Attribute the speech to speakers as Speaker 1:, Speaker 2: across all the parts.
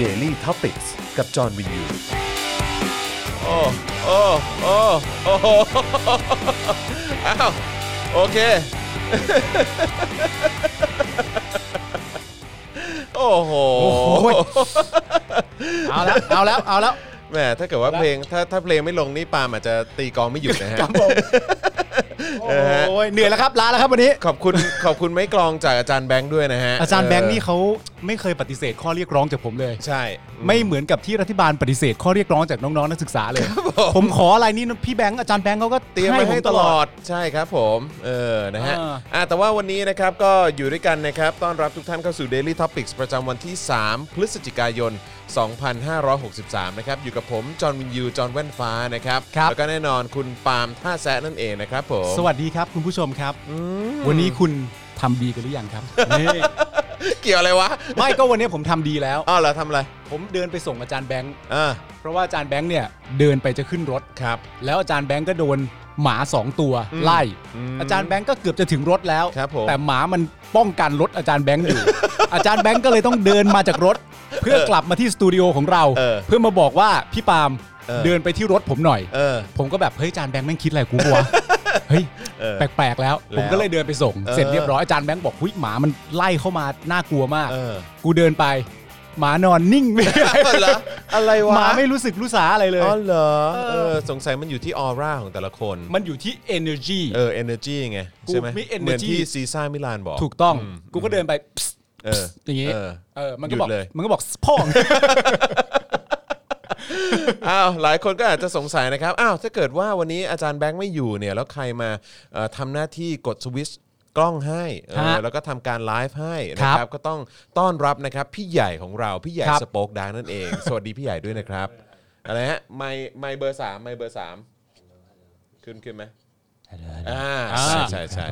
Speaker 1: Daily t o p i c กกับจอห์นวินยู
Speaker 2: โอ้โอ้โอ้โหอ้ าวโอเค โอ้โห
Speaker 3: เอาแล้วเอาแล้วเอาแล้ว
Speaker 2: แหมถ้าเกิดว่าเพลงถ้าถ้าเพลงไม่ลงนี่ปาล์มอาจจะตีกลองไม่หยุดนะฮะ
Speaker 3: โอ้ยเหนื่อยแล้วครับลาแล้วครับวันนี้
Speaker 2: ขอบคุณขอบคุณไม่กลองจากอาจารย์แบงค์ด้วยนะฮะ
Speaker 3: อาจารย์แบงค์นี่
Speaker 2: เอ
Speaker 3: เขาไม่เคยปฏิเสธข้อเรียกร้องจากผมเลย
Speaker 2: อใช่
Speaker 3: ไม่เหมือนกับที่รัฐบาลปฏิเสธข้อเรียกร้องจากน้องๆนักศึกษาเลย ผมขออะไรนี่พี่แบงค์อาจารย์แบงค์เขาก็
Speaker 2: เตรียม
Speaker 3: ให้
Speaker 2: ไว้
Speaker 3: ผ
Speaker 2: ให้
Speaker 3: ม
Speaker 2: ต
Speaker 3: ต
Speaker 2: ล
Speaker 3: ล
Speaker 2: อ
Speaker 3: อด
Speaker 2: ดใช่ครับผมเออนะฮะ
Speaker 3: เอออ่
Speaker 2: ่ะแต่ว่าวันนี้นะครับก็อยู่ด้วยกันนะครับต้อนรับทุกท่านเข้าสู่ Daily Topics ประจำวันที่ 3 พฤศจิกายน 2563 นะครับ อยู่กับผม จอห์นวินยู จอห์นแว่นฟ้านะครับ
Speaker 3: ครับ
Speaker 2: แล้วก็แน่นอนคุณปาล์มท่าแซะนั่นเองนะครับผม
Speaker 3: สวัสดีครับคุณผู้ชมครับ วันนี้คุณทำดีกันหรือยังครับ
Speaker 2: เกี่ยวอะไรวะ
Speaker 3: ไม่ก็วันนี้ผมทำดีแล้ว
Speaker 2: อ้าวเหรอทำอะไร
Speaker 3: ผมเดินไปส่งอาจารย์แบงค์
Speaker 2: อ่า
Speaker 3: เพราะว่าอาจารย์แบงค์เนี่ยเดินไปจะขึ้นรถ
Speaker 2: ครับ
Speaker 3: แล้วอาจารย์แบงค์ก็โดนหมาสองตัวไล่ อาจารย์แบงค์ก็เกือบจะถึงรถแล้ว
Speaker 2: ครับผม
Speaker 3: แต่หมามันป้องกันรถอาจารย์แบง ค์อยู่ อาจารย์แบงค์ก็เลยต้องเดินมาจากรถ เพื่อกลับมาที่สตูดิโอของเรา
Speaker 2: เออ
Speaker 3: เพื่อมาบอกว่าพี่ปาล์ม
Speaker 2: เออ
Speaker 3: เดินไปที่รถผมหน่อย
Speaker 2: เออ
Speaker 3: ผมก็แบบเฮ้ยอาจารย์แบงค์แม่งคิดอะไรกูวะ เฮ้ย
Speaker 2: เออ
Speaker 3: แปลกๆแล้ว
Speaker 2: แล้ว
Speaker 3: ผมก็เลยเดินไปส่ง
Speaker 2: เออ
Speaker 3: เสร็จเรียบร้อยอาจารย์แบงค์บอกหุ้ยหมามันไล่เข้ามาน่ากลัวมาก
Speaker 2: เออ
Speaker 3: กูเดินไป หมานอนนิ่งไม่อะไร
Speaker 2: อ้าวเหรออะไรวะ
Speaker 3: หมาไม่รู้สึกรู้สาอะไรเลย
Speaker 2: อ๋อเหรอ
Speaker 3: เออ
Speaker 2: เออสงสัยมันอยู่ที่ออร่าของแต่ละคน
Speaker 3: มันอยู่ที่ energy
Speaker 2: เออ energy ไง ใช่ไหม
Speaker 3: มี energy
Speaker 2: เหมือนที่ซีซ่ามิลานบอก
Speaker 3: ถูกต้อง
Speaker 2: อืม
Speaker 3: กูก็เดินไป psst
Speaker 2: เออ
Speaker 3: psst อย่างงี้
Speaker 2: เออ
Speaker 3: เออมันก็บอก
Speaker 2: หยุดเลย
Speaker 3: มันก็บอกพ่อง
Speaker 2: อ้าวหลายคนก็อาจจะสงสัยนะครับ อ้าว ถ้าเกิดว่าวันนี้อาจารย์แบงค์ไม่อยู่เนี่ย แล้วใครมาเอ่อทำหน้าที่กดสวิตช์กล้องให้เออ
Speaker 3: ฮะ
Speaker 2: แล้วก็ทำการไลฟ์ให้นะค
Speaker 3: ครั
Speaker 2: รับบ ก็ต้องต้อนรับนะครับ พี่ใหญ่ของเราพี่ใหญ่
Speaker 3: ครับ
Speaker 2: สป็อกดาร์กนั่นเอง สวัสดีพี่ใหญ่ด้วยนะครับอะไรฮะไมค์ไมค์เบอร์สามไมค์เบอร์สามขึ้นขึ้นไหมอ่าใช่ใช่ใช่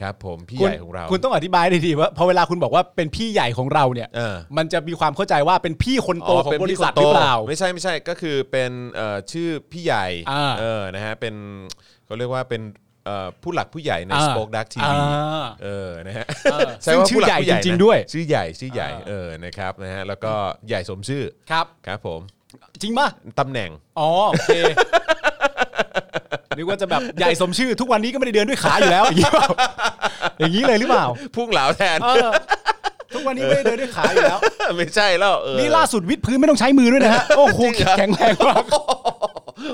Speaker 2: ครับผมพี่ใหญ่ของเรา
Speaker 3: คุณต้องอธิบายดีๆว่าพอเวลาคุณบอกว่าเป็นพี่ใหญ่ของเราเนี่ย
Speaker 2: เออ
Speaker 3: มันจะมีความเข้าใจว่าเป็นพี่คนโตของ
Speaker 2: เน
Speaker 3: บ
Speaker 2: พี่
Speaker 3: ริษัท
Speaker 2: คน
Speaker 3: ห
Speaker 2: โต
Speaker 3: รือเปล่า
Speaker 2: ไม่ใช่ไม่ใช่ก็คือเป็นเอ่อชื่อพี่ใหญ่
Speaker 3: อ่า
Speaker 2: เออนะฮะเป็นเขาเรียกว่าเป็นเอ่อผู้หลักผู้ใหญ่ใน
Speaker 3: อ่า
Speaker 2: สป็อคดักทีวี
Speaker 3: อ่า
Speaker 2: เออนะฮะ
Speaker 3: เออ
Speaker 2: ช่ว่า
Speaker 3: ซึ่งชื่อใหญ่
Speaker 2: ผู้ลักผู้นะ
Speaker 3: จริงๆด้วย
Speaker 2: ชื่อใหญ่ชื่อใหญ่เออนะครับนะฮะแล้วก็ใหญ่สมชื่อ
Speaker 3: ครับ
Speaker 2: ครับผม
Speaker 3: จริงป่ะ
Speaker 2: ตำแหน่ง
Speaker 3: อ๋อโอเคนึกว่าจะแบบใหญ่สมชื่อ ทุกวันนี้ก็ไม่ได้เดินด้วยขาอยู่แล้ว อย่างนี้เปล่าอย่างนี้เลยหรือเปล่า
Speaker 2: พุ่งเหลาแทน
Speaker 3: เออทุกวันนี้ไม่ได้เดินด้วยขาอยู่แล้ว
Speaker 2: ไม่ใช่แล้วเออ
Speaker 3: นี่ล่าสุดวิดพื้นไม่ต้องใช้มือด้วยนะฮะโอ้โหแข็งแรงมาก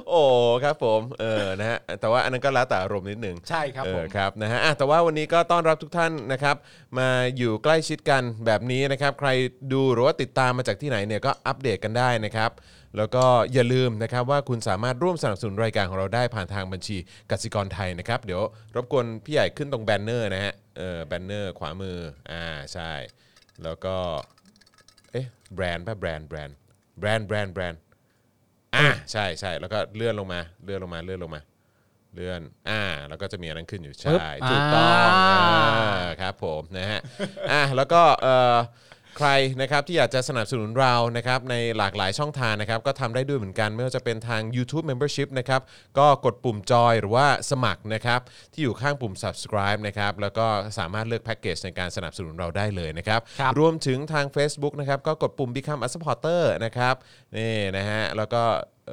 Speaker 2: โอ้ครับผมเออนะฮะแต่ว่าอันนั้นก็แล้วแต่อารมณ์นิดนึง
Speaker 3: ใช่ครับ
Speaker 2: เอ
Speaker 3: ผ
Speaker 2: อ
Speaker 3: ม
Speaker 2: ครับนะฮะอ่ะแต่ว่าวันนี้ก็ต้อนรับทุกท่านนะครับมาอยู่ใกล้ชิดกันแบบนี้นะครับ ใครดูหรือว่าติดตามมาจากที่ไหนเนี่ยก็อัปเดตกันได้นะครับ แล้วก็อย่าลืมนะครับว่าคุณสามารถร่วมสนับสนุนรายการของเราได้ผ่านทางบัญชีกสิกรไทยนะครับ เดี๋ยวรบกวนพี่ใหญ่ขึ้นตรงแบนเนอร์นะฮะเออแบนเนอร์ขวามืออ่าใช่ แล้วก็เอ๊ะแบรนด์ป่ะแบรนด์แบรนด์แบรนด์แบรนด์แบรนด์อ่าใช่ใช่แล้วก็เลื่อนลงมาเลื่อนลงมาเลื่อนลงมา เลื่อน อ่า แล้วก็จะมีอันนั้นขึ้นอยู่
Speaker 3: ปึ๊
Speaker 2: ใช่
Speaker 3: บ
Speaker 2: ถูกต้อง
Speaker 3: อ่า
Speaker 2: อ่าครับผม นะฮะ อ่ะแล้วก็เอ่อใครนะครับที่อยากจะสนับสนุนเรานะครับในหลากหลายช่องทางนะครับ ก็ทำได้ด้วยเหมือนกัน ไม่ว่าจะเป็นทาง YouTube Membership นะครับ ก็กดปุ่มจอยหรือว่าสมัครนะครับ ที่อยู่ข้างปุ่ม subscribe นะครับ แล้วก็สามารถเลือกแพ็กเกจในการสนับสนุนเราได้เลยนะครับ
Speaker 3: ครับ
Speaker 2: รวมถึงทาง Facebook นะครับ ก็กดปุ่ม Become a supporter นะครับนี่นะฮะแล้วก็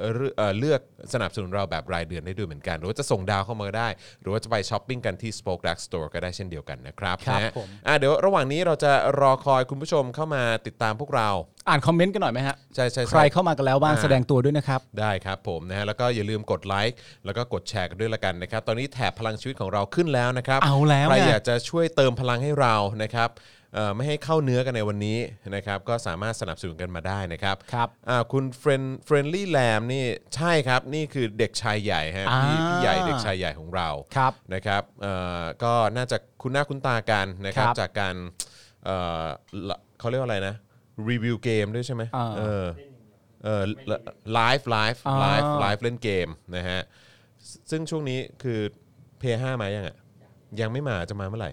Speaker 2: เลือกเอ่อเลือกสนับสนุนเราแบบรายเดือนได้ด้วยเหมือนกัน หรือว่าจะส่งดาวเข้ามาก็ได้ หรือว่าจะไปช้อปปิ้งกันที่ Spoke Dark Store ก็ได้เช่นเดียวกันนะครับ
Speaker 3: ครับ
Speaker 2: นะฮะ
Speaker 3: ผม
Speaker 2: อ่ะเดี๋ยวระหว่างนี้เราจะรอคอยคุณผู้ชมเข้ามาติดตามพวกเรา
Speaker 3: อ่านคอมเมนต์กันหน่อยไหมฮะ
Speaker 2: ใช่ใช่ช่
Speaker 3: ใครเข้ามากันแล้วบ้าง
Speaker 2: อ่า
Speaker 3: แสดงตัวด้วยนะครับ
Speaker 2: ได้ครับผมนะฮะแล้วก็อย่าลืมกดไลค์แล้วก็กดแชร์กันด้วยละกันนะครับ ตอนนี้แถบพลังชีวิตของเราขึ้นแล้วนะครับ
Speaker 3: เอาแล้ว
Speaker 2: ใคร
Speaker 3: ไง
Speaker 2: อยากจะช่วยเติมพลังให้เรานะครับเอ่อไม่ให้เข้าเนื้อกันในวันนี้นะครับ ก็สามารถสนับสนุนกันมาได้นะครับ
Speaker 3: ครับ
Speaker 2: อ่าคุณเฟรนเฟรนลี่แลมนี่ใช่ครับ นี่คือเด็กชายใหญ่ฮะพี่
Speaker 3: อ่า
Speaker 2: พี่ใหญ่เด็กชายใหญ่ของเรา
Speaker 3: ครับ
Speaker 2: นะครับเอ่อก็น่าจะคุ้นหน้าคุ้นตากันนะครับ
Speaker 3: ครับ
Speaker 2: จากการเอ่อละเขาเรียกว่าอะไรนะรีวิวเกมด้วยใช่ไหม
Speaker 3: อ่า
Speaker 2: เออ เออไลฟ์ไลฟ์
Speaker 3: อ่า
Speaker 2: ไลฟ์ไลฟ์เล่นเกมนะฮะซซึ่งช่วงนี้คือเพย์ห้ามายังอ่ะยังไม่มาจะมาเมื่อไหร่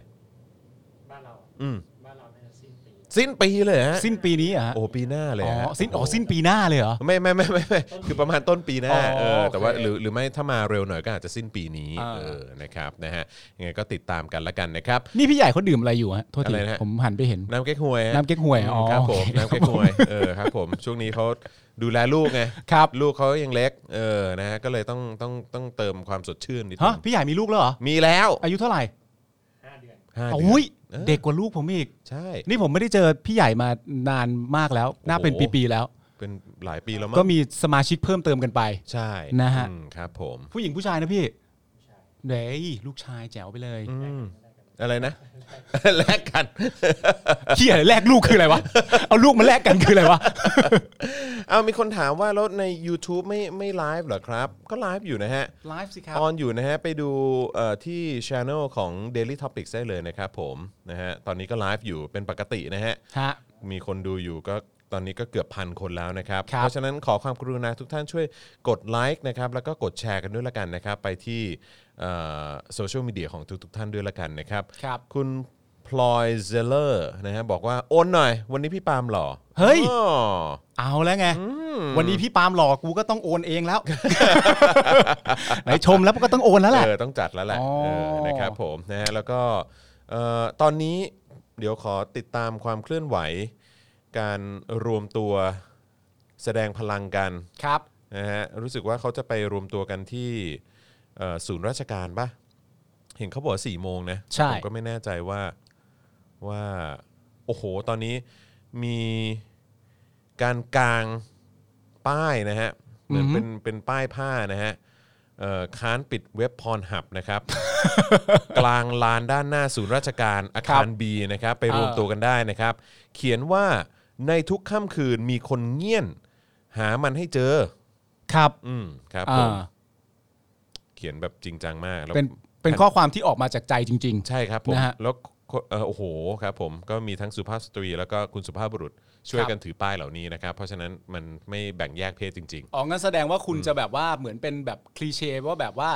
Speaker 4: บ้านเรา
Speaker 2: อืม
Speaker 4: บ้านเราน่าจะสิ้นปี
Speaker 2: สิ้นปีเลยฮะ
Speaker 3: สิ้นปีนี้เหรอฮะ
Speaker 2: โอ้ปีหน้าเลย
Speaker 3: อ๋อ
Speaker 2: ฮะ
Speaker 3: สิ้นอ๋อสิ้นปีหน้าเลยเหรอ
Speaker 2: ไม่ไม่ไม่ไม่ไม่คือประมาณต้นปีหน้า
Speaker 3: อ๋อ
Speaker 2: เออแต่ว่า
Speaker 3: โอ
Speaker 2: ห
Speaker 3: เค
Speaker 2: รือหรือไม่ถ้ามาเร็วหน่อยก็อาจจะสิ้นปีนี้
Speaker 3: อ่า
Speaker 2: เออนะครับนะฮะยังไงก็ติดตามกันละกันนะครับ
Speaker 3: นี่พี่ใหญ่เขาดื่มอะไรอยู่ฮะโทษ
Speaker 2: อะ
Speaker 3: ที
Speaker 2: ไรนะฮะ
Speaker 3: ผมหันไปเห็น
Speaker 2: น้ำเก๊กฮวยฮะ
Speaker 3: น้ำเก๊กฮวยอ๋อ
Speaker 2: ครับผม
Speaker 3: โอเค
Speaker 2: น้ำเก๊กฮวยเออครับผมช่วงนี้เขาดูแลลูกไง
Speaker 3: ครับ
Speaker 2: ลูกเขายังเล็กเออนะฮะก็เลยต้องต้องต้องเติมความสดชื่นนิด
Speaker 3: ฮะ
Speaker 2: นึง
Speaker 3: พี่ใหญ่มีลูกแล้วเหรอ
Speaker 2: มีแล้ว
Speaker 3: อายุเท่าไหร่
Speaker 2: ห้าเดืน
Speaker 3: โอ้ย
Speaker 2: เออ
Speaker 3: เด็กกว่าลูกผมอีก
Speaker 2: ใช่
Speaker 3: นี่ผมไม่ได้เจอพี่ใหญ่มานานมากแล้ว น่าเป็นปีๆแล้ว
Speaker 2: เป็นหลายปีแล้วมั้
Speaker 3: ก็
Speaker 2: ง
Speaker 3: มีสมาชิกเพิ่มเติมกันไป
Speaker 2: ใช่
Speaker 3: นะฮะ
Speaker 2: อืมครับผม
Speaker 3: ผู้หญิงผู้ชายนะพี่เด้ยลูกชายแจ๋วไปเลย
Speaker 2: อืมอะไรนะ แลกกัน
Speaker 3: เฮียแลกลูกคืออะไรวะ เอาลูกมาแลกกันคืออะไร วะ
Speaker 2: เอามีคนถามว่าแล้วใน YouTube ไม่ไม่ไลฟ์เหรอครับ ก็ไลฟ์อยู่นะฮะ
Speaker 3: ไลฟ์สิครับ
Speaker 2: ออนอยู่นะฮะ ไปดูเอ่อที่ช anel ของ Daily Topics ได้เลยนะครับผมนะฮะตอนนี้ก็ไลฟ์อยู่เป็นปกตินะฮะ
Speaker 3: ฮะ
Speaker 2: มีคนดูอยู่ก็ตอนนี้ก็เกือบพันคนแล้วนะครับ
Speaker 3: ครับ
Speaker 2: เพราะฉะนั้นขอความกรุณาทุกท่านช่วยกดไลค์นะครับแล้วก็กดแชร์กันด้วยละกันนะครับ ไปที่โซเชียลมีเดียของทุกๆท่านด้วยละกันนะครับ
Speaker 3: ครับ
Speaker 2: คุณพลอยเซเลอร์นะฮะบอกว่าโอนหน่อย วันนี้พี่ปาล์มหล่อ
Speaker 3: เฮ้ย
Speaker 2: อ๋อ
Speaker 3: เอาแล้วไง วันนี้พี่ปาล์มหลอกกูก็ต้องโอนเองแล้ว ไหนชมแล้วก็ต้องโอนแล้วแหละ
Speaker 2: เออต้องจัดแล้วแหละ
Speaker 3: อ๋อ
Speaker 2: เออนะครับผมนะฮะแล้วก็เอ่อตอนนี้เดี๋ยวขอติดตามความเคลื่อนไหว การรวมตัวแสดงพลังกัน
Speaker 3: ครับ
Speaker 2: นะฮะรู้สึกว่าเขาจะไปรวมตัวกันที่เอ่อศูนย์ราชการปะเห็นเขาบอกสี่โมงนะ
Speaker 3: ใช่
Speaker 2: ผมก็ไม่แน่ใจว่าว่าโอ้โห ตอนนี้มีการกางป้ายนะฮะเหมือนเป็นเป็นป้ายผ้านะฮะ เอ่อค้านปิดเว็บพรหับนะครับ กลางลานด้านหน้าศูนย์ราชการอาคาร
Speaker 3: ครับ
Speaker 2: บีนะครับ ไป
Speaker 3: เออ
Speaker 2: รวมตัวกันได้นะครับ เขียนว่าในทุกค่ำคืนมีคนเงี่ยน หามันให้เจอ
Speaker 3: ครับ
Speaker 2: อืมครับ
Speaker 3: อ่
Speaker 2: ผม
Speaker 3: า
Speaker 2: เขียนแบบจริงจังมากแล้ว
Speaker 3: เป็นเป็นข้อความที่ออกมาจากใจจริง
Speaker 2: ใช่ครับผม
Speaker 3: นะฮะ
Speaker 2: แล้วก็เอ่อโอ้โหครับผมก็มีทั้งสุภาพสตรี แล้วก็คุณสุภาพบุรุษช่วย
Speaker 3: ครับ
Speaker 2: กันถือป้ายเหล่านี้นะครับ เพราะฉะนั้นมันไม่แบ่งแยกเพศจริง
Speaker 3: ๆ ออกงั้นแสดงว่าคุณจะแบบว่าเหมือนเป็นแบบคลีเช่ว่าแบบว่า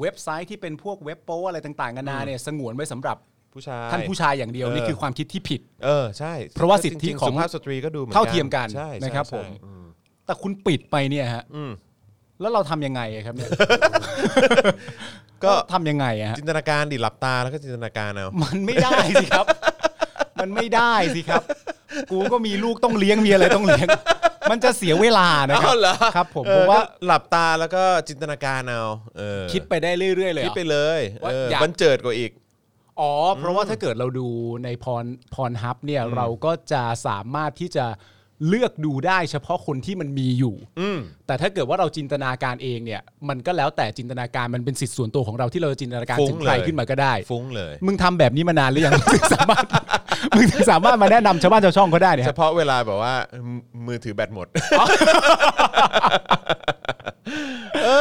Speaker 3: เว็บไซต์ที่เป็นพวกเว็บโป้อะไรต่างๆกันานาเนี่ยสงวนไว้สำหรับ
Speaker 2: ๆ ผู้ชาย
Speaker 3: ท่านผู้ชายอย่างเดียว
Speaker 2: เออ
Speaker 3: นี่คือความคิดที่ผิด
Speaker 2: เออใช่
Speaker 3: เพราะว่าสิทธิ
Speaker 2: จๆ
Speaker 3: ของ
Speaker 2: สุภาพสตรีก็ดูหอน
Speaker 3: เท่าเทียมกัน
Speaker 2: ใช่ใช่
Speaker 3: นะครับ
Speaker 2: ใช่
Speaker 3: ผม
Speaker 2: อืม
Speaker 3: แต่คุณปิดไปเนี่ยฮะ
Speaker 2: อืม
Speaker 3: แล้วเราทำยังไงอะครับเนี่ย
Speaker 2: ก็
Speaker 3: ทำยังไงอะฮะ
Speaker 2: จินตนาการดิหลับตาแล้วก็จินตนาการเอา
Speaker 3: มันไม่ได้สิครับ มันไม่ได้สิครับ กูก็มีลูกต้องเลี้ยงมีอะไรต้องเลี้ยง มันจะเสียเวลานะครั
Speaker 2: เอาเหรอ
Speaker 3: ครับ ผม
Speaker 2: เอ
Speaker 3: เพ
Speaker 2: อ
Speaker 3: ราะว่า
Speaker 2: ก็หลับตาแล้วก็จินตนาการเอาเออ
Speaker 3: คิดไปได้เรื่อยๆเลยเห
Speaker 2: คิ
Speaker 3: ร
Speaker 2: ด
Speaker 3: อ
Speaker 2: ไปเลย
Speaker 3: ว่า
Speaker 2: เออ
Speaker 3: อยาก
Speaker 2: บันเจิดกว่าอีก
Speaker 3: อ๋อ เพราะว่าถ้าเกิดเราดูในพรพรฮับเนี่ยเราก็จะสามารถที่จะเลือกดูได้เฉพาะคนที่มันมีอยู่
Speaker 2: อืม
Speaker 3: แต่ถ้าเกิดว่าเราจินตนาการเองเนี่ย มันก็แล้วแต่จินตนาการมันเป็นสิทธิ์ส่วนตัวของเราที่เราจะจินตนาการถึงใครขึ้นมาก็ได้
Speaker 2: ฟุ้งเลย
Speaker 3: มึงทำแบบนี้มานานหรือยัง มึงถึงสามารถมึงถึงสามารถมาแนะนำชาวบ้านชาวช่องเขาได้เนี่ย
Speaker 2: เฉ
Speaker 3: ฮะ
Speaker 2: พาะเวลาแบบว่ามือมือถือแบตหมด
Speaker 3: โอ้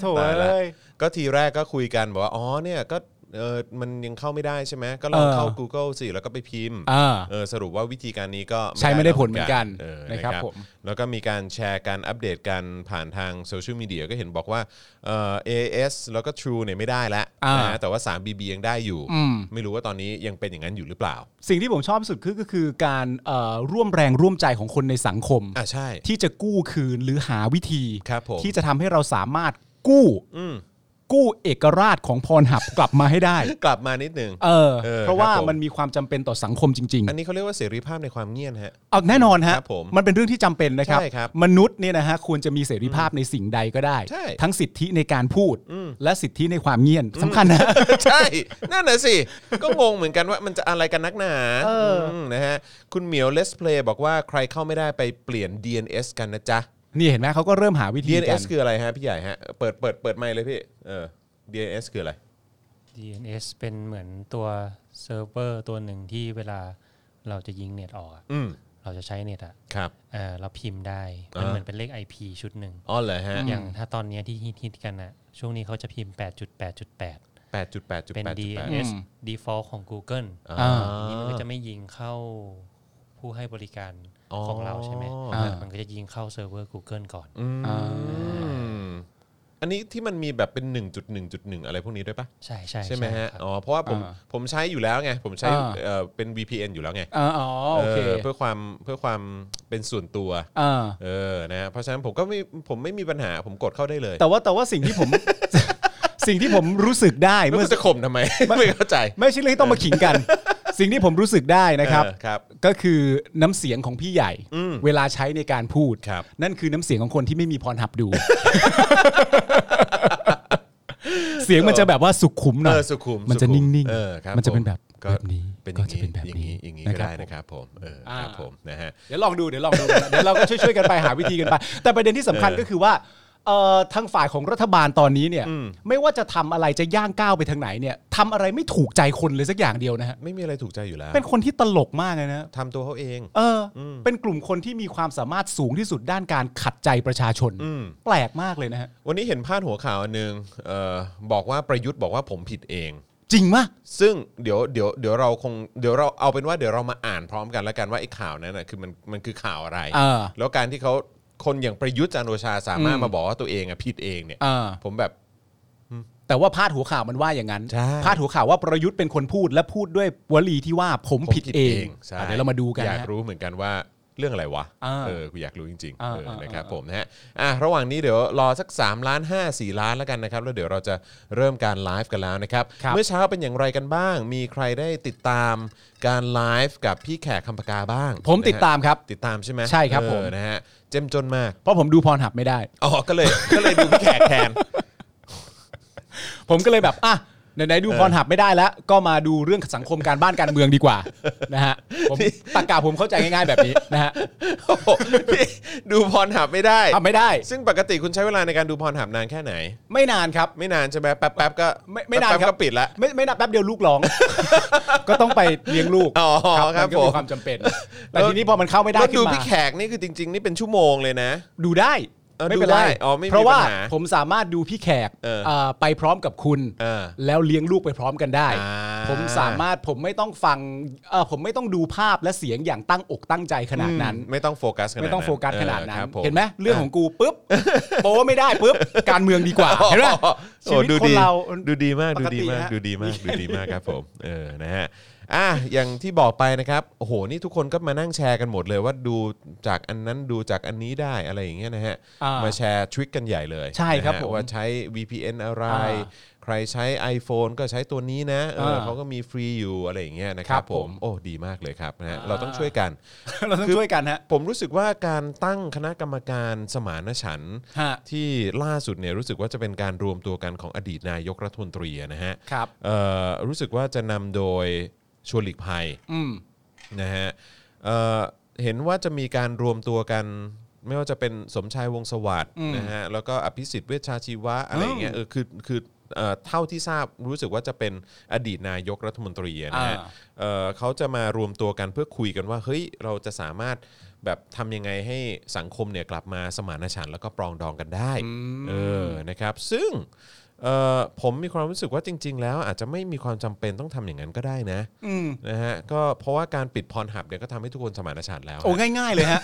Speaker 3: โถ
Speaker 2: ตายละ
Speaker 3: เอ้ย
Speaker 2: ก็ทีแรกก็คุยกันบอกว่า อ๋อเนี่ยก็เออมันยังเข้าไม่ได้ใช่ไหมก็ลอง
Speaker 3: เออ
Speaker 2: เข้า Google สิแล้วก็ไปพิมพ์
Speaker 3: อ่า
Speaker 2: เออสรุปว่าวิธีการนี้ก็
Speaker 3: ใช้ไม่ได้ผลเหมือนกัน
Speaker 2: เออ
Speaker 3: นะครับผม
Speaker 2: แล้วก็มีการแชร์การอัปเดตกันผ่านทางโซเชียลมีเดียก็เห็นบอกว่าเออ AS แล้วก็ True เนี่ยไม่ได้ละ
Speaker 3: อ่าน
Speaker 2: นะแต่ว่า 3BB ยังได้อยู่ ไม่รู้ว่าตอนนี้ยังเป็นอย่างนั้นอยู่หรือเปล่า
Speaker 3: สิ่งที่ผมชอบที่สุดคือก็คือการเอ่อร่วมแรงร่วมใจของคนในสังคม
Speaker 2: อ่ะใช่
Speaker 3: ที่จะกู้คืนหรือหาวิธี
Speaker 2: ครับผม
Speaker 3: ที่จะทำให้เราสามารถกู้กู้เอกราชของพรหับ กลับมาให้ได้
Speaker 2: กลับมานิดนึง
Speaker 3: เออ
Speaker 2: เออ
Speaker 3: เพราะว่า
Speaker 2: ครับผม
Speaker 3: มันมีความจำเป็นต่อสังคมจริง
Speaker 2: อันนี้เขาเรียกว่าเสรีภาพในความเงียบฮะ
Speaker 3: ๆ เอาแน่นอนฮะ
Speaker 2: ครับผม
Speaker 3: มันเป็นเรื่องที่จำเป็นนะครับ
Speaker 2: ใช่ครับ
Speaker 3: มนุษย์เนี่ยนะฮะควรจะมีเสรีภาพในสิ่งใดก็ได้
Speaker 2: ใช่
Speaker 3: ทั้งสิทธิในการพูดและสิทธิในความเงียบสำคัญนะ
Speaker 2: ใช่ นั่นน่ะสิ ก็งงเหมือนกันว่ามันจะอะไรกันนักหนามนะฮะ คุณเหมียวเลสเพลย์บอกว่าใครเข้าไม่ได้ไปเปลี่ยน DNS กันนะจ๊ะ
Speaker 3: นี่เห็นไหมเขาก็เริ่มหาวิธีกัน
Speaker 2: DNS คืออะไรฮะพี่ใหญ่ฮะ เปิดเปิดเปิดไมค์เลยพี่ เออ DNS คืออะไร
Speaker 4: DNS เป็นเหมือนตัวเซิร์ฟเวอร์ตัวหนึ่งที่เวลาเราจะยิงเน็ตออกอะ
Speaker 2: อืม
Speaker 4: เราจะใช้เน็ตอ่ะ
Speaker 2: ครับ
Speaker 4: เอ่อเราพิมพ์ได้ มัน
Speaker 2: อ่า
Speaker 4: เหมือนเป็นเลข IP ชุดหนึ่ง
Speaker 2: อ๋อเหรอฮะ
Speaker 4: อย่างถ้าตอนเนี้ยที่ฮิตๆกันอ่ะ ช่วงนี้เขาจะพิมพ์ 8.8.8
Speaker 2: แปดจุดแปดจุด
Speaker 4: เป็น
Speaker 2: แปดจุดแปด
Speaker 4: DNS
Speaker 3: อืม
Speaker 4: default ของ Google
Speaker 2: อ่า
Speaker 4: อันนี้มันก็จะไม่ยิงเข้าผู้ให้บริการของเราใช่ไหม
Speaker 2: อ๋อ
Speaker 4: เอออา
Speaker 3: มั
Speaker 4: มันก็จะยิงเข้าเซิร์ฟเวอร์ Google ก่อน
Speaker 2: อืม อันนี้ที่มันมีแบบเป็น 1.1.1 อะไรพวกนี้ด้วยปะ
Speaker 4: ใช่ใช่
Speaker 2: ใช่ไหมฮะ
Speaker 4: ครับ
Speaker 2: อ๋อเพราะว่าผม
Speaker 3: อ่า
Speaker 2: ผมใช้อยู่แล้วไงผมใช้
Speaker 3: อ่า
Speaker 2: เอ่อเป็น VPN อยู่แล้วไง
Speaker 3: อ่าอ๋อโอเค
Speaker 2: เออเพื่อความเพื่อความเป็นส่วนตัว
Speaker 3: อ่า
Speaker 2: เออนะฮะเพราะฉะนั้นผมก็ไม่ผมไม่มีปัญหาผมกดเข้าได้เลย
Speaker 3: แต่ว่าแต่ว่าสิ่งที่ผม สิ่งที่ผมรู้สึกได้
Speaker 2: แล้ว
Speaker 3: เมื่อ
Speaker 2: มันจะข่มทำไม ไม่เข้าใจ
Speaker 3: ไม่ใช่เรื่องที่ต้องมาขิง กัน สิ่งที่ผมรู้สึกได้นะครับ
Speaker 2: เออครับ
Speaker 3: ก็คือน้ำเสียงของพี่ใหญ่ เวลาใช้ในการพูด
Speaker 2: ครับ
Speaker 3: นั่นคือน้ำเสียงของคนที่ไม่มีพรหับ ดู เสียงมันจะแบบว่าสุขุมหน่อ
Speaker 2: เอย อสุขุม
Speaker 3: มันจะ
Speaker 2: สุขุ
Speaker 3: นิ่ง
Speaker 2: เออครับ
Speaker 3: มันจะเป็นแบบ
Speaker 2: ก็
Speaker 3: แบบนี้
Speaker 2: เป็นอ
Speaker 3: ก็
Speaker 2: ย่าง
Speaker 3: จะเป็นแบบ
Speaker 2: อย่าง
Speaker 3: นี้
Speaker 2: อย่างนี้ก็ได้นะครับผมเออครับผมนะฮะ
Speaker 3: เดี๋ยวลองดูเดี๋ยวลองดูเดี๋ยวเราก็ช่วยๆกันไปหาวิธีกันไป แต่ประเด็นที่สำคัญ
Speaker 2: เออ
Speaker 3: ก็คือว่าเอ่อทางฝ่ายของรัฐบาลตอนนี้เนี่ย
Speaker 2: อืม
Speaker 3: ไม่ว่าจะทำอะไรจะย่างก้าวไปทางไหนเนี่ยทำอะไรไม่ถูกใจคนเลยสักอย่างเดียวนะฮะ
Speaker 2: ไม่มีอะไรถูกใจอยู่แล้ว
Speaker 3: เป็นคนที่ตลกมากเลยนะ
Speaker 2: ทำตัวเขาเอง
Speaker 3: เอออ เป็นกลุ่มคนที่มีความสามารถสูงที่สุดด้านการขัดใจประชาชน
Speaker 2: อืม
Speaker 3: แปลกมากเลยนะฮะ
Speaker 2: วันนี้เห็นพาดหัวข่าวอันหนึ่งเอ่อบอกว่าประยุทธ์บอกว่าผมผิดเอง
Speaker 3: จริงมะ
Speaker 2: ซึ่งเดี๋ยวเดี๋ยวเดี๋ยวเราคงเดี๋ยวเราเอาเป็นว่าเดี๋ยวเรามาอ่านพร้อมกันแล้วกันว่าไอ้ข่าวนั้นน่ะคือมันมันคือข่าวอะไร
Speaker 3: เออ
Speaker 2: แล้วการที่เขาคนอย่างประยุทธ์จันทร์โอชาสามารถ
Speaker 3: อืม
Speaker 2: มาบอกว่าตัวเองอ่ะผิดเองเนี่ย
Speaker 3: เออ
Speaker 2: ผมแบบ
Speaker 3: แต่ว่าพาดหัวข่าวมันว่าอย่างนั้น
Speaker 2: ใช่
Speaker 3: พาดหัวข่าวว่าประยุทธ์เป็นคนพูดและพูดด้วยวลีที่ว่าผม
Speaker 2: ผม
Speaker 3: ผิดเอง
Speaker 2: ใช่
Speaker 3: อ่ะเดี๋ยวเรามาดูกัน
Speaker 2: อยาก
Speaker 3: นะ
Speaker 2: รู้เหมือนกันว่าเรื่องอะไรวะ
Speaker 3: อ่า
Speaker 2: เออกูอยากรู้จริงๆ
Speaker 3: อ่า
Speaker 2: เออ
Speaker 3: อ่าน
Speaker 2: นะครับ
Speaker 3: อ่า
Speaker 2: ผมนะฮะอ่ะระหว่างนี้เดี๋ยวรอสัก3ล้าน5 4 ล้านแล้วกันนะครับ แล้วเดี๋ยวเราจะเริ่มการไลฟ์กันแล้วนะครับ
Speaker 3: ครับ
Speaker 2: เมื่อเช้าเป็นอย่างไรกันบ้าง มีใครได้ติดตามการไลฟ์กับพี่แขกคำปากาบ้าง
Speaker 3: ผมติด
Speaker 2: นะฮะ
Speaker 3: ตามครับ
Speaker 2: ติดตามใช่ไหม
Speaker 3: ใช่ครับ
Speaker 2: เออ
Speaker 3: ผม
Speaker 2: นะฮะเจ้มจนมาก
Speaker 3: เพราะผมดูพรหับไม่ได้
Speaker 2: อ๋อก็เลยก็เลยดูพี่แขกแทน
Speaker 3: ผมก็เลยแบบอ่ะไหนๆดูพรหับไม่ได้แล้ว ก็มาดูเรื่องสังคมการบ้านการเมืองดีกว่า นะฮะผมตากาผมเข้าใจง่าย ๆแบบนี้นะฮะ
Speaker 2: โอ้โหพี่ดูพรหับไม่ได้
Speaker 3: ทำไม่ได้
Speaker 2: ซึ่งปกติคุณใช้เวลาในการดูพรหับนานแค่ไหน
Speaker 3: ไม่นานครับ
Speaker 2: ไม่นานใช่ไหมแป๊บแป๊บๆก็
Speaker 3: ไม่ไม่นานครับ
Speaker 2: แป๊บๆก็ปิดละ
Speaker 3: ไม่ไม่นับแป๊บเดียวลูกร้อง ก็ต้องไปเลี้ยงลูก
Speaker 2: อ๋อครับ
Speaker 3: มันก็
Speaker 2: ผม
Speaker 3: มีความจำเป็น
Speaker 2: แล้
Speaker 3: แต่
Speaker 2: ว
Speaker 3: ทีนี้พอมันเข้าไม่ได้
Speaker 2: แล้ว
Speaker 3: ขึ้
Speaker 2: ดู
Speaker 3: นมา
Speaker 2: พี่แขกนี่คือจริง ๆ นี่เป็นชั่วโมงเลยนะ
Speaker 3: ดูได้
Speaker 2: เออ
Speaker 3: ไม่เป็น
Speaker 2: ดู
Speaker 3: ไร
Speaker 2: ได้อ๋อไม่มี
Speaker 3: เพราะว่า
Speaker 2: ปัญหา
Speaker 3: ผมสามารถดูพี่แขก
Speaker 2: เออ
Speaker 3: เอ่อไปพร้อมกับคุณ
Speaker 2: เออ
Speaker 3: แล้วเลี้ยงลูกไปพร้อมกันได้
Speaker 2: อ่า
Speaker 3: ผมสามารถผมไม่ต้องฟังเอ่อผมไม่ต้องดูภาพและเสียงอย่างตั้งอกตั้งใจขนาดนั้น
Speaker 2: อืมไม่ต้องโฟกัสขนาดนั้น
Speaker 3: ไม่ต้องโฟกัสขนาดนั้
Speaker 2: อน อครับผ
Speaker 3: เห็นไหมเรื่องของกูปุ๊บ โป้ไม่ได้ปุ๊บ การเมืองดีกว่า
Speaker 2: โอ้โ
Speaker 3: เห็นไหม
Speaker 2: โอ้
Speaker 3: ชีวิต
Speaker 2: ดู
Speaker 3: คน
Speaker 2: ดี
Speaker 3: เรา
Speaker 2: ดูดีมาก
Speaker 3: ป
Speaker 2: ดู
Speaker 3: ก
Speaker 2: ดี
Speaker 3: ติ
Speaker 2: มาก
Speaker 3: ฮะ
Speaker 2: ดูดี มากดูดีมากครับผมเออนะฮะอ่ะอย่างที่บอกไปนะครับโอ้โหนี่ทุกคนก็มานั่งแชร์กันหมดเลยว่าดูจากอันนั้นดูจากอันนี้ได้อะไรอย่างเงี้ยนะฮะ
Speaker 3: อ่าม
Speaker 2: มาแชร์ทริคกันใหญ่เลย
Speaker 3: ใช่ครับ
Speaker 2: นะฮะ
Speaker 3: ผม
Speaker 2: ว่าใช้ VPN อะไร
Speaker 3: อ่า
Speaker 2: ใครใช้ iPhone ก็ใช้ตัวนี้นะเออ
Speaker 3: เออ
Speaker 2: เขาก็มีฟรีอยู่อะไรอย่างเงี้ยนะครับ
Speaker 3: ครับ
Speaker 2: ผ
Speaker 3: ผม ม
Speaker 2: โอ้ดีมากเลยครับนะฮะ
Speaker 3: อ่า
Speaker 2: เราต้องช่วยกัน
Speaker 3: เราต้องช่วยกันฮะ
Speaker 2: ผมรู้สึกว่าการตั้งคณะกรรมการสมานฉันท์
Speaker 3: ฮะ
Speaker 2: ที่ล่าสุดเนี่ยรู้สึกว่าจะเป็นการรวมตัวกันของอดีตนายกรัฐมนตรีอะนะฮะ
Speaker 3: ครับ
Speaker 2: เอ่อรู้สึกว่าจะนำโดยชวนหลีกภัย
Speaker 3: อืม
Speaker 2: นะฮะเอ่อเห็นว่าจะมีการรวมตัวกัน ไม่ว่าจะเป็นสมชายวงศ์สวัสด์นะฮะแล้วก็อภิสิทธิ์เวชชาชีวะอะไรอย่างเงี้ยเออคือคือเอ่อเท่าที่ทราบรู้สึกว่าจะเป็นอดีตนายกรัฐมนตรีอะนะฮะ
Speaker 3: อ่า
Speaker 2: เอ่อเขาจะมารวมตัวกันเพื่อคุยกันว่าเฮ้ยเราจะสามารถแบบทำยังไงให้สังคมเนี่ยกลับมาสมานฉันท์แล้วก็ปรองดองกันได้เออนะครับ ซึ่งเอ่อผมมีความรู้สึกว่าจริง ๆ แล้วอาจจะไม่มีความจำเป็นต้องทำอย่างนั้นก็ได้นะ
Speaker 3: อืม
Speaker 2: นะฮะก็เพราะว่าการปิดพรหับเนี่ยก็ทำให้ทุกคนสมานฉันท์แล้ว
Speaker 3: โอ้ง่ายๆเลยฮะ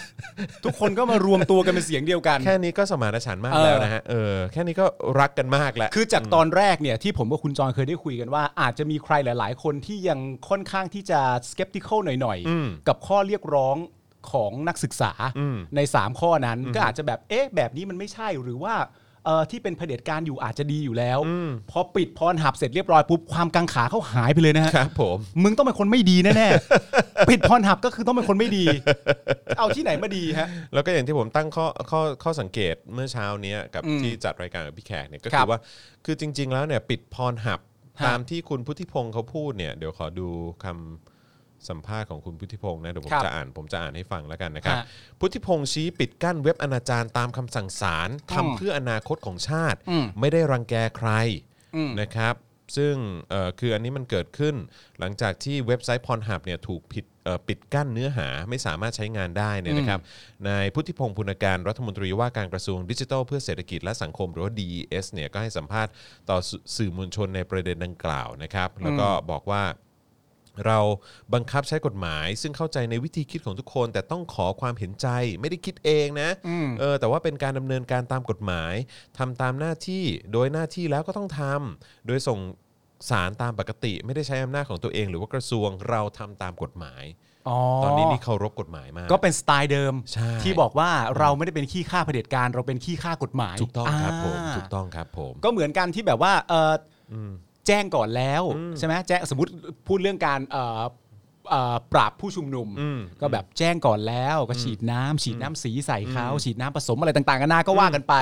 Speaker 3: ทุกคนก็มารวมตัวกันเป็นเสียงเดียวกัน
Speaker 2: แค่นี้ก็สมานฉันท์มาก
Speaker 3: เออ
Speaker 2: แล้วนะฮะเออแค่นี้ก็รักกันมากแล้ว
Speaker 3: คือจากตอนแรกเนี่ยที่ผมกับคุณจอนเคยได้คุยกันว่า อาจจะมีใครหลาย ๆ คนที่ยังค่อนข้างที่จะ skeptical หน่อย
Speaker 2: อืม
Speaker 3: ๆ กับข้อเรียกร้องของนักศึกษา
Speaker 2: อืม
Speaker 3: ใน 3 ข้อนั้นก็อาจจะแบบเอ๊ะแบบนี้มันไม่ใช่หรือว่าเอ่อที่เป็นเผด็จการอยู่อาจจะดีอยู่แล้ว
Speaker 2: อืม
Speaker 3: พอปิดพรหับเสร็จเรียบร้อยปุ๊บความกังขาเขาหายไปเลยนะฮะ
Speaker 2: ครับผม
Speaker 3: มึงต้องเป็นคนไม่ดีแน่ ๆ ปิดพรหับก็คือต้องเป็นคนไม่ดี เอาที่ไหนมาดีฮะ
Speaker 2: แล้วก็อย่างที่ผมตั้งข้อข้อข้อสังเกตเมื่อเช้าเนี้ยกับ
Speaker 3: อืม
Speaker 2: ที่จัดรายการกับพี่แขกเนี่ยก็
Speaker 3: ครั
Speaker 2: คือบ ว่า คือจริง ๆ แล้วเนี่ยปิดพรหับ
Speaker 3: ฮะ
Speaker 2: ตามที่คุณพุทธิพงศ์เขาพูดเนี่ยเดี๋ยวขอดูคำสัมภาษณ์ของคุณพุทธิพงศ์นะเดี๋ยวผม
Speaker 3: ครับ
Speaker 2: จะอ่านผมจะอ่านให้ฟังแล้วกันนะครับ
Speaker 3: ฮะ
Speaker 2: พุทธิพงศ์ชี้ปิดกั้นเว็บอนาจารตามคำสั่งศาลทำเพื่ออนาคตของชาติ
Speaker 3: อืม
Speaker 2: ไม่ได้รังแกใคร
Speaker 3: อืม
Speaker 2: นะครับ ซึ่งเอ่อคืออันนี้มันเกิดขึ้น หลังจากที่เว็บไซต์พรหับเนี่ยถูกผิดเอ่อปิดกั้นเนื้อหาไม่สามารถใช้งานได้เนี่ยนะครับนายพุทธิพงศ์พุนการรัฐมนตรีว่าการกระทรวงดิจิทัลเพื่อเศรษฐกิจและสังคมหรือว่า DES เนี่ยก็ให้สัมภาษณ์ต่อสื่อมวลชนในประเด็นดังกล่าวนะครับแล้วก็บอกว่า เราบังคับใช้กฎหมาย ซึ่งเข้าใจในวิธีคิดของทุกคน แต่ต้องขอความเห็นใจไม่ได้คิดเองนะเออแต่ว่าเป็นการดำเนินการตามกฎหมายทำตามหน้าที่โดยหน้าที่แล้วก็ต้องทำโดยส่งสารตามปกติ ไม่ได้ใช้อำนาจของตัวเอง หรือว่ากระทรวงเราทำตามกฎหมาย
Speaker 3: อ๋อ
Speaker 2: ตอนนี้นี่เคารพกฎหมายมาก
Speaker 3: ก็เป็นสไตล์เดิม
Speaker 2: ใช่
Speaker 3: ที่บอกว่าเราไม่ได้เป็นขี้ข้าเผด็จการเราเป็นขี้ข้ากฎหมาย
Speaker 2: ถูกต้องครับผม
Speaker 3: า
Speaker 2: ถูกต้องครับผม
Speaker 3: ก็เหมือนกันที่แบบว่าเอ่ออแจ้งก่อนแล้วใช่ไหมแจ้งสมมติพูดเรื่องการเอ่อเอ่อปราบผู้ชุมนุม
Speaker 2: อืม
Speaker 3: ก็แบบแจ้งก่อนแล้วก็ฉีดน้ำฉีดน้ำสีใส่เขาฉีดน้ำผสมอะไรต่างๆกันานาก็ว่ากันไป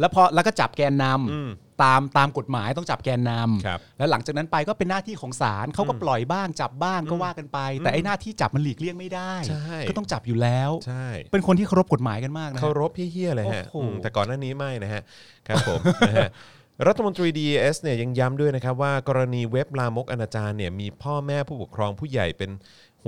Speaker 3: แล้วพอแล้วก็จับแกนนำ
Speaker 2: อืม
Speaker 3: ตามตามกฎหมายต้องจับแกนนำ
Speaker 2: ครับ
Speaker 3: แล้วหลังจากนั้นไปก็เป็นหน้าที่ของศาลเขาก็ปล่อยบ้างจับบ้างก็ว่ากันไป แต่ไอ้หน้าที่จับมันหลีกเลี่ยงไม่ได้
Speaker 2: ใช่
Speaker 3: ก็ต้องจับอยู่แล้ว
Speaker 2: ใช่
Speaker 3: เป็นคนที่เคารพกฎหมายกันมากนะ
Speaker 2: เคารพพี่เฮียเลยฮะ
Speaker 3: โอ้โห
Speaker 2: อืมแต่ก่อนหน้านี้ไม่นะฮะ ครับผม นะฮะรัฐมนตรี DES เนี่ยยังย้ำด้วยนะครับว่ากรณีเว็บลามกอนาจารเนี่ยมีพ่อแม่ผู้ปกครองผู้ใหญ่เป็น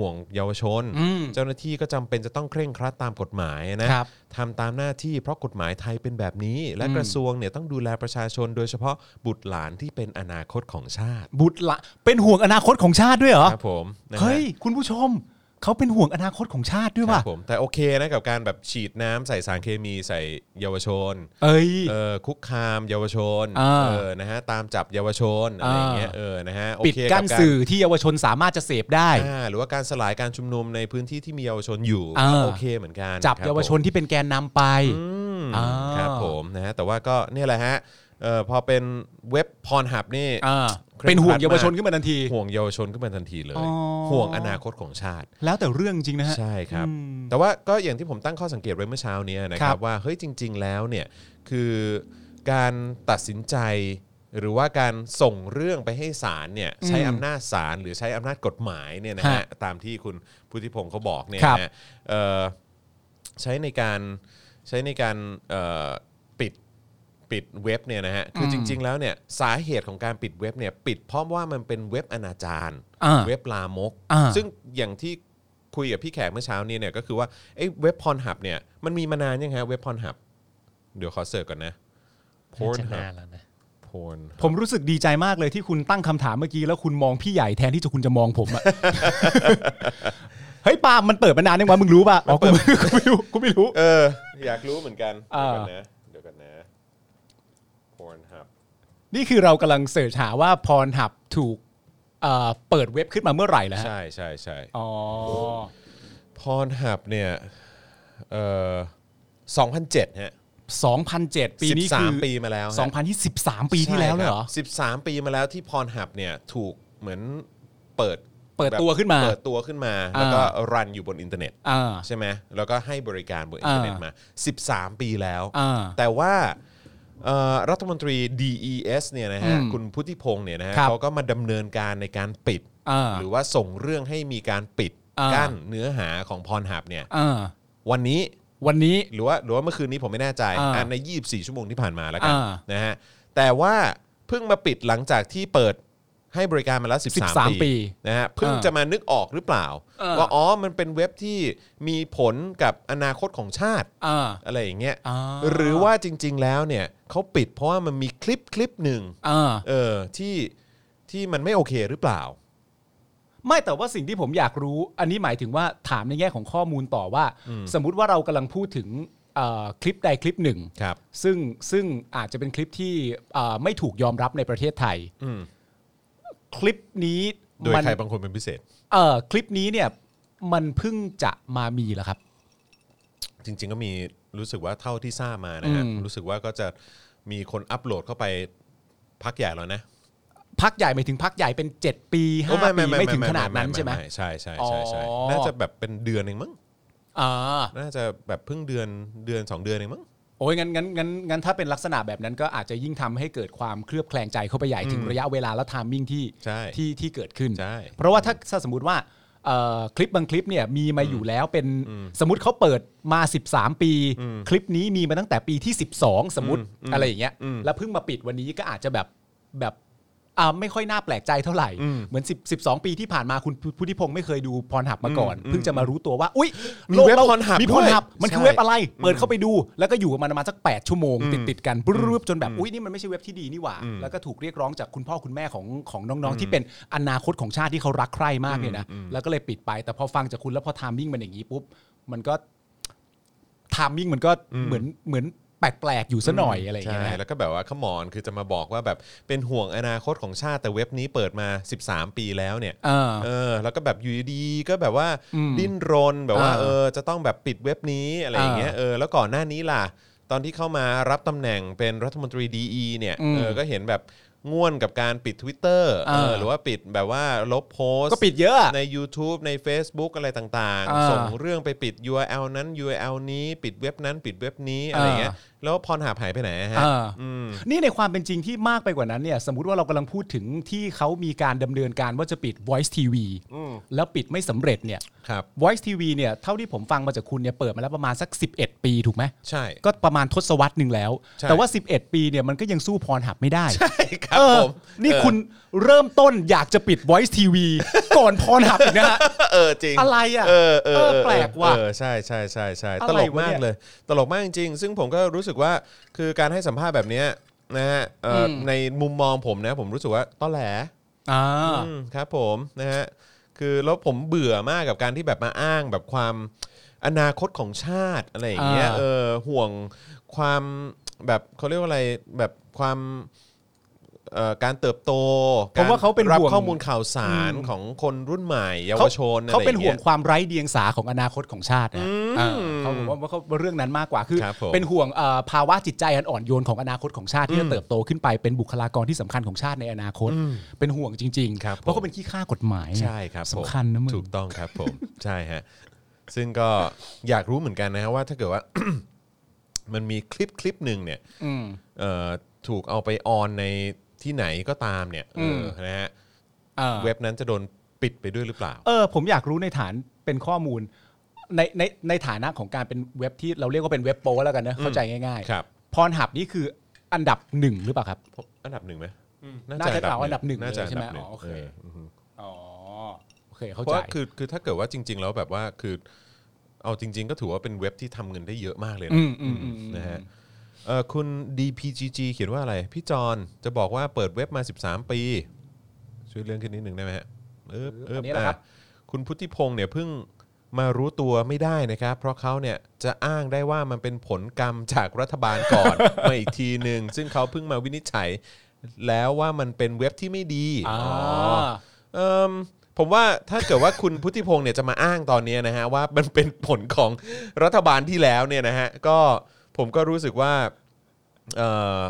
Speaker 2: ห่วงเยาวชน
Speaker 3: อืม
Speaker 2: เจ้าหน้าที่ก็จำเป็นจะต้องเคร่งครัดตามกฎหมายนะครับ ทำตามหน้าที่เพราะกฎหมายไทยเป็นแบบนี้ และกระทรวงเนี่ยต้องดูแลประชาชน โดยเฉพาะบุตรหลานที่เป็นอนาคตของชาติ
Speaker 3: บุตรละเป็นห่วงอนาคตของชาติด้วยเหรอ
Speaker 2: ครับผมนะฮะ
Speaker 3: เฮ้ยคุณผู้ชมเขาเป็นห่วงอนาคตของชาติด้วย
Speaker 2: ครั
Speaker 3: ว่ะ
Speaker 2: บผมแต่โอเคนะกับการแบบฉีดน้ำใส่สารเคมีใส่เยาวชน
Speaker 3: เอ้ย
Speaker 2: เออคุกคามเยาวชน
Speaker 3: อ่า
Speaker 2: เออนะฮะตามจับเยาวชนอะไรอย่างเงี้ย
Speaker 3: อ่า
Speaker 2: เออนะฮะโอ
Speaker 3: ปิด
Speaker 2: เค
Speaker 3: กั้นสื่อที่เยาวชนสามารถจะเสพได้
Speaker 2: การอ่าหรือว่าการสลายการชุมนุมในพื้นที่ที่มีเยาวชนอยู่
Speaker 3: อ่า
Speaker 2: โอเคเหมือนกัน
Speaker 3: จับ
Speaker 2: ครั
Speaker 3: เยาวชน
Speaker 2: ผม
Speaker 3: ที่เป็นแกนนำไป
Speaker 2: อืม
Speaker 3: อ่า
Speaker 2: ครับผมนะฮะแต่ว่าก็เนี่ยแหละฮะเออพอเป็นเว็บพรหับนี่
Speaker 3: ่า
Speaker 2: เคร่ง
Speaker 3: เป็นห่วง
Speaker 2: ครัดมาก
Speaker 3: เยาวชนขึ้นมาทันที
Speaker 2: ห่วงเยาวชนขึ้นมาทันทีเลย
Speaker 3: อ๋อ
Speaker 2: ห่วงอนาคตของชาติ
Speaker 3: แล้วแต่เรื่องจริงนะฮะ
Speaker 2: ใช่ครับ
Speaker 3: อืม
Speaker 2: แต่ว่าก็อย่างที่ผมตั้งข้อสังเกตไว้เมื่อเช้าเนี้นะค
Speaker 3: ค
Speaker 2: รั
Speaker 3: รั
Speaker 2: บบ ว่าเฮ้ยจริง ๆ แล้วเนี่ยคือการตัดสินใจ หรือว่าการส่งเรื่องไปให้ศาลเนี่ยใช้อำนาจศาลหรือใช้อำนาจกฎหมายเนี่ยนะฮะ
Speaker 3: ฮะ
Speaker 2: ตามที่คุณพุทธิพงศ์เขาบอกเนี่ย
Speaker 3: ครับ
Speaker 2: นะฮะเอ่อใช้ในการใช้ในการเอ่อปิดปิดเว็บเนี่ยนะฮะคือจริง ๆ แล้วเนี่ยสาเหตุของการปิดเว็บเนี่ยปิดเพราะว่ามันเป็นเว็บอนาจาร
Speaker 3: อ่า
Speaker 2: เว็บลามก
Speaker 3: อ่า
Speaker 2: ซึ่ง ซึ่งอย่างที่คุยกับพี่แขกเมื่อเช้านี้เนี่ยก็คือว่าไอ้เว็บพรหับเนี่ยมันมีมานานยังฮะเว็บพรหับเดี๋ยวขอเสิร์ชก่อนนะพ
Speaker 4: น่าร จะ
Speaker 2: หั
Speaker 4: นา
Speaker 2: บ
Speaker 4: นแล้วนะ
Speaker 2: พร
Speaker 3: ผมรู้สึกดีใจมากเลยที่คุณตั้งคำถามเมื่อกี้แล้วคุณมองพี่ใหญ่แทนที่จะคุณจะมองผมอะ เฮ้ยป าล์มมันเปิดมานานยังวะมึงรู้ป่ะอ๋อกูไม่กูไม่รู้ กูไม่รู้
Speaker 2: เออ อยากรู้เหมือนกัน เดี๋ยวกันนะเดี๋ยวกันนะพรหับ
Speaker 3: นี่คือเรากำลังเสิร์ชหาว่าพรหับถูกเอ่อเปิดเว็บขึ้นมาเมื่อไหร่แล้วฮะ
Speaker 2: ใช่ใช่ใช่
Speaker 3: อ๋อ
Speaker 2: พรหับเนี่ยเอ่อสองพันเจ็ดฮะ
Speaker 3: 2007 ปี
Speaker 2: สิบ
Speaker 3: นี้
Speaker 2: สา
Speaker 3: คื
Speaker 2: ม
Speaker 3: อ
Speaker 2: ปีมาแล้วฮะ
Speaker 3: 2023 ปีที่แล้วเลยเหรอ
Speaker 2: สิบสามปีมาแล้วที่พรหับเนี่ยถูกเหมือนเปิด
Speaker 3: เปิดตัวขึ้นมา
Speaker 2: เปิดตัวขึ้นมา แล้วก็รันอยู่บนอินเทอร์เน็ต
Speaker 3: อ่า
Speaker 2: ใช่ไหมแล้วก็ให้บริการบนอินเทอร์เน็ต
Speaker 3: อ่าม
Speaker 2: มา 13 ปีแล้ว
Speaker 3: อ่า
Speaker 2: แต่ว่าเอ่อรัฐมนตรี DES เนี่ยนะฮะ
Speaker 3: อืม
Speaker 2: คุณพุทธิพงศ์เนี่ยนะฮะ
Speaker 3: ครับ
Speaker 2: เขาก็มาดำเนินการในการปิด
Speaker 3: อ่า
Speaker 2: หรือว่าส่งเรื่องให้มีการปิด
Speaker 3: อ่ากั้
Speaker 2: กั้นเนื้อหาของพรหับเนี่ย
Speaker 3: อ่า
Speaker 2: วันนี้
Speaker 3: วันนี้
Speaker 2: หรือว่าหรือว่าเมื่อคืนนี้ผมไม่แน่ใจ
Speaker 3: อ่า
Speaker 2: อ่ะใน 24 ชั่วโมงที่ผ่านมาแล้วกัน
Speaker 3: อ่า
Speaker 2: นะฮะแต่ว่าเพิ่งมาปิดหลังจากที่เปิดให้บริการมาแล้ว 13
Speaker 3: 13ปี
Speaker 2: ปีนะฮะเพิ่ง
Speaker 3: อ่า
Speaker 2: จะมานึกออกหรือเปล่า
Speaker 3: อ่า
Speaker 2: ว่าอ๋อมันเป็นเว็บที่มีผลกับอนาคตของชาติ
Speaker 3: อ่า
Speaker 2: อะไรอย่างเงี้ย
Speaker 3: อ่า
Speaker 2: หรือว่าจริง ๆ แล้วเนี่ยเขาปิดเพราะว่ามันมีคลิปคลิปหนึ่ง
Speaker 3: อ่า
Speaker 2: เออที่ที่มันไม่โอเคหรือเปล่า
Speaker 3: ไม่แต่ว่าสิ่งที่ผมอยากรู้ อันนี้หมายถึงว่าถามในแง่ของข้อมูลต่อว่า สมมุติว่าเรากำลังพูดถึงเอ่อคลิปใดคลิปหนึ่ง
Speaker 2: ครับ
Speaker 3: ซึ่งซึ่งอาจจะเป็นคลิปที่เอ่อไม่ถูกยอมรับในประเทศไทย
Speaker 2: อืม
Speaker 3: คลิปนี้
Speaker 2: โดย
Speaker 3: มั
Speaker 2: ใครบางคนเป็นพิเศษ
Speaker 3: เอ่อคลิปนี้เนี่ยมันเพิ่งจะมามีแล้วครับ
Speaker 2: จริงๆก็มีรู้สึกว่าเท่าที่ทราบมานะฮะ
Speaker 3: อืม
Speaker 2: รู้สึกว่าก็จะมีคนอัปโหลดเข้าไปพักใหญ่แล้วนะ
Speaker 3: พักใหญ่หมายถึงพักใหญ่เป็น 7 ปี
Speaker 2: โอ้
Speaker 3: 5ปีไม่ถึงขนาดนั้นใช่ไหม
Speaker 2: ใช่ใช่ใช่ใช่
Speaker 3: อ๋อ
Speaker 2: น่าจะแบบเป็นเดือนเองมั้ง
Speaker 3: อ่า
Speaker 2: น่าจะแบบเพิ่งเดือนเดือนสองเดือนเองมั้ง
Speaker 3: โอ้ยงั้นงั้นงั้นงั้นถ้าเป็นลักษณะแบบนั้นก็อาจจะยิ่งทำให้เกิดความเคลือบแคลงใจเข้าไปใหญ่ถึงระยะเวลาและไทมิ่งที่
Speaker 2: ใช่
Speaker 3: ที่ที่เกิดขึ้น
Speaker 2: ใช่
Speaker 3: เพราะว่าถ้าถ้าสมมติว่าเอ่อคลิปบางคลิปเนี่ยมีมาอยู่แล้วเป็นสมมติเขาเปิดมา 13 ปี คลิปนี้มีมาตั้งแต่ปีที่ 12 สมมติอะไรอย่างเงี้ยแล้วเพิ่งมาปิดวันนี้ก็อาจจะแบบแบบ อ่าไม่ค่อยน่าแปลกใจเท่าไหร่ เหมือน10 12 ปีที่ผ่านมาคุณพุทธิพงศ์ไม่เคยดูพรหับมาก่อน เพิ่งจะมารู้ตัวว่า อุ๊ย
Speaker 2: มี
Speaker 3: โลก
Speaker 2: เว็บ
Speaker 3: รา
Speaker 2: พรหับ
Speaker 3: มีพรหับ
Speaker 2: ด้วย
Speaker 3: มันคือ
Speaker 2: ใช่
Speaker 3: เว็บอะไร เปิดเข้าไปดู แล้วก็อยู่กับมันประมาณสัก 8 ชั่วโมง ติดติดๆกันปรึ๊บจนแบบ อุ๊ย นี่มันไม่ใช่เว็บที่ดีนี่หว่า แล้วก็ถูกเรียกร้องจากคุณพ่อคุณแม่ของของน้องๆ ที่เป็นอนาคตของชาติที่เขารักใคร่มากเลยนะ แล้วก็เลยปิดไป แต่พอฟังจากคุณแล้วพอทามมิ่งมันอย่างนี้ปุ๊บ มันก็ทามมิ่งมันก็เหมือนเหมือนแปลกๆอยู่ซะหน่อยอะไรอย่าง
Speaker 2: ใช่
Speaker 3: เงี้ยนะ
Speaker 2: แล้วก็แบบว่าขมอนคือจะมาบอกว่าแบบเป็นห่วงอนาคตของชาติแต่เว็บนี้เปิดมา 13 ปีแล้วเนี่ย
Speaker 3: เออ
Speaker 2: เออ แล้วก็แบบอยู่ดีๆก็แบบว่าดิ้นรนแบบว่า
Speaker 3: เออ
Speaker 2: เออจะต้องแบบปิดเว็บนี้อะไรอย่างเงี้ยเออแล้วก่อนหน้านี้ล่ะ ตอนที่เข้ามารับตำแหน่งเป็นรัฐมนตรีดีเนี่ย
Speaker 3: อืม
Speaker 2: เออก็เห็นแบบง่วนกับการปิด Twitter
Speaker 3: เออ
Speaker 2: เออหรือว่าปิดแบบว่าลบโพสต์
Speaker 3: ก็ปิดเยอะอะ
Speaker 2: ใน YouTube ใน Facebook อะไรต่าง
Speaker 3: อ่า
Speaker 2: ๆ ส่งเรื่องไปปิด URL นั้น URL นี้ ปิดเว็บนั้นปิดเว็บนี้อะไรอย่างเงี้ย
Speaker 3: อ่
Speaker 2: แล้วพรหาบหายไปไหนฮะ
Speaker 3: อ่านี่ในความเป็นจริงที่มากไปกว่านั้นเนี่ยสมมติว่าเรากำลังพูดถึงที่เขามีการดำเนินการว่าจะปิด Voice TV แล้วปิดไม่สำเร็จเนี่ย
Speaker 2: ครับ
Speaker 3: Voice TV เนี่ยเท่าที่ผมฟังมาจากคุณเนี่ยเปิดมาแล้วประมาณสัก 11 ปีถูกไหม
Speaker 2: ใช่
Speaker 3: ก็ประมาณทศวรรษหนึ่งแล้ว
Speaker 2: ใช่
Speaker 3: แต่ว่า 11 ปีเนี่ยมันก็ยังสู้พรหับไม่ได้
Speaker 2: ใช่ครับ
Speaker 3: เออ
Speaker 2: ผม
Speaker 3: นี่
Speaker 2: เออ
Speaker 3: คุณเริ่มต้นอยากจะปิด Voice TV ก่อนพรหับอีกนะฮะ
Speaker 2: เออจริง
Speaker 3: อะไรอะ
Speaker 2: เออเออ
Speaker 3: เออ
Speaker 2: เออ
Speaker 3: แปลกว่ะ
Speaker 2: เออใช่ใช่ใช่ใช่
Speaker 3: อะไร
Speaker 2: ตลกมาก
Speaker 3: วะเนี่ย
Speaker 2: เลย ตลกมากจริงๆซึ่งผมก็รู้สึกว่าคือการให้สัมภาษณ์แบบเนี้ยนะฮะเอ่ออ
Speaker 3: ม
Speaker 2: ในมุมมองผมนะ ผมรู้สึกว่าต้อแหล
Speaker 3: อ่า
Speaker 2: อืมครับผมนะฮะคือแล้วผมเบื่อมากกับการที่แบบมาอ้างแบบความอนาคตของชาติอะไรอย่างเงี้ย
Speaker 3: อ่า
Speaker 2: เออห่วงความแบบเขาเรียกว่าอะไรแบบความเอ่อการเติบโต
Speaker 3: ผมว่าเขาเป็น
Speaker 2: รับ
Speaker 3: ห่วง
Speaker 2: ข้อมูลข่าวสารของคนรุ่นใหม่เยาวชนอะไร
Speaker 3: เขาเป็น
Speaker 2: อย่
Speaker 3: ห่วง
Speaker 2: ย
Speaker 3: ความไร้เดียงสาของอนาคตของชาตินะอ่าเขาผมว่าเขาเรื่องนั้นมากกว่าคือ
Speaker 2: ครับผม
Speaker 3: เป็นห่วงเอ่อภาวะจิตใจอันอ่อนโยนของอนาคตของชาติที่จะเติบโตขึ้นไปเป็นบุคลากรที่สำคัญของชาติในอนาคต เป็นห่วงจริง
Speaker 2: ครับ
Speaker 3: ๆ เพราะเขา
Speaker 2: ผม
Speaker 3: เป็นขี้ข้ากฎหมาย
Speaker 2: ใช่ครับผม
Speaker 3: สำคัญนะมึง
Speaker 2: ถูกต้องครับผม ใช่ฮะซึ่งก็อยากรู้เหมือนกันนะฮะว่าถ้าเกิดว่า มันมีคลิปคลิปหนึ่งเนี่ย
Speaker 3: อืม
Speaker 2: เอ่อถูกเอาไปออนในที่ไหนก็ตามเนี่ยเออ
Speaker 3: ม
Speaker 2: นะฮะ
Speaker 3: อ่า
Speaker 2: เว็บนั้นจะโดนปิดไปด้วยหรือเปล่า
Speaker 3: เออผมอยากรู้ในฐานเป็นข้อมูล ในในในฐานะของการเป็นเว็บที่เราเรียกว่าเป็นเว็บโป้แล้วกันนะเข้าใจง่าย
Speaker 2: ครับ
Speaker 3: ๆพรหับนี่คืออันดับหนึ่งหรือเปล่าครับ
Speaker 2: อันดับหนึ่งไหม
Speaker 3: น่าจะกล่าวอันดับหนึ่ง
Speaker 2: น่าจะอันดับ
Speaker 3: เลยใช่ไหม
Speaker 2: หนึ่งเออ
Speaker 3: อ๋อโอเคอ๋อโอเค
Speaker 2: เพ
Speaker 3: เข้า
Speaker 2: ราะ
Speaker 3: ใจ
Speaker 2: ว่าคือคือถ้าเกิดว่าจริง ๆ แล้วแบบว่าคือ เอาจริง ๆ ก็ถือว่าเป็นเว็บที่ทำเงินได้เยอะมากเลยนะ
Speaker 3: อืมอืมอืม
Speaker 2: นะฮะเอ่อคุณ DPGG เขียนว่าอะไร พี่จอนจะบอกว่าเปิดเว็บมา 13 ปี ช่วยเรื่องขึ้นนิดหนึ่งได้ไหมฮะเออเออ
Speaker 3: อันนี้นะครับ
Speaker 2: คุณพุทธิพงศ์เนี่ยเพิ่งมารู้ตัวไม่ได้นะครับ เพราะเขาเนี่ยจะอ้างได้ว่ามันเป็นผลกรรมจากรัฐบาลก่อน มาอีกทีหนึ่งซึ่งเขาเพิ่งมาวินิจฉัย แล้วว่ามันเป็นเว็บที่ไม่ดี
Speaker 3: อ่า
Speaker 2: เอมผมว่าถ้าเกิดว่าคุณพุทธิพงศ์เนี่ยจะมาอ้างตอนเนี้ยนะฮะว่ามันเป็นผลของรัฐบาลที่แล้วเนี่ยนะฮะก็ผมก็รู้สึกว่าเอ่อ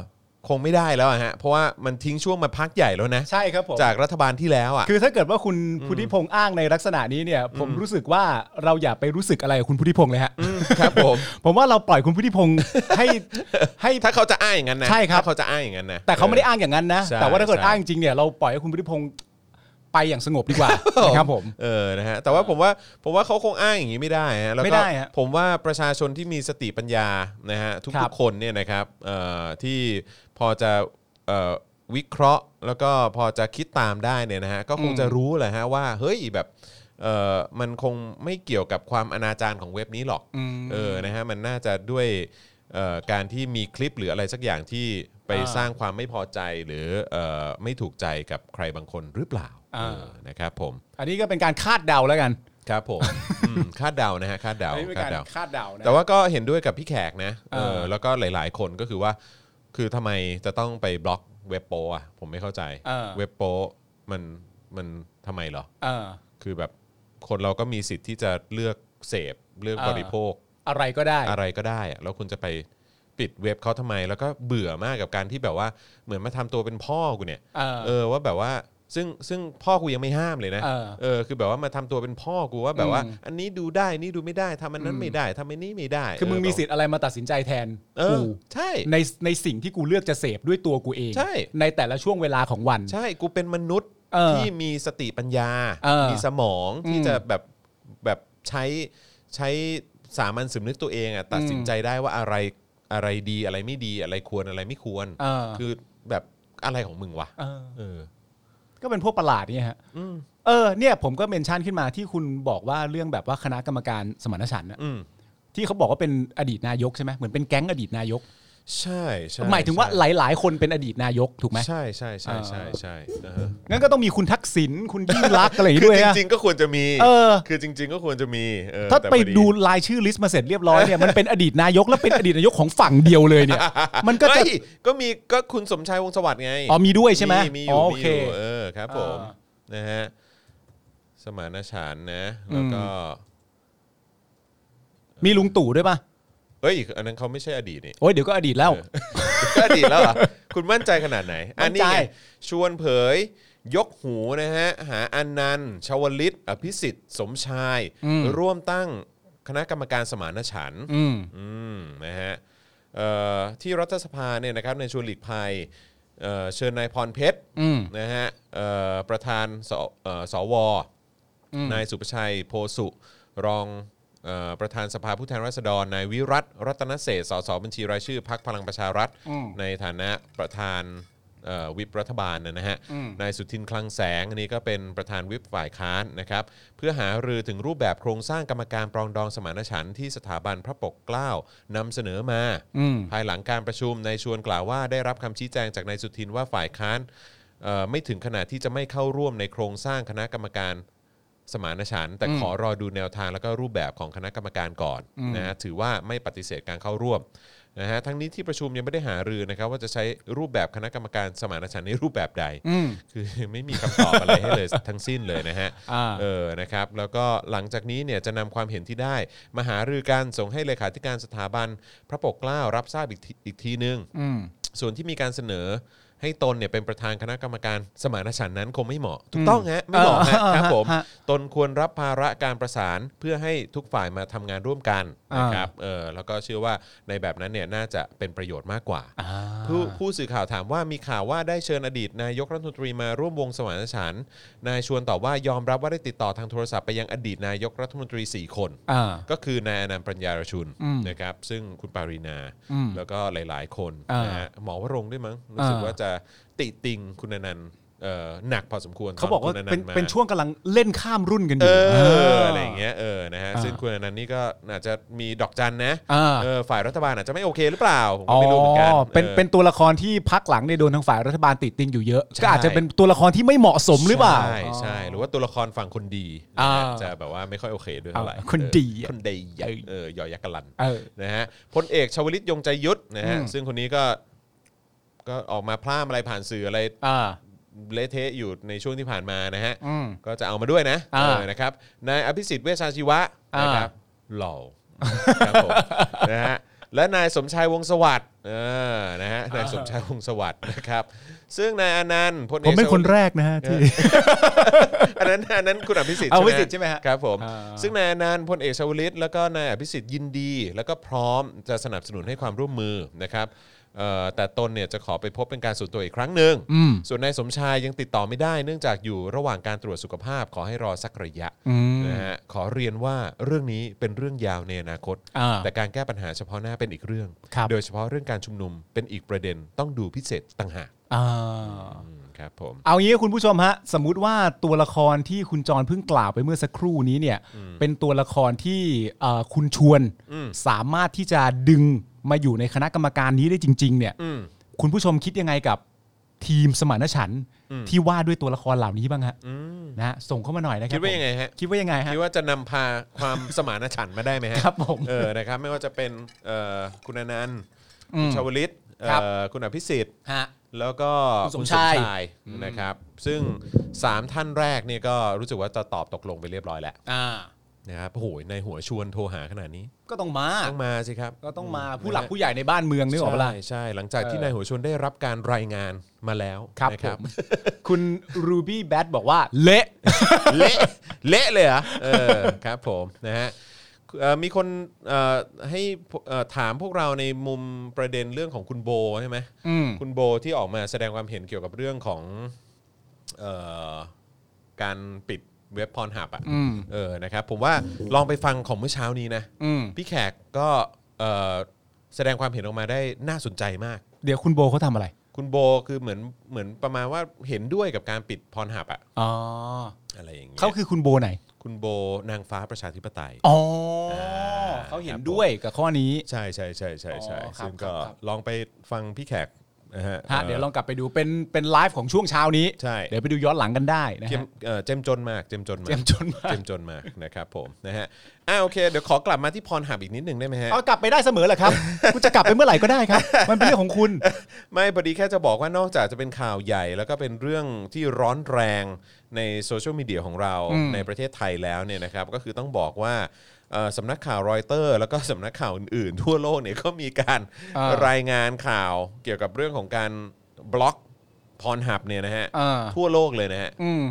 Speaker 2: คงไม่ได้แล้วอะฮะเพราะว่ามันทิ้งช่วงมาพักใหญ่แล้วนะ
Speaker 3: ใช่ครับผม
Speaker 2: จากรัฐบาลที่แล้วอ่ะ
Speaker 3: คือถ้าเกิดว่าคุณพุทธิพงษ์อ้างในลักษณะนี้เนี่ยผมรู้สึกว่าเราอย่าไปรู้สึกอะไรกับคุณพุทธิพงษ์เลยฮะ
Speaker 2: ครับ ผม
Speaker 3: ผมว่าเราปล่อยคุณพุทธิพงษ์ ให้ให้
Speaker 2: ถ้าเขาจะอ้างอย่างนั้นนะ
Speaker 3: ใช่ครับ
Speaker 2: ถ้าเขาจะอ้างอย่างนั้นนะ
Speaker 3: แต่เขาไม่ได้อ้างอย่างนั้นนะ
Speaker 2: ใช่
Speaker 3: แต่ว่าถ้าเกิด
Speaker 2: ใช่
Speaker 3: อ้างจริงเนี่ยเราปล่อยให้คุณพุทธิพงษ์ไปอย่างสงบดีกว่านะครับผม
Speaker 2: เออนะฮะแต่ว่าผมว่าผมว่าเขาคงอ้างอย่างนี้ไม่ได้ฮะแล้ว
Speaker 3: ไม่
Speaker 2: ก็
Speaker 3: ได้ฮะ
Speaker 2: ผมว่าประชาชนที่มีสติปัญญานะฮะ
Speaker 3: ครั
Speaker 2: ทุก
Speaker 3: บ
Speaker 2: ๆคนเนี่ยนะครับเอ่อที่พอจะเอ่อวิเคราะห์ แล้วก็พอจะคิดตามได้เนี่ยนะฮะก็คงจะรู้แหละฮะว่าเฮ้ยแบบเออมันคงไม่เกี่ยวกับความอนาจารของเว็บนี้หรอก
Speaker 3: อืม
Speaker 2: เออนะฮะมันน่าจะด้วยเอ่อการที่มีคลิปหรืออะไรสักอย่างที่ไป
Speaker 3: อ่า
Speaker 2: สร้างความไม่พอใจหรือเอ่อไม่ถูกใจกับใครบางคนหรือเปล่า
Speaker 3: อ่า
Speaker 2: เออนะครับผม
Speaker 3: อันนี้ก็เป็นการคาดเดาแล้วกัน
Speaker 2: ครับผม อืมคาดเดานะฮะคาดเดา
Speaker 3: อันนี้เป็น
Speaker 2: คา
Speaker 3: การ
Speaker 2: ดเดา
Speaker 3: คาดเดานะ
Speaker 2: แต่ว่าก็เห็นด้วยกับพี่แขกนะเอ
Speaker 3: เอ
Speaker 2: อ
Speaker 3: อ
Speaker 2: แล้วก็หลาย ๆ คนก็คือว่า คือทำไมจะต้องไปบล็อกเว็บโปอ่ะผมไม่เข้าใจ
Speaker 3: เออ
Speaker 2: เว็บโปมันมันทำไมเหรอ
Speaker 3: เออ
Speaker 2: คือแบบคนเราก็มีสิทธิ์ที่จะเลือกเสพเลือก
Speaker 3: เออ
Speaker 2: บริโภค
Speaker 3: อะไรก็ได้
Speaker 2: อะไรก็ได้อะแล้วคุณจะไปปิดเว็บเขาทำไม แล้วก็เบื่อมากกับการที่แบบว่าเหมือนมาทำตัวเป็นพ่อกูเนี่ย
Speaker 3: เออ
Speaker 2: เออว่าแบบว่าซึ่งซึ่งพ่อกูยังไม่ห้ามเลยนะ
Speaker 3: เออ
Speaker 2: คือแบบว่ามาทำตัวเป็นพ่อกูว่าแบบว่า
Speaker 3: อืม
Speaker 2: อันนี้ดูได้นี่ดูไม่ได้ทำอันนั้นไม่ได้ทำอันนี้ไม่ได้
Speaker 3: คือมึงมีสิทธิ์อะไรมาตัดสินใจแทน
Speaker 2: เออ
Speaker 3: กู
Speaker 2: ใช่
Speaker 3: ในในสิ่งที่กูเลือกจะเสพด้วยตัวกูเอง
Speaker 2: ใช่
Speaker 3: แต่ละช่วงเวลาของวัน
Speaker 2: ใช่กูเป็นมนุษย์
Speaker 3: เออ
Speaker 2: ที่มีสติปัญญา
Speaker 3: เออ
Speaker 2: มีสมองที่
Speaker 3: อืม
Speaker 2: จะแบบแบบใช้ใช้สามัญสำนึกตัวเองอ่ะตัดสินใจได้ว่าอะไรอะไรดีอะไรไม่ดีอะไรควรอะไรไม่ควร
Speaker 3: เออ
Speaker 2: คือแบบอะไรของมึงวะ
Speaker 3: เออ
Speaker 2: เออ
Speaker 3: ก็เป็นพวกประหลาดเนี่ยฮะเออเนี่ยผมก็เมนชั่นขึ้นมาที่คุณบอกว่าเรื่องแบบว่าคณะกรรมการสมานฉันท์น่ะ
Speaker 2: อืม
Speaker 3: ที่เขาบอกว่าเป็นอดีตนายกใช่ไหมเหมือนเป็นแก๊งอดีตนายก
Speaker 2: ใช่ใช่
Speaker 3: หมายถึงว่า
Speaker 2: ใช่
Speaker 3: หลาย ๆ คนเป็นอดีตนายกถูกไหม
Speaker 2: ใช่ใช่ใช่ใช่ใช่นะฮะ
Speaker 3: งั้นก็ต้องมีคุณทักษิณคุณยิ่งรักษณ์อะไรอย่าง
Speaker 2: คื
Speaker 3: งี้
Speaker 2: อ
Speaker 3: ด้วย
Speaker 2: จ
Speaker 3: อะ
Speaker 2: ริงๆก็ควรจะมี
Speaker 3: เออ
Speaker 2: คือจริง ๆ ก็ควรจะมีเออ
Speaker 3: ถ้า
Speaker 2: แต่พ
Speaker 3: ไป
Speaker 2: อ
Speaker 3: ดูรายชื่อลิสต์มาเสร็จเรียบร้อยเนี่ยมันเป็นอดีตนายกแล้วเป็นอดีตนายกของฝั่งเดียวเลยเนี่ย มันก็
Speaker 2: เฮ้
Speaker 3: จะ
Speaker 2: ยก็มีก็คุณสมชายวงศ์สวัสดิ์ไง
Speaker 3: อ๋อมีด้วยใช่ไหม
Speaker 2: มี
Speaker 3: อ๋
Speaker 2: อยู่
Speaker 3: อโอ
Speaker 2: มี
Speaker 3: เค
Speaker 2: อยู่เออครับผม
Speaker 3: อ่า
Speaker 2: นะฮะสมานฉันท์นะ แล้วก็
Speaker 3: อื มีลุงตู่ด้วยป่ะ
Speaker 2: เฮ้ยอันนั้นเขาไม่ใช่อดีตนี่
Speaker 3: โอ้ยเดี๋ยวก็อดีตแล้ว
Speaker 2: อดีตแล้วเหรอคุณมั่นใจขนาดไหน อันนี้
Speaker 3: มั่น
Speaker 2: ไง
Speaker 3: ใจ
Speaker 2: ชวนเผย ยกหูนะฮะ หาอันนันต์ชาวลิต อภิสิทธิ์ สมชาย ร่วมตั้งคณะกรรมการสมานฉันท์
Speaker 3: อืม
Speaker 2: อืมนะฮะเอ่อที่รัฐสภาเนี่ยนะครับในชวนหลีกภัยเอ่อเชิญนายพรเพชร
Speaker 3: อืม
Speaker 2: นะฮะเอ่อประธานสเอ่อสวอนายสุประชัยโพสุรองเออประธานสภาผู้แทนราษฎรนายวิรัตรัตนเศรษฐ์สสบัญชีรายชื่อพักพลังประชารัฐ ในฐานะประธานเอ่อวิปรัฐบาลนะนะฮะนายสุทินคลังแสงอันนี้ก็เป็นประธานวิปฝ่ายค้านนะครับ เพื่อหารือถึงรูปแบบโครงสร้างกรรมการปรองดองสมานฉันท์ที่สถาบันพระปกเกล้านำเสนอมา
Speaker 3: อืม
Speaker 2: ภายหลังการประชุมนายชวนกล่าวว่าได้รับคำชี้แจงจากนายสุทินว่าฝ่ายค้านเอ่อไม่ถึงขนาดที่จะไม่เข้าร่วมในโครงสร้างคณะกรรมการสมานฉันท์แต่ขอรอดูแนวทางแล้วก็รูปแบบของคณะกรรมการก่อนนะฮะถือว่าไม่ปฏิเสธการเข้าร่วมนะฮะทั้งนี้ที่ประชุมยังไม่ได้หารือนะครับ ว่าจะใช้รูปแบบคณะกรรมการสมานฉันท์ในรูปแบบใด
Speaker 3: อืม
Speaker 2: คือ ไม่มีคำตอบอะไรให้เลย ทั้งสิ้นเลยนะฮะ
Speaker 3: อ่า
Speaker 2: เออ นะครับ แล้วก็หลังจากนี้เนี่ยจะนำความเห็นที่ได้ มาหารือกันส่งให้เลขาธิการสถาบัน พระปกเกล้ารับทราบอีกทีอีกทีนึง
Speaker 3: อืม
Speaker 2: ส่วนที่มีการเสนอให้ตนเนี่ยเป็นประธานคณะกรรมการสมานฉันท์นั้นคงไม่เหมาะ ถูกต้องฮะไม่เหมาะฮะ
Speaker 3: เออ
Speaker 2: ครับผม
Speaker 3: ฮะ
Speaker 2: ตนควรรับภาระการประสานเพื่อให้ทุกฝ่ายมาทำงานร่วมกัน
Speaker 3: อ่าน
Speaker 2: นะครับเออแล้วก็เชื่อว่าในแบบนั้นเนี่ยน่าจะเป็นประโยชน์มากกว่า
Speaker 3: อ่า
Speaker 2: ผู้ผู้สื่อข่าวถามว่ามีข่าวว่าได้เชิญอดีต นายกรัฐมนตรีมาร่วมวงสมานฉันท์นายชวนตอบว่ายอมรับว่าได้ติดต่อทางโทรศัพท์ไปยังอดีตนายกรัฐมนตรี 4 คน
Speaker 3: อ่า
Speaker 2: ก็คือนายอนันต์ปัญญารชุน
Speaker 3: อืม
Speaker 2: นะครับ ซึ่งคุณปารีนา
Speaker 3: อืม
Speaker 2: แล้วก็หลาย ๆ คน
Speaker 3: อ่าน
Speaker 2: นะฮะหมอวรงค์ด้วยมั้งรู้สึก
Speaker 3: อ่า
Speaker 2: ว่าจะติติงคุณอนันต์เอ่อหนักพอสมควร
Speaker 3: เขาบอกว่า
Speaker 2: ตคุณ
Speaker 3: เป็น
Speaker 2: ต์ม
Speaker 3: เป็นช่วงกำลังเล่นข้ามรุ่นกันอ
Speaker 2: เอยู่ ออะไรอย่างเงี้ยเออนะฮะ
Speaker 3: อ่า
Speaker 2: ซึ่งคุณอนันต์นี่ก็อาจจะมีดอกจันนะ
Speaker 3: อ่า
Speaker 2: เออฝ่ายรัฐบาลอาจจะไม่โอเคหรือเปล่าผม
Speaker 3: อ๋
Speaker 2: ก็
Speaker 3: อ
Speaker 2: ไม่รู้เหมือนกัน
Speaker 3: เป็น
Speaker 2: ออ
Speaker 3: เป็นตัวละครที่พักหลังเนี่ยโดนทางฝ่ายรัฐบาลติดติงอยู่เยอะ
Speaker 2: ใช่
Speaker 3: ก็อาจจะเป็นตัวละครที่ไม่เหมาะสมหรือเปล่า
Speaker 2: ใช่ใช่หรือว่าตัวละครฝั่งคนดี
Speaker 3: อ่า
Speaker 2: จะแบบว่าไม่ค่อยโอเคด้วยเท่าไหร่
Speaker 3: อ่าคนดี
Speaker 2: เออ
Speaker 3: อ่ะ
Speaker 2: คนดีอ่ะเออยอยักษ์กะลัน
Speaker 3: เออ
Speaker 2: นะฮะพลเอกชวลิตยงใจยุทธนะฮะ
Speaker 3: อืม
Speaker 2: ซึ่งคนนี้ก็ ก็ออกมาพร่ามอะไรผ่านสื่ออะไร
Speaker 3: อ่า
Speaker 2: เละเทะอยู่ในช่วงที่ผ่านมานะฮะ
Speaker 3: อืม
Speaker 2: ก็จะเอามาด้วยนะ
Speaker 3: อ่า
Speaker 2: เออนะครับนายอภิสิทธิ์เวชชาชีวะ
Speaker 3: อ่าน
Speaker 2: นะครับหล่อครับผมนะฮะและนายสมชายวงศ์สวัสดิ์เออนะฮะนายสมชายวงศ์สวัสดิ์นะครับ ซึ่งนายอนันต์พลเอก
Speaker 3: ผมเป็นคนแรกนะฮะที่
Speaker 2: อันนั้นอันนั้นคุณอภิสิทธิ์
Speaker 3: เอา
Speaker 2: ใช่ไหม
Speaker 3: อภิสิทธิ์ใช่ไหมฮะ
Speaker 2: ครับผม
Speaker 3: อ่า
Speaker 2: ซึ่งนายอนันต์พลเอกชวลิต แล้วก็นายอภิสิทธิ์ยินดี แล้วก็พร้อมจะสนับสนุนให้ความร่วมมือนะครับเอ่อแต่ตนเนี่ยจะขอไปพบเป็นการส่วนตัวอีกครั้งหนึ่ง
Speaker 3: อืม
Speaker 2: ส่วนนายสมชายยังติดต่อไม่ได้เนื่องจากอยู่ระหว่างการตรวจสุขภาพขอให้รอสักระยะ
Speaker 3: อืม
Speaker 2: นะฮะขอเรียนว่าเรื่องนี้เป็นเรื่องยาวในอนาคต
Speaker 3: อ่า
Speaker 2: แต่การแก้ปัญหาเฉพาะหน้าเป็นอีกเรื่อง
Speaker 3: ครับ
Speaker 2: โดยเฉพาะเรื่องการชุมนุมเป็นอีกประเด็นต้องดูพิเศษต่างหาก
Speaker 3: อ่า
Speaker 2: อืมครับผม
Speaker 3: เอางี้คุณผู้ชมฮะ สมมุติว่าตัวละครที่คุณจรเพิ่งกล่าวไปเมื่อสักครู่นี้เนี่ย เป็นตัวละครที่เอ่อคุณชวนสามารถที่จะดึงมาอยู่ในคณะกรรมการนี้ได้จริง ๆ เนี่ย
Speaker 2: อืม
Speaker 3: คุณผู้ชมคิดยังไงกับทีมสมานฉันท์ที่ว่าด้วยตัวละครเหล่านี้บ้างฮะนะฮะส่งเข้ามาหน่อยนะครับ
Speaker 2: คิดว่า
Speaker 3: ผม
Speaker 2: ยังไงฮะ
Speaker 3: คิดว่ายังไงฮะ
Speaker 2: คิดว่าจะนำพาความ สมานฉันท์มาได้ไหมฮะ
Speaker 3: ครับผม
Speaker 2: เออนะครับไม่ว่าจะเป็นเอ่อคุณอนันต์คุณชาวลิตเอ่อ
Speaker 3: ครับ
Speaker 2: คุณอภิสิทธิ์
Speaker 3: ฮะ
Speaker 2: แล้วก็
Speaker 3: คุณสมชาย
Speaker 2: คุณยนะครับ ซึ่ง 3 ท่านแรกเนี่ยก็รู้สึกว่าจะตอบตกลงไปเรียบร้อยแล้ว
Speaker 3: ่า
Speaker 2: นะครับโอ้โหในหัวชวนโทรหาขนาดนี้
Speaker 3: ก็ต้องมา
Speaker 2: ต้องมาสิครับ
Speaker 3: ก็ต้องมาผู้หลักผู้ใหญ่ในบ้านเมืองนึกออกปะล่ะ
Speaker 2: ใช่ใช่หลังจากที่
Speaker 3: เออ
Speaker 2: นายหัวชวนได้รับการรายงานมาแล้ว
Speaker 3: ครับ
Speaker 2: นะ
Speaker 3: ผมคุณรูบี้แบทบอกว่าเละ
Speaker 2: เละเละเลยเหรอเออครับผมนะฮะเอ่อมีคนเอ่อให้เอ่อถามพวกเราในมุมประเด็นเรื่องของคุณโบใช่ไหม
Speaker 3: อืม
Speaker 2: คุณโบที่ออกมาแสดงความเห็นเกี่ยวกับเรื่องของเออการปิดเว็บพรหับอ่ะ
Speaker 3: อืม
Speaker 2: เออนะครับผมว่าลองไปฟังของเมื่อเช้านี้นะ
Speaker 3: อืม
Speaker 2: พี่แขกก็เออแสดงความเห็นออกมาได้น่าสนใจมาก
Speaker 3: เดี๋ยวคุณโบเขาทำอะไร
Speaker 2: คุณโบคือเหมือนเหมือนประมาณว่าเห็นด้วยกับการปิดพรหับอะ
Speaker 3: อ๋อ
Speaker 2: อะไรอย่างเงี้ย
Speaker 3: เขาคือคุณโบไหน
Speaker 2: คุณโบนางฟ้าประชาธิปไตย
Speaker 3: อ๋อ
Speaker 2: อ
Speaker 3: เขาเห็นด้วยกับข้อนี้
Speaker 2: ใช่ใช่ใช่ใช่ใช่
Speaker 3: อ๋อครับ
Speaker 2: ซึ่งก็
Speaker 3: ครับครับ
Speaker 2: ลองไปฟังพี่แขกนะฮะ
Speaker 3: ฮะ
Speaker 2: อ่อ
Speaker 3: เดี๋ยวลองกลับไปดูเป็นเป็นไลฟ์ของช่วงเช้านี้
Speaker 2: ใช่
Speaker 3: เดี๋ยวไปดูย้อนหลังกันได้นะ
Speaker 2: เจม
Speaker 3: ฮะ
Speaker 2: เอ่อเจมจนมากเจมจนมาก
Speaker 3: เจ้มจนมาก
Speaker 2: เจมจนมากนะครับผมนะฮะอ่าโอเคเดี๋ยวขอกลับมาที่พรหับอีกนิดหนึ่งได้ไหมฮะ
Speaker 3: เอากลับไปได้เสมอแหละครับ คุณจะกลับไปเมื่อไหร่ก็ได้ครับ มันเป็นเรื่องของคุณ
Speaker 2: ไม่พอดีแค่จะบอกว่านอกจากจะเป็นข่าวใหญ่ แล้วก็เป็นเรื่องที่ร้อนแรงในโซเชียลมีเดียของเราในประเทศไทยแล้วเนี่ยนะครับก็คือต้องบอกว่าเอ่อสำนักข่าวรอยเตอร์ แล้วก็สำนักข่าวอื่นๆ ทั่วโลกเนี่ยก็มีการ
Speaker 3: อ่าร
Speaker 2: ายงานข่าวเกี่ยวกับเรื่องของการบล็อกพรหับเนี่ยนะฮะ
Speaker 3: อ่า
Speaker 2: ทั่วโลกเลยนะฮะ
Speaker 3: อืม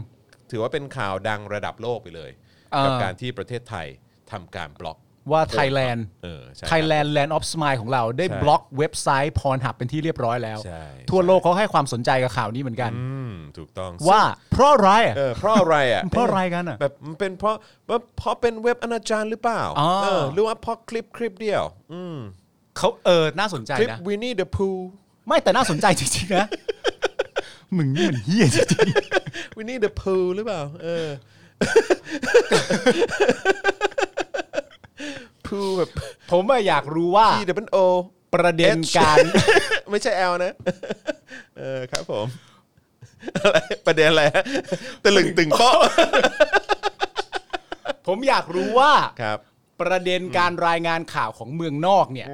Speaker 2: ถือว่าเป็นข่าวดังระดับโลกไปเลย
Speaker 3: อ่ากั
Speaker 2: กับการที่ประเทศไทยทำการบล็อก
Speaker 3: ว่าไทยแลนด์
Speaker 2: เออใช่ค
Speaker 3: ไท
Speaker 2: รับ
Speaker 3: ยแลนด์แลนด์ออฟสมายของเราได้
Speaker 2: ใช่
Speaker 3: บล็อกเว็บไซต์พรหับเป็นที่เรียบร้อยแล้ว
Speaker 2: ใช่
Speaker 3: ทั่วโลกเขาให้ความสนใจกับข่าวนี้เหมือนกัน
Speaker 2: อืมถูกต้อง
Speaker 3: ว่าเพราะอะไรอะ
Speaker 2: เออเพราะอะไรอ่ะ
Speaker 3: เพราะอะไรกันอ่ะ
Speaker 2: แบบมันเป็นเพราะว่าเพราะเป็นเว็บอนาจารหรือเปล่า
Speaker 3: อ๋อ
Speaker 2: เออหรือว่าเพราะคลิปคลิปเดียวอืม
Speaker 3: เขาเออน่าสนใจ
Speaker 2: คลิป
Speaker 3: นะ
Speaker 2: วินนี่เดอะพู
Speaker 3: ไม่แต่น่าสนใจจริงๆ นะ มึงนี่มันเฮี้ยจริง
Speaker 2: วินนี่เดอะพูหรือเปล่าเออ พูแบบ
Speaker 3: ๆผมอะอยากรู้ว่า
Speaker 2: พีดับเบิลโอ
Speaker 3: ประเด็น
Speaker 2: H
Speaker 3: การ
Speaker 2: ไม่ใช่แอลนะเออครับผมอะไรประเด็นอะไรฮะตะลึงตึงโป๊ะ
Speaker 3: ผมอยากรู้ว่า
Speaker 2: ครับ
Speaker 3: ประเด็นการรายงานข่าวของเมืองนอกเนี่ย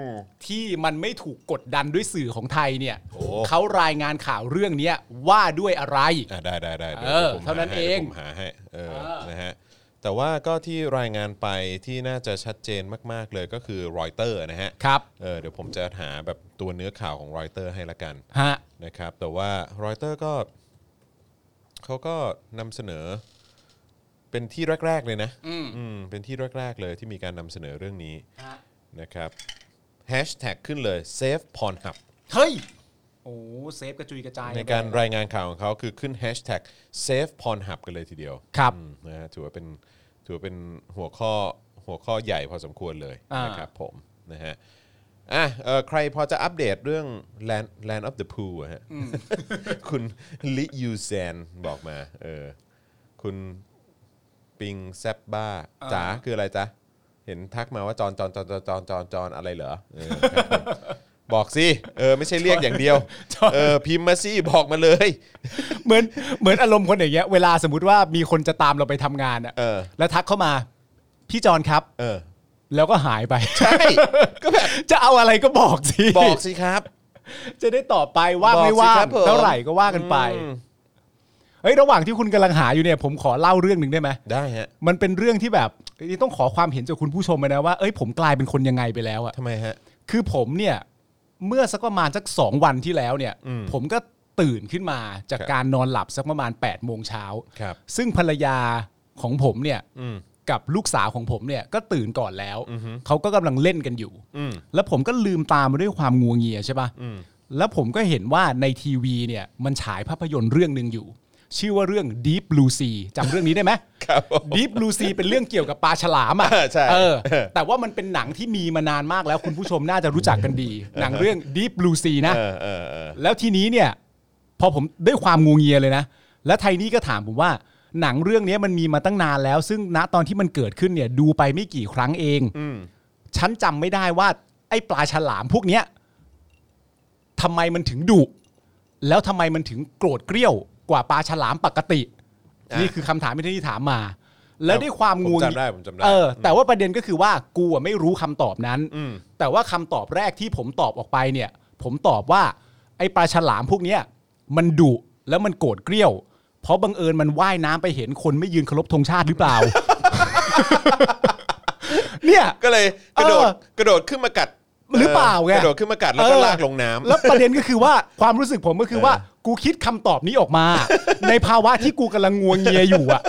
Speaker 3: ที่มันไม่ถูกกดดันด้วยสื่อของไทยเนี่ย
Speaker 2: โอ้
Speaker 3: เขารายงานข่าวเรื่องเนี้ยว่าด้วยอะไร
Speaker 2: อ่ะได้ได้ได้ดี๋ยว
Speaker 3: เออ
Speaker 2: ผมห
Speaker 3: เท่านั้น
Speaker 2: ให้
Speaker 3: เอง
Speaker 2: ดี๋ยวผมหาให้เออนะฮะแต่ว่าก็ที่รายงานไปที่น่าจะชัดเจนมากๆเลยก็คือรอยเตอร์นะฮะ
Speaker 3: ครับ
Speaker 2: เออเดี๋ยวผมจะหาแบบตัวเนื้อข่าวของรอยเตอร์ให้ละกัน
Speaker 3: ฮะ
Speaker 2: นะครับแต่ว่ารอยเตอร์ก็เขาก็นำเสนอ เป็นที่แรก ๆ เลยนะอืมเป็นที่แรก ๆ เลยที่มีการนำเสนอเรื่องนี้นะครับแฮชแท็กขึ้นเลย save pornhub
Speaker 3: เฮ้ยโอ้เซฟกระจุยกระจาย
Speaker 2: ในการรายงานข่าวของเขาคือขึ้นแฮชแท็ก save pornhub กันเลยทีเดียว
Speaker 3: ครับ
Speaker 2: อืมนะฮะถือว่าเป็นถือว่าเป็นหัวข้อหัวข้อใหญ่พอสมควรเลย
Speaker 3: อ่าน
Speaker 2: นะครับผมนะฮะอ่ะเอ่อใครพอจะอัปเดตเรื่อง Land Land of the Pool อะฮะ คุณลิยูแซนบอกมาเออคุณปิงแซบบ้าจ๋าคืออะไรจ๊ะ เห็นทักมาว่าจอนจอนจอนจอนจอนจอนจอนอะไรเหรอเออครับผมบอกสิเออไม่ใช่เรียกอย่างเดียว เออพิมพ์มาสิบอกมาเลย
Speaker 3: เหมือนเหมือนอารมณ์คนอย่างเงี้ยเวลาสมมติว่ามีคนจะตามเราไปทำงานอะ
Speaker 2: เออ
Speaker 3: แล้วทักเข้ามา พี่จอนครับ
Speaker 2: เออ
Speaker 3: แล้วก็หายไป
Speaker 2: ใช่ก็แบบ
Speaker 3: จะเอาอะไรก็บอกสิ
Speaker 2: บอกสิครับ
Speaker 3: จะได้ตอบไปว่าง
Speaker 2: บอก
Speaker 3: ไม่
Speaker 2: สิ
Speaker 3: ว่าง
Speaker 2: ครับผม
Speaker 3: เท่าไหร่ก็ว่ากันไปเฮ้ยระหว่างที่คุณกำลังหาอยู่เนี่ยผมขอเล่าเรื่องหนึ่งได้ไหม
Speaker 2: ได้ฮะ
Speaker 3: มันเป็นเรื่องที่แบบนี่ต้องขอความเห็นจากคุณผู้ชมเลยนะว่าเอ้ยผมกลายเป็นคนยังไงไปแล้วอะ
Speaker 2: ทำไมฮะ
Speaker 3: คือผมเนี่ยเมื่อสักประมาณสักสองวันที่แล้วเนี่ย ผมก็ตื่นขึ้นมาจาก
Speaker 2: ครับ
Speaker 3: การนอนหลับสักประมาณ8ปดโมงเช้า
Speaker 2: ครับ
Speaker 3: ซึ่งภรรยาของผมเนี่ย
Speaker 2: อืม
Speaker 3: กับลูกสาวของผมเนี่ยก็ตื่นก่อนแล้วเขาก็กำลังเล่นกันอยู่
Speaker 2: อืม
Speaker 3: แล้วผมก็ลืมตามาด้วยความงัวเงียใช่ปะแล้วผมก็เห็นว่าในทีวีเนี่ยมันฉายภาพยนตร์เรื่องหนึ่งอยู่ ชื่อว่าเรื่อง Deep Blue Sea จำเรื่องนี้ได้ไหม
Speaker 2: ครับผม
Speaker 3: ดีฟลูซีเป็นเรื่องเกี่ยวกับปลาฉลามอ่ะ
Speaker 2: เออใช่
Speaker 3: เออ แต่ว่ามันเป็นหนังที่มีมานานมากแล้วคุณผู้ชมน่าจะรู้จักกันดี หนังเรื่องดีฟลูซีนะ
Speaker 2: เออเออเออ
Speaker 3: แล้วทีนี้เนี่ย พอผมด้วยความงูเงียเลยนะ แล้วไทนี่ก็ถามผมว่า หนังเรื่องนี้มันมีมาตั้งนานแล้ว ซึ่งณตอนที่มันเกิดขึ้นเนี่ยดูไปไม่กี่ครั้งเอง
Speaker 2: อืม
Speaker 3: ฉันจำไม่ได้ว่า ไอ้ปลาฉลามพวกเนี้ยทำไมมันถึงดุแล้วทำไมมันถึงโกรธเกรี้ยวกว่าปลาฉลามปกติ นี่คือคำถามที่ที่ถามมา แล้วด้วยความ
Speaker 2: ผ
Speaker 3: งู
Speaker 2: มจำได้ผมจำได้
Speaker 3: เออ แต่ว่าประเด็นก็คือว่ากูอะไม่รู้คำตอบนั้น
Speaker 2: อืม
Speaker 3: แต่ว่าคำตอบแรกที่ผมตอบออกไปเนี่ย ผมตอบว่า ไอ้ปลาฉลามพวกเนี้ยมันดุแล้วมันโกรธเกรี้ยว เพราะบังเอิญมันว่ายน้ำไปเห็นคนไม่ยืนเคารพธงชาติหรือเปล่า เนี่ย
Speaker 2: ก็เลยกระโดด
Speaker 3: เออก
Speaker 2: ระโดดขึ้นมากัด
Speaker 3: หรือเปล่าไง
Speaker 2: กระโดดขึ้นมากัดแล้วก็
Speaker 3: เออ
Speaker 2: ลากลงน้ำ
Speaker 3: แล้วประเด็นก็คือว่าความรู้สึกผมก็คือว่ากูคิดคำตอบนี้ออก มา ในภาวะที่กูกำลังงวงเงียอยู่อะ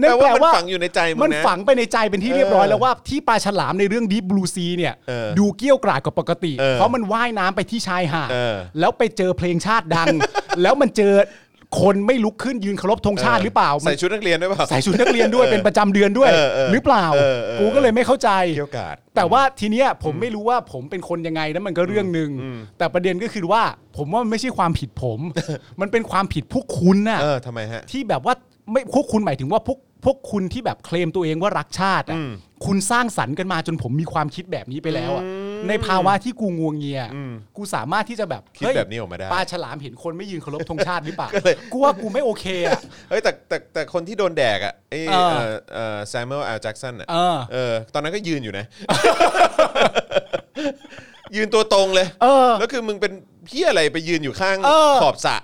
Speaker 3: นั่น
Speaker 2: แปลว่ามันฝังอยู่ในใจมึงนะ
Speaker 3: มันฝังไปในใจเป็นที่เรียบร้อยแล้วว่าที่ปลาฉลามในเรื่องดีบลูซีเนี่ย
Speaker 2: เออ
Speaker 3: ดูเกี้ยวกราดกว่าปกติ
Speaker 2: เออ
Speaker 3: เพราะมันว่ายน้ำไปที่ชายหาด
Speaker 2: เออ
Speaker 3: แล้วไปเจอเพลงชาติดัง แล้วมันเจอ คนไม่ลุกขึ้นยืนเคารพธงชาติหรือเปล่ามัน
Speaker 2: ใส่ชุดนักเรียนด้วยเปล่า
Speaker 3: ใส่ชุดนักเรียนด้วย
Speaker 2: เออ
Speaker 3: เป็นประจำเดือนด้วย
Speaker 2: เออเออ
Speaker 3: หรือเปล่า
Speaker 2: เออเออ
Speaker 3: กูก็เลยไม่เข้าใจ
Speaker 2: เกี่ยวกาด
Speaker 3: แต่ว่าทีเนี้ยผมไม่รู้ว่าผมเป็นคนยังไงนะมันก็เรื่องหนึ่งแต่ประเด็นก็คือว่า ผมว่ามันไม่ใช่ความผิด ผม มันเป็นความผิดพวกคุณน่ะ
Speaker 2: เออทำไมฮะ
Speaker 3: ที่แบบว่าไม่พวกคุณหมายถึงว่าพวกพวกคุณที่แบบเคลมตัวเองว่ารักชาติอะคุณสร้างสรรค์กันมาจนผมมีความคิดแบบนี้ไปแล้วอะในภาวะที่กูงวงเงีย กูสามารถที่จะแบบ
Speaker 2: คิด
Speaker 3: เฮ้ย
Speaker 2: แบบนี้ออกมาได้
Speaker 3: ปลาฉลามเห็นคนไม่ยืนเคารพธงชาติห รือเปล่า
Speaker 2: ก็เลย
Speaker 3: กูว่ากูไม่โอเคอะ
Speaker 2: เฮ้ยแต่แต่แต่คนที่โดนแดกอ่ะไอ
Speaker 3: เออ
Speaker 2: เอ่อเอ่อแซมเมลแอลแจ็กสันอ่ะ
Speaker 3: เออ
Speaker 2: เออตอนนั้นก็ยืนอยู่นะ ยืนตัวตรงเลย
Speaker 3: เออ
Speaker 2: แล้วคือมึงเป็นเพี้ยอะไรไปยืนอยู่ข้าง
Speaker 3: เออ
Speaker 2: ขอบสระ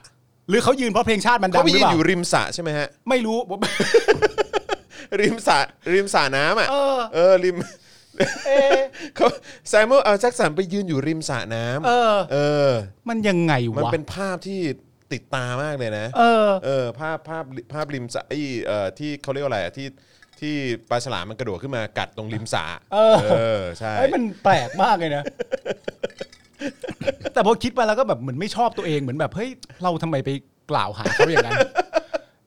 Speaker 3: หรือเขายืนเพราะเพลงชาติมันดั
Speaker 2: เขา
Speaker 3: ง
Speaker 2: ไป
Speaker 3: ห
Speaker 2: ยื
Speaker 3: รือนเป
Speaker 2: อ
Speaker 3: ล่า
Speaker 2: ยู่ริมสระใช่ไหมฮะ
Speaker 3: ไม่ รู้ผม
Speaker 2: ริมสระริมสระน้ำอ่ะ
Speaker 3: เออ
Speaker 2: เออริมเขาแซมเมลแอลแจ็กสันไปยืนอยู่ริมสระน้ำ
Speaker 3: เออ
Speaker 2: เออ
Speaker 3: มันยังไง
Speaker 2: มัน
Speaker 3: วะ
Speaker 2: เป็นภาพที่ติดตามากเลยนะ
Speaker 3: เออ
Speaker 2: เออภาพภาพภาพริมสระไอ้เอ่อที่เขาเรียกว่าอะไรอะที่ที่ปลาฉลามมันกระโดดขึ้นมากัดตรงริมสระ
Speaker 3: เออ
Speaker 2: อใช่
Speaker 3: ไอ้ยมันแปลกมากเลยนะ แต่พอคิดไปแล้วก็แบบเหมือนไม่ชอบตัวเองเหมือนแบบเฮ้ยเราทำไมไปกล่าวหาเขาอย่างนั้น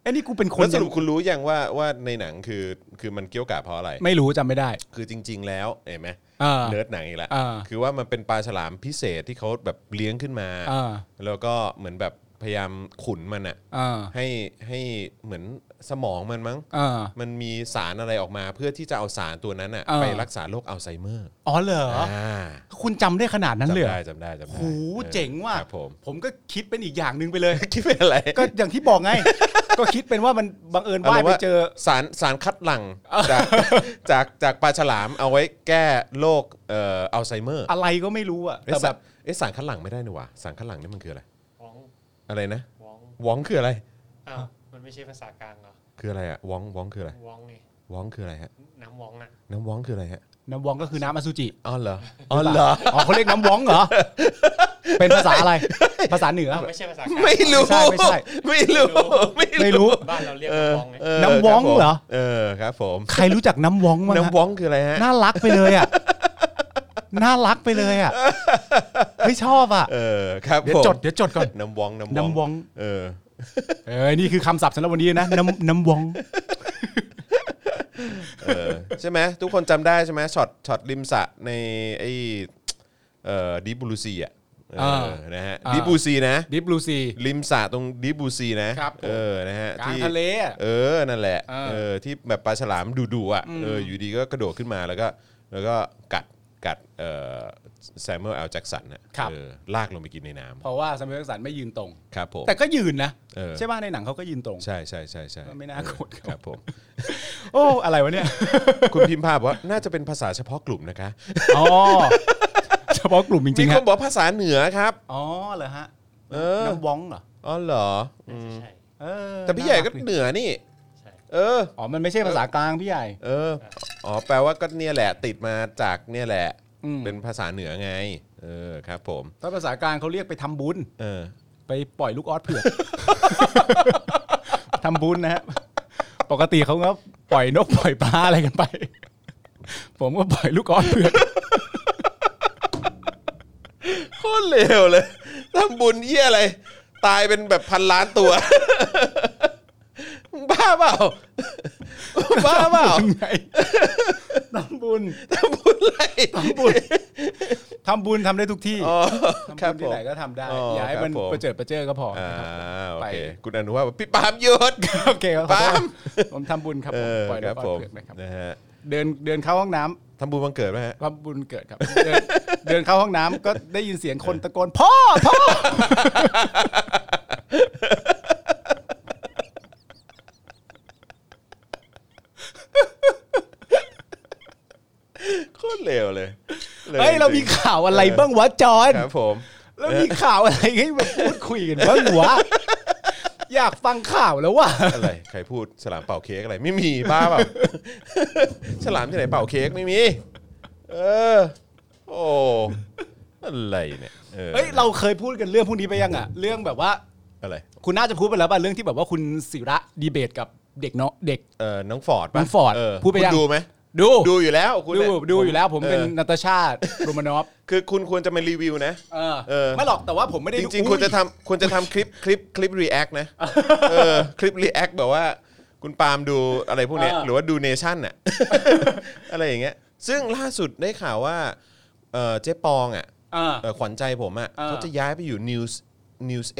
Speaker 3: ไอ้นี่กูเป็นคน
Speaker 2: แล้วสรุปคุณรู้ยังว่าว่าในหนังคือคือมันเกี่ยวกับเพราะอะไร
Speaker 3: ไม่รู้จำไม่ได้
Speaker 2: คือจริง ๆ แล้วเห็นไหม
Speaker 3: เออ
Speaker 2: เนิร์ดหนังอีกแล้ว
Speaker 3: เออ
Speaker 2: คือว่ามันเป็นปลาฉลามพิเศษที่เขาแบบเลี้ยงขึ้นมา
Speaker 3: เออ
Speaker 2: แล้วก็เหมือนแบบพยายามขุนมันอะ
Speaker 3: อ่า
Speaker 2: ให้ให้เหมือนสมองมันมั้ง
Speaker 3: อ่า
Speaker 2: มันมีสารอะไรออกมาเพื่อที่จะเอาสารตัวนั้นอะ
Speaker 3: เออ
Speaker 2: ไปรักษาโรคอัลไซเมอร์
Speaker 3: อ๋อเหรอ
Speaker 2: อ่า
Speaker 3: คุณจำได้ขนาดนั้นเลย
Speaker 2: จำ
Speaker 3: เหร
Speaker 2: ได้
Speaker 3: อ
Speaker 2: จำได้จำได้
Speaker 3: โหูเจ๋งว่ะ
Speaker 2: ครับผม
Speaker 3: ผมก็คิดเป็นอีกอย่างหนึ่งไปเลย
Speaker 2: คิดเป็นอะไร
Speaker 3: ก็อย่างที่บอกไง ก็คิดเป็นว่ามันบังเอิญว่ายไปเจอ
Speaker 2: สารสารคัดหลั่งจากจากจากปลาฉลามเอาไว้แก้โรคเอ่ออัลไซเมอร์
Speaker 3: อะไรก็ไม่รู้อะ
Speaker 2: เอ๊ะ
Speaker 3: แต่แบบ
Speaker 2: เอ๊ะสารคัดหลั่งไม่ได้นี่หว่าสารคัดหลั่งนี่มันคืออะไร
Speaker 4: วอง
Speaker 2: อะไรนะ
Speaker 4: วอง
Speaker 2: วองคืออะไร
Speaker 4: อ้าวมันไม่ใช่ภาษากลางเหร อ
Speaker 2: คืออะไรอะวองวองคืออะไร
Speaker 4: วองนี่
Speaker 2: วองคืออะไรฮะ
Speaker 4: น้ำวองอ่ะ
Speaker 2: น้ำวองคืออะไรฮะ
Speaker 3: น้ำวองก็คือน้ำอสุจิ
Speaker 2: อ๋อเหรออ๋อเหรอ
Speaker 3: อ๋อเขาเรียกน้ำว้องเหรอ เป็นภาษาอะไร ภาษาเหนือ
Speaker 4: อ้าวไม่ใช่ภาษากลาง
Speaker 2: ไม่รู้
Speaker 3: ไม่ใช่ไม่
Speaker 2: ไม่รู
Speaker 3: ใช่
Speaker 2: ้
Speaker 3: ไม่รู้
Speaker 4: บ้านเราเรียก
Speaker 2: เออ
Speaker 4: น้ำวองไง
Speaker 2: เออ
Speaker 3: น้ำว้อง
Speaker 2: คบผม
Speaker 3: เหรอ
Speaker 2: เออครับผม
Speaker 3: ใครรู้จักน้ำว้องมั้างฮะ
Speaker 2: น้ำวองคืออะไรฮะ
Speaker 3: น่ารักไปเลยอ่ะ น่ารักไปเลยอ่ะไม่ชอบอ่ะ
Speaker 2: เออครับ
Speaker 3: เดี๋ยว
Speaker 2: ผม
Speaker 3: จดเดี๋ยวจดก่อน
Speaker 2: น้ำวองน้ำ
Speaker 3: น้ำวอง
Speaker 2: เออ
Speaker 3: เออนี่คือคำศัพท์สำหรับวันนี้ นะ น้ำน้ำว้อง
Speaker 2: เออใช่ไหมทุกคนจำได้ใช่ไหมช็อตช็อตริมสระในไอเอ่อดิบูลูซีอ่ะเออ
Speaker 3: อ่า
Speaker 2: นะฮะ
Speaker 3: อ่า
Speaker 2: ดิบูซีนะ
Speaker 3: ดิบลูซี
Speaker 2: ริมสระตรงดิบูซีนะครับ
Speaker 3: ผม
Speaker 2: เออนะฮะ
Speaker 3: กลางทะเลอะ
Speaker 2: เออนั่นแหละ
Speaker 3: เออ
Speaker 2: เออที่แบบปลาฉลามดุๆอ่ะเอออยู่ดีก็กระโดดขึ้นมาแล้วก็แล้วก็กัดกัดเอ่อแซมเมอลแอลแจ็กสันน่ะ
Speaker 3: ครับ
Speaker 2: เออลากลงไปกินในน้
Speaker 3: เพราะว่าสมัยรังสรรค์ไม่ยืนตรง
Speaker 2: ำครับผม
Speaker 3: แต่ก็ยืนนะ
Speaker 2: เออ
Speaker 3: ใช่ป่ะในหนังเขาก็ยืนตรง
Speaker 2: ใช่ใช่ใช่ใช่
Speaker 3: ไม่น่าโกรธ
Speaker 2: เออครับผม
Speaker 3: โอ้อะไรวะเนี่ย
Speaker 2: คุณพิมพ์ภาพบอกว่าน่าจะเป็นภาษาเฉพาะกลุ่มนะคะ
Speaker 3: อ๋อเฉพาะกลุ่มจ
Speaker 2: มี
Speaker 3: ริง
Speaker 2: ค
Speaker 3: ๆฮะ
Speaker 2: นบอกภาษาเหนือครับ
Speaker 3: อ๋อเหรอฮะ
Speaker 2: เออ
Speaker 3: น้ำว้องเหรอ
Speaker 2: อ๋อเหรออืม
Speaker 4: ไม่ใช่
Speaker 3: เออ
Speaker 2: แต่พี่ใหญ่ก็
Speaker 3: น่ารัดี
Speaker 2: เหนือนี่
Speaker 4: ใช่
Speaker 2: เออ
Speaker 3: อ๋อมันไม่ใช่ภาษากลางพี่ใหญ่
Speaker 2: เออ อ๋อ แปลว่าก็เนี่ยแหละติดมาจากเนี่ยแหละ
Speaker 3: อืม
Speaker 2: เป็นภาษาเหนือไง เออครับผม
Speaker 3: ถ้าภาษากลางเขาเรียกไปทำบุญ
Speaker 2: เออ
Speaker 3: ไปปล่อยลูกออสเผือก ทำบุญนะฮะปกติเขาก็ปล่อยนกปล่อยปลาอะไรกันไป ผมก็ปล่อยลูกออสเผือก
Speaker 2: โคตรเลวเลยทำบุญเยี่ยอะไร ตายเป็นแบบพันล้านตัว มึงบ้าเปล่ามึงบ้า เปล่า
Speaker 3: ทำไงทำบุญ
Speaker 2: ทำบุญอะไร
Speaker 3: ทำบุญทำได้ทุกที่
Speaker 2: อ๋อครับ
Speaker 3: ทำุญ
Speaker 2: ผ
Speaker 3: ที่
Speaker 2: ม
Speaker 3: ไหนก็ทำได้
Speaker 2: อ๋ออ
Speaker 3: อย่าให้มัน
Speaker 2: ครับผม
Speaker 3: ประเจิดประเจอก็พอ
Speaker 2: อ่า
Speaker 3: นะครับ
Speaker 2: โอ
Speaker 3: ไป
Speaker 2: เคคุณอนุว่าบอกพี่ปาล์มหยุด
Speaker 3: โอเคครับขอโทษ
Speaker 2: ปั๊ม
Speaker 3: ผมทำบุญครับ
Speaker 2: เออ
Speaker 3: ผมปล่อย
Speaker 2: ค
Speaker 3: ลู
Speaker 2: รั
Speaker 3: ก
Speaker 2: บ
Speaker 3: ออส
Speaker 2: ผม
Speaker 3: เผือกนะครับ
Speaker 2: นะฮะ
Speaker 3: เดินเดินเข้าห้องน้ำ
Speaker 2: ทำบุญวันเกิดไหมฮะ
Speaker 3: ทำบุญเกิดครับเดินเดินเข้าห้องน้ำก็ได้ยินเสียงคนตะโกนพ่อพ่อ
Speaker 2: โคตรเลวเลยล
Speaker 3: เฮ้ย เรามี
Speaker 2: จง
Speaker 3: ข่าวอะไรบ้างวะจอห์น
Speaker 2: ครับผม
Speaker 3: แล้วมีข่าวอะไรให้มาพูดคุยกันบ้างวะ อยากฟังข่าวแล้วว่ะ
Speaker 2: อะไร ใครพูดฉลามเป่าเค้กอะไร ไม่มีบ้าเปล่า ฉลามที่ไหนเป่าเค้กไม่มี เออ โอ้ อะไรเนี่ยออ
Speaker 3: เฮ้ย เราเคยพูดกันเรื่องพวกนี้ไปยังอ่ะ เรื่องแบบว่า
Speaker 2: อะไร
Speaker 3: คุณน่าจะพูดไปแล้วป่ะเรื่องที่แบบว่าคุณศิระดีเบตกับเด็กเนาะเด็ก
Speaker 2: เออน้องฟอร์ด
Speaker 3: น้
Speaker 2: ปะ
Speaker 3: องฟอร์ด
Speaker 2: เ
Speaker 3: พูดไปยัง
Speaker 2: คุณดูไหม
Speaker 3: ดู
Speaker 2: ดูอยู่แล้วคุณ
Speaker 3: ดู
Speaker 2: เนี่ย
Speaker 3: ดูอยู่แล้วผมเป็น
Speaker 2: ออ
Speaker 3: นาตาชาโรมานอฟ
Speaker 2: คือคุณควรจะมารีวิวนะ
Speaker 3: เออ
Speaker 2: เออ
Speaker 3: ไม่หรอกแต่ว่าผมไม่ได้
Speaker 2: จ
Speaker 3: ดู
Speaker 2: ริงๆควรจะทำควรจะทำคลิปคลิปคลิปรีแอคนะเออคลิปรีแอคแบบว่า คุณปาล์มดูอะไรพวกเนี้ยหรือว่าดูเนชั่นน่ะ อะไรอย่างเงี้ย ซึ่งล่าสุดได้ข่าวว่าเอ่อเจ๊ปองอ่ะ
Speaker 3: เออ
Speaker 2: เอ่อขวัญใจผมอ่ะ
Speaker 3: เออ
Speaker 2: เขาจะย้ายไปอยู่ News News 18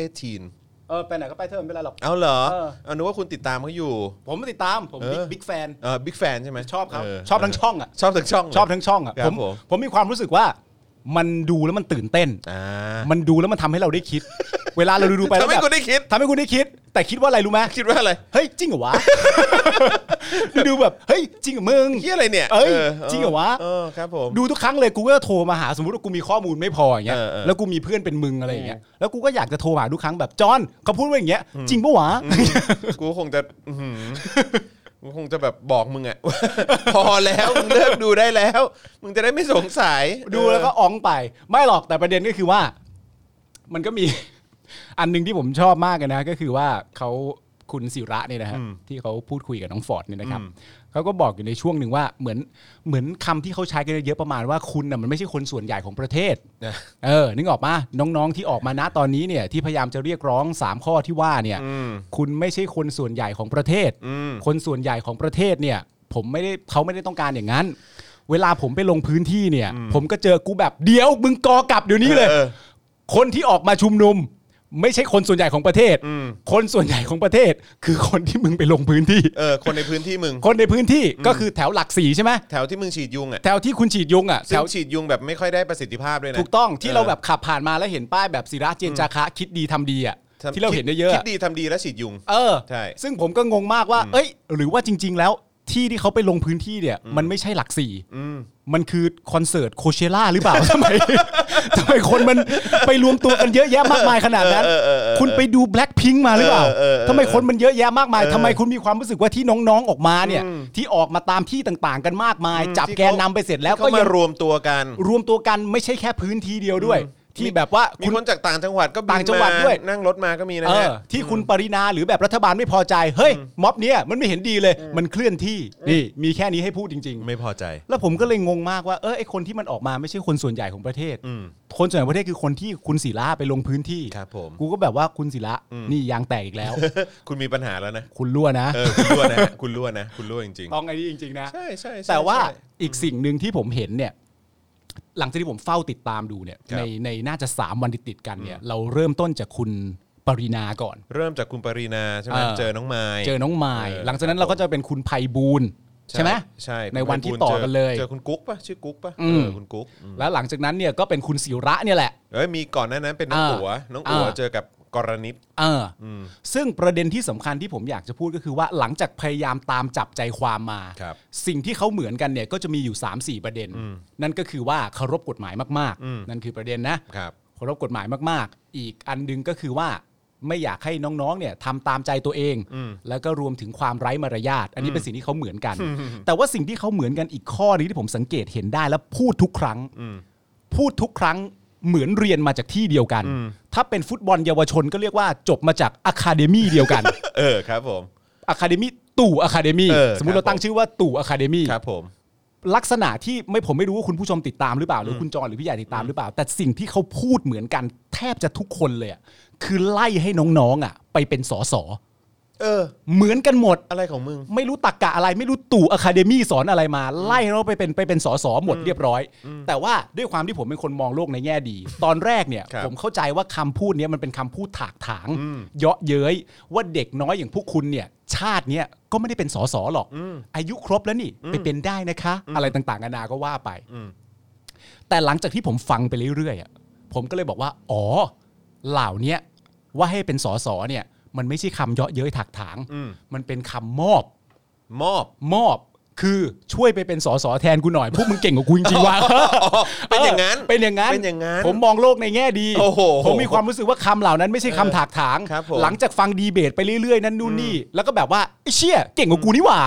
Speaker 3: เออไปไหนก็ไปเถอะไม่เป็นไรหรอก
Speaker 2: เอาเหรอ
Speaker 3: เออ
Speaker 2: เอานึกว่าคุณติดตามเขาอยู่
Speaker 3: ผมติดตามผม
Speaker 2: เออ
Speaker 3: บิ๊กแฟน
Speaker 2: เออบิ๊กแฟนใช่ไหม
Speaker 3: ชอบครับ
Speaker 2: เ
Speaker 3: ชอบทั้งช่องอ่ะ
Speaker 2: ชอบทั้งช่อง
Speaker 3: ชอบทั้งช่องอ่ะ
Speaker 2: ครับ
Speaker 3: ผม
Speaker 2: ผม
Speaker 3: ผมมีความรู้สึกว่า มันดูแล้วมันตื่นเต้น
Speaker 2: อ่า
Speaker 3: มันดูแล้วมันทำให้เราได้คิด เวลาเราดูๆไปแล้ว
Speaker 2: ทำให้
Speaker 3: แบบ
Speaker 2: คุณได้คิด
Speaker 3: ทำให้คุณได้คิด แต่คิดว่าอะไรรู้ไหม
Speaker 2: คิดว่าอะไร
Speaker 3: เฮ้ยจริงเหรอวะ ดูแบบเฮ้ยจริงเหรอมึง
Speaker 2: เฮียอะไรเนี่ย
Speaker 3: เอ้ยจริงเหรอวะ
Speaker 2: เออครับผม
Speaker 3: ดูทุกครั้งเลยกูก็โทรมาหาสมมติว่ากูมีข้อมูลไม่พออย่างเงี้ย
Speaker 2: เออเออ
Speaker 3: แล้วกูมีเพื่อนเป็นมึงอะไรอย่างเงี้ยแล้วกูก็อยากจะโทรหาทุกครั้งแบบจอนเขาพูดว่าอย่างเงี้ยจริงปะวะ
Speaker 2: กูคงจะอื้อหือกูคงจะแบบบอกมึงอะ พอแล้วมึงเลิกดูได้แล้ว มึงจะได้ไม่สงสัย
Speaker 3: ดูแล้วก็
Speaker 2: เอ
Speaker 3: อ๋องไป ไม่หรอกแต่ประเด็นก็คือว่า มันก็มี อันหนึ่งที่ผมชอบมากเลยนะ ก็คือว่าเขาคุณศิระเนี่ยนะฮะที่เขาพูดคุยกับน้องฟอร์ดเนี่ยนะครับเขาก็บอกอยู่ในช่วงหนึ่งว่าเหมือนเหมือนคำที่เขาใช้กันเยอะๆประมาณว่าคุณน่ะมันไม่ใช่คนส่วนใหญ่ของประเทศ
Speaker 2: อนะ
Speaker 3: เออ นึกออกมาน้องๆที่ออกมาณตอนนี้เนี่ย ที่พยายามจะเรียกร้อง 3 ข้อที่ว่าเนี่ย
Speaker 2: อืม
Speaker 3: คุณไม่ใช่คนส่วนใหญ่ของประเทศ
Speaker 2: อืม
Speaker 3: คนส่วนใหญ่ของประเทศเนี่ย ผมไม่ได้เขาไม่ได้ต้องการอย่างนั้น เวลาผมไปลงพื้นที่เนี่ย ผมก็เจอกูแบบเดี๋ยวมึงกอกลับเดี๋ยวนี้เลย
Speaker 2: ออ
Speaker 3: คนที่ออกมาชุมนุม ไม่ใช่คนส่วนใหญ่ของประเทศ
Speaker 2: อืม
Speaker 3: คนส่วนใหญ่ของประเทศ คือคนที่มึงไปลงพื้นที่
Speaker 2: เออ คนในพื้นที่มึง
Speaker 3: คนในพื้นที่ก็คือแถวหลักสีใช่ไหม
Speaker 2: แถวที่มึงฉีดยุงอะ
Speaker 3: แถวที่คุณฉีดยุงอ่ะ
Speaker 2: ซึ่
Speaker 3: แถ
Speaker 2: ง
Speaker 3: ว
Speaker 2: ฉีดยุงแบบไม่ค่อยได้ประสิทธิภาพด้วยนะ
Speaker 3: ถูกต้องที่
Speaker 2: เออ
Speaker 3: เราแบบขับผ่านมาแล้วเห็นป้ายแบบศิระเจนจาคะคิดดีทำดีอ่ะ
Speaker 2: ำ
Speaker 3: ที่เราเห็นเยอะๆ
Speaker 2: คิ
Speaker 3: อะ
Speaker 2: ดดีทำดีแล้วฉีดยุง
Speaker 3: เออ
Speaker 2: ใช่
Speaker 3: ซึ่งผมก็งงมากว่า เอ้ย หรือว่าจริง ๆ แล้วที่ที่เขาไปลงพื้นที่เนี่ย มันไม่ใช่หลักสี่
Speaker 2: อืม
Speaker 3: มันคือคอนเสิร์ตโคเชล่าหรือเปล่า ทำไมทำไมคนมันไปรวมตัวกันเยอะแยะมากมายขนาดนั้น
Speaker 2: เออเออเออเออ
Speaker 3: คุณไปดูแบล็ k พิงมาหรือเปล่า
Speaker 2: เออเออเออ
Speaker 3: ทำไมคนมันเยอะแยะมากมาย
Speaker 2: เออ
Speaker 3: ทำไมคุณมีความรู้สึกว่าที่น้องๆออกมาเนี่ย
Speaker 2: อืม
Speaker 3: ที่ออกมาตามที่ต่างๆ กันมากมาย จับ
Speaker 2: ที่
Speaker 3: แกนนำไปเสร็จแล้ว
Speaker 2: เขา
Speaker 3: ก็ยั
Speaker 2: มาง รวมตัวกัน
Speaker 3: รวมตัวกันไม่ใช่แค่พื้นที่เดียวด้วย ที่แบบว่า
Speaker 2: มี
Speaker 3: คุณ
Speaker 2: คนจากต่างจังหวัดก็บิน
Speaker 3: ต่างจังหวัด
Speaker 2: ม
Speaker 3: ด้วย
Speaker 2: นั่งรถมาก็มีนะ
Speaker 3: เอ
Speaker 2: ฮะ
Speaker 3: อที่คุณปรินาหรือแบบรัฐบาลไม่พอใจ เฮ้ย ม็อบเนี้ยมันไม่เห็นดีเลยมันเคลื่อนที่นี่มีแค่นี้ให้พูดจริง
Speaker 2: ไม่พอใจ
Speaker 3: ๆ แล้วผมก็เลยงงมากว่าเออไอคนที่มันออกมาไม่ใช่คนส่วนใหญ่ของประเทศ
Speaker 2: อืม
Speaker 3: คนส่วนใหญ่ของประเทศคือคนที่คุณศิระไปลงพื้นที่
Speaker 2: ครับผม
Speaker 3: กูก็แบบว่าคุณศิระนี่ยางแตกอีกแล้ว
Speaker 2: คุณมีปัญหาแล้ว นะ
Speaker 3: คุณรั่วนะ
Speaker 2: เออ คุณรั่วนะฮะคุณรั่วนะ คุณรั่วจริง
Speaker 3: ต้องไอ้นี่จริง ๆ นะ
Speaker 2: ๆ ใช่ใช่ใช่
Speaker 3: แต่ว่า
Speaker 2: ใช่
Speaker 3: อีกสิ่งหนึ่งที่ผมเห็นเนี่ย หลังจากที่ผมเฝ้าติดตามดูเนี่ย
Speaker 2: ครับ
Speaker 3: ในในน่าจะสามวันติดๆกันเนี่ย เราเริ่มต้นจากคุณปรินาก่อน
Speaker 2: เริ่มจากคุณปรีนาใช่ไหม
Speaker 3: เออ
Speaker 2: เจอน้องไม้
Speaker 3: เจอน้องไมาย
Speaker 2: เออ
Speaker 3: หลังจากนั้นเราก็จะเป็นคุณไพบูลย์ใช่ไหม
Speaker 2: ใช่
Speaker 3: ในวันที่
Speaker 2: คุณภั
Speaker 3: ต่
Speaker 2: บู
Speaker 3: อ
Speaker 2: จ
Speaker 3: กันเลย
Speaker 2: เจอคุณกุ๊กปะชื่อกุ๊กปะ
Speaker 3: อื
Speaker 2: เอ
Speaker 3: ม
Speaker 2: อคุณกุ๊กอืม
Speaker 3: แล้วหลังจากนั้นเนี่ยก็เป็นคุณศิระเนี่ยแหละ
Speaker 2: เอ้ยมีก่อนหน้านั้นเป็นน้อง
Speaker 3: อ่า
Speaker 2: อัวน้องอัว
Speaker 3: อ่า
Speaker 2: เจอกับกรณิต
Speaker 3: เอออ
Speaker 2: อืม
Speaker 3: ซึ่งประเด็นที่สำคัญที่ผมอยากจะพูดก็คือว่าหลังจากพยายามตามจับใจความมา
Speaker 2: ครับ
Speaker 3: สิ่งที่เขาเหมือนกันเนี่ยก็จะมีอยู่ 3 4 ประเด็น นั่นก็คือว่าเคารพกฎหมายมาก
Speaker 2: อืม
Speaker 3: ๆ นั่นคือประเด็นนะครับ เคารพกฎหมายมากๆ อีกอันหนึงก็คือว่าไม่อยากให้น้องๆเนี่ยทำตามใจตัวเอง
Speaker 2: อืม
Speaker 3: แล้วก็รวมถึงความไร้มารยาทอันนี้เป็นสิ่งที่เขาเหมือนกัน แต่ว่าสิ่งที่เขาเหมือนกันอีกข้อหนึงที่ผมสังเกตเห็นได้และพูดทุกครั้ง
Speaker 2: อืม
Speaker 3: พูดทุกครั้งเหมือนเรียนมาจากที่เดียวกัน
Speaker 2: อืม
Speaker 3: ถ้าเป็นฟุตบอลเยาวชนก็เรียกว่าจบมาจากอะคาเดมี่เดียวกัน
Speaker 2: เออครับผม
Speaker 3: อะคาเดมี่ตู่อะคาเดมี่
Speaker 2: เออ
Speaker 3: สมม
Speaker 2: ครั
Speaker 3: ติ
Speaker 2: บ
Speaker 3: เราตั้งชื่อว่าตู่อะคาเดมี่
Speaker 2: ครับผม
Speaker 3: ลักษณะที่ไม่ผมไม่รู้ว่าคุณผู้ชมติดตามหรือเปล่า หรือคุณจอนหรือพี่ใหญ่ติดตามหรือเปล่า แต่สิ่งที่เขาพูดเหมือนกันแทบจะทุกคนเลยอะคือไล่ให้น้องๆอ่ะ ไปเป็นสส
Speaker 2: เออ
Speaker 3: เหมือนกันหมด
Speaker 2: อะไรของมึง
Speaker 3: ไม่รู้ตักกะอะไรไม่รู้ตู่อะคาเดมี่สอนอะไรมา ไล่เราไปเป็นไปเป็นสอสอหมดเรียบร้อย แต่ว่าด้วยความที่ผมเป็นคนมองโลกในแง่ดี ตอนแรกเนี่ย
Speaker 2: ครับ
Speaker 3: ผมเข้าใจว่าคำพูดเนี้ยมันเป็นคำพูดถากถาง เยาะเย้ยว่าเด็กน้อยอย่างพวกคุณเนี่ย ชาติเนี้ยก็ไม่ได้เป็นสอสอหรอก อายุครบแล้วนี่ไปเป็นได้นะคะ อะไรต่างๆนานาก็ว่าไป
Speaker 2: อืม
Speaker 3: แต่หลังจากที่ผมฟังไปเรื่อยๆอะผมก็เลยบอกว่า อ๋อ เหล่าเนี้ยว่าให้เป็นสอสอเนี่ย มันไม่ใช่คำเยาะเย้ยถากถาง
Speaker 2: อืม
Speaker 3: มันเป็นคำมอบ
Speaker 2: มอบ
Speaker 3: มอบคือช่วยไปเป็นสสแทนกูหน่อย พวกมึงเก่งกว่ากูจริงๆว่ะ
Speaker 2: เป็นอย่างนั้น
Speaker 3: เป็นอย่างนั้น
Speaker 2: เป็นอย่างนั้น
Speaker 3: ผมมองโลกในแง่ดี
Speaker 2: โอ้โห
Speaker 3: ผมมีความรู้สึกว่าคำเหล่านั้นไม่ใช่คำถากถาง
Speaker 2: ครับผม
Speaker 3: หลังจากฟังดีเบตไปเรื่อยๆ นั่นนู่นนี่ แล้วก็แบบว่าไอ้เชี่ยเก่งกว่ากูนี่ห ว่า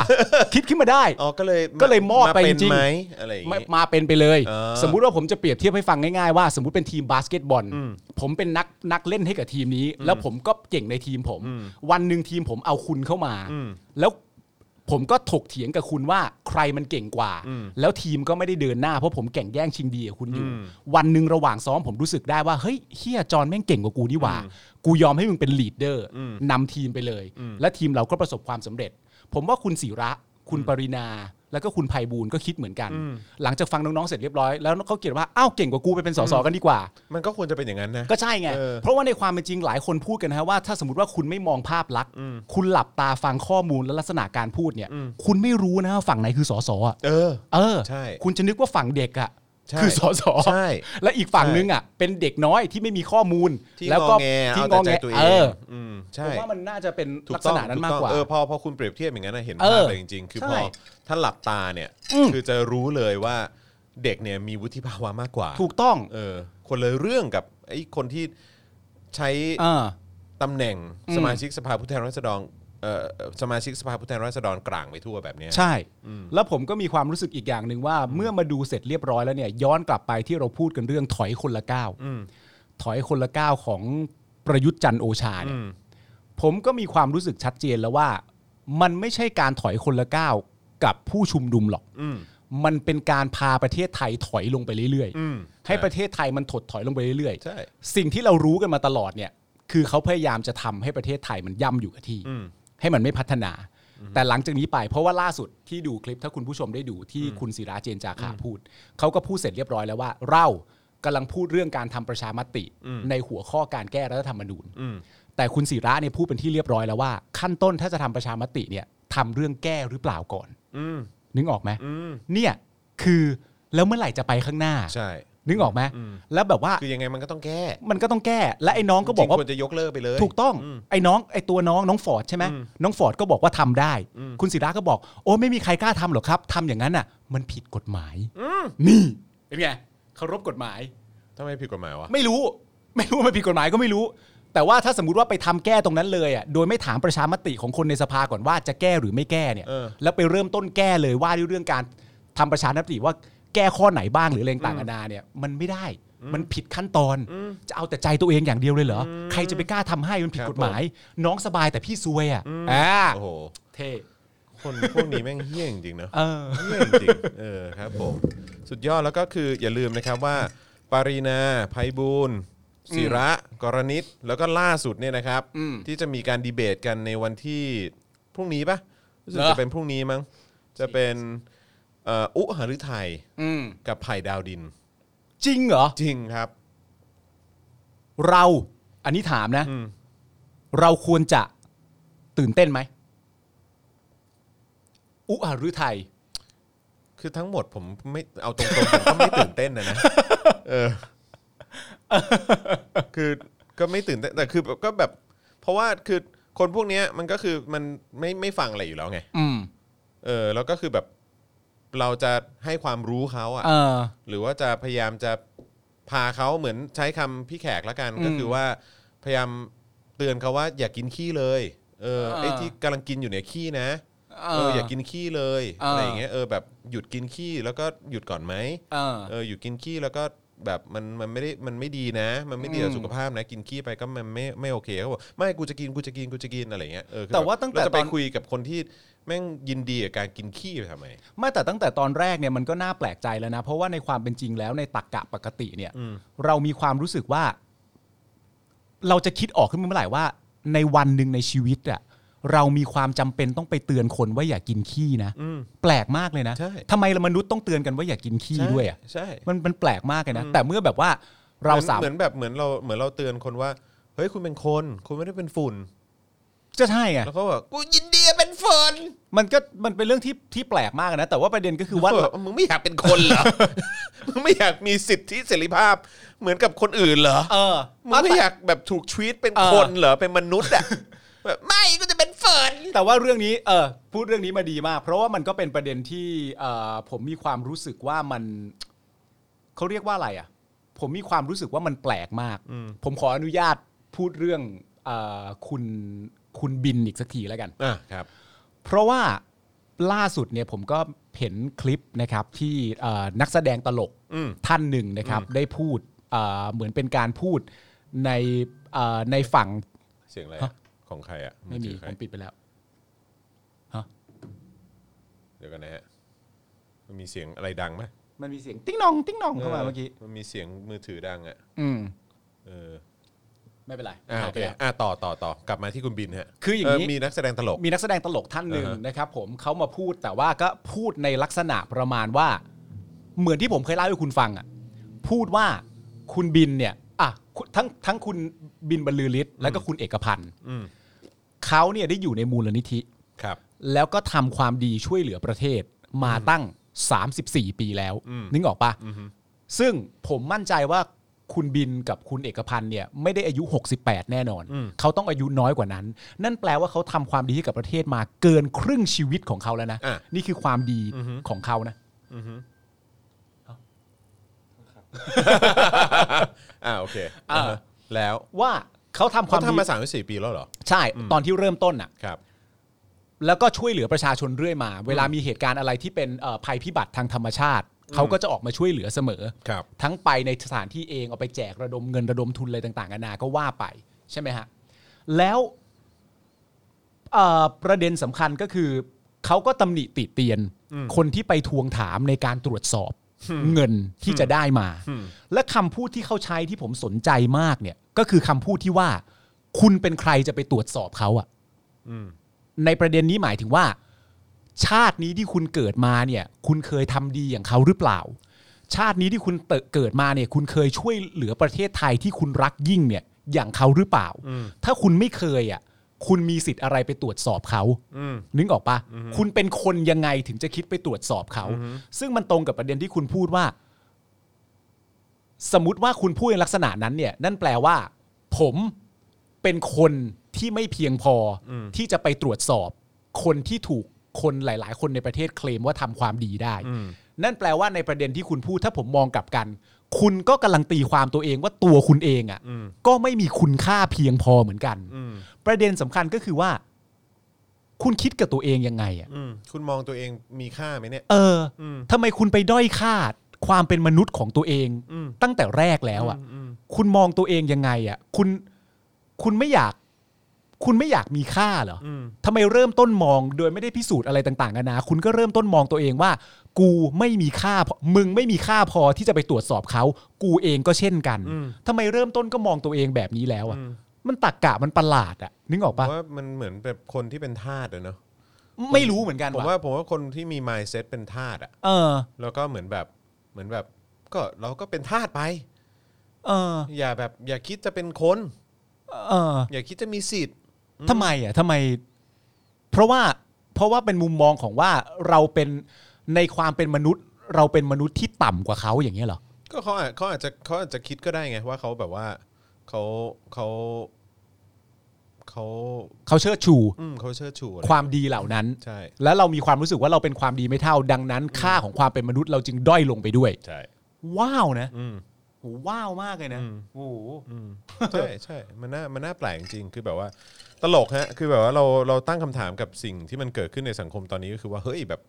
Speaker 3: คิดขึ้นมาได้
Speaker 2: อ๋อก็เลย
Speaker 3: ก็เลยมอบไป
Speaker 2: าเน
Speaker 3: จริง
Speaker 2: ไหมอะไรอย่าง
Speaker 3: ไม่
Speaker 2: งี้
Speaker 3: มาเป็นไปเลย
Speaker 2: เออ
Speaker 3: สมมุติว่าผมจะเปรียบเทียบให้ฟังง่ายๆว่า สมมติเป็นทีมบาสเกตบอล
Speaker 2: อืม
Speaker 3: ผมเป็นนักนักเล่นให้กับทีมนี้ แล้วผมก็เก่งในทีมผม วันหนึ่งทีมผมเอาคุณเข้ามา
Speaker 2: อืม
Speaker 3: แล้ว ผมก็ถกเถียงกับคุณว่าใครมันเก่งกว่า แล้วทีมก็ไม่ได้เดินหน้าเพราะผมแข่งแย่งชิงดีกับคุณอยู่ วันหนึ่งระหว่างซ้อมผมรู้สึกได้ว่าเฮ้ยเฮียจอนแม่งเก่งกว่ากูนี่หว่า กูยอมให้มึงเป็นลีดเดอร์นำทีมไปเลย และทีมเราก็ประสบความสำเร็จ ผมว่าคุณศิระ คุณปรินา แล้วก็คุณไพบูลย์ก็คิดเหมือนกัน หลังจากฟังน้องๆเสร็จเรียบร้อยแล้วเขาเขียนว่าอ้าวเก่งกว่ากูไปเป็นสสกันดีกว่า
Speaker 2: มันก็ควรจะเป็นอย่างนั้นนะ
Speaker 3: ก็ใช่ไง
Speaker 2: เออ
Speaker 3: เพราะว่าในความเป็นจริงหลายคนพูดกันนะฮะว่าถ้าสมมติว่าคุณไม่มองภาพลักษณ์ คุณหลับตาฟังข้อมูลและลักษณะการพูดเนี่ย คุณไม่รู้นะว่าฝั่งไหนคือสอสอะ
Speaker 2: เออ
Speaker 3: เออ
Speaker 2: ใช่
Speaker 3: คุณจะนึกว่าฝั่งเด็กอะ
Speaker 2: ใช่
Speaker 3: คือสอสอ
Speaker 2: ใช่
Speaker 3: และอีกฝั่งนึงอะเป็นเด็กน้อยที่ไม่มีข้อมูล
Speaker 2: ที่
Speaker 3: แล้วก็
Speaker 2: งอแง
Speaker 3: ที่
Speaker 2: เอา
Speaker 3: ง
Speaker 2: แต่
Speaker 3: อ
Speaker 2: ใจ
Speaker 3: แง
Speaker 2: ตัวเอง
Speaker 3: เออ
Speaker 2: อืม
Speaker 3: ผ
Speaker 2: ใช่
Speaker 3: มว่ามันน่าจะเป็น
Speaker 2: ถู
Speaker 3: ลักษ
Speaker 2: ต้อง
Speaker 3: ณะนั้น
Speaker 2: ถู
Speaker 3: มาก
Speaker 2: ต้อง
Speaker 3: กว่า
Speaker 2: เออพอพอคุณเปรียบเทียบอย่างนั้นนะเห็น
Speaker 3: เอ
Speaker 2: ภาพ
Speaker 3: อ
Speaker 2: เลยจริงๆ คือ
Speaker 3: ใช่
Speaker 2: พอถ้าหลับตาเนี่ย
Speaker 3: อืม
Speaker 2: คือจะรู้เลยว่าเด็กเนี่ยมีวุฒิภาวะมากกว่า
Speaker 3: ถูกต้อง
Speaker 2: เออ คนเลยเรื่องกับไอ้คนที่ใช้
Speaker 3: เออ
Speaker 2: ตำแหน่ง
Speaker 3: อืม
Speaker 2: สมาชิกสภาผู้แทนราษฎรเอ่อสมาชิกสภาผู้แทนราษฎรกลางไปทั่วแบบเนี้ย
Speaker 3: ใช่ แล้วผมก็มีความรู้สึกอีกอย่างหนึ่งว่า เมื่อมาดูเสร็จเรียบร้อยแล้วเนี่ย ย้อนกลับไปที่เราพูดกันเรื่องถอยคนละก้าว
Speaker 2: อืม
Speaker 3: ถอยคนละก้าวของประยุทธ์จันทร์โอชาเนี่ย
Speaker 2: อืม
Speaker 3: ผมก็มีความรู้สึกชัดเจนแล้วว่า มันไม่ใช่การถอยคนละก้าวกับผู้ชุมนุมหรอก
Speaker 2: อืม
Speaker 3: มันเป็นการพาประเทศไทยถอยลงไปเรื่อย
Speaker 2: อืม
Speaker 3: ๆ ให้ประเทศไทยมันถดถอยลงไปเรื่อย
Speaker 2: ใช่
Speaker 3: ๆ สิ่งที่เรารู้กันมาตลอดเนี่ย คือเขาพยายามจะทำให้ประเทศไทยมันย่ำอยู่กับที่
Speaker 2: อืม
Speaker 3: ให้มันไม่พัฒนา แต่หลังจากนี้ไป เพราะว่าล่าสุดที่ดูคลิปถ้าคุณผู้ชมได้ดูที่คุณศิราเจนจาคาพูด เขาก็พูดเสร็จเรียบร้อยแล้วว่า เรากำลังพูดเรื่องการทำประชามติ ในหัวข้อการแก้รัฐธรรมนูญ
Speaker 2: อืม
Speaker 3: แต่คุณศิระเนี่ยพูดเป็นที่เรียบร้อยแล้วว่า ขั้นต้นถ้าจะทำประชามติเนี่ยทำเรื่องแก้หรือเปล่าก่อน
Speaker 2: อืม
Speaker 3: นึกออกไหม
Speaker 2: อืม
Speaker 3: เนี่ยคือแล้วเมื่อไหร่จะไปข้างหน้า
Speaker 2: ใช่
Speaker 3: นึกออกไหม
Speaker 2: อืม
Speaker 3: แล้วแบบว่า
Speaker 2: คือยังไงมันก็ต้องแก้
Speaker 3: มันก็ต้องแก้ และไอ้น้องก็บอกว่า
Speaker 2: จริงๆควรจะยกเลิกไปเลย
Speaker 3: ถูกต้อง
Speaker 2: อืม
Speaker 3: ไอ้น้องไอ้ตัวน้องน้องฟอร์ดใช่ไหม
Speaker 2: อืม
Speaker 3: น้องฟอร์ดก็บอกว่าทำได้
Speaker 2: อืม
Speaker 3: คุณศิระก็บอก โอ้ไม่มีใครกล้าทำหรอกครับทำอย่างนั้นน่ะ มันผิดกฎหมายนี่เป็นไงเคารพกฎหมาย
Speaker 2: ทำไมผิดกฎหมายวะ
Speaker 3: ไม่รู้ ไม่รู้ว่ามันผิดกฎหมายก็ไม่รู้ แต่ว่าถ้าสมมติว่าไปทำแก้ตรงนั้นเลยอ่ะโดยไม่ถามประชามติของคนในสภาก่อนว่าจะแก้หรือไม่แก้เนี่ย
Speaker 2: เออ
Speaker 3: แล้วไปเริ่มต้นแก้เลยว่าด้วยเรื่องการทำประชามติว่าแก้ข้อไหนบ้างหรืออะไรต่างๆนานาเนี่ยมันไม่ได้มันผิดขั้นตอน จะเอาแต่ใจตัวเองอย่างเดียวเลยเหรอใครจะไปกล้าทำให้มันผิด
Speaker 2: ครับ
Speaker 3: กฎหมาย น้องสบายแต่พี่ซวยอ่ะอ่า
Speaker 2: โอ้โห
Speaker 3: เท่
Speaker 2: คนพวกนี้แม่งเฮี้ยจริงๆเนอะ
Speaker 3: เออ
Speaker 2: เยี่ยมจริงๆเออครับผมสุดยอดแล้วก็คืออย่าลืมนะครับว่า ปารีนาไพบูลย์ศิระ กรณิต แล้วก็ล่าสุดเนี่ยนะครับ
Speaker 3: อืม
Speaker 2: ที่จะมีการดีเบตกันในวันที่พรุ่งนี้ปะรู้สึก
Speaker 3: เหรอ
Speaker 2: จะเป็นพรุ่งนี้มั้งจะเป็นเอ่ออุหฤทัย
Speaker 3: อืม
Speaker 2: กับไผ่ดาวดิน
Speaker 3: จริงเหรอ
Speaker 2: จริงครับ
Speaker 3: เราอันนี้ถามนะ
Speaker 2: อืม
Speaker 3: เราควรจะตื่นเต้นไหมอุหฤทัย
Speaker 2: คือทั้งหมดผมไม่เอาตรงๆผมก็ไม่ตื่นเต้นนะนะเออ คือก็ไม่ตื่นเต้นแต่คือก็แบบ เพราะว่าคือคนพวกเนี้ยมันก็คือมันไม่ไม่ฟังอะไรอยู่แล้วไง
Speaker 3: อืม
Speaker 2: เออแล้วก็คือแบบเราจะให้ความรู้เขา
Speaker 3: เอ
Speaker 2: อะ่ะ
Speaker 3: อ
Speaker 2: หรือว่าจะพยายามจะพาเขาเหมือนใช้คำพี่แขกละกัน
Speaker 3: อืม
Speaker 2: ก็คือว่าพยายามเตือนเขาว่าอย่ากกินขี้เลยเออ
Speaker 3: อ่า
Speaker 2: ไอ้ที่กำลังกินอยู่เนี่ยขี้นะ
Speaker 3: เอ
Speaker 2: เอออย่ากกินขี้เลย
Speaker 3: เอออ
Speaker 2: อะไรอย่างเงี้ยเออแบบหยุดกินขี้แล้วก็หยุดก่อนไหม
Speaker 3: เออ
Speaker 2: เออหยุดกินขี้แล้วก็แบบมันมันไม่ได้มันไม่ดีนะ มันไม่ดีต่ออ
Speaker 3: ม
Speaker 2: สุขภาพนะ กินขี้ไปก็มันไม่ไม่โอเคเขาบอกไม่กูจะกินกูจะกินกูจะกินอะไรเงี้ยเออคือ
Speaker 3: แต่ว่าตั้งแต่
Speaker 2: เรจะไป
Speaker 3: ตอน
Speaker 2: คุยกับคนที่แม่งยินดีกับการกินขี้ไปทำไม
Speaker 3: ไม่แต่ตั้งแต่ตอนแรกเนี่ยมันก็น่าแปลกใจแล้วนะ เพราะว่าในความเป็นจริงแล้วในตักกะปกติเนี่ย เรามีความรู้สึกว่า เราจะคิดออกขึ้นมาเมื่อไหร่ว่า ในวันหนึ่งในชีวิตอะเรามีความจำเป็นต้องไปเตือนคนว่าอย่ากินขี้นะ
Speaker 2: อืม
Speaker 3: แปลกมากเลยนะ
Speaker 2: ใช่
Speaker 3: ทำไมมนุษย์ต้องเตือนกันว่าอย่ากินขี้ด้วยอะ
Speaker 2: ใช่ใช่
Speaker 3: มันมันแปลกมากเลยนะแต่เมื่อแบบว่าเราสาม
Speaker 2: เหมือนแบบเหมือนเราเหมือนเราเตือนคนว่า เฮ้ยคุณเป็นคน คุณไม่ได้เป็นฝุ่น
Speaker 3: จะใช่ไง
Speaker 2: แล้วเขาบอกกูยินดีเป็นฝุ่น
Speaker 3: มันก็มันเป็นเรื่องที่ที่แปลกมากนะ แต่ว่าประเด็นก็คือว่า
Speaker 2: เขาบอกมึงไม่อยากเป็นคนเห รอ มึงไม่อยากมีสิทธิเสรีภาพ เหมือนกับคนอื่นเหรอ
Speaker 3: เออ
Speaker 2: มึงไม่อยากแบบถูกชีวิตเป็นคนเหรอเป็นมนุษย์อะแบบไม่กูจะเป็นฝุ่น
Speaker 3: แต่ว่าเรื่องนี้เออพูดเรื่องนี้มาดีมาก เพราะว่ามันก็เป็นประเด็นที่เออผมมีความรู้สึกว่ามันเขาเรียกว่าอะไรอ่ะ ผมมีความรู้สึกว่ามันแปลกมาก ผมขออนุญาตพูดเรื่องเออคุณคุณบินอีกสักทีแล้วกัน
Speaker 2: อ่ะครับ
Speaker 3: เพราะว่าล่าสุดเนี่ยผมก็เห็นคลิปนะครับที่เอ่อนักแสดงตลก
Speaker 2: อืม
Speaker 3: ท่านหนึ่งนะครับ ได้พูดเอ่อเหมือนเป็นการพูดในเอ่อในฝั่ง
Speaker 2: เสียงอะไร
Speaker 3: ฮะ
Speaker 2: ของใครอะ
Speaker 3: ไม่มี
Speaker 2: อถือใค
Speaker 3: ผ
Speaker 2: ร
Speaker 3: มปิดไปแล้วฮะ
Speaker 2: ดี๋ยวกันนะฮะมันมีเสียงอะไรดังไหม
Speaker 3: มันมีเสียงติ๊งนองติ๊งนองเข้ามาเมื่อกี้
Speaker 2: มันมีเสียงมือถือดังอ่ะ
Speaker 3: อืม
Speaker 2: เออ
Speaker 3: ไม่เป็นไร
Speaker 2: อ่า
Speaker 3: หา
Speaker 2: โอย เค
Speaker 3: ไปแล้ว
Speaker 2: อ่าต่อต่อต่อกลับมาที่คุณบินฮะ
Speaker 3: คืออย่างนี้
Speaker 2: เมีนักแสดงตลก
Speaker 3: มีนักแสดงตลกท่านหนึ่ง
Speaker 2: อ่าฮะ
Speaker 3: นะครับผมเขามาพูดแต่ว่าก็พูดในลักษณะประมาณว่า เหมือนที่ผมเคยเล่าให้คุณฟังอ่ะพูดว่าคุณบินเนี่ยอ่ะคุณทั้งทั้งคุณบินบรรลือฤทธิ์แล้วก็คุณเอกพันธ์
Speaker 2: อืม
Speaker 3: เขาเนี่ยได้อยู่ในมูลนิธิ
Speaker 2: ครับ
Speaker 3: แล้วก็ทำความดีช่วยเหลือประเทศมาตั้ง 34 ปีแล้ว
Speaker 2: อืม
Speaker 3: นึกออกปะซึ่งผมมั่นใจว่าคุณบินกับคุณเอกพันธ์เนี่ยไม่ได้อายุ 68 แน่นอน เขาต้องอายุน้อยกว่านั้น นั่นแปลว่าเขาทำความดีให้กับประเทศมาเกินครึ่งชีวิตของเขาแล้วนะ
Speaker 2: อ่ะ
Speaker 3: นี่คือความดีของเขานะ
Speaker 2: อ่าโอเค
Speaker 3: อ่า
Speaker 2: แล้ว
Speaker 3: ว่าเขาทำควา
Speaker 2: เขา
Speaker 3: มดี
Speaker 2: ทำมาสามสี่ปีแล้วเหรอ
Speaker 3: ใช่ ตอนที่เริ่มต้นอ่ะ
Speaker 2: ครับ
Speaker 3: แล้วก็ช่วยเหลือประชาชนเรื่อยมา เวลามีเหตุการณ์อะไรที่เป็นเอ่อภัยพิบัติทางธรรมชาติ เขาก็จะออกมาช่วยเหลือเสมอ
Speaker 2: ครับ
Speaker 3: ทั้งไปในสถานที่เองเอาไปแจกระดมเงินระดมทุนอะไรต่างๆนานาก็ว่าไปใช่ไหมฮะ แล้วเอ่อประเด็นสำคัญก็คือ เขาก็ตำหนิติเตียน คนที่ไปทวงถามในการตรวจสอบเงินที่จะได้มา และคำพูดที่เขาใช้ที่ผมสนใจมากเนี่ย ก็คือคำพูดที่ว่า คุณเป็นใครจะไปตรวจสอบเขาอะในประเด็นนี้หมายถึงว่า ชาตินี้ที่คุณเกิดมาเนี่ย คุณเคยทำดีอย่างเขาหรือเปล่า ชาตินี้ที่คุณเติบเกิดมาเนี่ย คุณเคยช่วยเหลือประเทศไทยที่คุณรักยิ่งเนี่ย อย่างเขาหรือเปล่า ถ้าคุณไม่เคยอ่ะ คุณมีสิทธิ์อะไรไปตรวจสอบเขานึกออกปะคุณเป็นคนยังไงถึงจะคิดไปตรวจสอบเขา ซึ่งมันตรงกับประเด็นที่คุณพูดว่า สมมติว่าคุณพูดในลักษณะนั้นเนี่ย นั่นแปลว่า ผมเป็นคนที่ไม่เพียงพออที่จะไปตรวจสอบ คนที่ถูกคนหลาย ๆ คนในประเทศเคลมว่าทำความดีได้ นั่นแปลว่าในประเด็นที่คุณพูดถ้าผมมองกลับกัน คุณก็กำลังตีความตัวเองว่าตัวคุณเองอะ่ะก็ไม่มีคุณค่าเพียงพอเหมือนกัน ประเด็นสำคัญก็คือว่า คุณคิดกับตัวเองยังไงอ่ะ
Speaker 2: อืมคุณมองตัวเองมีค่าไหมเนี่ย
Speaker 3: เอออทำไมคุณไปด้อยค่าความเป็นมนุษย์ของตัวเอง ตั้งแต่แรกแล้วอ่ะ คุณมองตัวเองยังไงอ่ะ คุณ คุณไม่อยาก คุณไม่อยากมีค่าเหรออทำไมเริ่มต้นมองโดยไม่ได้พิสูจน์อะไรต่างๆกันานะคุณก็เริ่มต้นมองตัวเองว่า กูไม่มีค่าพอมึงไม่มีค่าพอที่จะไปตรวจสอบเขา กูเองก็เช่นกัน ทำไมเริ่มต้นก็มองตัวเองแบบนี้แล้วอ่ะ มันตักกะมันประหลาดอ่ะ นึกออก
Speaker 2: ผ
Speaker 3: ปะ
Speaker 2: มว่ามันเหมือนแบบคนที่เป็นทาสอะเนอะ
Speaker 3: ไม่รู้เหมือนกัน
Speaker 2: ผม
Speaker 3: ว่ะ
Speaker 2: ว่าผมว่าคนที่มี mindset เป็นทาสอะ
Speaker 3: เออ
Speaker 2: แล้วก็เหมือนแบบเหมือนแบบก็เราก็เป็นทาสไป
Speaker 3: เออ
Speaker 2: อย่าแบบอย่าคิดจะเป็นคน
Speaker 3: เออ
Speaker 2: อย่าคิดจะมีสิทธิ์
Speaker 3: ทำไมอ่ะทำไม เพราะว่าเพราะว่าเป็นมุมมองของว่าเราเป็นในความเป็นมนุษย์ เราเป็นมนุษย์ที่ต่ำกว่าเขาอย่างเงี้ยเหรอ
Speaker 2: ก็เขาอาจเขาอาจจะเขาอาจจะคิดก็ได้ไงว่าเขาแบบว่าเขาเขาเขา
Speaker 3: เขาเชิดชู
Speaker 2: อืมเขาเชิดชูอะไร
Speaker 3: ความดีเหล่านั้น
Speaker 2: ใช่
Speaker 3: แล้วเรามีความรู้สึกว่าเราเป็นความดีไม่เท่าดังนั้น ค่าของความเป็นมนุษย์เราจึงด้อยลงไปด้วย
Speaker 2: ใช่
Speaker 3: ว้าวนะ
Speaker 2: อืม
Speaker 3: โหว้าวมากเลยนะ
Speaker 2: อืม
Speaker 3: โอ้โห
Speaker 2: ใช่ใช่ มันน่า มันน่าแปลกจริงๆคือแบบว่า ตลกฮะ คือแบบว่าเรา เราตั้งคำถามกับสิ่งที่มันเกิดขึ้นในสังคมตอนนี้ก็คือว่า เฮ้ย แบบ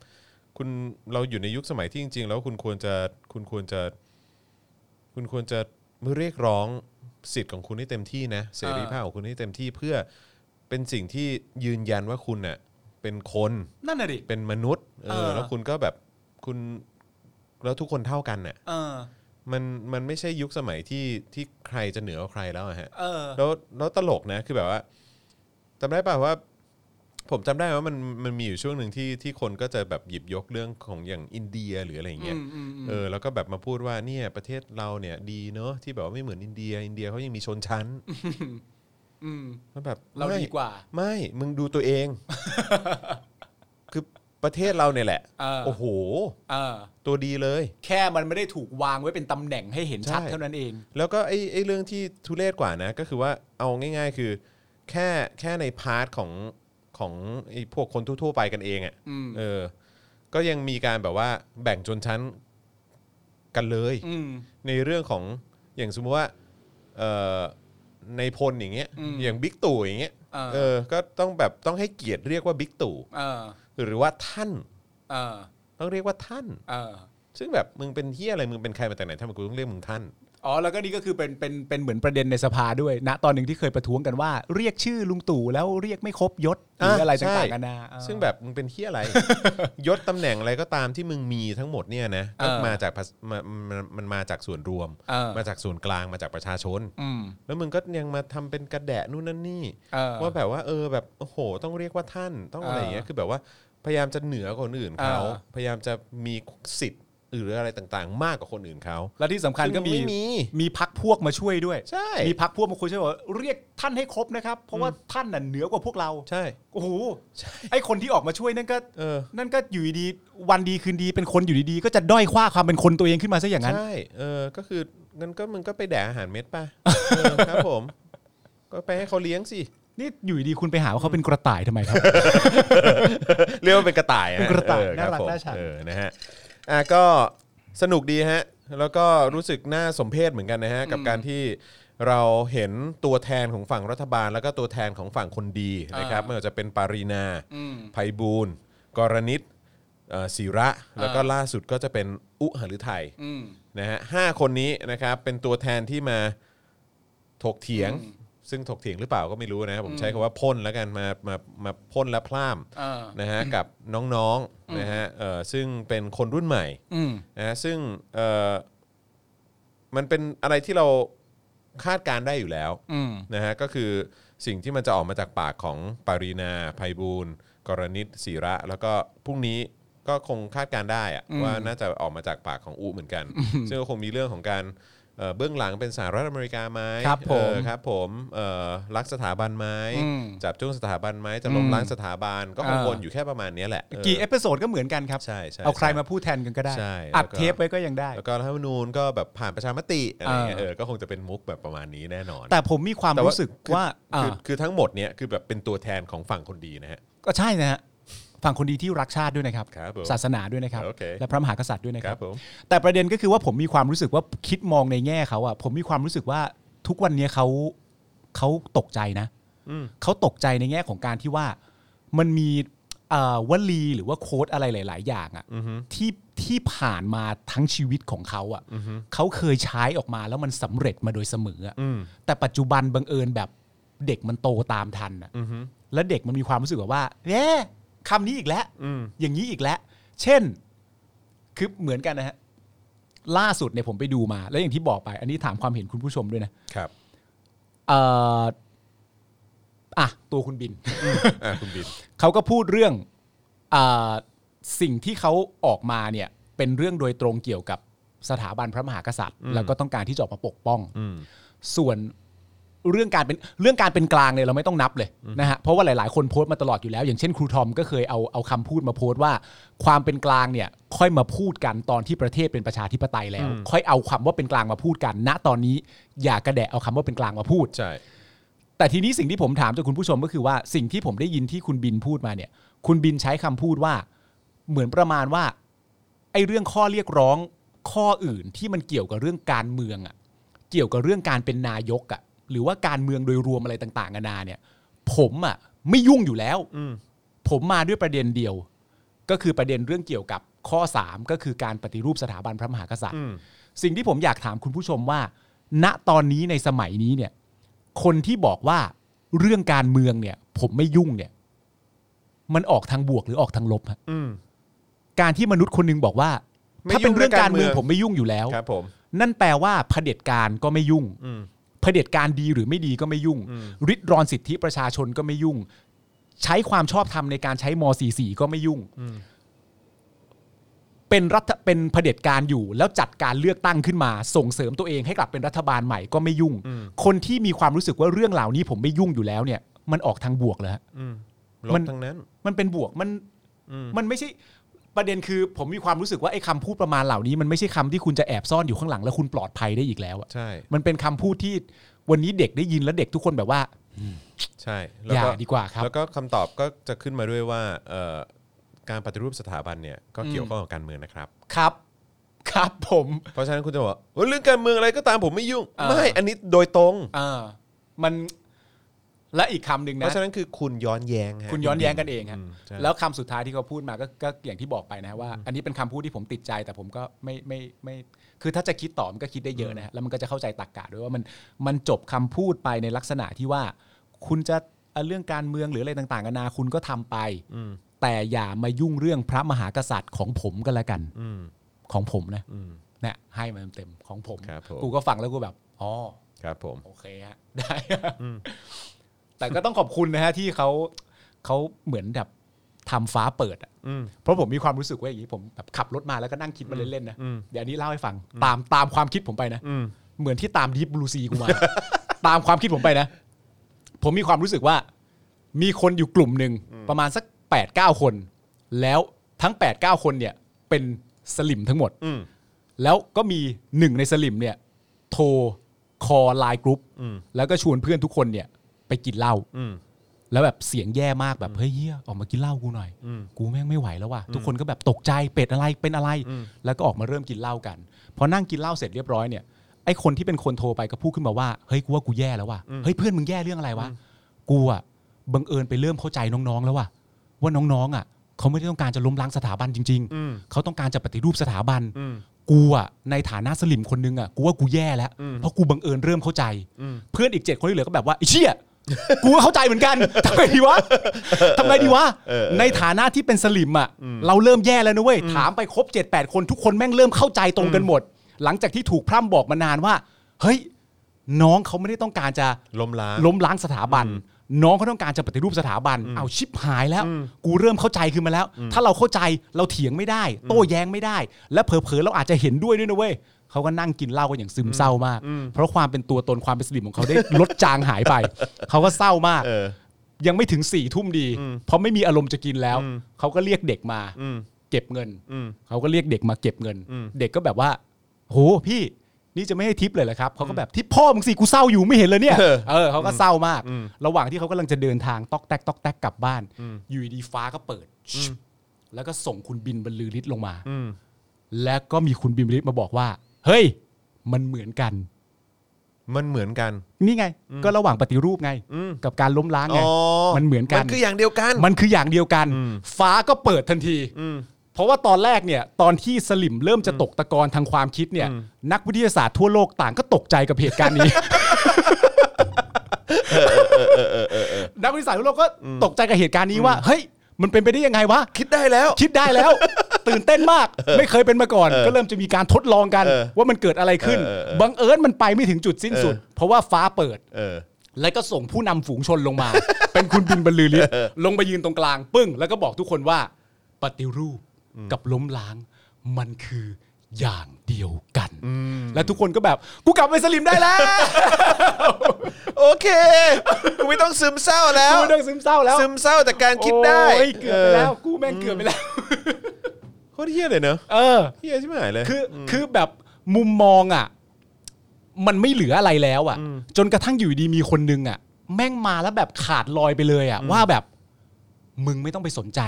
Speaker 2: คุณ เราอยู่ในยุคสมัยที่จริง ๆ แล้วคุณควรจะ คุณควรจะ คุณควรจะเรียกร้องสิทธิ์ของคุณให้เต็มที่นะ เสรีภาพของคุณให้เต็มที่เพื่อเป็นสิ่งที่ยืนยันว่าคุณเน่ะ เป็นคน
Speaker 3: นั่นน่ะดิ
Speaker 2: เป็นมนุษย์ เอ
Speaker 3: เอ
Speaker 2: อ
Speaker 3: อ
Speaker 2: แล้วคุณก็แบบ คุณ แล้วทุกคนเท่ากันน่ะ
Speaker 3: เออ
Speaker 2: มัน มันไม่ใช่ยุคสมัยที่ ที่ใครจะเหนือกว่าใครแล้วอะฮะ
Speaker 3: เออ
Speaker 2: แล้วแล้วตลกนะคือแบบว่าจำได้ป่ะว่า ผมจำได้ว่ามันมันมีอยู่ช่วงหนึ่งที่ที่คนก็จะแบบหยิบยกเรื่องของอย่างอินเดียหรืออะไรอย่างเงี้ยเออแล้วก็แบบมาพูดว่าเนี่ยประเทศเราเนี่ยดีเนอะที่แบบว่าไม่เหมือนอินเดีย อินเดียเขายังมีชนชั้น
Speaker 3: อืม
Speaker 2: แล้วแบบ
Speaker 3: เรา
Speaker 2: ไม่
Speaker 3: ดีกว่า
Speaker 2: ไม่มึงดูตัวเอง คือประเทศเราเนี่ยแหละ
Speaker 3: เออ
Speaker 2: โอ้โห
Speaker 3: เออ
Speaker 2: ตัวดีเลย
Speaker 3: แค่มันไม่ได้ถูกวางไว้เป็นตำแหน่งให้เห็นชัด
Speaker 2: ใช่
Speaker 3: เท่านั้นเอง
Speaker 2: แล้วก็ไอ้ไอ้เรื่องที่ทุเรศกว่านะ ก็คือว่าเอาง่าย ๆ คือ แค่แค่ในพาร์ทของของไอ้พวกคนทั่วๆไปกันเองอะ่ะ
Speaker 3: อืม
Speaker 2: เออ ก็ยังมีการแบบว่าแบ่งชนชั้นกันเลย
Speaker 3: อืม
Speaker 2: ในเรื่องของอย่างสมมติว่าเอ่อในพลอย่างเงี้ย
Speaker 3: อืม
Speaker 2: อย่างบิ๊กตู่อย่างเงี้ย
Speaker 3: เออ
Speaker 2: เออ ก็ต้องแบบต้องให้เกียรติเรียกว่าบิ๊กตู่
Speaker 3: เออ
Speaker 2: หรือว่าท่าน
Speaker 3: เออ
Speaker 2: ต้องเรียกว่าท่าน
Speaker 3: เออ
Speaker 2: ซึ่งแบบมึงเป็นเฮียอะไรมึงเป็นใครมาจากไหนทำไมกูต้องเรียกมึงท่าน
Speaker 3: อ๋อแล้วก็นี่ก็คือเป็นเป็นเป็นเหมือนประเด็นในสภาด้วยนะตอนหนึ่งที่เคยประท้วงกันว่า เรียกชื่อลุงตู่แล้วเรียกไม่ครบยศหรืออะไร
Speaker 2: ใช่
Speaker 3: ต่างๆกันานาอ่า
Speaker 2: ซึ่งแบบมึงเป็นเฮีย อะไร ยศตำแหน่งอะไรก็ตามที่มึงมีทั้งหมดเนี่ยนะก็
Speaker 3: เออ
Speaker 2: มาจากภาษมามันมันมาจากส่วนรวม
Speaker 3: เออ
Speaker 2: มาจากส่วนกลางมาจากประชาชน
Speaker 3: อืม
Speaker 2: แล้วมึงก็ยังมาทำเป็นกระแดะนู่นนั่นนี่
Speaker 3: เออ
Speaker 2: ว่าแบบว่าเออแบบโอ้โห ต้องเรียกว่าท่านต้องอะไรอย่างเงี้ยคือแบบว่าพยายามจะเหนือกว่าคนอื่นเขา
Speaker 3: เออ
Speaker 2: พยายามจะมีสิทธิ์หรืออะไรต่างๆ มากกว่าคนอื่นเขา
Speaker 3: แล้วที่สำคัญก็มี
Speaker 2: ซึ่งไม่มี
Speaker 3: มีพักพวกมาช่วยด้วย
Speaker 2: ใช่
Speaker 3: มีพักพวกมาคุยช่วยบอกว่าเรียกท่านให้ครบนะครับเพราะว่าท่านน่ะเหนือกว่าพวกเรา
Speaker 2: ใช่
Speaker 3: โอ้โหไอคนที่ออกมาช่วยนั่นก็
Speaker 2: เออ
Speaker 3: นั่นก็อยู่ดีๆวันดีคืนดีเป็นคนอยู่ดีๆ ก็จะด้อยค่าความเป็นคนตัวเองขึ้นมาซะอย่างนั้น
Speaker 2: ใช่ เออ ก็คืองั้นก็มึงก็ไปแดกอาหารเม็ด ป่ะ เออครับผม ก็ไปให้เขาเลี้ยงสิ
Speaker 3: นี่อยู่ดีๆคุณไปหาว่าเขาเป็นกระต่ายทำไมครับ
Speaker 2: เรียกว่าเป็นกระต่ายฮ
Speaker 3: เป็นกระต่าย
Speaker 2: เออคบ
Speaker 3: น่ารัก
Speaker 2: ผม
Speaker 3: น่าชัง
Speaker 2: เออ นะฮะ อ่ะก็สนุกดีฮะ แล้วก็รู้สึกน่าสมเพชเหมือนกันนะฮะ กับการที่เราเห็นตัวแทนของฝั่งรัฐบาล แล้วก็ตัวแทนของฝั่งคนดีนะครับไม่ว่าจะเป็นปารีนาไพบูลย์กรณิตเอ่อศิระ แล้วก็ล่าสุดก็จะเป็นอุหฤทัย นะฮะห้าคนนี้นะครับเป็นตัวแทนที่มาถกเถียง ซึ่งถกเถียงหรือเปล่าก็ไม่รู้นะผมใช้คำว่าพ่นแล้วกันมามามาพ่นและพล่ามนะฮะกับน้องๆนะฮะเอ่อซึ่งเป็นคนรุ่นใหม่
Speaker 3: อืม
Speaker 2: นะฮะซึ่งเอ่อมันเป็นอะไรที่เราคาดการณ์ได้อยู่แล้ว
Speaker 3: อืม
Speaker 2: นะฮะก็คือสิ่งที่มันจะออกมาจากปากของปารีนาไพบูลย์กรณิตศิระ แล้วก็พรุ่งนี้ก็คงคาดการณ์ได้อะว่าน่าจะออกมาจากปากของอูเหมือนกัน ซึ่งก็คงมีเรื่องของการเอ่อเบื้องหลังเป็นสหรัฐอเมริกาไหม
Speaker 3: ครับผม
Speaker 2: เออครับผมเอ่อรักสถาบันไหม
Speaker 3: อืม
Speaker 2: จับจ้วงสถาบันไหมจะล้มล้างสถาบันก็คง
Speaker 3: เออ
Speaker 2: วนอยู่แค่ประมาณเนี้ยแหละเออ
Speaker 3: กี่เอพิโซดก็เหมือนกันครับ
Speaker 2: ใช่ใช่
Speaker 3: เอาใคร
Speaker 2: ใช่
Speaker 3: มาพูดแทนกันก็ได้
Speaker 2: ใช่
Speaker 3: อัด
Speaker 2: แล้วก็
Speaker 3: เทปไว้ก็ยังได้
Speaker 2: แล้วก็รัฐธรรมนูญก็แบบผ่านประชามติอะไรเงี้ย
Speaker 3: เอ
Speaker 2: เอ
Speaker 3: อ
Speaker 2: อก็คงจะเป็นมุกแบบประมาณนี้แน่นอน
Speaker 3: แต่ผมมีความ
Speaker 2: แต่
Speaker 3: รู้สึก
Speaker 2: คือ
Speaker 3: ว่าอ่า
Speaker 2: คือคือทั้งหมดเนี่ยคือแบบเป็นตัวแทนของฝั่งคนดีนะฮะ
Speaker 3: ก็ใช่นะฮะฝั่งคนดีที่รักชาติด้วยนะครับ
Speaker 2: ครับผม
Speaker 3: ศาสนาด้วยนะครับ
Speaker 2: โอเค
Speaker 3: และพระมหากษัตริย์ด้วยนะ
Speaker 2: ค
Speaker 3: ค
Speaker 2: รั
Speaker 3: รั
Speaker 2: บบ ผม
Speaker 3: แต่ประเด็นก็คือว่าผมมีความรู้สึกว่าคิดมองในแง่เขาอะผมมีความรู้สึกว่าทุกวันนี้เขาเขาตกใจนะเขาตกใจในแง่ของการที่ว่ามันมีเอ่อวลีหรือว่าโค้ดอะไรหลาย ๆ อย่างอะที่ที่ผ่านมาทั้งชีวิตของเขาอะเขาเคยใช้ออกมาแล้วมันสำเร็จมาโดยเสมออะแต่ปัจจุบันบังเอิญแบบเด็กมันโตตามทันอะแล้วเด็กมันมีความรู้สึกแบบว่าเอ๊ะคำนี้อีกแล้วอย่างนี้อีกแล้ว เช่นคือเหมือนกันนะฮะ ล่าสุดเนี่ยผมไปดูมา แล้วอย่างที่บอกไป อันนี้ถามความเห็นคุณผู้ชมด้วยนะครับ เอ่ออ่ะตัวคุณบิน
Speaker 2: อ่ะคุณบิน
Speaker 3: เขาก็พูดเรื่องเออสิ่งที่เขาออกมาเนี่ยเป็นเรื่องโดยตรงเกี่ยวกับสถาบันพระมหากษัตริย์ แล้วก็ต้องการที่จะออกมาปกป้อง ส่วนเรื่องการเป็นเรื่องการเป็นกลางเนี่ยเราไม่ต้องนับเลยนะฮะเพราะว่าหลาย ๆ คนโพสต์มาตลอดอยู่แล้ว อย่างเช่นครูทอมก็เคยเอาเอาคำพูดมาโพสต์ว่า ความเป็นกลางเนี่ยค่อยมาพูดกันตอนที่ประเทศเป็นประชาธิปไตยแล้ว ค่อยเอาคำว่าเป็นกลางมาพูดกัน ณตอนนี้อย่ากระแดะเอาคำว่าเป็นกลางมาพูด
Speaker 2: ใช่
Speaker 3: แต่ทีนี้สิ่งที่ผมถามจากคุณผู้ชมก็คือว่าสิ่งที่ผมได้ยินที่คุณบินพูดมาเนี่ย คุณบินใช้คำพูดว่าเหมือนประมาณว่าไอ้เรื่องข้อเรียกร้องข้ออื่นที่มันเกี่ยวกับเรื่องการเมืองอะ่ะเกี่ยวกับเรื่องการเป็นนายกอะ่ะหรือว่าการเมืองโดยรวมอะไรต่างๆนานาเนี่ย ผมอะ่ะไม่ยุ่งอยู่แล้วผมมาด้วยประเด็นเดียว ก็คือประเด็นเรื่องเกี่ยวกับข้อ 3 ก็คือการปฏิรูปสถาบันพระมหากษัตริย์ สิ่งที่ผมอยากถามคุณผู้ชมว่า ณตอนนี้ในสมัยนี้เนี่ย คนที่บอกว่าเรื่องการเมืองเนี่ย ผมไม่ยุ่งเนี่ย มันออกทางบวกหรือออกทางลบฮะการที่มนุษย์คนหนึงบอกว่า
Speaker 2: ไม่
Speaker 3: ถ้าเป็นเรื่องการเมือง
Speaker 2: ยุ่งเรื่องการเมือง
Speaker 3: ผมไม่ยุ่งอยู่แล้ว
Speaker 2: ครับผม
Speaker 3: นั่นแปลว่าเผด็จการก็ไม่ยุ่ง
Speaker 2: อืม
Speaker 3: เผด็จการดีหรือไม่ดีก็ไม่ยุ่งริดรอนสิทธิประชาชนก็ไม่ยุ่ง ใช้ความชอบธรรมในการใช้ม .44 ก็ไม่ยุ่งเป็นรัฐเป็นเผด็จการอยู่ แล้วจัดการเลือกตั้งขึ้นมา ส่งเสริมตัวเองให้กลับเป็นรัฐบาลใหม่ก็ไม่ยุ่ง คนที่มีความรู้สึกว่าเรื่องเหล่านี้ผมไม่ยุ่งอยู่แล้วเนี่ย มันออกทางบวกเลยฮะ
Speaker 2: ล
Speaker 3: มั
Speaker 2: บ
Speaker 3: น
Speaker 2: ทั้งนั้น
Speaker 3: มันเป็นบวกมันมันไม่ใช่ประเด็นคือ ผมมีความรู้สึกว่าไอ้คำพูดประมาณเหล่านี้มันไม่ใช่คำที่คุณจะแอบซ่อนอยู่ข้างหลังแล้วคุณปลอดภัยได้อีกแล้วอะ
Speaker 2: ใช่
Speaker 3: มันเป็นคำพูดที่วันนี้เด็กได้ยินแล้วเด็กทุกคนแบบว่า
Speaker 2: ใช่
Speaker 3: อย่าดีกว่าครับ
Speaker 2: แล้วก็คำตอบก็จะขึ้นมาด้วยว่าเอ่อการปฏิรูปสถาบันเนี่ยก็เกี่ยวข้องกับการเมืองนะครับ
Speaker 3: ครับ ครับผม
Speaker 2: เพราะฉะนั้นคุณจะบอกว่าเอ้ยเรื่องการเมืองอะไรก็ตามผมไม่ยุ่ง
Speaker 3: อ่า
Speaker 2: ไม่ อันนี้โดยตรง
Speaker 3: อ่ามัน และอีกคำหนึ่ง
Speaker 2: เพ
Speaker 3: นะ
Speaker 2: ราะฉะนั้นคือคุณย้อนแย้งฮะ
Speaker 3: คุณย้อนแย้งกันเองฮะ
Speaker 2: อืมใช่
Speaker 3: แล้วคำสุดท้ายที่เขาพูดมาก็ก็อย่างที่บอกไปนะฮะว่า อันนี้เป็นคำพูดที่ผมติดใจแต่ผมก็ไม่ไม่ไม่คือถ้าจะคิดต่อมันก็คิดได้เยอะนะฮะแล้วมันก็จะเข้าใจตรรกะด้วยว่ามันมันจบคำพูดไปในลักษณะที่ว่า คุณจะเอาเรื่องการเมืองหรืออะไรต่างๆนานาคุณก็ทำไป แต่อย่ามายุ่งเรื่องพระมหากษัตริย์ของผมก็แล้วกัน
Speaker 2: อืม
Speaker 3: ของผมนะ
Speaker 2: อืม
Speaker 3: เนี่ยให้มาเต็มๆของผม
Speaker 2: ครับผม
Speaker 3: กูก็ฟังแล้วกูแบบอ๋อ
Speaker 2: ครับผม
Speaker 3: โอเคฮะ ได้แต่ก็ต้องขอบคุณนะฮะที่เขาเขาเหมือนแบบทำฟ้าเปิดอะ
Speaker 2: อืม
Speaker 3: เพราะผมมีความรู้สึกว่าอย่างนี้ผมแบบขับรถมาแล้วก็นั่งคิดมาเล่นๆนะ
Speaker 2: อืม
Speaker 3: เดี๋ยวอันนี้เล่าให้ฟัง ตามตามความคิดผมไปนะ
Speaker 2: อืม
Speaker 3: เหมือนที่ตามดีฟบลูซีกูมา ตามความคิดผมไปนะ ผมมีความรู้สึกว่า มีคนอยู่กลุ่มหนึ่งประมาณสัก8ปดเคน แล้วทั้ง8ปดเคนเนี่ย เป็นสลิมทั้งหมด
Speaker 2: อืม
Speaker 3: แล้วก็มีหนึ่งในสลิมเนี่ย โทรคอไลน์กรุ๊ป
Speaker 2: อืม
Speaker 3: แล้วก็ชวนเพื่อนทุกคนเนี่ย ไปกินเหล้า
Speaker 2: อืม
Speaker 3: แล้วแบบเสียงแย่มากแบบเฮ้ยเฮียออกมากินเหล้ากูหน่อย
Speaker 2: อืม
Speaker 3: กูแม่งไม่ไหวแล้วว่ะทุกคนก็แบบตกใจเป็ดอะไรเป็นอะไร
Speaker 2: อืม
Speaker 3: แล้วก็ออกมาเริ่มกินเหล้ากันพอนั่งกินเหล้าเสร็จเรียบร้อยเนี่ยไอคนที่เป็นคนโทรไปก็พูดขึ้นมาว่าเฮ้ยกูว่ากูแย่แล้วว่ะเฮ้ยเพื่อนมึงแย่เรื่องอะไรวะกูอ่ะบังเอิญไปเริ่มเข้าใจน้องๆแล้วว่ะว่าน้องๆอ่ะเขาไม่ได้ต้องการจะล้มล้างสถาบันจริง
Speaker 2: อืม
Speaker 3: ๆ เขาต้องการจะปฏิรูปสถาบัน
Speaker 2: อืม
Speaker 3: กูอะในฐานะสลิมคนนึงอะกูว่ากูแย่แล้ว
Speaker 2: อืม
Speaker 3: เพราะกูบังเอิญเริ่มเข้าใจ
Speaker 2: อืม
Speaker 3: เพื่อนอีกเจ็ดคนที่เหลือก็แบบว่าไอ้เชี่ยกูก็เข้าใจเหมือน กันทำไงดีวะทำไงดีวะ
Speaker 2: เออเออ
Speaker 3: ในฐานะที่เป็นสลิมอะเราเริ่มแย่แล้วนะเว้ยถามไปครบ 7 8 คนทุกคนแม่งเริ่มเข้าใจตรงกันหมด หลังจากที่ถูกพร่ำบอกมานานว่า เฮ้ย น้องเขาไม่ได้ต้องการจะ
Speaker 2: ล้มล้าง
Speaker 3: ล้มล้างสถาบัน น้องเขาต้องการจะปฏิรูปสถาบัน เอาชิบหายแล้ว กูเริ่มเข้าใจขึ้นมาแล้ว ถ้าเราเข้าใจเราเถียงไม่ได้ โต้แย้งไม่ได้ และเผลอๆเราอาจจะเห็นด้วยด้วยนะเว้ยเขาก็นั่งกินเหล้ากันอย่างซึมเศร้ามาก เพราะความเป็นตัวตนความเป็นสลิมของเขาได้ ลดจางหาย ไป เขาก็เศร้ามาก
Speaker 2: เออ
Speaker 3: ยังไม่ถึงสี่ทุ่มดี เพราะไม่มีอารมณ์จะกินแล้ว เขาก็เรียกเด็กมา
Speaker 2: อืม
Speaker 3: เก็บเงิน
Speaker 2: อืม
Speaker 3: เขาก็เรียกเด็กมาเก็บเงิน
Speaker 2: อืม
Speaker 3: เด็กก็แบบว่า โหพี่ นี่จะไม่ให้ทิปเลยเหรอครับเขาก็แบบทิปพ่อมึงสิกูเศร้าอยู่ไม่เห็นเลย เนี่ยเออเขาก็เศร้ามาก ระหว่างที่เขากำลังจะเดินทางตอกแตกตอกแตกกลับบ้านอยู่ดีๆฟ้าก็เปิด แล้วก็ส่งคุณบินบรรลือฤทธิ์ลงมา
Speaker 2: อืม
Speaker 3: แล้วก็มีคุณบินบรรลือฤทธิ์มาบอกว่า เฮ้ย มันเหมือนกัน
Speaker 2: มันเหมือนกัน
Speaker 3: นี่ไง ก็ระหว่างปฏิรูปไง
Speaker 2: อืม
Speaker 3: กับการล้มล้างไง
Speaker 2: อ๋อ
Speaker 3: มันเหมือนกัน
Speaker 2: มันคืออย่างเดียวกัน
Speaker 3: มันคืออย่างเดียวกัน
Speaker 2: อืม
Speaker 3: ฟ้าก็เปิดทันที
Speaker 2: อืม
Speaker 3: เพราะว่าตอนแรกเนี่ยตอนที่สลิมเริ่มจะตกตะกอนทางความคิดเนี่ย นักวิทยาศาสตร์ทั่วโลกต่างก็ตกใจกับเหตุการณ์นี้ นักวิทยาศาสตร์ทั่วโลกก็ตกใจกับเหตุการณ์นี้ว่าเฮ้ยมันเป็นไปได้ยังไงวะ
Speaker 2: คิดได้แล้ว
Speaker 3: คิดได้แล้ว ตื่นเต้นมาก ไม่เคยเป็นมาก่อน ก็เริ่มจะมีการทดลองกัน
Speaker 2: เออ
Speaker 3: ว่ามันเกิดอะไรขึ้น
Speaker 2: เออเออเออ
Speaker 3: บังเอิญมันไปไม่ถึงจุดสิ้นสุด
Speaker 2: เออ
Speaker 3: เพราะว่าฟ้าเปิด
Speaker 2: เออ
Speaker 3: แล้วก็ส่งผู้นำฝูงชนลงมา เป็นคุณบินบรรลือฤทธิ์ลงไปยืนตรงกลางปึ้ง แล้วก็บอกทุกคนว่า ปฏิรูปกับล้มล้าง มันคืออย่างเดียวกัน และทุกคนก็แบบ กูกลับไปสลิมได้แล้ว
Speaker 2: โอเคกูไม่ต้องซึมเศร้าแล้ว
Speaker 3: กูเรื่องซึมเศร้าแล้ว
Speaker 2: ซึมเศร้าแต่การคิดได้
Speaker 3: โอ้ยเกือบไปแล้ว กูแม่งเกือบไปแล้ว
Speaker 2: โคตรเฮี้ยเลยเนอะ
Speaker 3: เออ
Speaker 2: เฮี้ยใช่ไหมเลย
Speaker 3: คืออคือแบบมุมมองอ่ะ มันไม่เหลืออะไรแล้วอ่ะ จนกระทั่งอยู่ดีมีคนนึงอ่ะ แม่งมาแล้วแบบขาดลอยไปเลยอ่ะ ว่าแบบ มึงไม่ต้องไปสนใจ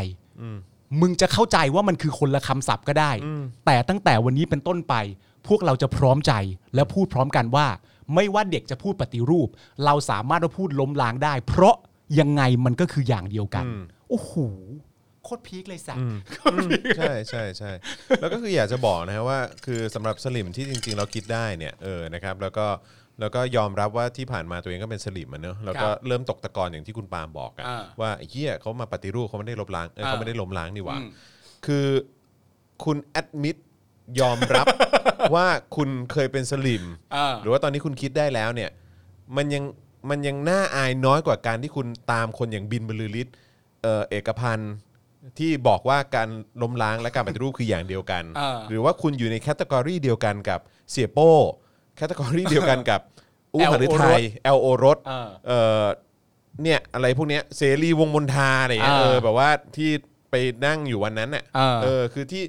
Speaker 3: มึงจะเข้าใจว่ามันคือคนละคำศัพท์ก็ได้ แต่ตั้งแต่วันนี้เป็นต้นไป พวกเราจะพร้อมใจและพูดพร้อมกันว่า ไม่ว่าเด็กจะพูดปฏิรูป เราสามารถมาพูดล้มล้างได้ เพราะยังไงมันก็คืออย่างเดียวกัน
Speaker 2: อืม
Speaker 3: โอ้โหโคตรพีคเลยสัตว์
Speaker 2: ใช่ใช่ใช่แล้วก็คืออยากจะบอกนะฮะว่า คือสำหรับสลิมที่จริง ๆ เราคิดได้เนี่ยเออนะครับ แล้วก็แล้วก็ยอมรับว่าที่ผ่านมาตัวเองก็เป็นสลิมมันเนอะแล้วก็
Speaker 3: ครับ
Speaker 2: เริ่มตกตะกอนอย่างที่คุณปาล์มบอกอะ
Speaker 3: อ่า
Speaker 2: ว่าไอ้เฮียเขามาปฏิรูปเขาไม่ได้ลบล้างเออเขา
Speaker 3: อ่า
Speaker 2: ไม่ได้ล้มล้างนี่หว่า
Speaker 3: อืม
Speaker 2: คือคุณแอดมิดยอมรับ ว่าคุณเคยเป็นสลิม
Speaker 3: เออ
Speaker 2: หรือว่าตอนนี้คุณคิดได้แล้วเนี่ย มันยังมันยังน่าอายน้อยกว่าการที่คุณตามคนอย่างบินบรรลือฤทธิ์เอ่อเอกพันธ์ที่บอกว่าการล้มล้างและการปฏิรูปคืออย่างเดียวกัน
Speaker 3: เออ
Speaker 2: หรือว่าคุณอยู่ในแคตตากรีเดียวกันกับเสียโป้แคตตากรีเดียวกันกับอู้หฤทัยแอลโอรส
Speaker 3: เออ
Speaker 2: เอ่อเนี่ยอะไรพวกเนี้ยเสรีวงศ์มนทาอะไรอย่างเงี้ย
Speaker 3: เออ
Speaker 2: เออแบบว่าที่ไปนั่งอยู่วันนั้นน่ะ
Speaker 3: เออ
Speaker 2: เออคือที่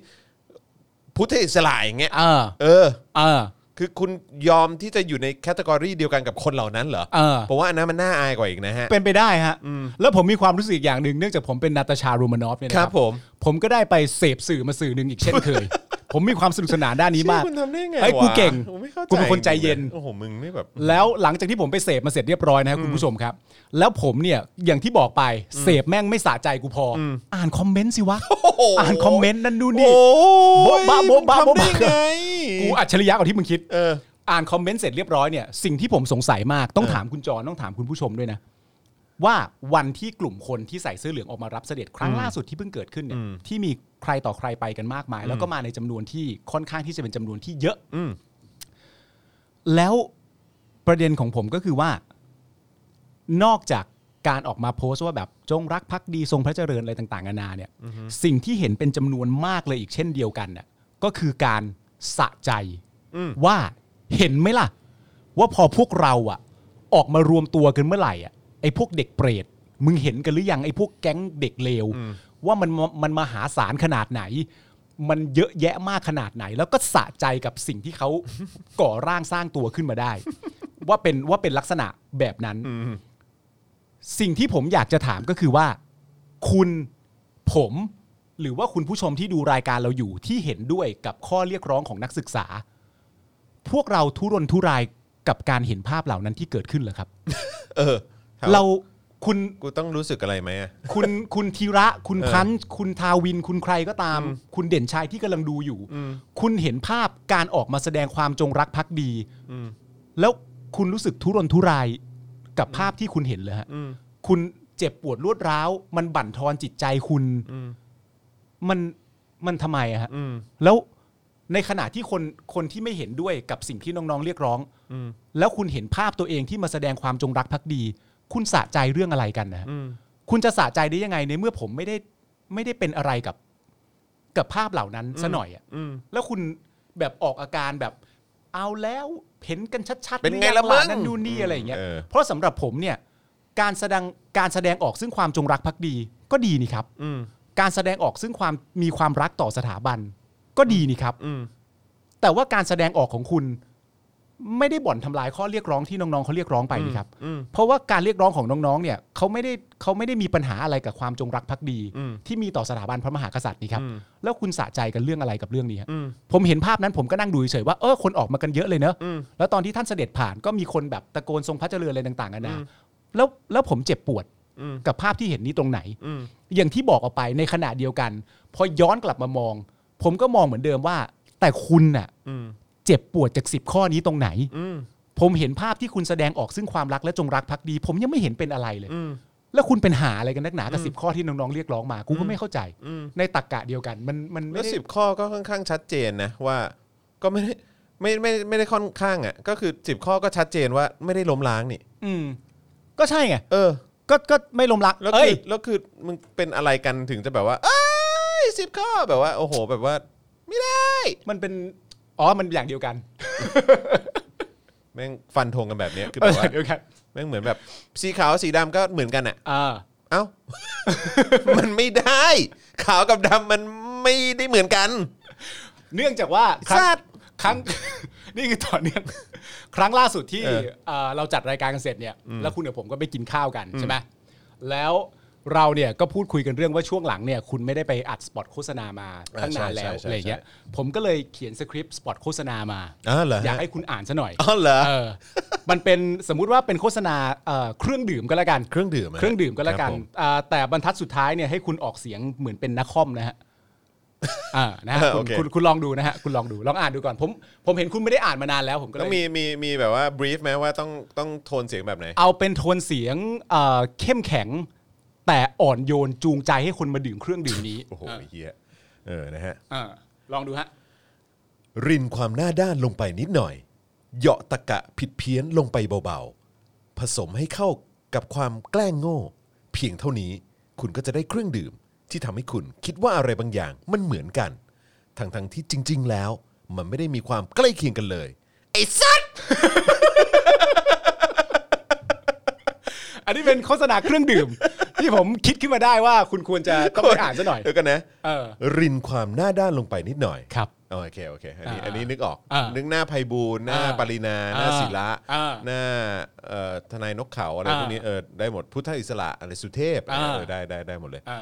Speaker 2: พุทธอิสระอย่างเงี้ย
Speaker 3: เออ
Speaker 2: เออ
Speaker 3: เออ
Speaker 2: คือคุณยอมที่จะอยู่ในแคตตากรีเดียวกันกับคนเหล่านั้นเหรอ
Speaker 3: เออ
Speaker 2: ผมว่าอันนั้นมันน่าอายกว่าอีกนะฮะ
Speaker 3: เป็นไปได้ฮะ แล้วผมมีความรู้สึกอีกอย่างหนึ่งเนื่องจากผมเป็นนาตาชาโรมานอฟเนี่ยนะครับ
Speaker 2: ผม
Speaker 3: ผมก็ได้ไปเสพสื่อมาสื่อหนึ่งอีกเช่นเคย ผมมีความสนุกสนานด้านนี้มาก
Speaker 2: เชี่ยคุณทำได้ไง
Speaker 3: เฮ้ยว
Speaker 2: ะ
Speaker 3: กูเก่ง
Speaker 2: ผมไม่เข้าใจ
Speaker 3: กูเป็นคนใจเย็น
Speaker 2: โอ้โหมึงนี่แบบ
Speaker 3: แล้วหลังจากที่ผมไปเสพมาเสร็จเรียบร้อยนะครับคุณผู้ชมครับ แล้วผมเนี่ยอย่างที่บอกไปเสพแม่งไม่สะใจกูพอออ่านคอมเมนต์สิวะ
Speaker 2: โห
Speaker 3: อ่านคอมเมนต์นั่นนู่น
Speaker 2: โอ้
Speaker 3: นี่
Speaker 2: ย
Speaker 3: โบ๊ะบะโบ๊ะบะ
Speaker 2: มึงทำ
Speaker 3: โบ๊ะบะ
Speaker 2: ได้ไง
Speaker 3: กูอัจฉริยะกว่าที่มึงคิด
Speaker 2: เออ
Speaker 3: อ่านคอมเมนต์เสร็จเรียบร้อยเนี่ยสิ่งที่ผมสงสัยมากต้องถามคุณจรต้องถามคุณผู้ชมด้วยนะ ว่าวันที่กลุ่มคนที่ใส่เสื้อเหลืองออกมารับเสด็จครั้งล่าสุดที่เพิ่งเกิดขึ้นเนี่ยที่มีใครต่อใครไปกันมากมาย แล้วก็มาในจำนวนที่ค่อนข้างที่จะเป็นจำนวนที่เยอะ
Speaker 2: อืม
Speaker 3: แล้วประเด็นของผมก็คือว่า นอกจากการออกมาโพสต์ว่าแบบจงรักภักดีทรงพระเจริญอะไรต่างๆนานาเนี่ยสิ่งที่เห็นเป็นจำนวนมากเลยอีกเช่นเดียวกันน่ะก็คือการสะใจว่าเห็นไหมล่ะ ว่าพอพวกเราอะออกมารวมตัวกันเมื่อไหร่อะไอ้พวกเด็กเปรตมึงเห็นกันหรือยังไอ้พวกแก๊งเด็กเลวว่ามันมามันมหาศาลขนาดไหน มันเยอะแยะมากขนาดไหน แล้วก็สะใจกับสิ่งที่เขา ก่อร่างสร้างตัวขึ้นมาได้ ว่าเป็นว่าเป็นลักษณะแบบนั้น สิ่งที่ผมอยากจะถามก็คือว่า คุณผมหรือว่าคุณผู้ชมที่ดูรายการเราอยู่ที่เห็นด้วยกับข้อเรียกร้องของนักศึกษา พวกเราทุรนทุรายกับการเห็นภาพเหล่านั้นที่เกิดขึ้นเหรอครับ
Speaker 2: เออถม
Speaker 3: เราคุณ
Speaker 2: กูต้องรู้สึกอะไรไหมอะ
Speaker 3: คุณ คุณธีระ คุณ
Speaker 2: เออ
Speaker 3: พันธ์คุณทาวิน คุณใครก็ตาม คุณเด่นชัยที่กำลังดูอยู่
Speaker 2: อืม
Speaker 3: คุณเห็นภาพการออกมาแสดงความจงรักภักดี แล้วคุณรู้สึกทุรนทุรายกับภาพที่คุณเห็นเลยฮะ
Speaker 2: อืม
Speaker 3: คุณเจ็บปวดรวดร้าว มันบั่นทอนจิตใจคุณ
Speaker 2: อืม
Speaker 3: มันมันทำไมอะฮะ
Speaker 2: อืม
Speaker 3: แล้วในขณะที่คนคนที่ไม่เห็นด้วยกับสิ่งที่น้องๆเรียกร้อง
Speaker 2: อืม
Speaker 3: แล้วคุณเห็นภาพตัวเองที่มาแสดงความจงรักภักดี คุณสะใจเรื่องอะไรกันนะฮะ
Speaker 2: อืม
Speaker 3: คุณจะสะใจได้ยังไงในเมื่อผมไม่ได้ไม่ได้เป็นอะไรกับ กับภาพเหล่านั้นซะหน่อยอะ
Speaker 2: อืม
Speaker 3: แล้วคุณแบบออกอาการแบบ เอาแล้วเห็นกันชัดๆ
Speaker 2: เป็นไง
Speaker 3: หรือ
Speaker 2: ละมึง
Speaker 3: นั่นนู่นนี่อะไรอย่างเงี้ย
Speaker 2: เออ
Speaker 3: เพราะสำหรับผมเนี่ยการแสดงการแสดงออกซึ่งความจงรักภักดีก็ดีนี่ครับ
Speaker 2: อืม
Speaker 3: การแสดงออกซึ่งความมีความรักต่อสถาบัน ก็ดีนี่ครับ
Speaker 2: อืม
Speaker 3: แต่ว่าการแสดงออกของคุณ ไม่ได้บ่อนทำลายข้อเรียกร้องที่น้องๆเขาเรียกร้องไปนี่ครับ
Speaker 2: อืม
Speaker 3: เพราะว่าการเรียกร้องของน้องๆ เนี่ยเขาไม่ได้เขาไม่ได้มีปัญหาอะไรกับความจงรักภักดี
Speaker 2: อืม
Speaker 3: ที่มีต่อสถาบันพระมหากษัตริย์นี่ครับ
Speaker 2: อืม
Speaker 3: แล้วคุณสะใจกันเรื่องอะไรกับเรื่องนี้ฮะ
Speaker 2: อืม
Speaker 3: ผมเห็นภาพนั้นผมก็นั่งดูเฉยๆว่าเออคนออกมากันเยอะเลยเนอะ
Speaker 2: อืม
Speaker 3: แล้วตอนที่ท่านเสด็จผ่านก็มีคนแบบตะโกนทรงพระเจริญอะไรต่างๆกันานะแล้วแล้วผมเจ็บปวด
Speaker 2: อืม
Speaker 3: กับภาพที่เห็นนี้ตรงไหน
Speaker 2: อืม
Speaker 3: อย่างที่บอกออกไปในขณะเดียวกัน พอย้อนกลับมามอง ผมก็มองเหมือนเดิมว่า แต่คุณน่ะ
Speaker 2: อืม
Speaker 3: เจ็บปวดจากสิบข้อนี้ตรงไหน
Speaker 2: อืม
Speaker 3: ผมเห็นภาพที่คุณแสดงออกซึ่งความรักและจงรักภักดี ผมยังไม่เห็นเป็นอะไรเลย
Speaker 2: อืม
Speaker 3: แล้วคุณเป็นหาอะไรกันนักหนากับสิบข้อที่น้องๆเรียกร้องมากูก็ไม่เข้าใจ
Speaker 2: อืม
Speaker 3: ในตักกะเดียวกัน มันมันไม่
Speaker 2: แล้ว
Speaker 3: ได้
Speaker 2: สิบข้อก็ค่อนข้างชัดเจนนะว่าก็ไม่ได้ไม่ไม่ไม่ได้ค่อนข้างอ่ะก็คือสิบข้อก็ชัดเจนว่าไม่ได้ล้มล้างนี่
Speaker 3: อืม ก็ใช่ไง
Speaker 2: เออ
Speaker 3: ก็ก็ไม่ลมรัก
Speaker 2: แล้ว
Speaker 3: เอ้
Speaker 2: คื
Speaker 3: ย
Speaker 2: อแล้วคือมึงเป็นอะไรกันถึงจะแบบว่าเอ้ยสิบข้อแบบว่า โอ้โห แบบว่า ไม่ได้
Speaker 3: มันเป็น อ๋อ มันอย่างเดียวกัน
Speaker 2: แม่งฟันธงกันแบบเนี้ยคือแบบว่า
Speaker 3: เดียวกัน
Speaker 2: แม่งเหมือนแบบสีขาวสีดำก็เหมือนกันอ่ะ
Speaker 3: อ่า
Speaker 2: เอ้า มันไม่ได้ ขาวกับดำมันไม่ได้เหมือนกัน
Speaker 3: เนื่องจากว่าครั้ง
Speaker 2: ชาติ
Speaker 3: ครั้ง นี่คือต่อเนื่อง ครั้งล่าสุดที่
Speaker 2: เออ
Speaker 3: เอ่อเราจัดรายการกันเสร็จเนี่ย แล้วคุณกับผมก็ไปกินข้าวกันใช่ไหมแล้วเราเนี่ยก็พูดคุยกันเรื่องว่าช่วงหลังเนี่ยคุณไม่ได้ไปอัดสปอตโฆษณามาตั้งนานแล้วอะไรอย่างเงี้ยผมก็เลยเขียนสคริปต์สปอตโฆษณามา
Speaker 2: อ๋อเหรอ
Speaker 3: อยาก
Speaker 2: ฮะ
Speaker 3: ให้คุณอ่านซะหน่อย
Speaker 2: อ๋อเหรอ
Speaker 3: เออมันเป็นสมมุติว่าเป็นโฆษณาเอ่อเครื่องดื่มก็แล้วกัน
Speaker 2: เครื่องดื่มะ
Speaker 3: เครื่องดื่มก็แล้วกัน
Speaker 2: ครับผม
Speaker 3: อ่าแต่บรรทัดสุดท้ายเนี่ยให้คุณออกเสียงเหมือนเป็นนักคอม นะฮะอ่านะฮะ
Speaker 2: เออ
Speaker 3: คุณ
Speaker 2: โอเค
Speaker 3: คุณคุณลองดูนะฮะคุณลองดูลองอ่านดูก่อนผม ผมเห็นคุณไม่ได้อ่านมานานแล้วผมก็เล
Speaker 2: แล้ว
Speaker 3: ย
Speaker 2: มีมีมีแบบว่า brief ไหมว่าต้องต้องโทนเสียงแบบไหน
Speaker 3: เอาเป็นโทนเสียงเอ่อเข้มแข็ง แต่อ่อนโยนจูงใจให้คนมาดื่มเครื่องดื่มนี้
Speaker 2: โอ้โหเฮียเออนะฮะ
Speaker 3: อ่าลองดูฮะ
Speaker 1: รินความหน้าด้านลงไปนิดหน่อย เหยาะตะกะผิดเพี้ยนลงไปเบาๆ ผสมให้เข้ากับความแกล้งโง่ เพียงเท่านี้คุณก็จะได้เครื่องดื่ม ที่ทำให้คุณคิดว่าอะไรบางอย่างมันเหมือนกัน ทั้งๆที่จริง ๆ แล้ว มันไม่ได้มีความใกล้เคียงกันเลย
Speaker 2: ไอ้สัส
Speaker 3: อันนี้เป็นโฆษณาเครื่อง ดื่ม ที่ผมคิดขึ้นมาได้ว่าคุณควรจะต้องไปอ่านซะหน่อย
Speaker 2: เดี๋ยวกันนะ
Speaker 3: เออ
Speaker 1: รินความหน้าด้านลงไปนิดหน่อย
Speaker 3: ครับ
Speaker 2: อ๋อโอเคโอเคอันนี้
Speaker 3: อ่า
Speaker 2: อันนี้นึกออก
Speaker 3: อ่า
Speaker 2: นึกหน้าไพบูลย์หน้า
Speaker 3: อ่า
Speaker 2: ปรินาหน้า
Speaker 3: อ่า
Speaker 2: ศิระ
Speaker 3: อ่า
Speaker 2: หน้าเอ่อทนายนกเขาอะไร
Speaker 3: อ่า
Speaker 2: พวกนี้เออได้หมดพุทธอิสระอะไรสุเทพ
Speaker 3: อ่า
Speaker 2: เออได้ได้ได้หมดเลย
Speaker 3: อ่า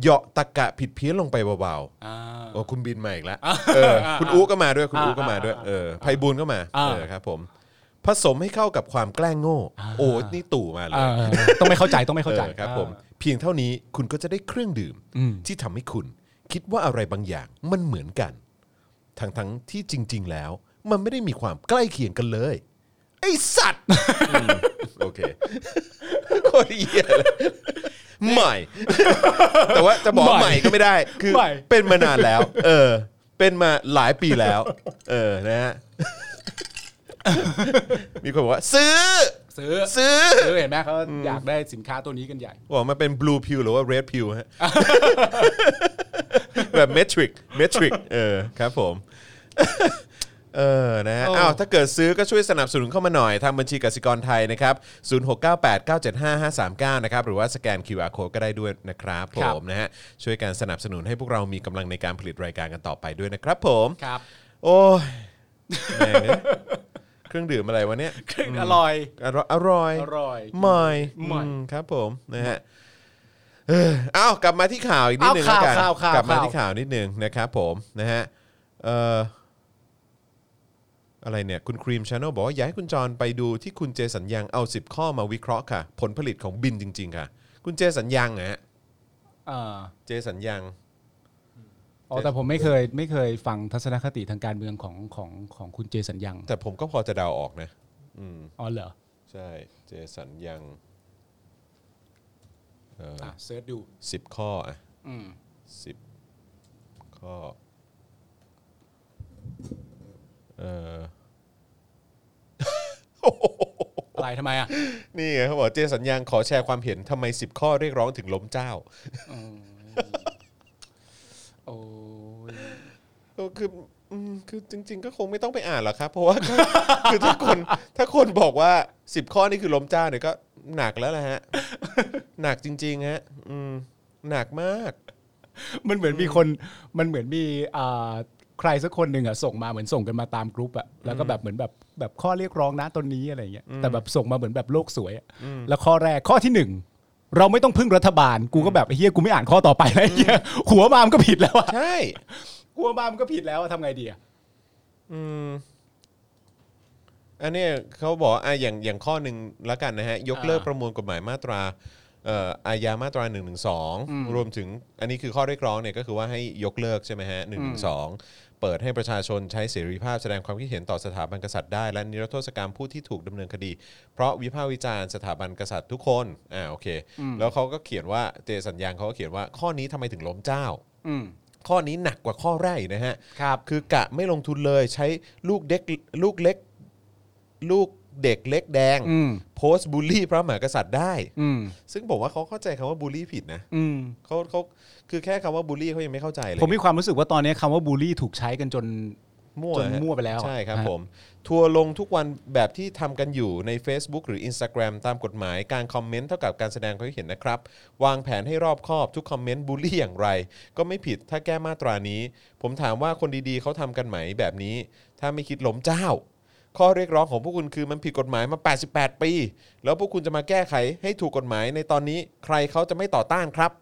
Speaker 2: เหยาะตะกะผิดเพี้ยนลงไปเบา
Speaker 3: อ่า
Speaker 2: ๆโอ้คุณบินมาอีกแล้วเออคุณอู๋ก็มาด้วยคุณอู๋ก็มาด้วยเออไพบูลย์ก็มา
Speaker 3: อ่า
Speaker 2: เออครับผมผสมให้เข้ากับความแกล้งโง่ โอ้นี่ตู่มาเล
Speaker 3: เอย อต้องไม่เข้าใจต้องไม่เข้าใจ
Speaker 2: ออครับผมเพียงเท่านี้คุณก็จะได้เครื่องดื่ม
Speaker 3: อืม
Speaker 2: ที่ทำให้คุณคิดว่าอะไรบางอย่างมันเหมือนกัน ทั้งทั้งๆที่จริง ๆ แล้ว มันไม่ได้มีความใกล้เคียงกันเลย ไอสัตว์อืมโอเคโคตรเหี้ยเลยใหม่ แต่ว่าจะบอกว่าใหม่ก็ไม่ได้ คือ
Speaker 3: ใหม่
Speaker 2: เป็นมานานแล้ว เออ เป็นมาหลายปีแล้ว เออนะฮะมีคนบอกว่า ซื้อ
Speaker 3: ซื้อ
Speaker 2: ซื้อ
Speaker 3: ซื้อเห็นไหมเขาอยากได้สินค้าตัวนี้กันใหญ่
Speaker 2: บอกมาเป็น blue pill หรือว่า red pill ฮะ แบบ metric metric เออครับผม เออนะฮะ
Speaker 3: โอ้
Speaker 2: อ้าวถ้าเกิดซื้อก็ช่วยสนับสนุนเข้ามาหน่อย ทางบัญชีกสิกรไทยนะครับ 0698975539 นะครับ หรือว่าสแกน QR code ก็ได้ด้วยนะครับผมนะฮะ ช่วยการสนับสนุนให้พวกเรามีกำลังในการผลิตรายการกันต่อไปด้วยนะครับผม
Speaker 3: ครับ
Speaker 2: โอ้ยแม่งเอ้ยเครื่องดื่มอะไรวะเนี่ย
Speaker 3: อร่อย
Speaker 2: อร่อยอร่อย
Speaker 3: อร่อย
Speaker 2: ใหม่
Speaker 3: ใหม่
Speaker 2: อืครับผมนะฮะเอ้ยอ้าวกลับมาที่ข่าวอีกนิดนึง
Speaker 3: อ้าว
Speaker 2: แล้วกัน
Speaker 3: ข่าวข่าว
Speaker 2: กลับมา
Speaker 3: ข่าว
Speaker 2: ที่ข่าวนิดนึงนะครับผมนะฮะเอ่ออะไรเนี่ยคุณครีมชาน l บอกว่าอยากให้คุณจรไปดูที่คุณเจสัญญังเอา 10 ข้อมาวิเคราะห์ค่ะ ผลผลิตของบินจริง ๆ ค่ะ คุณเจสัญญังนะฮะ
Speaker 3: เออ
Speaker 2: เจสัญญัง
Speaker 3: อ๋อแต่ผมไม่เคยไม่เคยฟังทัศนคติทางการเมืองของของของคุณเจสัญญัง
Speaker 2: แต่ผมก็พอจะเดาออกนะ อืม
Speaker 3: อ๋อเหรอ
Speaker 2: ใช่เจสัญญังเอ่อ
Speaker 3: อ่ะเซิร์ชดู
Speaker 2: สิบข้ออะ
Speaker 3: อืม
Speaker 2: สิบข้อเออ
Speaker 3: อะไรทำไมอ่ะ
Speaker 2: นี่ไงเขาบอกเจสัญญางขอแชร์ความเห็นทำไม 10 ข้อเรียกร้องถึงล้มเจ้า
Speaker 3: โอ้ย
Speaker 2: ก็คืออืมคือจริง ๆ ก็คงไม่ต้องไปอ่านหรอกครับ เพราะว่า คือถ้าคนถ้าคนบอกว่า 10 ข้อนี่คือล้มเจ้าเนี่ยก็หนักแล้วนะฮะ หนักจริง ๆ ฮะ อืมหนักมาก
Speaker 3: มันเหมือนมีคนมันเหมือนมีอ่าใครสักคนหนึ่งอ่ะส่งมาเหมือนส่งกันมาตามกรุ๊ปอ่ะแล้วก็แบบเหมือนแบบแบบข้อเรียกร้องนะตอนนี้อะไรเงี้ยแต่แบบส่งมาเหมือนแบบโลกสวยอะแล้วข้อแรกข้อที่หนึ่งเราไม่ต้องพึ่งรัฐบาล กูก็แบบไอ้เฮียกูไม่อ่านข้อต่อไปแล้วไอ้เฮียหัวมามนก็ผิดแล้วอะ
Speaker 2: ใช่
Speaker 3: หัวมามนก็ผิดแล้วอะทำไงดีอะ
Speaker 2: อืมอันเนี้ยเขาบอกว่าอ่ะอย่างอย่างข้อหนึ่งละกันนะฮะ ยกเลิกประมวลกฎหมายมาตราเอ่ออาญามาตรา1นึรวมถึงอันนี้คือข้อเรียกร้องเนี่ยก็คือว่าให้ยกเลิกใช่ไหมฮะหนึ่งสองเปิดให้ประชาชนใช้เสรีภาพแสดงความคิดเห็นต่อสถาบันกษัตริย์ได้ และนิรโทษกรรมผู้ที่ถูกดำเนินคดี เพราะวิพากษ์วิจารณ์สถาบันกษัตริย์ทุกคนอ่าโอเค แล้วเขาก็เขียนว่าเจสัญญางเขาก็เขียนว่าข้อนี้ทำไมถึงล้มเจ้า
Speaker 3: อืม
Speaker 2: ข้อนี้หนักกว่าข้อแรกอีกนะฮะ
Speaker 3: ครับ
Speaker 2: คือกะไม่ลงทุนเลยใช้ลูกเด็กลูกเล็ก ลูกเด็กเล็กแดง
Speaker 3: อืม
Speaker 2: โพสต์บูลลี่พระมหากษัตริย์ได้
Speaker 3: อืม
Speaker 2: ซึ่งผมว่าเขาเข้าใจคำว่าบูลลี่ผิดนะ
Speaker 3: อืม
Speaker 2: เขาเขาคือแค่คำว่าบูลลี่เขายังไม่เข้าใจเลย
Speaker 3: ผมมีความรู้สึกว่าตอนนี้คำว่าบูลลี่ถูกใช้กันจน
Speaker 2: มั่ว
Speaker 3: จน
Speaker 2: ฮะ
Speaker 3: มั่วไปแล้วอะ
Speaker 2: ใช่ครับ
Speaker 3: ฮะ
Speaker 2: ผม ทัวร์ลงทุกวันแบบที่ทำกันอยู่ใน Facebook หรือ Instagram ตามกฎหมายการคอมเมนต์เท่ากับการแสดงความคิดเห็นนะครับ วางแผนให้รอบคอบทุกคอมเมนต์บูลลี่อย่างไร ก็ไม่ผิดถ้าแก้มาตรานี้ ผมถามว่าคนดีๆเขาทำกันไหมแบบนี้ ถ้าไม่คิดล้มเจ้า ข้อเรียกร้องของพวกคุณคือมันผิดกฎหมายมา 88 ปี แล้วพวกคุณจะมาแก้ไขให้ถูกกฎหมายในตอนนี้ใครเขาจะไม่ต่อต้านครับ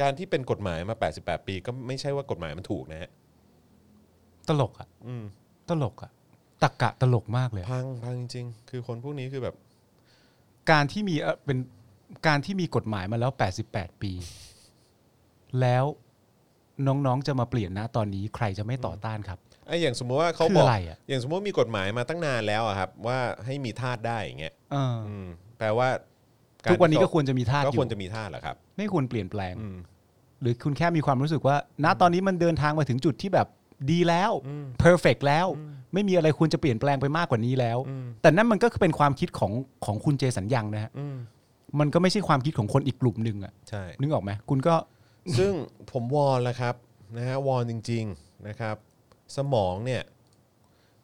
Speaker 2: การที่เป็นกฎหมายมา 88 ปี ก็ไม่ใช่ว่ากฎหมายมันถูกนะฮะ
Speaker 3: ตลกอะ
Speaker 2: อืม
Speaker 3: ตลกอะตะกะตลกมากเลย
Speaker 2: พังพังจริง ๆ คือคนพวกนี้คือแบบ
Speaker 3: การที่มีเอ่อเป็นการที่มีกฎหมายมาแล้ว 88 ปี แล้วน้องๆจะมาเปลี่ยนนะตอนนี้ใครจะไม่ต่อต้านครับ
Speaker 2: ไอ้อย่างสมมติว่าเขา
Speaker 3: คือ
Speaker 2: บอก
Speaker 3: อะไรอะ
Speaker 2: อย่างสมมติมีกฎหมายมาตั้งนานแล้วอะครับ ว่าให้มีทาสได้อย่างเงี้ย
Speaker 3: เออ
Speaker 2: อืมแปลว่าาร
Speaker 3: ทุกวันนี้ก็ควรจะมีท่าส
Speaker 2: ก็ค
Speaker 3: อ
Speaker 2: ว
Speaker 3: ยู่
Speaker 2: รจะมีทาสเหรอครับ
Speaker 3: ไม่ควรเปลี่ยนแปลง
Speaker 2: อืม
Speaker 3: หรือคุณแค่มีความรู้สึกว่า ณตอนนี้มันเดินทางมาถึงจุดที่แบบดีแล้ว perfect แล้ว ไม่มีอะไรควรจะเปลี่ยนแปลงไปมากกว่านี้แล้ว แต่นั่นมันก็คือเป็นความคิดของของคุณเจสัญญังนะฮะ
Speaker 2: อืม
Speaker 3: มันก็ไม่ใช่ความคิดของคนอีกกลุ่มหนึ่งอะ
Speaker 2: ใช่
Speaker 3: นึกออกไหมคุณก็
Speaker 2: ซึ่งผมวอนแล้วครับนะฮะวอนจริง ๆนะครับ สมองเนี่ย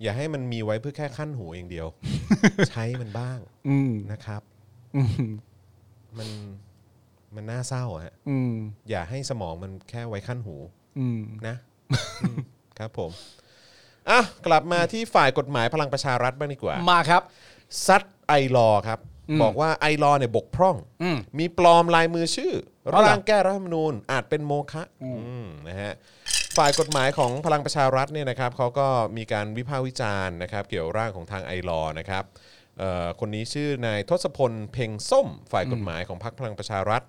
Speaker 2: อย่าให้มันมีไว้เพื่อแค่ขั้นหูอย่างเดี ยว ใช้มันบ้าง
Speaker 3: อืม
Speaker 2: นะครับ
Speaker 3: อืม
Speaker 2: มันมันน่าเศร้าอะฮะ
Speaker 3: อืม
Speaker 2: อย่าให้สมองมันแค่ไว้ขั้นหู
Speaker 3: อืม
Speaker 2: นะ อืมครับผมอ่ะกลับมาที่ฝ่ายกฎหมายพลังประชารัฐบ้างดีกว่า
Speaker 3: มาครับ
Speaker 2: ซัดไอรอว์ครับ
Speaker 3: อืม
Speaker 2: บอกว่าไอรอเนี่ยบกพร่อง
Speaker 3: อืม
Speaker 2: มีปลอมลายมือชื่อ
Speaker 3: อ๋อเหรอ
Speaker 2: ร่างแก้รัฐธรรมนูญอาจเป็นโมฆะอืมนะฮะฝ่ายกฎหมายของพลังประชารัฐเนี่ยนะครับเขาก็มีการวิพากษ์วิจารณ์นะครับ เกี่ยวร่างของทางไอรอนะครับเอ่อคนนี้ชื่อนายทศพลเพ็งส้ม ฝ่ายกฎหมายของพรรคพลังประชารัฐ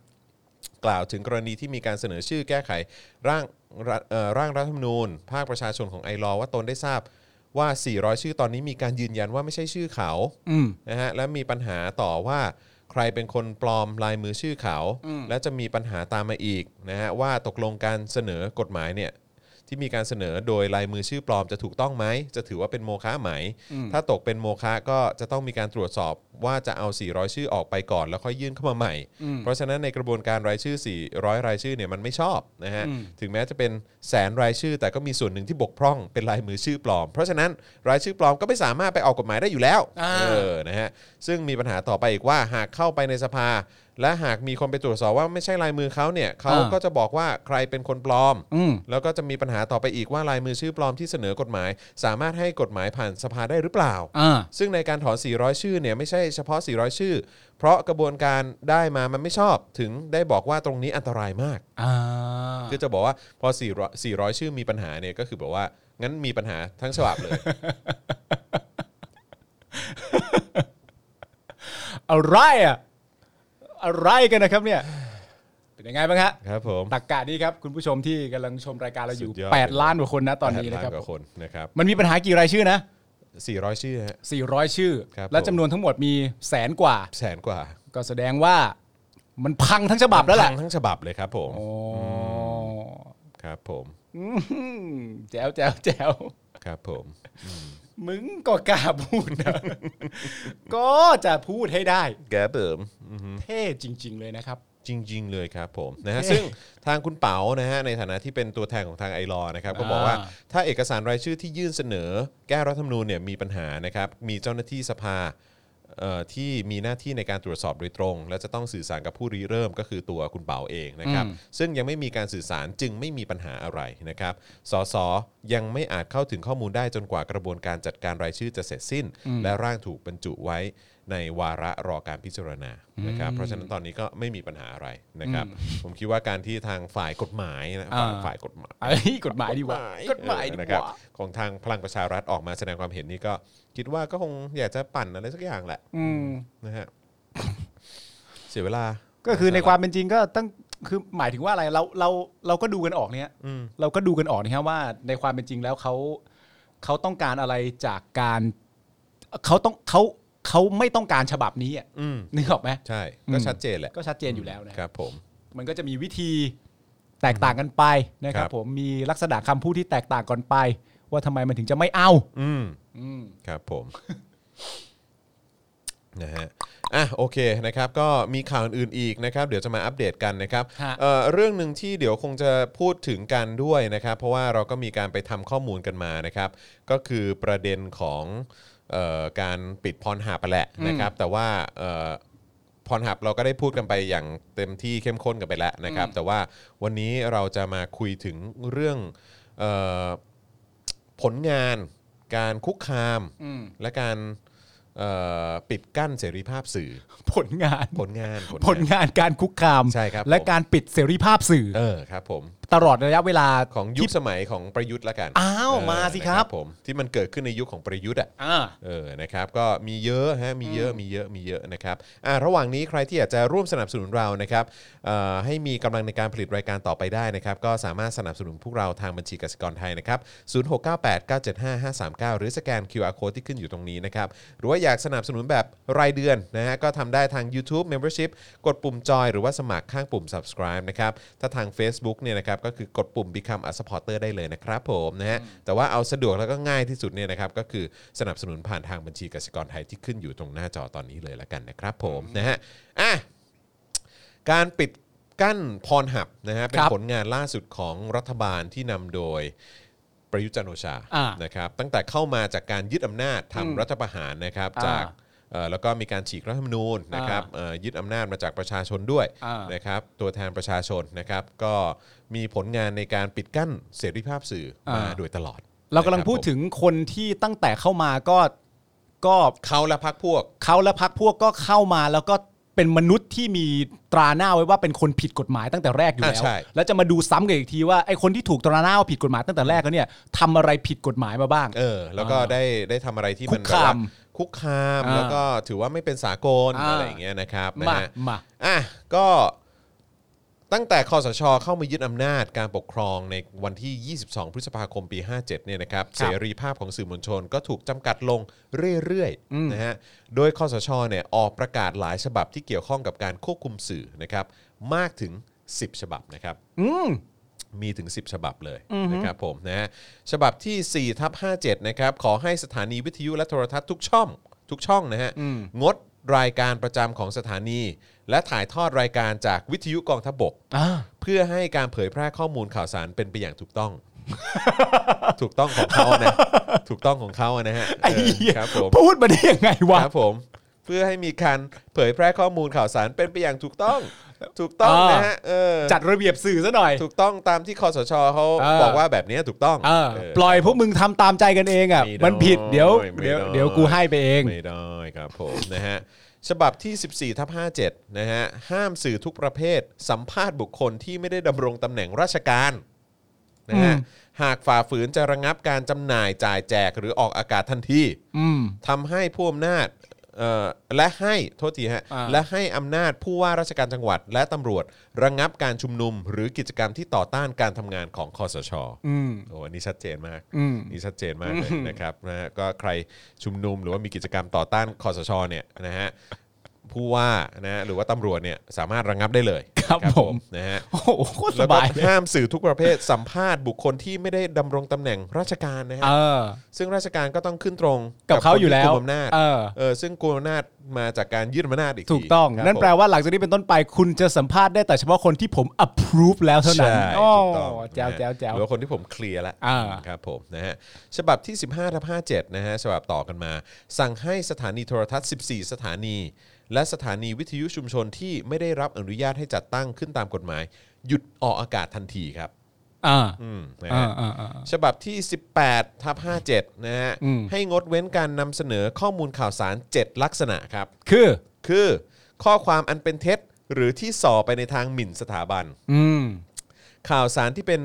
Speaker 2: กล่าวถึงกรณีที่มีการเสนอชื่อแก้ไขร่างรัฐเอ่อร่างรัฐธรรมนูญ ภาคประชาชนของไอรอว่าตนได้ทราบว่า 400 ชื่อตอนนี้มีการยืนยันว่าไม่ใช่ชื่อเขา
Speaker 3: อืม
Speaker 2: นะฮะและมีปัญหาต่อว่าใครเป็นคนปลอมลายมือชื่อเขา และจะมีปัญหาตามมาอีกนะฮะว่าตกลงการเสนอกฎหมายเนี่ยที่มีการเสนอโดยลายมือชื่อปลอมจะถูกต้องไหม จะถือว่าเป็นโมฆะไหม ถ้าตกเป็นโมฆะก็จะต้องมีการตรวจสอบว่าจะเอา 400 ชื่อออกไปก่อน แล้วค่อยยื่นเข้ามาใหม่ เพราะฉะนั้นในกระบวนการรายชื่อ 400 รายชื่อเนี่ยมันไม่ชอบนะฮะถึงแม้จะเป็นแสนรายชื่อ แต่ก็มีส่วนหนึ่งที่บกพร่องเป็นลายมือชื่อปลอม เพราะฉะนั้นรายชื่อปลอมก็ไม่สามารถไปออกกฎหมายได้อยู่แล้ว
Speaker 3: อ่า
Speaker 2: เออ เออนะฮะซึ่งมีปัญหาต่อไปอีกว่าหากเข้าไปในสภา และหากมีคนไปตรวจสอบว่าไม่ใช่ลายมือเขาเนี่ยเขา
Speaker 3: อ่า
Speaker 2: ก็จะบอกว่าใครเป็นคนปลอม
Speaker 3: อืม
Speaker 2: แล้วก็จะมีปัญหาต่อไปอีกว่าลายมือชื่อปลอมที่เสนอกฎหมาย สามารถให้กฎหมายผ่านสภาได้หรือเปล่า
Speaker 3: อ่า
Speaker 2: ซึ่งในการถอน 400 ชื่อเนี่ยไม่ใช่เฉพาะ 400 ชื่อ เพราะกระบวนการได้มามันไม่ชอบถึงได้บอกว่าตรงนี้อันตรายมาก
Speaker 3: อ่า
Speaker 2: คือจะบอกว่าพอ 400 400 ชื่อมีปัญหาเนี่ยก็คือแบบว่างั้นมีปัญหาทั้งฉบับเลย
Speaker 3: อะไรอะอะไรกันนะครับเนี่ย เป็นยังไงบ้างฮะ
Speaker 2: ครับผม
Speaker 3: ตักกะนี้ครับ คุณผู้ชมที่กำลังชมรายการเราอยู่
Speaker 2: สุดยอด
Speaker 3: 8 ล้านกว่าคนนะตอนนี้นะครับ
Speaker 2: แปดล้ากว่าคนนะครับ
Speaker 3: มันมีปัญหากี่รายชื่อนะ
Speaker 2: 400 ชื่อฮะ
Speaker 3: 400 ชื่อ
Speaker 2: ครับ
Speaker 3: และจำนวนทั้งหมดมีแสนกว่า
Speaker 2: แสนกว่า
Speaker 3: ก็แสดงว่ามันพังทั้งฉบับแล้วแหละ
Speaker 2: พังทั้งฉบับเลยครับผม
Speaker 3: โอ้
Speaker 2: ครับผม
Speaker 3: อืมแจ๋วแจ๋วแจ๋ว
Speaker 2: ครับผม
Speaker 3: มึงก็กล้าพูด นะ ก็จะพูดให้ได้
Speaker 2: แกเบิม
Speaker 3: เท่จริง ๆ เลยนะครับ
Speaker 2: จริง ๆ เลยครับผมนะฮะซึ่งทางคุณเป๋านะฮะในฐานะที่เป็นตัวแทนของทางไอรอนะครับก็บอกว่า
Speaker 3: อ่า
Speaker 2: ถ้าเอกสารรายชื่อที่ยื่นเสนอ แก้รัฐธรรมนูญเนี่ยมีปัญหานะครับมีเจ้าหน้าที่สภาเอ่อที่มีหน้าที่ในการตรวจสอบโดยตรง และจะต้องสื่อสารกับผู้ริเริ่มก็คือตัวคุณเป๋าเองนะครับซึ่งยังไม่มีการสื่อสารจึงไม่มีปัญหาอะไรนะครับสสยังไม่อาจเข้าถึงข้อมูลได้จนกว่ากระบวนการจัดการรายชื่อจะเสร็จสิ้น และร่างถูกบรรจุไว้ ในวาระรอการพิจารณานะครับเพราะฉะนั้นตอนนี้ก็ไม่มีปัญหาอะไรนะครับ ผมคิดว่าการที่ทางฝ่ายกฎหมายนะ
Speaker 3: อ่า
Speaker 2: ฝ่ายฝ่ายกฎหมาย
Speaker 3: ไอ้ยกฎหมายดีกว่ากฎหมายดี
Speaker 2: เออกนะค
Speaker 3: ว่า
Speaker 2: รับของทางพลังประชารัฐออกมาแสดงความเห็นนี่ก็คิดว่าก็คงอยากจะปั่นอะไรสักอย่างแหละ
Speaker 3: อืม
Speaker 2: นะฮ ะเสียเวลา
Speaker 3: ก็คือในความเป็นจริงก็ตั้งคือหมายถึงว่าอะไรเราเราเราก็ดูกันออกเนี่ย
Speaker 2: อืม
Speaker 3: เราก็ดูกันออกนะฮะว่าในความเป็นจริงแล้วเขาเขาต้องการอะไรจากการเขาต้องเขาเขาไม่ต้องการฉบับนี้อ่ะ
Speaker 2: อืม
Speaker 3: นึกออกไหม
Speaker 2: ใช่
Speaker 3: อืม
Speaker 2: ก็ชัดเจนแหละ
Speaker 3: ก็ชัดเจนอยู่แล้วนะครับ
Speaker 2: ผม
Speaker 3: มันก็จะมีวิธีแตกต่างกันไปนะค
Speaker 2: ค
Speaker 3: รั
Speaker 2: รับ บ
Speaker 3: ผมมีลักษณะคำพูดที่แตกต่างกันไป ว่าทำไมมันถึงจะไม่เอา
Speaker 2: อืม
Speaker 3: อืม
Speaker 2: ครับผม นะฮะอ่ะโอเคนะครับ ก็มีข่าวอื่นๆอีกนะครับ เดี๋ยวจะมาอัปเดตกันนะครับ
Speaker 3: ฮะ
Speaker 2: เอ่อเรื่องหนึ่งที่เดี๋ยวคงจะพูดถึงกันด้วยนะครับ เพราะว่าเราก็มีการไปทำข้อมูลกันมานะครับ ก็คือประเด็นของเอ่อการปิดพรหับไปแหละนะครับ แต่ว่าเอ่อพรหับเราก็ได้พูดกันไปอย่างเต็มที่เข้มข้นกันไปแล้วนะครับ แต่ว่าวันนี้เราจะมาคุยถึงเรื่องเอ่อ ผลงานการคุกคาม
Speaker 3: อืม
Speaker 2: และการเอ่อปิดกั้นเสรีภาพสื่อ
Speaker 3: ผลงาน
Speaker 2: ผลงาน
Speaker 3: ผลงานการคุกคาม
Speaker 2: ใช่ครับ
Speaker 3: และ
Speaker 2: ผม
Speaker 3: การปิดเสรีภาพสื่อ
Speaker 2: เออครับผม
Speaker 3: ตลอดระยะเวลา
Speaker 2: ของยุคสมัยของประยุทธ์ละกัน
Speaker 3: อ้าว
Speaker 2: เออ
Speaker 3: มาสิ
Speaker 2: นะครับผมที่มันเกิดขึ้นในยุคของประยุทธ์อ่ะ
Speaker 3: อ่า
Speaker 2: เออนะครับ ก็มีเยอะฮะมีเยอะมีเยอะมีเยอะนะครับอ่าระหว่างนี้ใครที่อยากจะร่วมสนับสนุนเรานะครับเอ่อให้มีกำลังในการผลิตรายการต่อไปได้นะครับ ก็สามารถสนับสนุนพวกเราทางบัญชีกสิกรไทยนะครับ0698975539 หรือสแกน QR code ที่ขึ้นอยู่ตรงนี้นะครับ หรือว่าอยากสนับสนุนแบบรายเดือนนะฮะก็ทำได้ทาง YouTube Membership กดปุ่มจอยหรือว่าสมัครข้างปุ่ม subscribe นะครับถ้าทาง Facebook เนี่ยนะครับก็คือกดปุ่ม Become a supporter ได้เลยนะครับผมนะฮะแต่ว่าเอาสะดวกแล้วก็ง่ายที่สุดเนี่ยนะครับก็คือสนับสนุนผ่านทางบัญชีกสิกรไทยที่ขึ้นอยู่ตรงหน้าจอตอนนี้เลยละกันนะครับผมนะฮะอ่ะ การปิดกั้นพรหับนะฮะ เป็น
Speaker 3: ครับ
Speaker 2: ผลงานล่าสุดของรัฐบาลที่นำโดยประยุทธ์จันทร์โอชา
Speaker 3: อ่า
Speaker 2: นะครับตั้งแต่เข้ามาจากการยึดอำนาจทำรัฐประหารนะครับ
Speaker 3: อ่า
Speaker 2: จากเอ่อแล้วก็มีการฉีกรัฐธรรมนูญนะครับเอ่อยึดอำนาจมาจากประชาชนด้วย
Speaker 3: อ่าน
Speaker 2: นะครับตัวแทนประชาชนนะครับ ก็มีผลงานในการปิดกั้นเสรีภาพสื่อมาโดยตลอด
Speaker 3: เรากำลังพูด
Speaker 2: นะคบผม
Speaker 3: ถึงคนที่ตั้งแต่เข้ามาก็ ก็
Speaker 2: เขาและพักพวก
Speaker 3: เขาและพักพวกก็เข้ามาแล้วก็เป็นมนุษย์ที่มีตราหน้าไว้ว่าเป็นคนผิดกฎหมายตั้งแต่แรกอยู่
Speaker 2: อ่ะ
Speaker 3: แล้ว
Speaker 2: ใช่
Speaker 3: แล้วจะมาดูซ้ำกันอีกทีว่าไอ้คนที่ถูกตราหน้าว่าผิดกฎหมายตั้งแต่แรกแล้วเนี่ยทำอะไรผิดกฎหมายมาบ้าง
Speaker 2: เออ แล้วก็
Speaker 3: อ่า
Speaker 2: ได้ได้ทำอะไรที่มัน
Speaker 3: คุกคา
Speaker 2: แบ
Speaker 3: ม
Speaker 2: บว่คุกคาม
Speaker 3: อ่า
Speaker 2: แล้วก็ถือว่าไม่เป็นสากล
Speaker 3: อ่า
Speaker 2: อะไรอย่างเงี้ยนะครับนะ
Speaker 3: มา
Speaker 2: ฮะ
Speaker 3: มา
Speaker 2: อ่ะก็ตั้งแต่คอสชเข้ามายึดอำนาจการปกครองในวันที่ 22 พฤษภาคมปี 57 เนี่ยนะครับ เสรีภาพของสื่อมวลชนก็ถูกจำกัดลงเรื่อยๆนะฮะโดยคอสชเนี่ยออกประกาศหลายฉบับที่เกี่ยวข้องกับการควบคุมสื่อนะครับ มากถึง 10 ฉบับนะครับ
Speaker 3: อืม
Speaker 2: มีถึง 10 ฉบับเลยนะครับผมนะฮะฉบับที่4ทับ57 นะครับ ขอให้สถานีวิทยุและโทรทัศน์ทุกช่อง ทุกช่องนะฮะ งดรายการประจำของสถานี และถ่ายทอดรายการจากวิทยุกองทัพบก
Speaker 3: อ่า
Speaker 2: เพื่อให้การเผยแพร่ข้อมูลข่าวสารเป็นไปอย่างถูกต้อง ถูกต้องของเขานะ ถูกต้องของเขานะฮะ
Speaker 3: ไอ้
Speaker 2: เออ
Speaker 3: เหี้ย
Speaker 2: ครับผม
Speaker 3: พูดมาได้ยังไงวะ
Speaker 2: ครับผมเพื่อให้มีการเผยแพร่ข้อมูลข่าวสารเป็นไปอย่างถูกต้อง ถูกต้อง
Speaker 3: อ่าน
Speaker 2: นะฮะเออ
Speaker 3: จัดระเบียบสื่อซะหน่อย
Speaker 2: ถูกต้องตามที่คอสชเขา
Speaker 3: เออ
Speaker 2: บอกว่าแบบเนี้ยถูกต้อง
Speaker 3: เออ
Speaker 2: เออ
Speaker 3: ปล่อยพวกมึงทำตามใจกันเองอ่ะ
Speaker 2: ไ
Speaker 3: มันผิดเดี๋ยว
Speaker 2: ไม่
Speaker 3: เดี๋ยว
Speaker 2: ได้
Speaker 3: เดี๋ยวกูให้ไปเอง
Speaker 2: ไม่ได้ครับผมนะฮะฉบับที่ 14ทับ57 นะฮะ ห้ามสื่อทุกประเภท สัมภาษณ์บุคคลที่ไม่ได้ดำรงตำแหน่งราชการนะฮะหากฝ่าฝืนจะระงับการจำหน่ายจ่ายแจกหรือออกอากาศทันที
Speaker 3: อืม
Speaker 2: ทำให้ผู้อำนาจเอ่อและให้โทษทีฮะ
Speaker 3: อ่า
Speaker 2: และให้อำนาจผู้ว่าราชการจังหวัด และตำรวจระงับการชุมนุม หรือกิจกรรมที่ต่อต้านการทำงานของคอสช
Speaker 3: อืม
Speaker 2: โอ้อันนี้ชัดเจนมาก
Speaker 3: อืม
Speaker 2: นี่ชัดเจนมากเลยนะครับนะฮะก็ใครชุมนุมหรือว่ามีกิจกรรมต่อต้านคอสชเนี่ยนะฮะผู้ว่านะฮะหรือว่าตำรวจเนี่ยสามารถระงับได้เลย
Speaker 3: ครับผม
Speaker 2: นะฮะ
Speaker 3: โอ้โหโคตรส
Speaker 2: แล้วก็
Speaker 3: บายเลย
Speaker 2: ห้ามสื่อทุกประเภทสัมภาษณ์บุคคลที่ไม่ได้ดำรงตำแหน่งราชการนะฮะ
Speaker 3: เออ
Speaker 2: ซึ่งราชการก็ต้องขึ้นตรง
Speaker 3: กับเขาอยู่แล้ว
Speaker 2: คนที่กุมอำนาจ
Speaker 3: เออ
Speaker 2: เออซึ่งกุมอำนาจมาจากการยืดอำนาจอีกที
Speaker 3: ถูกต้อง
Speaker 2: ครับ
Speaker 3: นั่นแปลว่าหลังจากนี้เป็นต้นไปคุณจะสัมภาษณ์ได้แต่เฉพาะคนที่ผม approve แล้ว
Speaker 2: ผม
Speaker 3: เท่านั้น
Speaker 2: ใช่
Speaker 3: โอ้
Speaker 2: ถูกต้อง
Speaker 3: แจ๋ว
Speaker 2: นะฮะ
Speaker 3: แจ๋วแจ๋ว
Speaker 2: หรือว่าคนที่ผมเคลียร์แล้ว
Speaker 3: อ่า
Speaker 2: ครับผมนะฮะฉบับที่ 15ทับ57นะฮะฉบับต่อกันมา สั่งให้สถานีโทรทัศน์ 14 สถานี และสถานีวิทยุชุมชนที่ไม่ได้รับอนุญาตให้จัดตั้งขึ้นตามกฎหมาย หยุดออกอากาศทันทีครับ
Speaker 3: อ่า
Speaker 2: อืมนะ
Speaker 3: อ่า
Speaker 2: ฮะ
Speaker 3: อ่าอ่า
Speaker 2: ฉบับที่ 18ทับ57 นะฮะ
Speaker 3: อืม
Speaker 2: ให้งดเว้นการนำเสนอข้อมูลข่าวสาร 7 ลักษณะครับ
Speaker 3: คือ
Speaker 2: คือ ข้อความอันเป็นเท็จ หรือที่ส่อไปในทางหมิ่นสถาบัน
Speaker 3: อืม
Speaker 2: ข่าวสารที่เป็น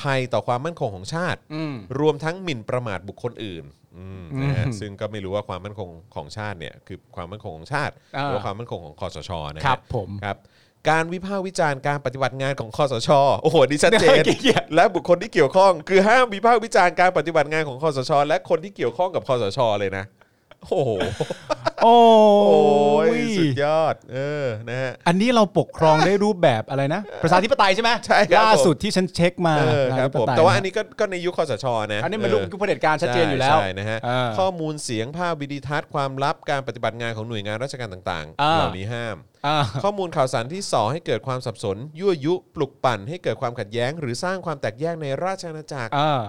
Speaker 2: ภัยต่อความมั่นคงของชาติ
Speaker 3: อืม
Speaker 2: รวมทั้งหมิ่นประมาทบุคคลอื่นอืมนะฮะซึ่งก็ไม่รู้ว่าความมั่นคงของชาติเนี่ยคือความมั่นคงของชาติห
Speaker 3: อ่า
Speaker 2: รือว่าความมั่นคงของคอสชนะฮะ
Speaker 3: ครับผม
Speaker 2: ครับการวิพากษ์วิจารณ์การปฏิบัติงานของคอสชโอ้โหดิชัดเจน
Speaker 3: เกลียด
Speaker 2: และบุคคลที่เกี่ยวข้อง คือห้ามวิพากษ์วิจารณ์การปฏิบัติงานของคอสช และคนที่เกี่ยวข้องกับคอสช เลยนะโอ้โห
Speaker 3: โอ้
Speaker 2: โอ้ย
Speaker 3: ย
Speaker 2: สุดยอดเออนะฮะ
Speaker 3: อันนี้เราปกครองได้รูปแบบอะไรนะ ประชาธิปไตยใช่ไหม
Speaker 2: ใช่ครับผม
Speaker 3: ล่าสุดที่ฉันเช็คมา
Speaker 2: เออครับผม
Speaker 3: ปะชธิปไย
Speaker 2: แต่ว่าอันนี้ก็ก็ในยุคคอสชนะ
Speaker 3: อันนี้มัน
Speaker 2: เอ
Speaker 3: ลูก
Speaker 2: อ
Speaker 3: ยุคเผด็จการชัดเจนอยู่แล้ว
Speaker 2: ใช่นะฮะ
Speaker 3: เออ
Speaker 2: ข้อมูลเสียงภาพวิดีทัศน์ความลับการปฏิบัติงานของหน่วยงานราชการต่างๆ
Speaker 3: อ่า
Speaker 2: เหล่านี้ห้าม
Speaker 3: อ่า
Speaker 2: ข้อมูลข่าวสารที่ส่อให้เกิดความสับสน ยั่วยุปลุกปั่นให้เกิดความขัดแย้ง หรือสร้างความแตกแยกในราชอาณาจักร
Speaker 3: อ่า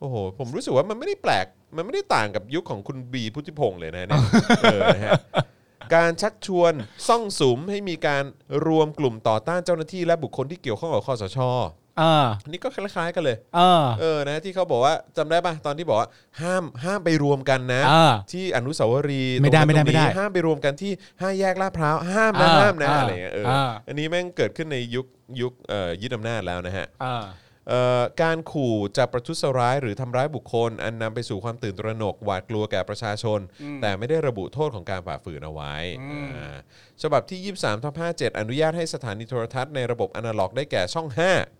Speaker 2: โอ้โหผมรู้สึกว่ามันไม่ได้แปลก มันไม่ได้ต่างกับยุคของคุณบีพุทธิพงศ์เลยนะ เนี่ยเออนะฮะการชักชวนซ่องสุมให้มีการรวมกลุ่มต่อต้านเจ้าหน้าที่และบุคคลที่เกี่ยวข้องกับคอสช
Speaker 3: อ่า
Speaker 2: อันนี่ก็คล้ายๆกันเลย
Speaker 3: อ่า
Speaker 2: เออนะที่เขาบอกว่าจำได้ป่ะ ตอนที่บอกว่าห้ามห้ามไปรวมกันนะ
Speaker 3: อ่า
Speaker 2: ที่อนุสาวรีย์
Speaker 3: ไม่ได้
Speaker 2: ตรงนั้น
Speaker 3: ไม่
Speaker 2: ตรงนี้
Speaker 3: ได้ไม่ได้
Speaker 2: ห้ามไปรวมกันที่ห้าแยกลาดพร้าวห้ามนะ
Speaker 3: อ่า
Speaker 2: ห้ามนะ
Speaker 3: อ่า
Speaker 2: อะไรอย่างเงี้ยเอออา อันนี้แม่งเกิดขึ้นในยุคยุคเอ่อยึดอำนาจแล้วนะฮะ
Speaker 3: อ่า
Speaker 2: เอ่อการขู่จะประทุษร้ายหรือทำร้ายบุคคล อันนำไปสู่ความตื่นตระหนกหวาดกลัวแก่ประชาชน แต่ไม่ได้ระบุโทษของการฝ่าฝืนเอาไว้อ่าฉบับที่ 23ทับ57 อนุญาตให้สถานีโทรทัศน์ในระบบอนาล็อกได้แก่ช่อง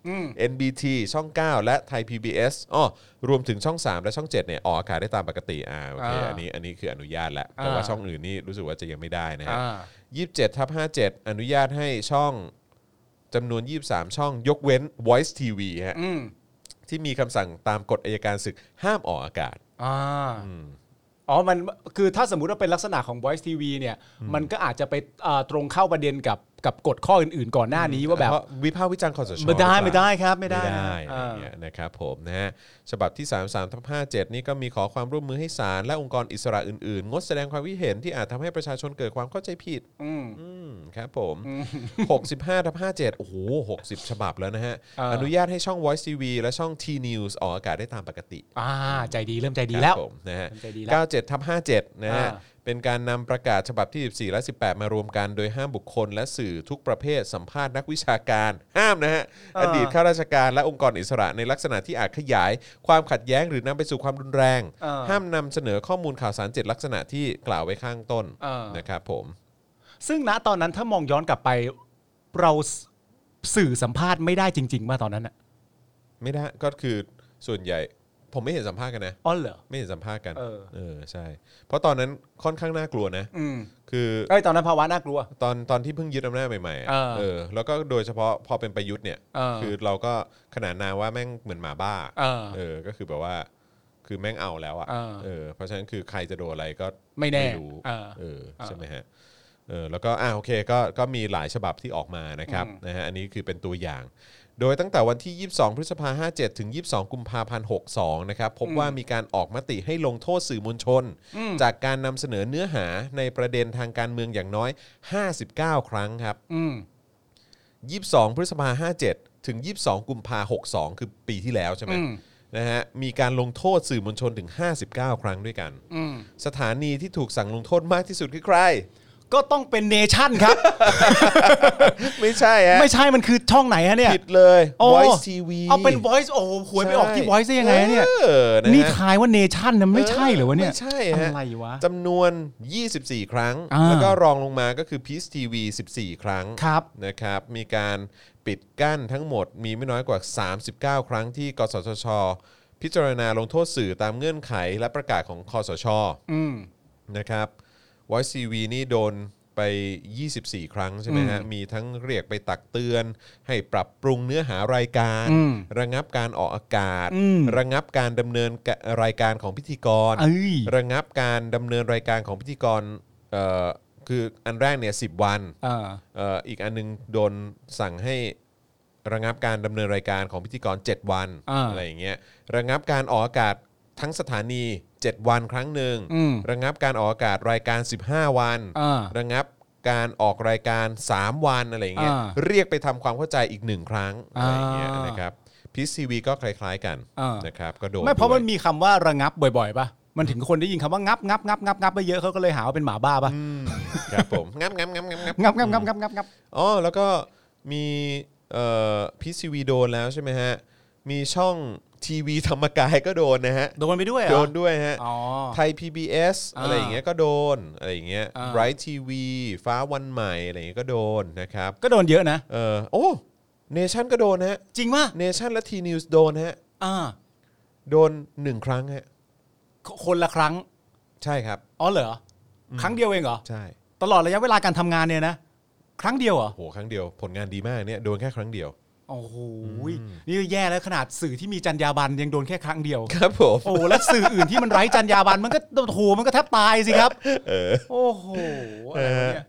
Speaker 2: 5 NBT ช่อง 9 และไทย PBS อ๋อรวมถึงช่อง 3 และช่อง 7 เนี่ยออกอากาศได้ตามปกติอ่าโอเค
Speaker 3: อ่า
Speaker 2: อันนี้อันนี้คืออนุญาตแล้วแต่
Speaker 3: อ่า
Speaker 2: ว่าช่องอื่นนี่รู้สึกว่าจะยังไม่ได้นะฮะ
Speaker 3: อ่า
Speaker 2: ยี่สิบเจ็ดทับห้าเจ็ดอนุญาตให้ช่องจำนวน 23 ช่องยกเว้น Voice TV ฮะ
Speaker 3: อืม
Speaker 2: ที่มีคำสั่งตามกฎอายการศึกห้ามออกอากาศ
Speaker 3: อ่าอ๋อ มัน คือถ้าสมมุติว่าเป็นลักษณะของ Voice TV เนี่ย มันก็อาจจะไปอ่าตรงเข้าประเด็นกับ กับกฎข้ออื่นๆ ก่อนหน้านี้ว่าแบบ
Speaker 2: เพระวิพากษ์วิจารณ์คอสช
Speaker 3: ไม่ได้
Speaker 2: หรือ
Speaker 3: ไม่
Speaker 2: เปล่า
Speaker 3: ได้ครับไม่ได้
Speaker 2: ไม่ได้
Speaker 3: เอ
Speaker 2: อะไร
Speaker 3: อ
Speaker 2: เงี้ยนะครับผมนะฮะฉบับที่ 3 3ทับ57 นี่ก็มีขอความร่วมมือให้ศาลและองค์กรอิสระอื่นๆ งดแสดงความคิดเห็นที่อาจทำให้ประชาชนเกิดความเข้าใจผิดอืมครับผม 65ทับ57 โอ้โห 60 ฉบับแล้วนะฮะ
Speaker 3: เอออ
Speaker 2: อนุญาตให้ช่อง Voice TV และช่อง T News ออกอากาศได้ตามปกติ
Speaker 3: อ่าใจดีเริ่มใจดีแล้ว
Speaker 2: ครับผมนะฮะ
Speaker 3: ใจดีแล้ว
Speaker 2: 97ทับ57 นะฮะ
Speaker 3: อ่า
Speaker 2: เป็นการนำประกาศฉบับที่ 14 และ 18 มารวมกันโดยห้ามบุคคลและสื่อทุกประเภทสัมภาษณ์นักวิชาการ ห้ามนะฮะ อดีตข้าราชการและองค์กรอิสระในลักษณะที่อาจขยาย ความขัดแย้งหรือนำไปสู่ความรุนแรง ห้ามนำเสนอข้อมูลข่าวสาร 7 ลักษณะที่กล่าวไว้ข้างต้นนะครับผม
Speaker 3: ซึ่งณตอนนั้นถ้ามองย้อนกลับไปเราสื่อสัมภาษณ์ไม่ได้จริงๆมาตอนนั้นอ่ะ
Speaker 2: ไม่ได้ก็คือส่วนใหญ่ผมไม่เห็นสัมภาษณ์กันนะ
Speaker 3: อ๋อเหรอ
Speaker 2: ไม่เห็นสัมภาษณ์กัน
Speaker 3: เออ
Speaker 2: ใช่ เพราะตอนนั้นค่อนข้างน่ากลัวนะ
Speaker 3: อืม
Speaker 2: คือ
Speaker 3: เอ้ยตอนนั้นภาวะน่ากลัว
Speaker 2: ตอนตอนที่เพิ่งยึดอำนาจใหม่ๆอะ
Speaker 3: เออ
Speaker 2: เออ แล้วก็โดยเฉพาะพอเป็นประยุทธ์เนี่ย
Speaker 3: เออ
Speaker 2: คือเราก็ขนานนามว่าแม่งเหมือนหมาบ้า
Speaker 3: เออ
Speaker 2: เออ ก็คือแบบว่า คือแม่งเอาแล้วอ่ะ
Speaker 3: เออ
Speaker 2: เออ เพราะฉะนั้นคือใครจะโดนอะไรก็
Speaker 3: ไม่แน่
Speaker 2: รู้
Speaker 3: เออ
Speaker 2: เออ ใช่ไหมฮะ เออ แล้วก็ อ่าโอเค ก็ ก็มีหลายฉบับที่ออกมานะครับ นะฮะ อันนี้คือเป็นตัวอย่าง โดยตั้งแต่วันที่ 22 พฤษภา57 ถึง 22 กุมภาพันธ์ 62 นะครับ พบว่ามีการออกมติให้ลงโทษสื่อมวลชน จากการนำเสนอเนื้อหาในประเด็นทางการเมืองอย่างน้อย 59 ครั้งครับ
Speaker 3: อืม
Speaker 2: 22 พฤษภา57 ถึง 22 กุมภา62 คือปีที่แล้วใช่ไหม
Speaker 3: อืม
Speaker 2: นะฮะ มีการลงโทษสื่อมวลชนถึง 59 ครั้งด้วยกัน
Speaker 3: อืม
Speaker 2: สถานีที่ถูกสั่งลงโทษมากที่สุดคือใคร
Speaker 3: ก็ต้องเป็นเนชั่นครับ
Speaker 2: ไม่ใช่ฮะ
Speaker 3: ไม่ใช่มันคือช่องไหนฮะเนี่ย
Speaker 2: ผิดเลย
Speaker 3: โอ้
Speaker 2: Voice TV
Speaker 3: เอาเป็น voice โอ้โหหวยไปออกที่ voice ได้ยังไงฮะเนี่ย
Speaker 2: ออนะฮะ
Speaker 3: นี่ทายว่าเนชั่นนะไม่ใช่เหรอวะเนี่ย
Speaker 2: ไม่ใช่ฮะ
Speaker 3: อะไรวะ
Speaker 2: จำนวน 24 ครั้ง
Speaker 3: อ่า
Speaker 2: แล้วก็รองลงมาก็คือพีซทีวี14 ครั้ง
Speaker 3: ครับ
Speaker 2: นะครับ มีการปิดกั้นทั้งหมดมีไม่น้อยกว่า 39 ครั้งที่กสทช พิจารณาลงโทษสื่อตามเงื่อนไขและประกาศของคอสช
Speaker 3: อืม
Speaker 2: นะครับวอยซีวีนี่โดนไป 24 ครั้งใช่ไหมฮะ มีทั้งเรียกไปตักเตือน ให้ปรับปรุงเนื้อหารายการ
Speaker 3: อืม
Speaker 2: ระงับการออกอากาศ
Speaker 3: อืม
Speaker 2: ระงับการดำเนินกะรายการของพิธีกร
Speaker 3: เอ้ย
Speaker 2: ระงับการดำเนินรายการของพิธีกรเอ่อคืออันแรกเนี่ยสิวัน
Speaker 3: เออ
Speaker 2: เอ่ออีกอันหนึงโดนสั่งให้ระงับการดำเนินรายการของพิธีกร 7 วัน
Speaker 3: อ่า
Speaker 2: ไรอย่างเงี้ยระงับการออกอากาศทั้งสถานี 7 วันครั้งหนึ่ง
Speaker 3: อืม
Speaker 2: ระงับการออกอากาศรายการ 15 วัน
Speaker 3: อ่า
Speaker 2: ระงับการออกรายการ 3 วันอะไรอย่างเงี้ย
Speaker 3: อ่า
Speaker 2: เรียกไปทำความเข้าใจอีกหนึ่งครั้งอะไรอย่างเงี้ย
Speaker 3: อ่าน
Speaker 2: นะครับพีซีวีก็คล้าย ๆ กัน
Speaker 3: อ่าน
Speaker 2: นะครับก็โดน
Speaker 3: ไม่เพราะ
Speaker 2: ด้ว
Speaker 3: มั
Speaker 2: ย
Speaker 3: นมีคำว่าระงับบ่อยๆป่ะ มันถึงคนได้ยินคำว่างับงับงับงับงับไปเยอะเขาก็เลยหาว่าเป็นหมาบ้าป่ะ
Speaker 2: ครับผมงับงับงับงับงับ
Speaker 3: งับงับงับงับงับงับ
Speaker 2: อ๋อแล้วก็มีเอ่อพีซีวีโดนแล้วใช่ไหมฮะ มีช่องทีวีธรรมกายก็โดนนะฮะ
Speaker 3: โดนไปด้วยเหรอ
Speaker 2: โดนด้วยฮะ
Speaker 3: อ๋อ
Speaker 2: ไทย PBS
Speaker 3: อ่า
Speaker 2: อะไรอย่างเงี้ยก็โดนอะไรอย่างเงี้ย
Speaker 3: อ่า
Speaker 2: ไรทีวีฟ้าวันใหม่อะไรอย่างเงี้ยก็โดนนะครับ
Speaker 3: ก็โดนเยอะนะ
Speaker 2: เออโอ้เนชั่นก็โดนฮะ
Speaker 3: จริงป่ะ
Speaker 2: เนชั่นและทีนิวส์โดนฮะ
Speaker 3: อ่า
Speaker 2: โดนหนึ่งครั้งฮะ
Speaker 3: คนละครั้ง
Speaker 2: ใช่ครับ
Speaker 3: อ๋อเหรอ ครั้งเดียวเองเหรอ
Speaker 2: ใช่
Speaker 3: ตลอดระยะเวลาการทำงานเนี่ยนะ ครั้งเดียวเหรอ
Speaker 2: โหครั้งเดียวผลงานดีมากเนี่ยโดนแค่ครั้งเดียว
Speaker 3: โอ้โหยนี่แย่แล้วขนาดสื่อที่มีจรรยาบรรณยังโดนแค่ครั้งเดียว
Speaker 2: ครับผม
Speaker 3: โอ้โหแล้วสื่ออื่นที่มันไร้จรรยาบรรณมันก็โอ้โหมันก็แทบตายสิครับโอ้โหอะไรวะเนี่ย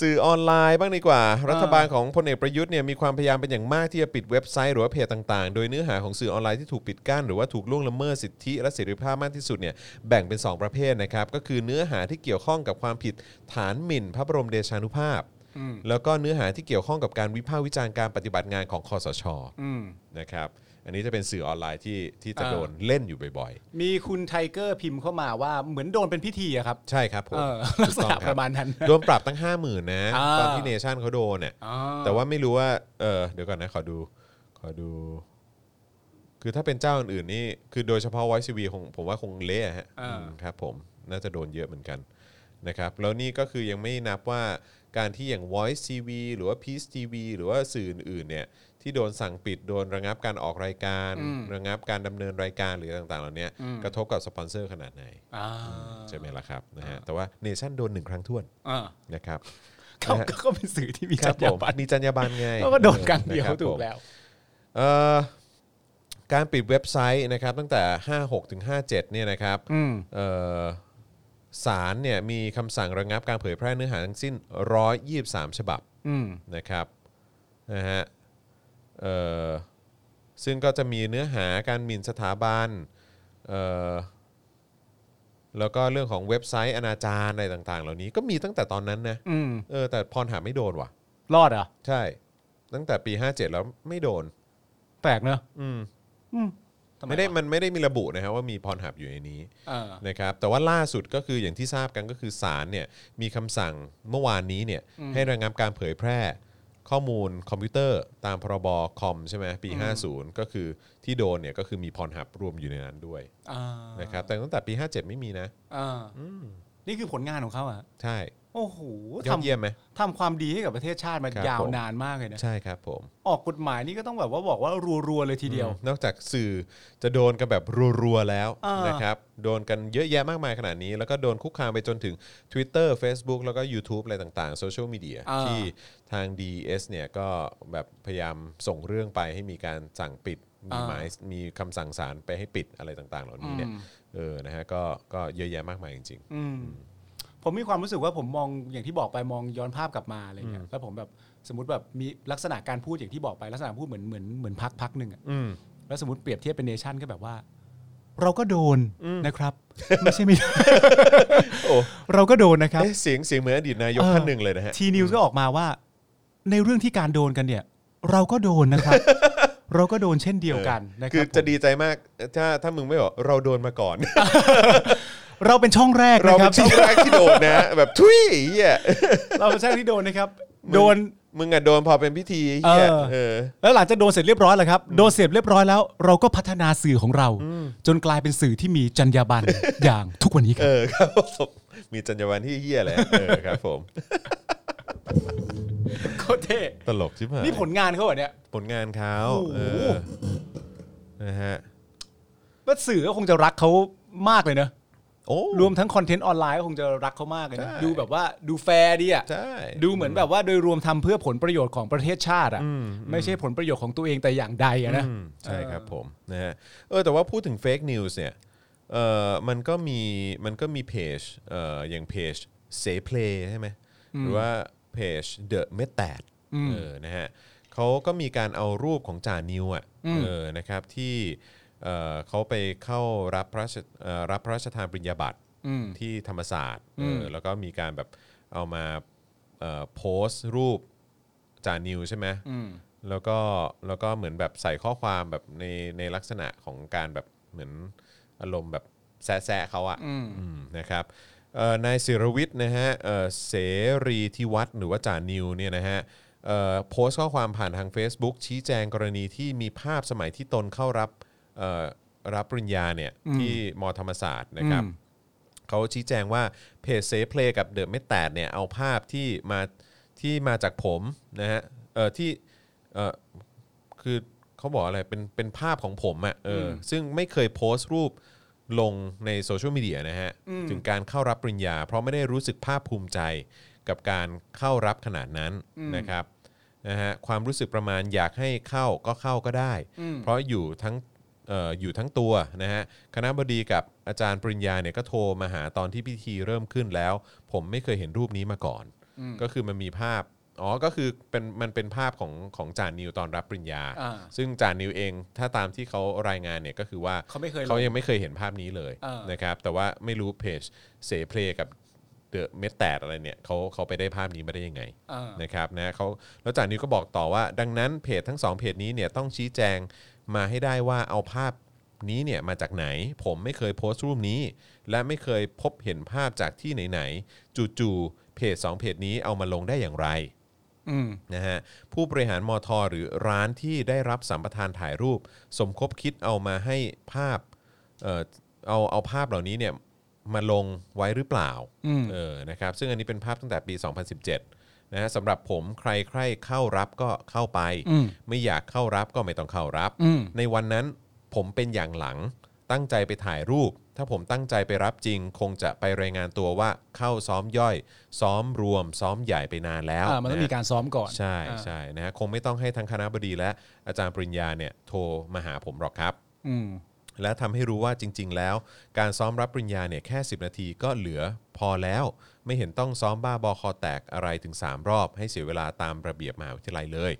Speaker 2: สื่อออนไลน์บ้างดีกว่า รัฐบาลของพลเอกประยุทธ์เนี่ยมีความพยายามเป็นอย่างมากที่จะปิดเว็บไซต์หรือว่าเพจต่างๆ โดยเนื้อหาของสื่อออนไลน์ที่ถูกปิดกั้น หรือว่าถูกล่วงละเมิดสิทธิและเสรีภาพมากที่สุดเนี่ยแบ่งเป็น 2 ประเภทนะครับ ก็คือเนื้อหาที่เกี่ยวข้องกับความผิดฐานหมิ่น พระบรมเดชานุภาพ
Speaker 3: อืม
Speaker 2: แล้วก็เนื้อหาที่เกี่ยวข้องกับการวิพากษ์วิจารณ์การปฏิบัติงานของคอสช
Speaker 3: อืม
Speaker 2: นะครับอันนี้จะเป็นสื่อออนไลน์ที่ที่จะ
Speaker 3: อ่า
Speaker 2: โดนเล่นอยู่บ่อย
Speaker 3: มีคุณไทเกอร์พิมพ์เข้ามาว่าเหมือนโดนเป็นพิธีอะครับ
Speaker 2: ๆ ใช่ครับผม
Speaker 3: เออลั
Speaker 2: ถู
Speaker 3: ก
Speaker 2: ก
Speaker 3: ษ
Speaker 2: ต้องค
Speaker 3: ณะป
Speaker 2: บ
Speaker 3: ระมาณนั้น
Speaker 2: โดนปรับตั้ง 5 0,000นะ
Speaker 3: อ่า
Speaker 2: ตอนที่เนชั่นเขาโดนเนี่ย
Speaker 3: อ๋อ
Speaker 2: แต่ว่าไม่รู้ว่า เออเดี๋ยวก่อนนะ ขอดู ขอดู คือถ้าเป็นเจ้าอื่นๆนี่ คือโดยเฉพาะไวซีวีคงผมว่าคงเละฮะมครับผม น่าจะโดนเยอะเหมือนกันนะครับ แล้วนี่ก็คือยังไม่นับว่าการที่อย่าง Voice TV หรือว่า Peace TV หรือว่าสื่ออื่นๆเนี่ย ที่โดนสั่งปิด โดนระงับการออกรายการ ระงับการดำเนินรายการหรือต่างๆ เหล่านี้กระทบกับสปอนเซอร์ขนาดไหน
Speaker 3: อ่า
Speaker 2: ใช่ไหมล่ะครับนะฮะ แต่ว่าเนชั่นโดนหนึ่งครั้งท้วน
Speaker 3: อ่า
Speaker 2: นะครับ
Speaker 3: เขาก็เป็นสื่อที่มี
Speaker 2: ค
Speaker 3: จร
Speaker 2: รับ
Speaker 3: ร
Speaker 2: ผ
Speaker 3: ยาม บรรณ
Speaker 2: มีจรรยาบรรณไง
Speaker 3: แล้วก็โดนครั้งเดียว
Speaker 2: นะรับ
Speaker 3: ถู
Speaker 2: ผ
Speaker 3: ก
Speaker 2: ม
Speaker 3: แล้ว
Speaker 2: เอ่อการปิดเว็บไซต์นะครับตั้งแต่ 56ถึง57เนี่ยนะครับ
Speaker 3: อืม
Speaker 2: เอ่อศาลเนี่ยมีคำสั่งระงับการเผยแพร่เนื้อหาทั้งสิ้น 123 ฉบับ
Speaker 3: อืม
Speaker 2: นะครับนะฮะเอ่อซึ่งก็จะมีเนื้อหาการหมิ่นสถาบันเอ่อแล้วก็เรื่องของเว็บไซต์อนาจารอะไรต่างๆ เหล่านี้ก็มีตั้งแต่ตอนนั้นนะ
Speaker 3: อืม
Speaker 2: เออแต่พรหาไม่โดนว่ะ
Speaker 3: รอดเหรอ่ะ
Speaker 2: ใช่ ตั้งแต่ปี 57 แล้วไม่โดน
Speaker 3: แปลกเนอะ
Speaker 2: อืม
Speaker 3: ทำ
Speaker 2: ไม่ได้
Speaker 3: วะ
Speaker 2: มันไม่ได้มีระบุนะครับว่ามีพรหับอยู่ในนี้
Speaker 3: เออ
Speaker 2: นะครับแต่ว่าล่าสุดก็คืออย่างที่ทราบกันก็คือศาลเนี่ยมีคำสั่งเมื่อวานนี้เนี่ยให้ระงับการเผยแพร่ ข้อมูลคอมพิวเตอร์ตามพรบคอมใช่ไหมปี 50 ก็คือที่โดนเนี่ยก็คือมีพรหับรวมอยู่ในนั้นด้วย
Speaker 3: อ่า
Speaker 2: นะครับแต่ตั้งแต่ปี 57 ไม่มีนะ
Speaker 3: อ่านี่คือผลงานของเขาอ่ะ
Speaker 2: ใช่
Speaker 3: โอ้โห
Speaker 2: ยอดเยี่ยมไหม
Speaker 3: ทำความดีให้กับประเทศชาติมา
Speaker 2: ครับ
Speaker 3: ยาว
Speaker 2: ผม
Speaker 3: นานมากเลยนะ
Speaker 2: ใช่ครับผม
Speaker 3: ออกกฎหมายนี่ก็ต้องแบบว่าบอกว่ารัวๆเลยทีเดียว
Speaker 2: นอกจากสื่อจะโดนกันแบบรัวๆแล้ว
Speaker 3: อ่าน
Speaker 2: นะครับโดนกันเยอะแยะมากมายขนาดนี้ แล้วก็โดนคุกคามไปจนถึง Twitter Facebook แล้วก็ YouTube อะไรต่างๆโซเชียลมีเดีย
Speaker 3: อ่า
Speaker 2: ที่ทาง DS เนี่ยก็แบบพยายามส่งเรื่องไปให้มีการสั่งปิด มีหมายมีคำสั่งศาลไปให้ปิดอะไรต่างๆ เหล่านี้เนี่ยเออนะฮะก็ก็เยอะแยะมากมายจริง
Speaker 3: อืมผมมีความรู้สึกว่าผมมองอย่างที่บอกไปมองย้อนภาพกลับมาอะไรเงี้ยแล้วผมแบบสมมติแบบมีลักษณะการพูดอย่างที่บอกไปลักษณะพูดเหมือนเหมือนเหมือนพักพักหนึ่งอะ
Speaker 2: ๆ อืม
Speaker 3: แล้วสมมติเปรียบเทียบเป็นเนชั่นก็แบบว่า เราก็โดนนะครับ ไม่ใช่ไม่ได้
Speaker 2: โอ้
Speaker 3: เราก็โดนนะครับ
Speaker 2: เอ๊ะเสียงเสียงเหมือนอดีตนายก
Speaker 3: เออ
Speaker 2: ท่านหนึ่งเลยนะฮะ
Speaker 3: ทีนิวส์ก็ออกมาว่า ในเรื่องที่การโดนกันเนี่ย เราก็โดน นะครับ เราก็โดนเช่นเดียวกันนะค
Speaker 2: คือ
Speaker 3: รับ
Speaker 2: จะดีใจมากถ้าถ้ามึงไม่บอกเราโดนมาก่อน
Speaker 3: เราเป็นช่องแรก
Speaker 2: เรา
Speaker 3: นะค
Speaker 2: เป็
Speaker 3: รั
Speaker 2: น
Speaker 3: บ
Speaker 2: ช่องแรกที่โดนนะ แบบทุยเหี้ย
Speaker 3: เราเป็นช่องที่โดนนะครับ โดน
Speaker 2: มึงอะโดนพอเป็นพิธีเฮีย
Speaker 3: เออ
Speaker 2: เออ
Speaker 3: แล้วหลังจากโดนเสร็จเรียบร้อยแล้วครับโดนเสร็จเรียบร้อยแล้ว เราก็พัฒนาสื่อของเรา จนกลายเป็นสื่อที่มีจรรยาบรรณ อย่างทุกวันนี้ค
Speaker 2: เอ
Speaker 3: รับ
Speaker 2: อครับผมมีจรรยาบรรณที่เฮียแหละเออครับผม
Speaker 3: โคตรเท่
Speaker 2: ตลกชิบหาย
Speaker 3: นี่ผลงานเขาเหรอเนี่ย
Speaker 2: ผลงานเขา
Speaker 3: โอ้โห
Speaker 2: เออนะฮะ
Speaker 3: ว่าสื่อก็คงจะรักเขามากเลยเนอะ
Speaker 2: โอ้
Speaker 3: รวมทั้งคอนเทนต์ออนไลน์ก็คงจะรักเขามากเลยนะ
Speaker 2: ใช่
Speaker 3: ดูแบบว่าดูแฟร์ดีอ่ะ
Speaker 2: ใช่
Speaker 3: ดูเหมือนแบบว่าโดยรวมทำเพื่อผลประโยชน์ของประเทศชาติอ่ะไม่ใช่ผลประโยชน์ของตัวเองแต่อย่างใดอะนะ
Speaker 2: อืมใช่ครับผมนะฮะเออแต่ว่าพูดถึงเฟกนิวส์เนี่ยเออมันก็มีมันก็มีเพจเอ่ออย่างเพจเสเพลใช่ไหมหรือว่าเพจเดอะเมต d เออนะฮะเขาก็มีการเอารูปของจานิวอ่ะเออนะครับที่เอ่อเขาไปเข้ารับพระราชเอ่อรับพระราชทานปริญญาบัตรที่ธรรมศาสตร์เออแล้วก็มีการแบบเอามาเอ่อโพสต์รูป จานิวใช่ไหมแล้วก็แล้วก็เหมือนแบบใส่ข้อความแบบในในลักษณะของการแบบเหมือนอารมณ์แบบแซะแซะเขาอะอืมนะครับเอ่อนายศิรวิทย์นะฮะเอ่อเสรีทิวัฒน์หรือว่าจานิวเนี่ยนะฮะเอ่อโพสต์ข้อความผ่านทาง Facebook ชี้แจงกรณีที่มีภาพสมัยที่ตนเข้ารับเอ่อรับปริญญาเนี่ยที่มธรรมศาสตร์นะครับ เขาชี้แจงว่าเพจเซฟเพลกับเดอะเมตแตดเนี่ยเอาภาพที่มาที่มาจากผมนะฮะเออที่เออคือเขาบอกอะไรเป็นเป็นภาพของผมอะ่ะเอออซึ่งไม่เคยโพสต์รูปลงในโซเชียลมีเดียนะฮะ ถึงการเข้ารับปริญญา เพราะไม่ได้รู้สึกภาคภูมิใจกับการเข้ารับขนาดนั้นนะครับนะฮะความรู้สึกประมาณอยากให้เข้าก็เข้าก็ได้ เพราะอยู่ทั้ง เอ่ออยู่ทั้งตัวนะฮะคณะบดีกับอาจารย์ปริญญาเนี่ยก็โทรมาหาตอนที่พิธีเริ่มขึ้นแล้ว ผมไม่เคยเห็นรูปนี้มาก่อน ก็คือมันมีภาพอ๋อก็คือเป็นมันเป็นภาพของของจานิวตอนรับปริญญา
Speaker 3: อ่า
Speaker 2: ซึ่งจานิวเองถ้าตามที่เขารายงานเนี่ยก็คือว่า
Speaker 3: เขาไม่เคยลง
Speaker 2: เขายังไม่เคยเห็นภาพนี้เลย
Speaker 3: เออ
Speaker 2: นะครับแต่ว่าไม่รู้เพจเสเพลกับเดอะเมตแตดอะไรเนี่ยเขาเขาไปได้ภาพนี้มาได้ยังไง
Speaker 3: อ่า
Speaker 2: นะครับนะเขาแล้วจากนี้ก็บอกต่อว่า ดังนั้นเพจทั้งสองเพจนี้เนี่ยต้องชี้แจงมาให้ได้ว่าเอาภาพนี้เนี่ยมาจากไหน ผมไม่เคยโพสต์รูปนี้ และไม่เคยพบเห็นภาพจากที่ไหนๆจู่ๆเพจสองเพจนี้เอามาลงได้อย่างไร
Speaker 3: อืม
Speaker 2: นะฮะผู้บริหารมอทอหรือร้านที่ได้รับสัมปทานถ่ายรูป สมคบคิดเอามาให้ภาพเอ่อเอาเอาภาพเหล่านี้เนี่ยมาลงไว้หรือเปล่า
Speaker 3: อืม
Speaker 2: เออนะครับซึ่งอันนี้เป็นภาพตั้งแต่ปี 2017นะฮะสำหรับผมใครใครเข้ารับก็เข้าไป ไม่อยากเข้ารับก็ไม่ต้องเข้ารับ ในวันนั้นผมเป็นอย่างหลังตั้งใจไปถ่ายรูป ถ้าผมตั้งใจไปรับจริง คงจะไปรายงานตัวว่าเข้าซ้อมย่อย ซ้อมรวม ซ้อมใหญ่ไปนานแล้ว
Speaker 3: อ่ามันต้อง
Speaker 2: ะฮะ
Speaker 3: มีการซ้อมก่อน
Speaker 2: ใช่ใช่นะฮะคงไม่ต้องให้ทั้งคณะบดีและอาจารย์ปริญญาเนี่ยโทรมาหาผมหรอกครับ
Speaker 3: อืม
Speaker 2: และทำให้รู้ว่าจริง ๆ แล้ว การซ้อมรับปริญญาเนี่ยแค่ 10 นาทีก็เหลือพอแล้ว ไม่เห็นต้องซ้อมบ้าบอคอแตกอะไรถึง 3 รอบ ให้เสียเวลาตามระเบียบมหาวิทยาลัยเลย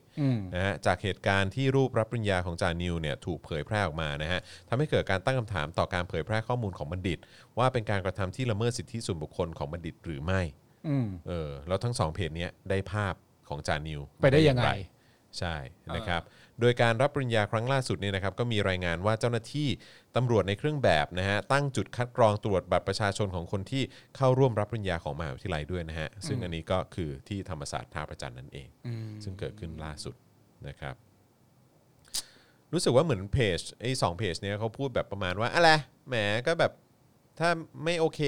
Speaker 2: นะฮะจากเหตุการณ์ที่รูปรับปริญญาของจานิวเนี่ยถูกเผยแพร่ออกมานะฮะทำให้เกิดการตั้งคำถามต่อการเผยแพร่ข้อมูลของบัณฑิต ว่าเป็นการกระทำที่ละเมิดสิทธิส่วนบุคคลของบัณฑิตหรือไม่
Speaker 3: อืม
Speaker 2: เออแล้วทั้งสองเพจเนี้ยได้ภาพของจานิว
Speaker 3: ไปได้ยังไง
Speaker 2: รใช่นะครับ โดยการรับปริญญาครั้งล่าสุดเนี่ยนะครับก็มีรายงานว่าเจ้าหน้าที่ตำรวจในเครื่องแบบนะฮะตั้งจุดคัดกรองตรวจบัตรประชาชนของคนที่เข้าร่วมรับปริญญาของมหาวิทยาลัยด้วยนะฮะซึ่งอันนี้ก็คือที่ธรรมศาสตร์ท่าประจันทร์นั่นเอง ซึ่งเกิดขึ้นล่าสุดนะครับ รู้สึกว่าเหมือนเพจไอ้สองเพจเนี่ยเขาพูดแบบประมาณว่าอะไรแหมก็แบบถ้าไม่โอเค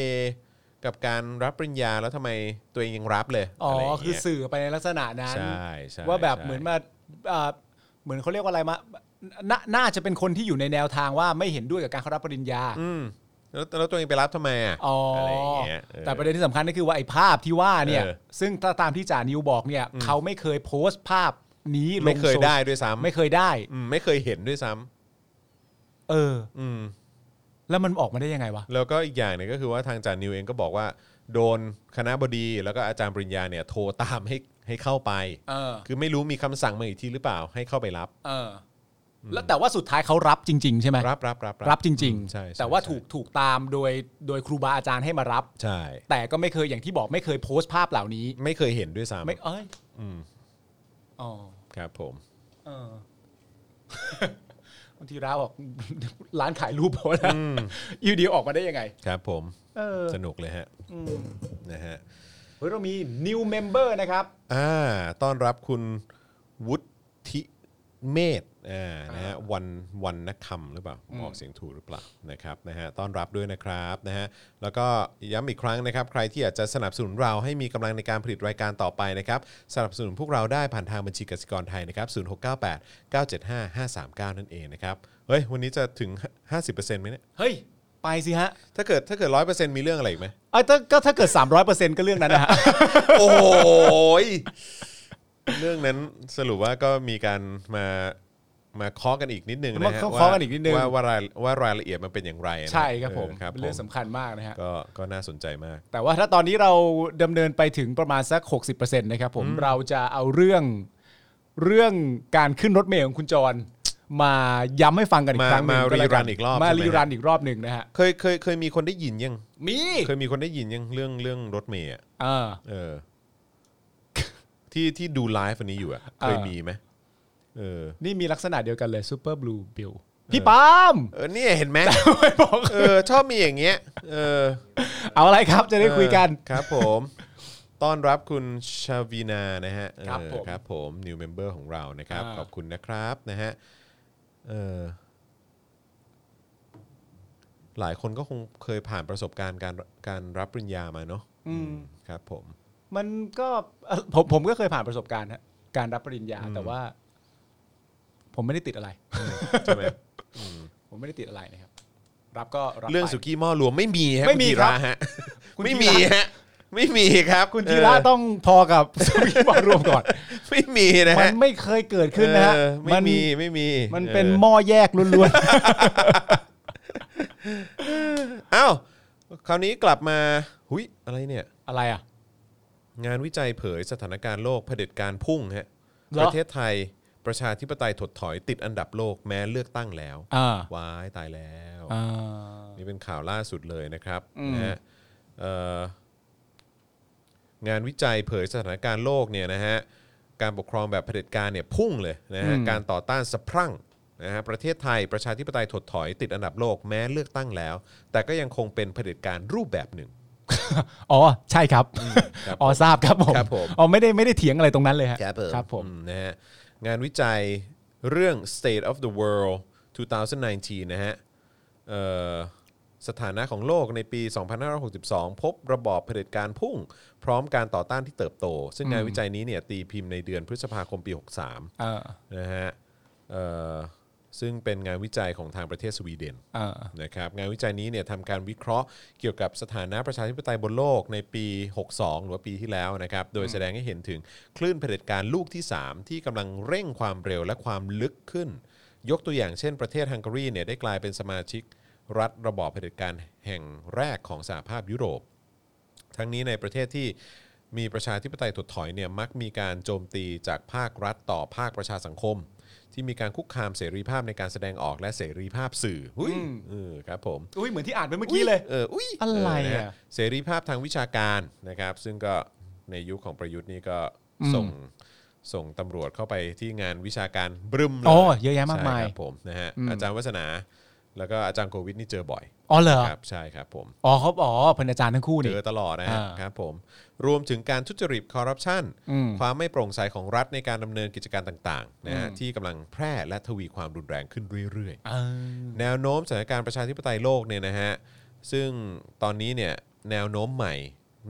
Speaker 2: กับการรับปริญญาแล้วทำไมตัวเองยังรับเลย
Speaker 3: อ๋อ
Speaker 2: ะไรย่างเงี้ย
Speaker 3: คือสื่อไปในลักษณะนั้น
Speaker 2: ใช่ใช่
Speaker 3: ว่าแบบ
Speaker 2: ใช่
Speaker 3: เหมือนมาอ่าเหมือนเขาเรียกว่าอะไรมาน่าน่าจะเป็นคนที่อยู่ในแนวทางว่าไม่เห็นด้วยกับการเข้ารับปริญญา
Speaker 2: อืมแล้วแล้วตัวเองไปรับทำไมอ่ะ
Speaker 3: อ๋ออ
Speaker 2: อะไรอย่างเงี้ยออ
Speaker 3: แต่ประเด็นที่สำคัญก็คือว่าไอ้ภาพที่ว่าเนี่ย
Speaker 2: เออ
Speaker 3: ซึ่งถ้าตามที่จ่านิวบอกเนี่ย เขาไม่เคยโพสต์ภาพนี้ล
Speaker 2: ไม่
Speaker 3: ง
Speaker 2: เคย
Speaker 3: โซ
Speaker 2: ได้ด้วยซ้ำ
Speaker 3: ไม่เคยได้
Speaker 2: อืมไม่เคยเห็นด้วยซ้ำ
Speaker 3: เออ
Speaker 2: อืม
Speaker 3: แล้วมันออกมาได้ยังไงวะ
Speaker 2: แล้วก็อีกอย่างหนึ่งก็คือว่าทางจานิวเองก็บอกว่า โดนคณะบดีแล้วก็อาจารย์ปริญญาเนี่ยโทรตามให้ให้เข้าไป
Speaker 3: เออ
Speaker 2: คือไม่รู้มีคำสั่งมาอีกทีหรือเปล่าให้เข้าไปรับ
Speaker 3: เออ แล้วแต่ว่าสุดท้ายเขารับจริง ๆ ใช่ไหม
Speaker 2: รับรับรับ
Speaker 3: รับจริง
Speaker 2: อืมใช่
Speaker 3: ๆ
Speaker 2: ใช่
Speaker 3: แต่ว่า
Speaker 2: ใช่
Speaker 3: ถูกถูกตามโดยโดยครูบาอาจารย์ให้มารับ
Speaker 2: ใช่
Speaker 3: แต่ก็ไม่เคยอย่างที่บอกไม่เคยโพสต์ภาพเหล่านี้
Speaker 2: ไม่เคยเห็นด้วย
Speaker 3: ไม่
Speaker 2: ซ้ำ
Speaker 3: เอ้ย
Speaker 2: อืม
Speaker 3: อ๋อ
Speaker 2: ครับผม
Speaker 3: เออ บางทีร้านบอก ร้านขายรูปเพราะนะอยูดีออกมาได้ยังไง
Speaker 2: ครับผม
Speaker 3: เออ
Speaker 2: สนุกเลยฮะนะฮะ
Speaker 3: เฮ้ยเรามี new member นะครับ
Speaker 2: อ่าต้อนรับคุณวุฒิเมธอ่านะฮะวันวันนักคำหรือเปล่าผมออกเสียงถูกหรือเปล่านะครับนะฮะต้อนรับด้วยนะครับนะฮะแล้วก็ย้ำอีกครั้งนะครับ ใครที่อยากจะสนับสนุนเราให้มีกำลังในการผลิตรายการต่อไปนะครับสนับสนุนพวกเราได้ผ่านทางบัญชีกสิกรไทยนะครับ0698 975 539 นั่นเองนะครับเฮ้ยวันนี้จะถึง 50%ไหมเนี่ย
Speaker 3: เฮ้ย ไปสิฮะ
Speaker 2: ถ้าเกิดถ้าเกิด100%มีเรื่องอะไรอีกไหม
Speaker 3: เอ้ยถ้าก็ถ้าเกิด 300%ก็เรื่องนั้นนะฮะ
Speaker 2: โอ้ยเรื่องนั้นสรุปว่าก็มีการมามาเคาะกันอีกนิดนึงนะ
Speaker 3: มา
Speaker 2: ฮะ
Speaker 3: เคาะ
Speaker 2: ว่
Speaker 3: เคาะกันอีกนิดนึง
Speaker 2: ว่าว่ารายว่ารายละเอียดมันเป็นอย่างไรนะ
Speaker 3: ใช่ครับผม
Speaker 2: เออครับ
Speaker 3: เป็นเรื่อง
Speaker 2: ผม
Speaker 3: สำคัญมากนะฮะ
Speaker 2: ก็ก็น่าสนใจมาก
Speaker 3: แต่ว่าถ้าตอนนี้เราดำเนินไปถึงประมาณสัก 60%นะครับผมเราจะเอาเรื่องเรื่องการขึ้นรถเมล์ของคุณจร มาย้ำให้ฟังกันอีก
Speaker 2: มา
Speaker 3: ครั้งหนึ่
Speaker 2: มา
Speaker 3: งก็แล้ว
Speaker 2: รีรันอีกรอบ
Speaker 3: มา
Speaker 2: ใช่ไหม
Speaker 3: รีรันอีกรอบหนึ่งนะฮะ
Speaker 2: เคยเคยเคยมีคนได้ยินยัง
Speaker 3: มี
Speaker 2: เคยมีคนได้ยินยังเรื่องเรื่องรถเมย์อะ
Speaker 3: เออ
Speaker 2: เออ ที่ที่ดูไลฟ์อันนี้อยู่อะเคย
Speaker 3: เออ
Speaker 2: มีไหมเออ
Speaker 3: นี่มีลักษณะเดียวกันเลยซูเปอร์บลูบิลพี่ปาล์ม
Speaker 2: เออเนี่ยเห็นไหม
Speaker 3: ไม่บอก
Speaker 2: เออ ชอบมีอย่างเงี้ย เออ
Speaker 3: เอาอะไรครับจะได้คุยกัน
Speaker 2: เออครับผมต้อนรับคุณชาวีนานะฮะ
Speaker 3: ครับ
Speaker 2: เออ
Speaker 3: ผม
Speaker 2: ครับผม new member ของเรานะครับ
Speaker 3: อ่า
Speaker 2: ขอบคุณนะครับนะฮะเออหลายคนก็คงเคยผ่านประสบการณ์การการรับปริญญามาเนาะครับผม
Speaker 3: มันก็เอ่อผมผมก็เคยผ่านประสบการณ์ฮะการรับปริญญาแต่ว่า ผมไม่ได้ติดอะไร
Speaker 2: ใช่ไหม
Speaker 3: ผมไม่ได้ติดอะไรนะครับ รับก็รับไป
Speaker 2: เรื่องสุกี้หม้อรวมไม่มีฮะ
Speaker 3: ไม่มี
Speaker 2: ณธี
Speaker 3: ครับ
Speaker 2: ฮะ
Speaker 3: คุณ
Speaker 2: ไม่
Speaker 3: ธี
Speaker 2: มี
Speaker 3: ระ
Speaker 2: ฮะไม่มีครับ
Speaker 3: คุณธีระ
Speaker 2: เออ
Speaker 3: ต้องพอกับ สุกี้หมอรวม ก่อน
Speaker 2: ไม่มีนะ
Speaker 3: มั
Speaker 2: ฮะ
Speaker 3: นไม่เคยเกิดขึ้นนะฮะ
Speaker 2: เออไม่มีไม่มี
Speaker 3: มันเป็น
Speaker 2: ออ
Speaker 3: หม้อแยกล้วน
Speaker 2: อ้าวคราวนี้กลับมาหุยอะไรเนี่ย
Speaker 3: ๆ อะไรอ่ะ
Speaker 2: งานวิจัยเผยสถานการณ์โลกเผด็จการพุ่งฮะ
Speaker 3: เหรอ
Speaker 2: ประเทศไทยประชาธิปไตยถดถอยติดอันดับโลกแม้เลือกตั้งแล้ว
Speaker 3: อ่า
Speaker 2: ว้ายตายแล้ว
Speaker 3: อ่า
Speaker 2: นี่เป็นข่าวล่าสุดเลยนะครับ
Speaker 3: อืม
Speaker 2: นะฮะเอ่องานวิจัยเผยสถานการณ์โลกเนี่ยนะฮะการปกครองแบบเผด็จการเนี่ยพุ่งเลยนะฮะการต่อต้านสะพรั่งนะฮะประเทศไทยประชาธิปไตยถดถอยติดอันดับโลกแม้เลือกตั้งแล้ว แต่ก็ยังคงเป็นเผด็จการรูปแบบหนึ่ง
Speaker 3: อ๋อใช่ครับ
Speaker 2: ครับ
Speaker 3: อ๋อทราบครับผม
Speaker 2: ครับผม
Speaker 3: อ๋อไม่ได้ไม่ได้เถียงอะไรตรงนั้นเลยฮะครับผม
Speaker 2: อืนะฮะงานวิจัยเรื่อง State of the World 2019 นะฮะเอ่อสถานะของโลกในปี 2562 พบระบอบเผด็จการพุ่ง พร้อมการต่อต้านที่เติบโต ซึ่งงานวิจัยนี้เนี่ยตีพิมพ์ในเดือนพฤษภาคมปี
Speaker 3: เออ
Speaker 2: 63 นะฮะเอ่อซึ่งเป็นงานวิจัยของทางประเทศสวีเดน
Speaker 3: เออ
Speaker 2: นะครับงานวิจัยนี้เนี่ยทำการวิเคราะห์เกี่ยวกับสถานะประชาธิปไตยบนโลกในปี 62 หรือว่าปีที่แล้วนะครับ โดยแสดงให้เห็นถึงคลื่นเผด็จการลูกที่ 3 ที่กำลังเร่งความเร็วและความลึกขึ้น ยกตัวอย่างเช่นประเทศฮังการีเนี่ยได้กลายเป็นสมาชิกรัฐระบอบเผด็จการแห่งแรกของสหภาพยุโรป ทั้งนี้ในประเทศที่มีประชาธิปไตยถดถอยเนี่ยมักมีการโจมตีจากภาครัฐต่อภาคประชาสังคม ที่มีการคุกคามเสรีภาพในการแสดงออกและเสรีภาพสื่อหุ้ยเออครับผม
Speaker 3: อุ้ยเหมือนที่อ่านไปเมื่อกี้เลย
Speaker 2: เอออุ้ย
Speaker 3: อะไร
Speaker 2: เนฮ
Speaker 3: อ่ะ
Speaker 2: เสรีภาพทางวิชาการนะครับ ซึ่งก็ในยุคของประยุทธ์นี่ก็ส่งส่งตำรวจเข้าไปที่งานวิชาการบรึมเล
Speaker 3: โอ้เยอะแยะมากมาย
Speaker 2: ใช่ครับผมนะฮะ
Speaker 3: อืม
Speaker 2: อาจารย์วัฒนา แล้วก็อาจารย์โควิดนี่เจอบ่อย
Speaker 3: อ๋อเหรอ
Speaker 2: ครับใช่ครับผม
Speaker 3: อ๋อครับอ๋อเป็นอาจารย์ทั้งคู่
Speaker 2: เจ
Speaker 3: นี่
Speaker 2: อตลอดนะฮะ
Speaker 3: อ่า
Speaker 2: ครับผมรวมถึงการทุจริตคอร์รัปชัน
Speaker 3: อืม
Speaker 2: ความไม่โปร่งใสของรัฐในการดำเนินกิจการต่างๆนะฮะที่กำลังแพร่และทวีความรุนแรงขึ้นเรื่อยๆ
Speaker 3: เออ
Speaker 2: แนวโน้มสถานการณ์ประชาธิปไตยโลกเนี่ยนะฮะซึ่งตอนนี้เนี่ยแนวโน้มใหม่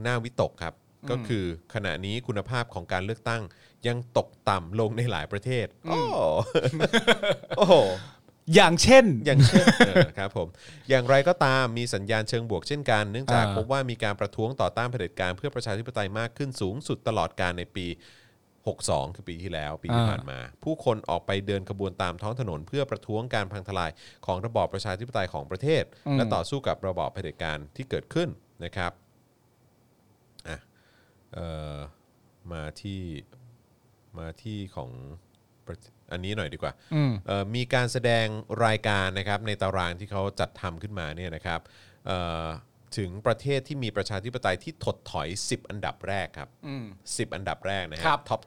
Speaker 2: น่าวิตกครับ ก็คือขณะนี้คุณภาพของการเลือกตั้งยังตกต่ำลงในหลายประเทศ โอ้โห โอ้โห
Speaker 3: อย่างเช่น
Speaker 2: อย่างเช่นเออครับผมอย่างไรก็ตามมีสัญญาณเชิงบวกเช่นกัน เนื่องจาก
Speaker 3: อ่า
Speaker 2: พบว่ามีการประท้วงต่อต้านเผด็จการเพื่อประชาธิปไตยมากขึ้นสูงสุดตลอดการในปี 62 คือปีที่แล้วปีที่ผ่านมา ผู้คนออกไปเดินขบวนตามท้องถนน เพื่อประท้วงการพังทลายของระบอบประชาธิปไตยของประเทศ และต่อสู้กับระบอบเผด็จการที่เกิดขึ้นนะครับอ่ะเอ่อมาที่มาที่ของประอันนี้หน่อยดีกว่า
Speaker 3: อืม
Speaker 2: เอ่อมีการแสดงรายการนะครับในตารางที่เขาจัดทำขึ้นมาเนี่ยนะครับเอ่อถึงประเทศที่มีประชาธิปไตยที่ถดถอย 10 อันดับแรกครับ
Speaker 3: อืม
Speaker 2: 10 อันดับแรกนะค
Speaker 3: ครั
Speaker 2: รับ
Speaker 3: บ
Speaker 2: ท็อป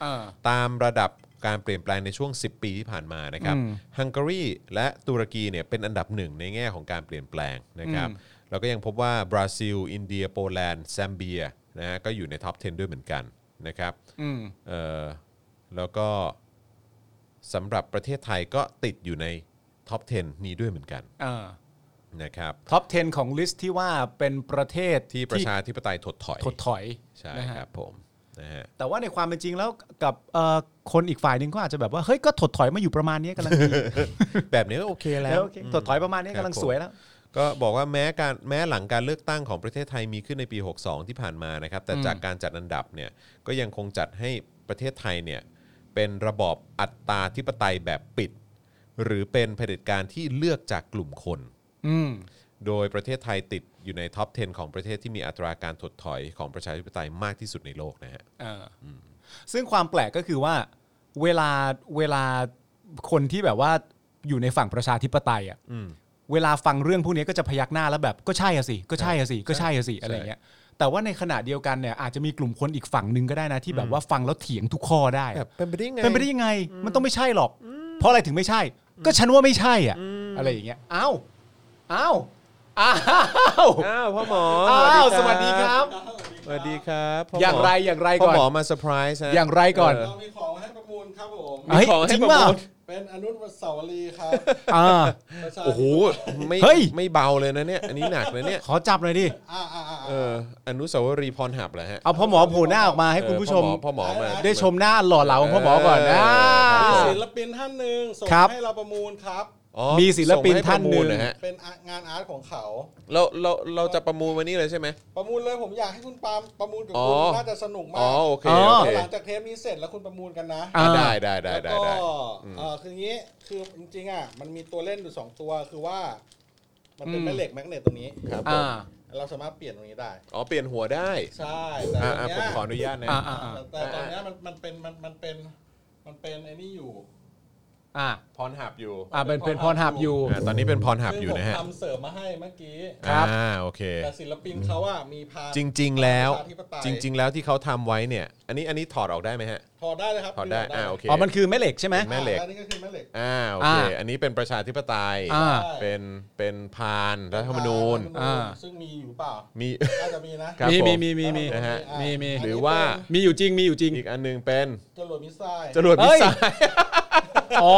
Speaker 3: เออ
Speaker 2: 10 ตามระดับการเปลี่ยนแปลงในช่วง 10 ปีที่ผ่านมานะครับ
Speaker 3: อืม
Speaker 2: ฮังการีและตุรกีเนี่ยเป็นอันดับหนึ่งในแง่ของการเปลี่ยนแปลงนะครับ
Speaker 3: อืม
Speaker 2: แล้วก็ยังพบว่าบราซิล อินเดีย โปแลนด์แซมเบียนะฮะก็อยู่ในท็อป 10 ด้วยเหมือนกันนะครับ
Speaker 3: อืม
Speaker 2: เอ่อแล้วก็สำหรับประเทศไทยก็ติดอยู่ในท็อป 10 นี้ด้วยเหมือนกัน
Speaker 3: เออ
Speaker 2: นะครับ
Speaker 3: ท็อป 10 ของลิสต์ที่ว่าเป็นประเทศ
Speaker 2: ที่ประชาธิปไตยถดถอย
Speaker 3: ถดถอย
Speaker 2: ใช่
Speaker 3: นะฮะ
Speaker 2: ครับผมนะฮะ
Speaker 3: แต่ว่าในความเป็นจริงแล้วกับเอ่อคนอีกฝ่ายหนึ่งก็อาจจะแบบว่า เฮ้ย ก็ถดถอยมาอยู่ประมาณนี้กำลั งดี
Speaker 2: แบบนี้ก็โอเคแล้
Speaker 3: แล้ว วโอเคถดถอยประมาณนี้
Speaker 2: ครับ
Speaker 3: กำลัง
Speaker 2: ผม
Speaker 3: สวยแล้ว
Speaker 2: ก็บอกว่าแม้การแม้หลังการเลือกตั้งของประเทศไทยมีขึ้นในปี 62 ที่ผ่านมานะครับ แต่จากการจัดอันดับเนี่ยก็ยังคงจัดให้ประเทศไทยเนี่ยเป็นระบอบอัตราธิปไตยแบบปิด หรือเป็นเผด็จการที่เลือกจากกลุ่มคน
Speaker 3: อืม
Speaker 2: โดยประเทศไทยติดอยู่ในท็อป 10 ของประเทศที่มีอัตราการถดถอยของประชาธิปไตยมากที่สุดในโลกนะฮะ
Speaker 3: เอออซึ่งความแปลกก็คือว่าเวลาเวลาคนที่แบบว่าอยู่ในฝั่งประชาธิปไตยอ่ะ
Speaker 2: อืม
Speaker 3: เวลาฟังเรื่องพวกนี้ก็จะพยักหน้าแล้วแบบก็ใช่อะสิก็ใช่อะสิก็ใช่อะสิอะไรเงี้ยแต่ว่าในขณะเดียวกันเนี่ยอาจจะมีกลุ่มคนอีกฝั่งหนึ่งก็ได้นะที่แบบว่าฟังแล้วเถียงทุกข้อได้อะ
Speaker 2: เป็นไปได้ไง
Speaker 3: เป็นไปได้ยังไงมันต้องไม่ใช่หรอก เพราะอะไรถึงไม่ใช่ ก็ฉันว่าไม่ใช่อ่ะอะไรอย่างเงี้ยอ้าวอ้าวอ้าว
Speaker 2: อ้าวพ่อหมอ
Speaker 3: อ้าวสวัสดีครับ
Speaker 2: สวัสดีครับพ่หม
Speaker 3: อย่างไรอย่างไร
Speaker 2: พ่อ
Speaker 3: ก่อน
Speaker 2: หมอมาเซอร์ไพรส์ฮะ
Speaker 3: อย่างไรก่อน
Speaker 5: เรามีของให้ประมูลครับผม
Speaker 2: มีของให้
Speaker 3: เฮ้ยจริง
Speaker 2: ประมูล
Speaker 3: เปล่า
Speaker 5: เป็นอนุสาวรีย์ ครับ
Speaker 3: อ่า
Speaker 5: ประชา
Speaker 2: โอ้โหไม่
Speaker 3: เฮ้ย
Speaker 2: ไม่เบาเลยนะเนี่ย อันนี้หนักเลยเนี่ย
Speaker 3: ขอจับหน่อยดิ
Speaker 5: อ่าอ่าอ่า
Speaker 2: เอออนุสาวรีย์พรหับเหรอฮะ
Speaker 3: เอาพ่อหมอโผล่หน้าออกมาให้คุณผู้ชม
Speaker 2: เออพ่อหมอพ่อหมอมา
Speaker 3: ได้ชมหน้าหล่อเหลาของพ่อหมอก่อนนะ
Speaker 5: มีศิลปินท่านหนึ่งส่ง
Speaker 3: ครับ
Speaker 5: ให้เราประมูลครับ
Speaker 2: อ๋อ
Speaker 3: มีศิลปินท่านหนึ่ง
Speaker 2: ส่มาให้ประมูลเหรอฮะ
Speaker 5: เป็นอ่ะงานอาร์ตของเขา
Speaker 2: เราเราเราจะประมูลวันนี้เลยใช่ไหม
Speaker 5: ประมูลเลยผมอยากให้คุณปาล์มประมูลกับ
Speaker 2: อ๋อ
Speaker 5: คุณน่าจะสนุกมา
Speaker 2: อ๋อก โอเคโอเค
Speaker 5: หลังจากเทปนี้เสร็จแล้วคุณประมูลกันนะ
Speaker 3: อ่า
Speaker 2: ได้ได้ได้
Speaker 5: แล้ว
Speaker 2: ได้
Speaker 5: ก็
Speaker 2: ได้
Speaker 5: เออคืองี้คือจริงๆอ่ะมันมีตัวเล่นอยู่สองตัวคือว่า มันเป็นแม่เหล็กแมกเนตตรงนี้
Speaker 2: ครับผม
Speaker 3: อ่า
Speaker 5: เราสามารถเปลี่ยนตรงนี้ได้
Speaker 2: อ๋อเปลี่ยนหัวได้
Speaker 5: ใช่แต่
Speaker 2: อ่ะ
Speaker 5: ตร
Speaker 2: อ่ะผ
Speaker 5: งเนี้ย
Speaker 2: มขออนุญาตนะ
Speaker 3: อ่าอ่าอ่า
Speaker 5: แต่แต่ตอนเนี้ยมันมันเป็นมันมันเป็นมันเป็นไอ้นี่อยู่
Speaker 3: อ่า
Speaker 2: พรหับอยู่
Speaker 3: อ่าเป็นเป็นพรหับอยู่
Speaker 2: อ่าตอนนี้เป็นพรหับอยู่นะฮะ
Speaker 5: ซึ่งผมทำเสริมมาให้เมื่อกี้
Speaker 3: ครับ
Speaker 2: อ่าโอเค
Speaker 5: แต่ศิลปินเขาอะมีพา
Speaker 2: จริง ๆ แล้ว
Speaker 5: ประชาธิปไตย
Speaker 2: จริง ๆ แล้วที่เขาทำไว้เนี่ย อันนี้อันนี้ถอดออกได้ไหมฮะ
Speaker 5: ถอดได้เลยครับ
Speaker 2: ถอดได้ อ่าโอเค
Speaker 3: อ๋อ มันคือแม่เหล็กใช่ไหม
Speaker 2: แม่เหล็ก
Speaker 5: อันนี้ก็คือแม่เหล็ก
Speaker 2: อ่าโอเค
Speaker 3: อ่า
Speaker 2: อันนี้เป็นประชาธิปไตย
Speaker 3: อ่า
Speaker 2: เป็นเป็นพานรัฐธรรมนูญ
Speaker 5: อ่า
Speaker 3: อ่า
Speaker 5: ซึ่งมีอยู่เปล่า
Speaker 2: มี
Speaker 5: น่าจะมีนะครับ
Speaker 3: มี
Speaker 2: ผม
Speaker 3: มีมีมีมี
Speaker 2: นะฮะ
Speaker 5: อ่า
Speaker 3: มีมี
Speaker 5: นนี้
Speaker 2: หรือว่า
Speaker 3: มีอยู่จริงมีอยู่จริง
Speaker 2: อีกอันหนึงเป็น
Speaker 5: เป็นจรวดมิสไซล์
Speaker 2: จรวดมิสไซล์
Speaker 3: อ๋อ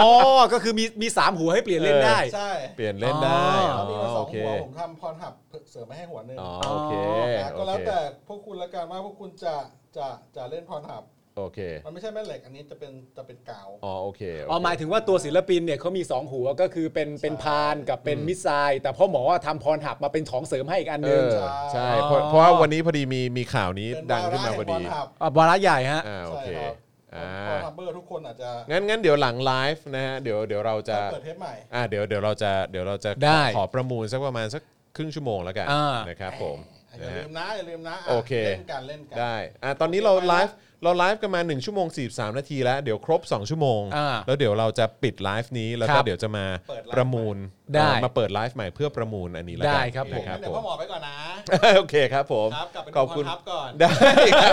Speaker 3: ก็คือมีมีสามหัวให้เปลี่ยนเล่นได้
Speaker 5: ใช่
Speaker 2: เปลี่ยนเล่นได้
Speaker 3: อ๋
Speaker 5: เขา
Speaker 3: อ
Speaker 5: มีมาสอง
Speaker 2: โอเค
Speaker 5: หัวผมทำพรหับเสริมมาให้หัวหนึ่ง
Speaker 2: อ๋อโอเค
Speaker 5: นะ
Speaker 2: โอ
Speaker 5: ก็แล้ว
Speaker 2: เค
Speaker 5: แต่พวกคุณละกันว่าพวกคุณจะจะจะเล่นพรหับ
Speaker 2: โอเค
Speaker 5: มันไม่ใช่แม่เหล็กอันนี้จะเป็นจะเป็นกาว
Speaker 2: อ๋อโอเคโเค
Speaker 3: อ๋อหมายถึงว่าตัวศิลปินเนี่ยเขามีสองหัวก็คือเป็นเป็นพานกับเป็นมิสไซล์แต่พ่อหมอทำพรหับมาเป็นของเสริมให้อีกอัน
Speaker 2: เอ
Speaker 3: นึง
Speaker 2: อใช่เพ
Speaker 3: อ๋
Speaker 2: ราะ
Speaker 3: อ
Speaker 2: เพราะว่าวันนี้พอดีมีมีข่าวนี้
Speaker 5: เป็น
Speaker 2: ดังขึ้นมาพอดี
Speaker 5: วระแห่งพรหับ
Speaker 3: อ่ะวาระใหญ่ฮะ
Speaker 2: อ่าโอเค
Speaker 5: ใ
Speaker 2: อ่
Speaker 5: ช่ครับพอา ทับเบอร์ทุกคนอาจจะ
Speaker 2: งั้นงั้นเดี๋ยวหลังไลฟ์นะฮะเดี๋ยวเดี๋ยวเราจะ
Speaker 5: เปิดเทปใหม่
Speaker 2: อ่าเดี๋ยวเดี๋ยวเราจะเดี๋ยวเราจะขอ
Speaker 3: ได้
Speaker 2: ขอประมูลสักประมาณสักครึ่งชั่วโมงแล้วกัน
Speaker 3: อ่าน
Speaker 2: นะครับผม
Speaker 5: อย่า
Speaker 2: นะ
Speaker 5: ลื
Speaker 2: ฮะ
Speaker 5: มนะอย่าลืมนะะ
Speaker 2: โอเค
Speaker 5: เล่นกันเล่นกั
Speaker 2: ได้อ่ะตอนนี้เรา
Speaker 5: ไปละ
Speaker 2: ไลฟ์เราไลฟ์กันมา 1 ชั่วโมง 43 นาทีแล้ว เดี๋ยวครบ 2 ชั่วโมง
Speaker 3: อ่า
Speaker 2: แล้วเดี๋ยวเราจะปิดไลฟ์นี้ แล้ว
Speaker 3: ค
Speaker 2: ก็
Speaker 3: รับ
Speaker 2: เดี๋ยวจะมา
Speaker 5: เปิดไลฟ์
Speaker 2: ประมูล
Speaker 3: ได้
Speaker 2: เอ่อมาเปิดไลฟ์ใหม่เพื่อประมูลอันนี้แล้วกัน
Speaker 3: ได้ครับผม
Speaker 2: นะ
Speaker 5: งั้นเดี๋ยวพ่อหมอไปก่อนนะ
Speaker 2: โอเคครับผม
Speaker 5: ครับกลับไปดู
Speaker 2: ขอบคุณ
Speaker 5: พรทับก่อน
Speaker 2: ได้ครับ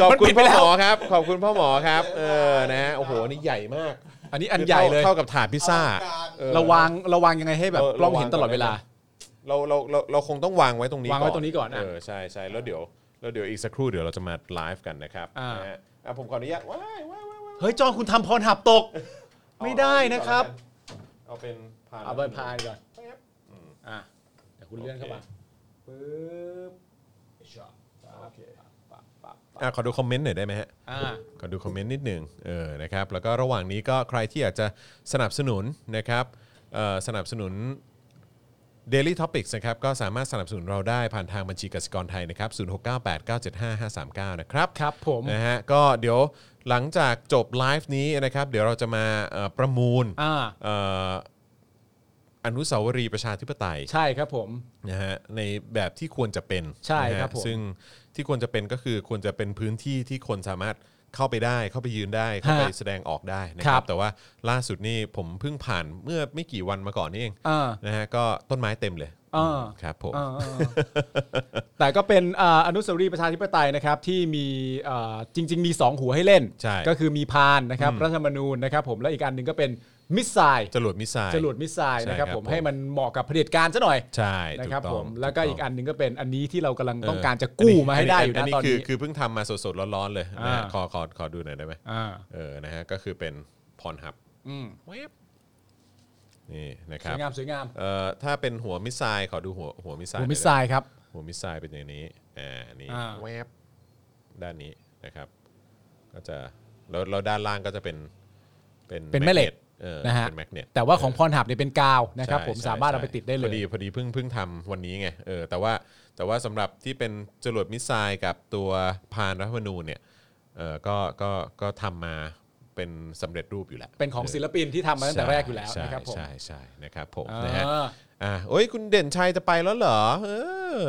Speaker 2: ขอบคุ
Speaker 3: มันปิ
Speaker 2: ณ
Speaker 3: ดไป
Speaker 2: พ่อ
Speaker 3: แล้
Speaker 2: หม
Speaker 3: ว
Speaker 2: อครับ ขอบคุณพ่อหมอครับ เออนะฮะโอ้โหนี่ใหญ่มาก
Speaker 3: อันนี้อันใหญ่เลย
Speaker 2: เท่ากับถาดพิซซ่า
Speaker 5: อลังการ
Speaker 2: เออ
Speaker 3: ระวังระวังยังไงให้แบบ
Speaker 2: เออระวัง
Speaker 3: กล้องเห็นตลอดเวลา
Speaker 2: เราเราเราเราคงต้องวางไว้ตรงนี้
Speaker 3: วางไว้ตรงนี้ก่อนอ่ะ
Speaker 2: เออใช่ใช่แล้วเดี๋ยวแล้วเดี๋ยวอีกสักครู่เดี๋ยวเราจะมาไลฟ์กันนะครับ
Speaker 3: อ่าน
Speaker 2: ะฮะอ่ะผมขออนุญาตว้ายว้ายว้ายว้าย
Speaker 3: เฮ้ยจอนคุณทำพรหับตก ไม่ได้นะครับ
Speaker 2: เอาเป็นผ่าน
Speaker 3: เอาไปพายก่อนอ่ะเดี๋ยวคุณเลื่อนเข้ามาปึ๊บ
Speaker 2: โอเคอ่ะขอดูคอมเมนต์หน่อยได้ไหมฮะ
Speaker 3: อ่า
Speaker 2: ก็ดูคอมเมนต์นิดหนึ่งเออนะครับแล้วก็ระหว่างนี้ก็ใครที่อยากจะสนับสนุนนะครับเอ่อสนับสนุน Daily Topics นะครับก็สามารถสนับสนุนเราได้ผ่านทางบัญชีกสิกรไทยนะครับ0698975539 นะครับ
Speaker 3: ครับผม
Speaker 2: นะฮะก็เดี๋ยวหลังจากจบไลฟ์นี้นะครับเดี๋ยวเราจะมาเอ่อประมูล
Speaker 3: อ่า
Speaker 2: เอ่ออนุสาวรีย์ประชาธิปไตย
Speaker 3: ใช่ครับผม
Speaker 2: นะฮะในแบบที่ควรจะเป็น
Speaker 3: ใช่
Speaker 2: นะฮะ
Speaker 3: ครับผม
Speaker 2: ซึ่งที่ควรจะเป็นก็คือควรจะเป็นพื้นที่ที่คนสามารถเข้าไปได้ เข้าไปยืนได้เข้าไป
Speaker 3: ฮะ
Speaker 2: แสดงออกได้นะค
Speaker 3: ครั
Speaker 2: รับบ แต่ว่าล่าสุดนี่ผมเพิ่งผ่านเมื่อไม่กี่วันมาก่อนนี่เอง
Speaker 3: อ่า
Speaker 2: นะฮะก็ต้นไม้เต็มเลย
Speaker 3: อ่า
Speaker 2: ครับผม
Speaker 3: เออเออเออแต่ก็เป็นอ่าอนุสาวรีย์ประชาธิปไตยนะครับที่มีอ่าจริง ๆ มี 2 หัวให้เล่น
Speaker 2: ใช่
Speaker 3: ก็คือมีพานนะครับรัฐธรรมนูญนะครับผมและอีกอันหนึ่งก็เป็นมิสไซล์
Speaker 2: จรวดมิสไซล์
Speaker 3: จรวดมิสไซล์
Speaker 2: ใช่
Speaker 3: นะครับ
Speaker 2: ครับ
Speaker 3: ผม
Speaker 2: ผม
Speaker 3: ให้มันเหมาะกับเผด็จการซะหน่อย
Speaker 2: ใช่
Speaker 3: นะครับ
Speaker 2: ถู
Speaker 3: ผ
Speaker 2: ต้อง
Speaker 3: มแล้วก็
Speaker 2: ถู
Speaker 3: อีก
Speaker 2: ต้ง
Speaker 3: อันหนึ่งก็เป็นอันนี้ที่เรากำลังต้องการจะ
Speaker 2: น
Speaker 3: กู้
Speaker 2: นี้
Speaker 3: มาให้ได้อยู่นะ
Speaker 2: นี้
Speaker 3: ตอน
Speaker 2: คื
Speaker 3: นี้
Speaker 2: คือเพิ่งทำมาสดๆร้อนๆเลยนะฮะ
Speaker 3: อ่า
Speaker 2: ขอขอขอดูหน่อยได้ไหม
Speaker 3: อ่า
Speaker 2: เออนะฮะก็คือเป็นพรหับ
Speaker 3: อืม
Speaker 2: นี่นะค
Speaker 3: ส
Speaker 2: รั
Speaker 3: ว
Speaker 2: บ
Speaker 3: ยงามสวยงาม
Speaker 2: เอ่อถ้าเป็นหัวมิสไซล์ขอดูหัวหัวมิสไซล์
Speaker 3: หัว
Speaker 2: หน่อย
Speaker 3: มิส
Speaker 2: ได้ไห
Speaker 3: ไซล์ครับ
Speaker 2: หัวมิสไซล์เป็นอย่างนี้ อ่า นี่
Speaker 3: อ่า
Speaker 2: แวบด้านนี้นะครับ ก็จะ แล้วแล้วด้านล่างก็จะเป็น เป็น
Speaker 3: เป็นแม่เหล็ก
Speaker 2: กเออ
Speaker 3: นะฮะ
Speaker 2: เป็นแมกเนต
Speaker 3: แต่ว่าของพรหับเนี่ยเป็นกาวนะครับ
Speaker 2: ใช่
Speaker 3: ผม
Speaker 2: ใช่
Speaker 3: สามารถเอา
Speaker 2: ใช่
Speaker 3: ไปติดได้เล
Speaker 2: พอย ดีพอดีเพิ่งเพิ่งทำวันนี้ไง เออ แต่ว่าแต่ว่าสำหรับที่เป็นจรวดมิสไซล์กับตัวพานรัฐธรรมนูญเนี่ย เออก็ก็ก็ทำมาเป็นสำเร็จรูปอยู่แล้ว
Speaker 3: เป็นของศิลปินที่ทำมาตั้งแต่แรกอยู่แล้วนะครับผม
Speaker 2: ใช่ใช่ใช่นะครับผม
Speaker 3: อ่า
Speaker 2: นะฮะอ่าโอ้ยคุณเด่นชัยจะไปแล้วเหรอ เอ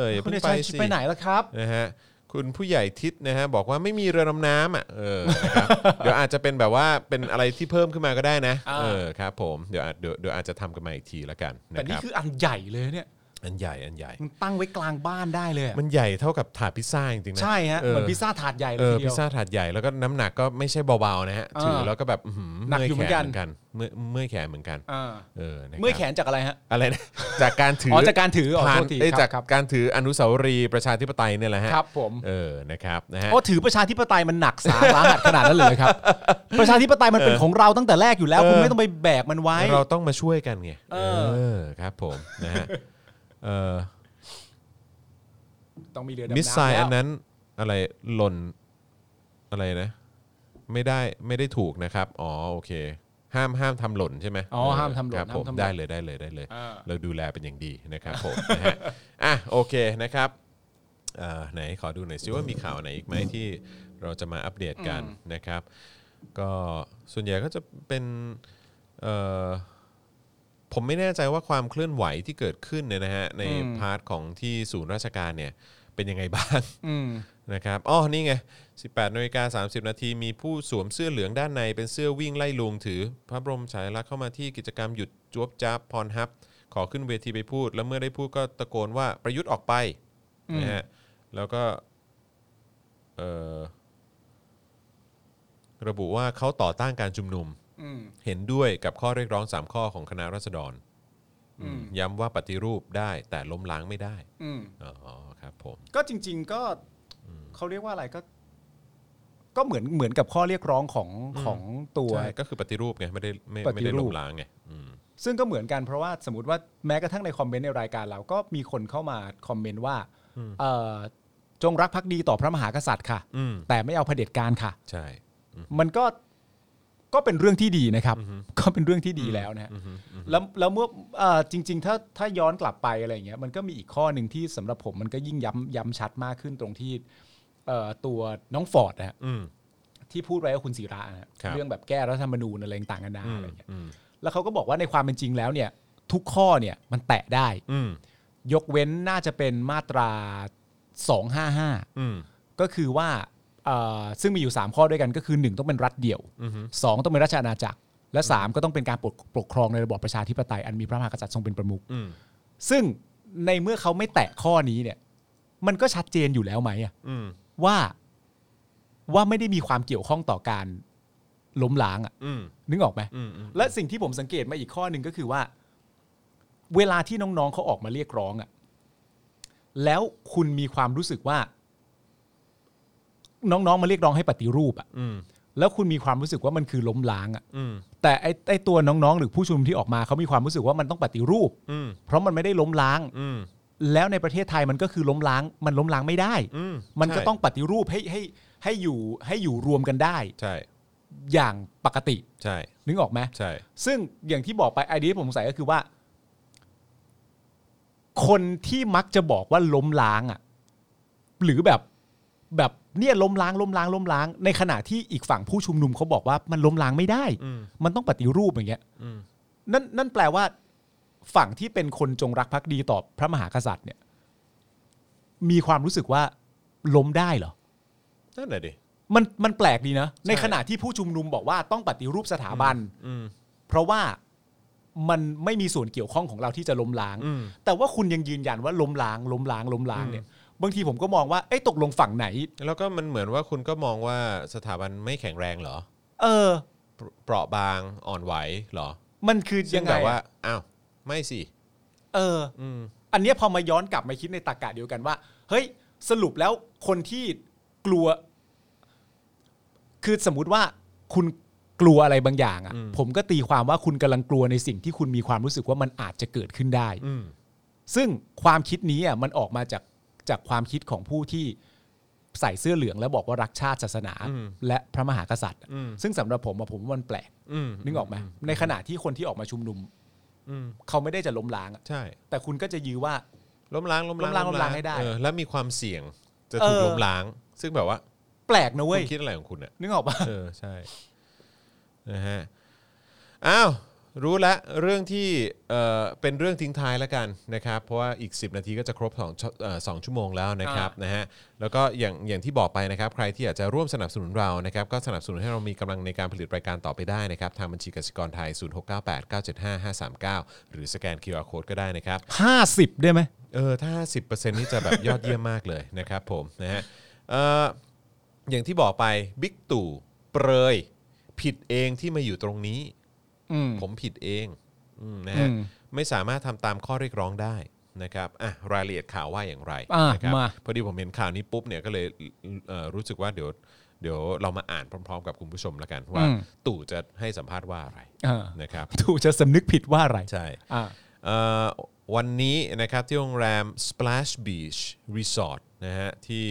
Speaker 2: ออย่า
Speaker 3: คุณ
Speaker 2: เพิ่ง
Speaker 3: เด
Speaker 2: ไป
Speaker 3: ชัยคิด
Speaker 2: สิ
Speaker 3: ไปไหนแล้วครับ
Speaker 2: นะฮะคุณผู้ใหญ่ทิศนะฮะบอกว่าไม่มีเรือดำน้ำอ่ะเออนะครับ เดี๋ยวอาจจะเป็นแบบว่าเป็นอะไรที่เพิ่มขึ้นมาก็ได้นะ
Speaker 3: อ่า
Speaker 2: เออครับผมเดี๋ยวอาจเดี๋ยวเดี๋ยวอาจจะทำกันมาอีกทีละกัน
Speaker 3: แต่
Speaker 2: นะค
Speaker 3: นี่
Speaker 2: รับ
Speaker 3: คืออันใหญ่เลยเนี่ย
Speaker 2: อันใหญ่อันใหญ่
Speaker 3: มันตั้งไว้กลางบ้านได้เลยอะ
Speaker 2: มันใหญ่เท่ากับถาดพิซซ่าจริงๆนะ
Speaker 3: ใช่ฮะ
Speaker 2: เอ
Speaker 3: เห
Speaker 2: อ
Speaker 3: มือนพิซซ่าถาดใหญ่เล
Speaker 2: เอยอ
Speaker 3: ทีเดี
Speaker 2: พิ
Speaker 3: ย
Speaker 2: ซ
Speaker 3: ว
Speaker 2: ซ่าถาดใหญ่แล้วก็น้ำหนักก็ไม่ใช่เบาๆนะฮะ
Speaker 3: อ่า
Speaker 2: ถือแล้วก็แบบอื้อหือ
Speaker 3: หนักอยู่เหมือนกัน
Speaker 2: เมื่อยแขนเหมือนกันเมื่อยเมื่อยแขนเหมือนกัน
Speaker 3: อ่า
Speaker 2: เออนะครับ
Speaker 3: เมื่อยแขนจากอะไรฮะ
Speaker 2: อะไรนะ จากการถือ
Speaker 3: อ๋
Speaker 2: อ
Speaker 3: อจากการถืออ๋อ
Speaker 2: ผ่า
Speaker 3: โท
Speaker 2: น
Speaker 3: ษที
Speaker 2: เอ้ย
Speaker 3: ค
Speaker 2: จา
Speaker 3: รั
Speaker 2: ก
Speaker 3: บครับ
Speaker 2: การถืออนุสาวรีย์ประชาธิปไตยเนี่ยแหละฮะ
Speaker 3: ครับผม
Speaker 2: เออนะครับนะฮะ
Speaker 3: โอ้ถือประชาธิปไตยมันหนักสาระหัสขนาดนั้นเลยครับ ประชาธิปไตยมันเป็นของเราตั้งแต่แรกอยู่แล้ว
Speaker 2: เออ
Speaker 3: คุณไม่ต้องไปแบกมันไว้
Speaker 2: เราต้องมาช่วยกันไง
Speaker 3: เอ
Speaker 2: เอ
Speaker 3: อ
Speaker 2: อครับผมนะฮะเออ
Speaker 3: ต้องมีเรือดำน้ำ
Speaker 2: มิสไซล์
Speaker 3: แล้ว
Speaker 2: อันนั้นอะไรหล่นอะไรนะ ไม่ได้ไม่ได้ถูกนะครับ อ๋อโอเค ห้ามห้ามทำหล่นใช่ไหม
Speaker 3: อ๋อห้ามทำหล่น
Speaker 2: ครับ
Speaker 3: ห้า
Speaker 2: ผม ม
Speaker 3: ทำหล่น
Speaker 2: ได้เลยได้เลยได้เลย
Speaker 3: เออ
Speaker 2: เราดูแลเป็นอย่างดีนะครับ ผมนะฮะอ่ะโอเคนะครับเอ่อไหนขอดูหน่อยซิว่ามีข่าวไหนอีกไหมที่เราจะมาอัปเดตกันนะครับ ก็ส่วนใหญ่ก็จะเป็นเอ่อผมไม่แน่ใจว่าความเคลื่อนไหวที่เกิดขึ้นเนี่ยนะฮะในพาร์ทของที่ศูนย์ราชการเนี่ยเป็นยังไงบ้าง
Speaker 3: อืม
Speaker 2: นะครับ อ๋อ นี่ไง 18นาฬิกา30 นาที มีผู้สวมเสื้อเหลืองด้านในเป็นเสื้อวิ่งไล่ลุงถือ พระบรมฉายาลักษณ์เข้ามาที่กิจกรรมหยุดจวบจับพรฮับ ขอขึ้นเวทีไปพูด แล้วเมื่อได้พูดก็ตะโกนว่าประยุทธ์ออกไปนะฮะ แล้วก็เอ่อระบุว่าเขาต่อต้านการชุมนุม
Speaker 3: อืม
Speaker 2: เห็นด้วยกับข้อเรียกร้อง 3 ข้อของคณะราษฎร
Speaker 3: อืม
Speaker 2: ย้ำว่าปฏิรูปได้แต่ล้มล้างไม่ได้
Speaker 3: อืม
Speaker 2: อ๋อ ครับผม
Speaker 3: ก็จริง ๆก็เขาเรียกว่าอะไรก็ ก็เหมือนเหมือนกับข้อเรียกร้องของของตัว
Speaker 2: ใช่ ก็คือปฏิรูปไง ไม่ได้ไม่ไม่ได้
Speaker 3: ปฏิรู
Speaker 2: ล้
Speaker 3: ป
Speaker 2: มล้างไงอืม
Speaker 3: ซึ่งก็เหมือนกันเพราะว่าสมมติว่าแม้กระทั่งในคอมเมนต์ในรายการเราก็มีคนเข้ามาคอมเมนต์ว่าเอ่อจงรักภักดีต่อพระมหากษัตริย์ค่ะ
Speaker 2: อืม
Speaker 3: แต่ไม่เอาเผด็จการค่ะ
Speaker 2: ใช่
Speaker 3: มันก็ก็เป็นเรื่องที่ดีนะครับ ก็เป็นเรื่องที่ดีแล้วนะฮะแล้วแล้วเมื่อเอ่อจริง ๆ ถ้าถ้าย้อนกลับไปอะไรอย่างเงี้ยมันก็มีอีกข้อหนึ่งที่สำหรับผมมันก็ยิ่งย้ำย้ำชัดมากขึ้นตรงที่เอ่อตัวน้องฟอร์ดนะฮะ
Speaker 2: อืม
Speaker 3: ที่พูดไว้กับคุณศิระนะฮะ
Speaker 2: ครับ
Speaker 3: เรื่องแบบแก้รัฐธรรมนูญอะไรต่างกันานา
Speaker 2: อืม
Speaker 3: อะไรอย่างเงี้ย
Speaker 2: อืม
Speaker 3: แล้วเขาก็บอกว่าในความเป็นจริงแล้วเนี่ย ทุกข้อเนี่ยมันแตะได้
Speaker 2: อืม
Speaker 3: ยกเว้นน่าจะเป็นมาตรา 255
Speaker 2: อืม
Speaker 3: ก็คือว่าเอ่อซึ่งมีอยู่ 3 ข้อด้วยกันก็คือ 1 ต้องเป็นรัฐเดี่ยว 2 ต้องเป็นราชอาณาจักร และ 3 ก็ต้องเป็นการปกปกครองในระบอบประชาธิปไตยอันมีพระมหากษัตริย์ทรงเป็นประมุข
Speaker 2: อืม
Speaker 3: ซึ่งในเมื่อเขาไม่แตะข้อนี้เนี่ย มันก็ชัดเจนอยู่แล้วไหมอะ
Speaker 2: อืม
Speaker 3: ว่าว่าไม่ได้มีความเกี่ยวข้องต่อการล้มล้างอะ
Speaker 2: อืม
Speaker 3: นึกออกไหม
Speaker 2: อืมอืม
Speaker 3: และสิ่งที่ผมสังเกตมาอีกข้อหนึ่งก็คือว่า เวลาที่น้องๆเขาออกมาเรียกร้องอะ่ะแล้วคุณมีความรู้สึกว่า น้องๆมาเรียกร้องให้ปฏิรูปอะ่ะ
Speaker 2: อืม
Speaker 3: แล้วคุณมีความรู้สึกว่ามันคือล้มล้างอะ่ะ
Speaker 2: อืม
Speaker 3: แต่ไอ้ไอ้ตัวน้องๆ หรือผู้ชุมนุมที่ออกมาเขามีความรู้สึกว่ามันต้องปฏิรูป
Speaker 2: อืม
Speaker 3: เพราะมันไม่ได้ล้มล้าง
Speaker 2: อืม
Speaker 3: แล้วในประเทศไทยมันก็คือล้มล้าง มันล้มล้างไม่ได้
Speaker 2: อืม
Speaker 3: มันก็
Speaker 2: ใช่
Speaker 3: ต้องปฏิรูปให้ให้ให้อยู่ให้อยู่รวมกันได้
Speaker 2: ใช่
Speaker 3: อย่างปกติ
Speaker 2: ใช่
Speaker 3: นึกออกไหม
Speaker 2: ใช่
Speaker 3: ซึ่งอย่างที่บอกไปไอเดียที่ผมสงสัยก็คือว่า คนที่มักจะบอกว่าล้มล้างอ่ะ หรือแบบแบบเนี่ยล้มล้างล้มล้างล้มล้าง ในขณะที่อีกฝั่งผู้ชุมนุมเขาบอกว่ามันล้มล้างไม่ได้
Speaker 2: อืม
Speaker 3: มันต้องปฏิรูปอย่างเงี้ย
Speaker 2: อืม
Speaker 3: นั่นนั่นแปลว่า ฝั่งที่เป็นคนจงรักภักดีต่อพระมหากษัตริย์ เนี่ย มีความรู้สึกว่าล้มได้เหรอ
Speaker 2: นั่นแหละดิ
Speaker 3: มันมันแปลกดีนะ ในขณะที่ผู้ชุมนุมบอกว่าต้องปฏิรูปสถาบัน
Speaker 2: อืม
Speaker 3: เพราะว่ามันไม่มีส่วนเกี่ยวข้องของเราที่จะล้มล้าง
Speaker 2: อืม
Speaker 3: แต่ว่าคุณยังยืนยันว่าล้มล้าง ล้มล้างล้มล้างเนี่ย บางทีผมก็มองว่าเอ้ยตกลงฝั่งไหน
Speaker 2: แล้วก็มันเหมือนว่าคุณก็มองว่าสถาบันไม่แข็งแรงเหรอ
Speaker 3: เออ
Speaker 2: เปราะบางอ่อนไหวเหรอ
Speaker 3: มันคือ
Speaker 2: ซึ่
Speaker 3: ยัง ง
Speaker 2: แบ
Speaker 3: ไง
Speaker 2: บว่า
Speaker 3: อะ
Speaker 2: อ้าวไม่สิ
Speaker 3: เออ
Speaker 2: อืม
Speaker 3: อันเนี้ยพอมาย้อนกลับมาคิดในตรากะเดียวกันว่า เฮ้ย สรุปแล้วคนที่กลัว คือสมมุติว่าคุณกลัวอะไรบางอย่าง
Speaker 2: อืม
Speaker 3: อะ่ะ ผมก็ตีความว่าคุณกำลังกลัวในสิ่งที่คุณมีความรู้สึกว่ามันอาจจะเกิดขึ้นได้
Speaker 2: อืม
Speaker 3: ซึ่งความคิดนี้อ่ะมันออกมาจากจากความคิดของผู้ที่ใส่เสื้อเหลืองแล้วบอกว่ารักชาติศาสนา
Speaker 2: อืม
Speaker 3: และพระมหากษัตริย์อะ
Speaker 2: อืม
Speaker 3: ซึ่งสำหรับผมอะผมว่ามันแปลก
Speaker 2: อืม
Speaker 3: นึกออกไหมในขณะที่คนที่ออกมาชุมนุม
Speaker 2: อืม
Speaker 3: เขาไม่ได้จะล้มล้างอะ
Speaker 2: ใช่
Speaker 3: แต่คุณก็จะยื้อว่า
Speaker 2: ล้มล้างล้มล้าง
Speaker 3: ล้มล้างล้มล้างให้ได้
Speaker 2: เออแล้วมีความเสี่ยงจะ
Speaker 3: เออ
Speaker 2: ถูกล้มล้าง ซึ่งแบบว่า
Speaker 3: แปลกนะ
Speaker 2: คุ
Speaker 3: เว้ย
Speaker 2: ณคิดอะไรของคุณเนี่ย
Speaker 3: นึกออกปะ
Speaker 2: เออใช่นะฮะอ้าวรู้ละเรื่องที่เอ่อเป็นเรื่องทิ้งท้ายแล้วกันนะครับ เพราะว่าอีก 10 นาทีก็จะครบ2องชั่วเอ่อสองชั่วโมงแล้วนะครับนะฮะแล้วก็อย่างอย่างที่บอกไปนะครับ ใครที่อยากจะร่วมสนับสนุนเรานะครับ ก็สนับสนุนให้เรามีกำลังในการผลิตรายการต่อไปได้นะครับ ทางบัญชีกสิกรไทย 0698975539 หรือสแกน QR Code ก็ได้นะครับ
Speaker 3: ห้าสิบได้ไหม
Speaker 2: เออถ้า 10%นี่จะแบบยอดเยี่ยมมากเลยนะครับผมนะฮะเอ่ออย่างที่บอกไปบิ๊กตู่เปรย ผิดเองที่มาอยู่ตรงนี้
Speaker 3: อืม
Speaker 2: ผมผิดเองอืมนะฮะ
Speaker 3: อืม
Speaker 2: ไม่สามารถทำตามข้อเรียกร้องได้นะครับอ่ะรายละเอียดข่าวว่าอย่างไร
Speaker 3: อ่ะ
Speaker 2: นะครับ
Speaker 3: มา
Speaker 2: พอดีผมเห็นข่าวนี้ปุ๊บเนี่ยก็เลยเอ่อรู้สึกว่าเดี๋ยวเดี๋ยวเรามาอ่านพร้อม ๆ กับคุณผู้ชมละกันว่า ตู่จะให้สัมภาษณ์ว่าอะไร
Speaker 3: เออ
Speaker 2: นะครับ
Speaker 3: ถูกจะสำนึกผิดว่าอะไร
Speaker 2: ใช่
Speaker 3: อ่า
Speaker 2: เอ่อวันนี้นะครับที่โรงแรม Splash Beach Resort นะฮะที่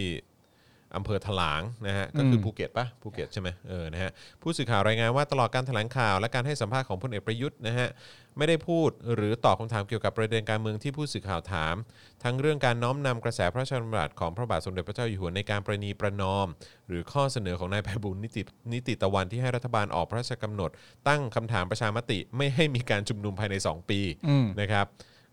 Speaker 2: อำเภอถลางนะฮะก็คือภูเก็ตปะภูเก็ตใช่ไหมเออนะฮะผู้สื่อข่าวรายงานว่าตลอดการแถลงข่าวและการให้สัมภาษณ์ของพลเอกประยุทธ์นะฮะไม่ได้พูดหรือตอบคำถามเกี่ยวกับประเด็นการเมืองที่ผู้สื่อข่าวถาม ทั้งเรื่องการน้อมนำกระแสพระราชดำรัสของพระบาทสมเด็จพระเจ้าอยู่หัวในการประนีประนอม หรือข้อเสนอของนายไพบุญนิตินิติตะวันที่ให้รัฐบาลออกพระราชกำหนด ตั้งคำถามประชามติไม่ให้มีการชุมนุมภายใน 2 ปี
Speaker 3: อืม
Speaker 2: นะครับ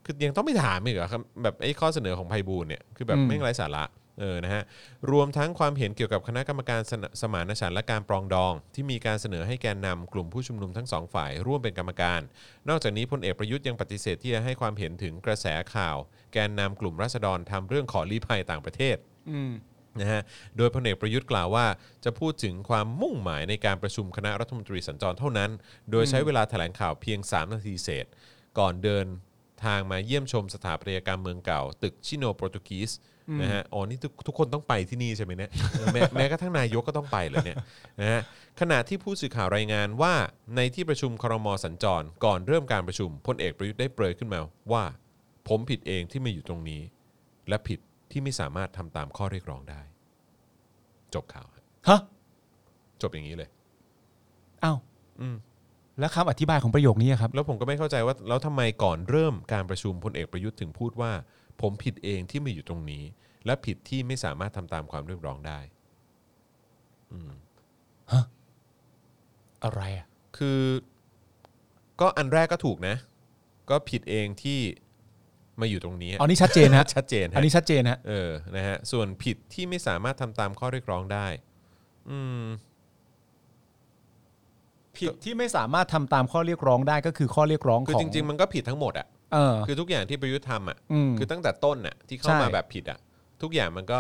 Speaker 2: คือยังต้องไปถามอีกเหรอครับแบบไอ้ข้อเสนอของไพบูลย์เนี่ยคือแบบไม่งไร้สาระเออนะฮะรวมทั้งความเห็นเกี่ยวกับคณะกรรมการสนสมานฉันท์และการปรองดอง ที่มีการเสนอให้แกนนำกลุ่มผู้ชุมนุมทั้งสองฝ่ายร่วมเป็นกรรมการ นอกจากนี้พลเอกประยุทธ์ยังปฏิเสธที่จะให้ความเห็นถึงกระแสข่าว แกนนำกลุ่มราษฎรทำเรื่องขอลี้ภัยต่างประเทศ
Speaker 3: อืม
Speaker 2: นะฮะ โดยพลเอกประยุทธ์กล่าวว่า จะพูดถึงความมุ่งหมายในการประชุมคณะรัฐมนตรีสัญจรเท่านั้น โดยใช้เวลาแถลงข่าวเพียง 3 นาทีเศษ ก่อนเดินทางมาเยี่ยมชมสถาปัตยกรรมเมืองเก่า ตึกชิโนโปรตุกีสนะฮะ อ๋อ นี่ทุกทุกคนต้องไปที่นี่ใช่ไหมเนี่ยเออแม้แม้กระทั่งนายกก็ต้องไปเลยเนี่ยนะฮะ ขณะที่ผู้สื่อข่าวรายงานว่าในที่ประชุมครมสัญจร ก่อนเริ่มการประชุมพลเอกประยุทธ์ได้เปรยขึ้นมาว่า ผมผิดเองที่มาอยู่ตรงนี้ และผิดที่ไม่สามารถทำตามข้อเรียกร้องได้ จบข่าวฮะ
Speaker 3: ฮะ
Speaker 2: จบอย่างนี้เลย
Speaker 3: อ้าว
Speaker 2: อืม
Speaker 3: แล้วคำอธิบายของประโยคนี้อะครับ
Speaker 2: แล้วผมก็ไม่เข้าใจว่าแล้วทำไมก่อนเริ่มการประชุมพลเอกประยุทธ์ถึงพูดว่า ผมผิดเองที่มาอยู่ตรงนี้ และผิดที่ไม่สามารถทำตามความเรียกร้องได้อืม
Speaker 3: ฮะ อะไรอ่ะ
Speaker 2: คือก็อันแรกก็ถูกนะ ก็ผิดเองที่มาอยู่ตรงนี้
Speaker 3: อัน นี้ชัดเจนนะ
Speaker 2: ชัดเจน
Speaker 3: อัน
Speaker 2: ฮะ
Speaker 3: นี้ชัดเจนฮะ
Speaker 2: เออ นะฮะ ส่วนผิดที่ไม่สามารถทำตามข้อเรียกร้องได้ อืม
Speaker 3: ผิดที่ไม่สามารถทำตามข้อเรียกร้องได้ก็คือข้อเรียกร้อง
Speaker 2: คือ
Speaker 3: ของ
Speaker 2: จริง ๆ มันก็ผิดทั้งหมดอะ
Speaker 3: เออ
Speaker 2: คือทุกอย่างที่ประยุทธ์ทำอะ
Speaker 3: อืม
Speaker 2: คือตั้งแต่ต้นอะที่เข้า
Speaker 3: ใช่
Speaker 2: มาแบบผิดอะทุกอย่างมันก็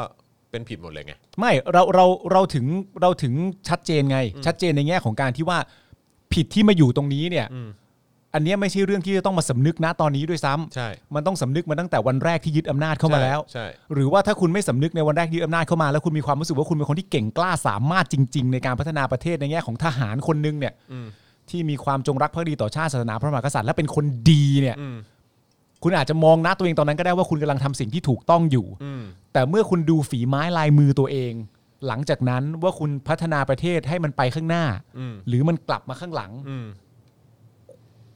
Speaker 2: เป็นผิดหมดเลยไง
Speaker 3: ไม่เราเราเราถึงเราถึงชัดเจนไง ชัดเจนในแง่ของการที่ว่าผิดที่มาอยู่ตรงนี้เนี่ย
Speaker 2: อืม
Speaker 3: อันเนี้ยไม่ใช่เรื่องที่จะต้องมาสำนึกนะตอนนี้ด้วยซ้ำ
Speaker 2: ใช่
Speaker 3: มันต้องสำนึกมาตั้งแต่วันแรกที่ยึดอำนาจเข้ามาแล้ว
Speaker 2: ใช่
Speaker 3: หรือว่าถ้าคุณไม่สำนึกในวันแรกที่ยึดอำนาจเข้ามาแล้วคุณมีความรู้สึกว่าคุณเป็นคนที่เก่งกล้าสามารถจริง ๆ ในการพัฒนาประเทศในแง่ของทหารคนหนึงเนี่ย
Speaker 2: อืม
Speaker 3: ที่มีความจงรักภักดีต่อชาติศาสนาพระมหากษัตริย์และเป็นคนดีเนี่ย
Speaker 2: อืม
Speaker 3: คุณอาจจะมองหน้าตัวเองตอนนั้นก็ได้ว่าคุณกำลังทำสิ่งที่ถูกต้องอยู่
Speaker 2: อืม
Speaker 3: แต่เมื่อคุณดูฝีไม้ลายมือตัวเอง หลังจากนั้นว่าคุณพัฒนาประเทศให้มันไปข้างหน้า
Speaker 2: อืม
Speaker 3: หรือมันกลับมาข้างหลัง
Speaker 2: อืม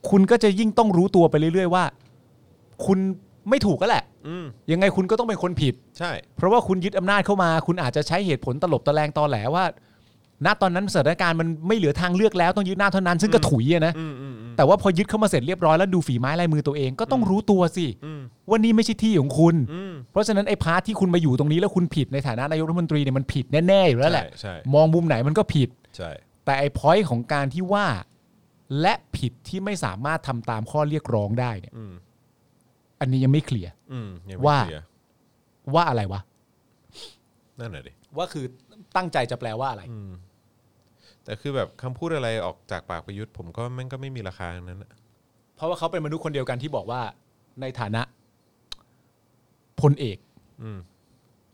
Speaker 3: คุณก็จะยิ่งต้องรู้ตัวไปเรื่อยๆว่า คุณไม่ถูกก็แหละ
Speaker 2: อืม
Speaker 3: ยังไงคุณก็ต้องเป็นคนผิด
Speaker 2: ใช่
Speaker 3: เพราะว่าคุณยึดอำนาจเข้ามา คุณอาจจะใช้เหตุผลตลบตะแลงตอแหลว่า ณตอนนั้นสถานการณ์มันไม่เหลือทางเลือกแล้วต้องยึดหน้าจเท่านั้น ซึ่งก็ถุยอะนะ
Speaker 2: อืมอืมอืม
Speaker 3: แต่ว่าพอยึดเข้ามาเสร็จเรียบร้อยแล้วดูฝีไม้ลายมือตัวเองก็ต้องรู้ตัวสิ
Speaker 2: อืม
Speaker 3: ว่านี่ไม่ใช่ที่ของคุณ
Speaker 2: อืม
Speaker 3: เพราะฉะนั้นไอ้พาร์ทที่คุณมาอยู่ตรงนี้แล้วคุณผิดในฐานะนายกรัฐมนตรีเนี่ยมันผิดแน่ๆอยู่แล้วแหละ
Speaker 2: ใช่ใช่
Speaker 3: มองมุมไหนมันก็ผิด
Speaker 2: ใช่
Speaker 3: แต่ไอ้พอยต์ของการที่ว่า และผิดที่ไม่สามารถทำตามข้อเรียกร้องได้เนี่ย
Speaker 2: อืม
Speaker 3: อันนี้ยังไม่เคลียร์
Speaker 2: อืมยังไม่
Speaker 3: ว่า
Speaker 2: เคลียร์
Speaker 3: ว่าอะไรวะ
Speaker 2: นั่นแหละดิ
Speaker 3: ว่าคือตั้งใจจะแปลว่าอะไร
Speaker 2: อืม แต่คือแบบคำพูดอะไรออกจากปากประยุทธ์ผมก็แม่งก็ไม่มีราคาทั้งนั้นอะ
Speaker 3: เพราะว่าเขาเป็นมนุษย์คนเดียวกันที่บอกว่าในฐานะพลเอก
Speaker 2: อืม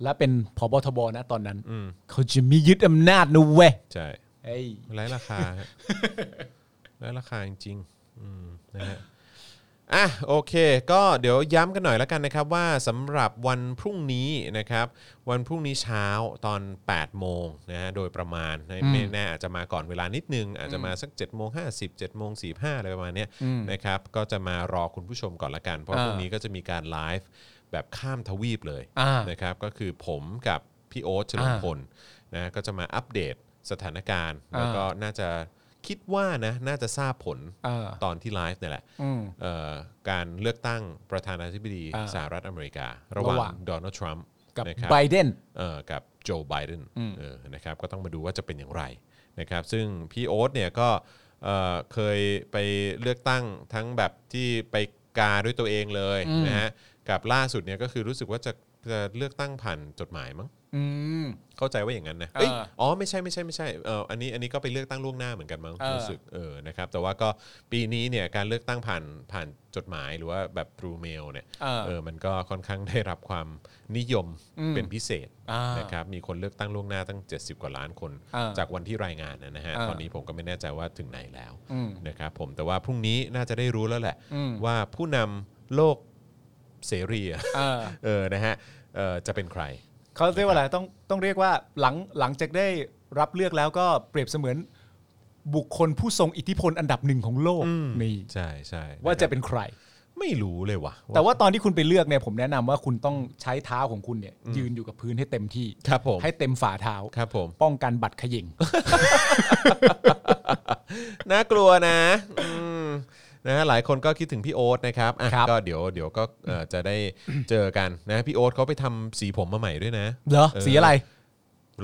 Speaker 3: และเป็นผบทบนะตอนนั้น
Speaker 2: อืม
Speaker 3: เขาจะไมียึดอำนาจนะเว้ย
Speaker 2: ใช่
Speaker 3: เอ้ย
Speaker 2: ไร้รา คาฮะ ไร้ราคาจริงๆอืมนะฮะอ่ะโอเค ก็เดี๋ยวย้ำกันหน่อยแล้วกันนะครับ ว่าสำหรับวันพรุ่งนี้นะครับ วันพรุ่งนี้เช้าตอน 8 โมงนะฮะโดยประมาณนะไม่แน่อาจจะมาก่อนเวลานิดนึง อาจจะมาสัก7โมง50 7โมง45อะไรประมาณเนี้ยนะครับก็จะมารอคุณผู้ชมก่อนละกัน เพราะพรุ่งนี้ก็จะมีการไลฟ์แบบข้ามทวีปเลย
Speaker 3: อ่า
Speaker 2: นะครับก็คือผมกับพี่โอ๊ตเฉลิมพลนะก็จะมาอัปเดตสถานการณ์ แล้วก็น่าจะคิดว่านะน่าจะทราบผล
Speaker 3: อ่า
Speaker 2: ตอนที่ไลฟ์เนี่ยแหละ
Speaker 3: อืม
Speaker 2: เอ่อการเลือกตั้งประธานาธิบดี
Speaker 3: อ่า
Speaker 2: สหรัฐอเมริกา ระหว่า
Speaker 3: ระหว่าง ง
Speaker 2: โดนัลด์ทรัมป์
Speaker 3: กับ
Speaker 2: นะครับ
Speaker 3: ไบเดน
Speaker 2: เอ่อกับโจไบเดนเออนะครับก็ต้องมาดูว่าจะเป็นอย่างไรนะครับซึ่งพี่โอ๊ตเนี่ยก็เอ่อเคยไปเลือกตั้งทั้งแบบที่ไปกาด้วยตัวเองเลย
Speaker 3: อืม
Speaker 2: นะฮะกับล่าสุดเนี่ยก็คือรู้สึกว่าจะจะเลือกตั้งผ่านจดหมายมั้ง
Speaker 3: อืม
Speaker 2: เข้าใจว่าอย่างนั้นนะ
Speaker 3: เออ
Speaker 2: เอ้ยอ๋อ ไม่ใช่ ไม่ใช่ ไม่ใช่ เอออันนี้ อันนี้ก็ไปเลือกตั้งล่วงหน้าเหมือนกันมั้ง
Speaker 3: เออ
Speaker 2: รู้สึก เออ นะครับ แต่ว่าก็ปีนี้เนี่ย การเลือกตั้งผ่าน ผ่านจดหมายหรือว่าแบบ through mail เนี่ย
Speaker 3: เออ
Speaker 2: เออ มันก็ค่อนข้างได้รับความนิยม
Speaker 3: อืม
Speaker 2: เป็นพิเศษ
Speaker 3: อ่าน
Speaker 2: นะครับ มีคนเลือกตั้งล่วงหน้าตั้ง 70 กว่าล้านคน
Speaker 3: อ่า
Speaker 2: จากวันที่รายงานนะฮะ
Speaker 3: อ่า
Speaker 2: ตอนนี้ผมก็ไม่แน่ใจว่าถึงไหนแล้ว
Speaker 3: อืม
Speaker 2: นะครับผม แต่ว่าพรุ่งนี้น่าจะได้รู้แล้วแหละ
Speaker 3: อืม
Speaker 2: ว่าผู้นำโลกเสรีอะ
Speaker 3: เออ
Speaker 2: เออ นะฮะ เออจะเป็นใคร
Speaker 3: เขาเรียกว่าอะไรต้องต้องเรียกว่าหลังหลังจากได้รับเลือกแล้วก็เปรียบเสมือนบุคคลผู้ทรงอิทธิพลอันดับหนึ่งของโลกนี่
Speaker 2: ใช่ใช่
Speaker 3: ว่าจะเป็นใคร
Speaker 2: ไม่รู้เลยว่ะ
Speaker 3: แต่ว่าตอนที่คุณไปเลือกเนี่ยผมแนะนำว่าคุณต้องใช้เท้าของคุณเนี่ยยืนอยู่กับพื้นให้เต็มที่
Speaker 2: ครับผม
Speaker 3: ให้เต็มฝ่าเท้า
Speaker 2: ครับผม
Speaker 3: ป้องกันบัตรเขยิง
Speaker 2: น่ากลัวนะอืมนะฮะหลายคนก็คิดถึงพี่โอ๊ตนะครับอ่ะ
Speaker 3: ครับ
Speaker 2: ก็เดี๋ยวเดี๋ยวก็เอ่อจะได้เจอกันนะพี่โอ๊ตเขาไปทำสีผมมาใหม่ด้วยนะ
Speaker 3: เหรอสีอะไร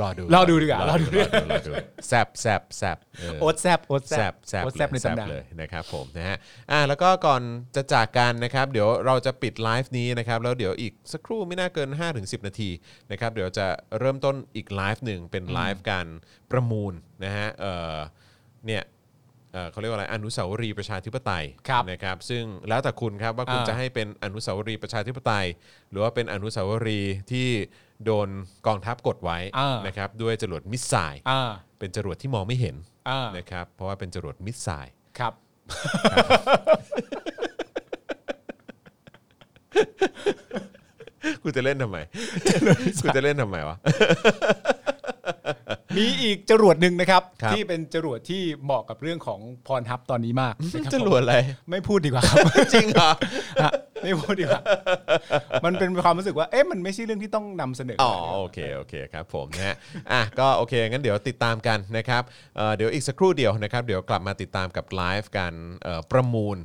Speaker 2: รอดู
Speaker 3: รอดูดีกว่าร
Speaker 2: อดู
Speaker 3: รอดู
Speaker 2: รอดูแซบแซบแซบเ
Speaker 3: โอ๊ตแซบโอ๊ต
Speaker 2: แซบ
Speaker 3: แซบโอ๊ตแซบใน
Speaker 2: เลยแซบ
Speaker 3: ตำนาน
Speaker 2: เลยนะครับผมนะฮะอ่ะแล้วก็ก่อนจะจากกันนะครับ เดี๋ยวเราจะปิดไลฟ์นี้นะครับ แล้วเดี๋ยวอีกสักครู่ไม่น่าเกิน 5-10 นาทีนะครับ เดี๋ยวจะเริ่มต้นอีกไลฟ์หนึ่งเป็นไลฟ์การประมูลนะฮะเอ่อเนี่ยเอ่อเขาเรียกว่าอะไรอนุสาวรีย์ประชาธิปไตย
Speaker 3: ครับ
Speaker 2: นะครับ ซึ่งแล้วแต่คุณครับว่าคุณ
Speaker 3: อ่า
Speaker 2: จะให้เป็นอนุสาวรีย์ประชาธิปไตย หรือว่าเป็นอนุสาวรีย์ที่โดนกองทัพกดไว้นะครับด้วยจรวดมิสไซล์
Speaker 3: อ่า
Speaker 2: เป็นจรวดที่มองไม่เห็น
Speaker 3: อ่าน
Speaker 2: นะครับ เพราะว่าเป็นจรวดมิสไซล์
Speaker 3: ครับ
Speaker 2: กูจะเล่นทำไม กูจะเล่นทำไมวะ
Speaker 3: มีอีกจรวดหนึ่งนะครับ
Speaker 2: ครับ
Speaker 3: ที่เป็นจรวดที่เหมาะกับเรื่องของพรทับตอนนี้มากนะครับ
Speaker 2: จรวดอะไร
Speaker 3: ไม่พูดดีกว่าครับ
Speaker 2: จริงเหรอ
Speaker 3: ฮะ ไม่พูดดีกว่ามันเป็นความรู้สึกว่า เอ๊ะมันไม่ใช่เรื่องที่ต้องนำเสนอ
Speaker 2: อ๋อ
Speaker 3: ขนาดนั้น
Speaker 2: โอเคโอเคครับผมนะฮะอ่ะก็โอเคงั้นเดี๋ยวติดตามกันนะครับเอ่อเดี๋ยวอีกสักครู่เดียวนะครับ เดี๋ยวกลับมาติดตามกับไลฟ์การเอ่อประมูล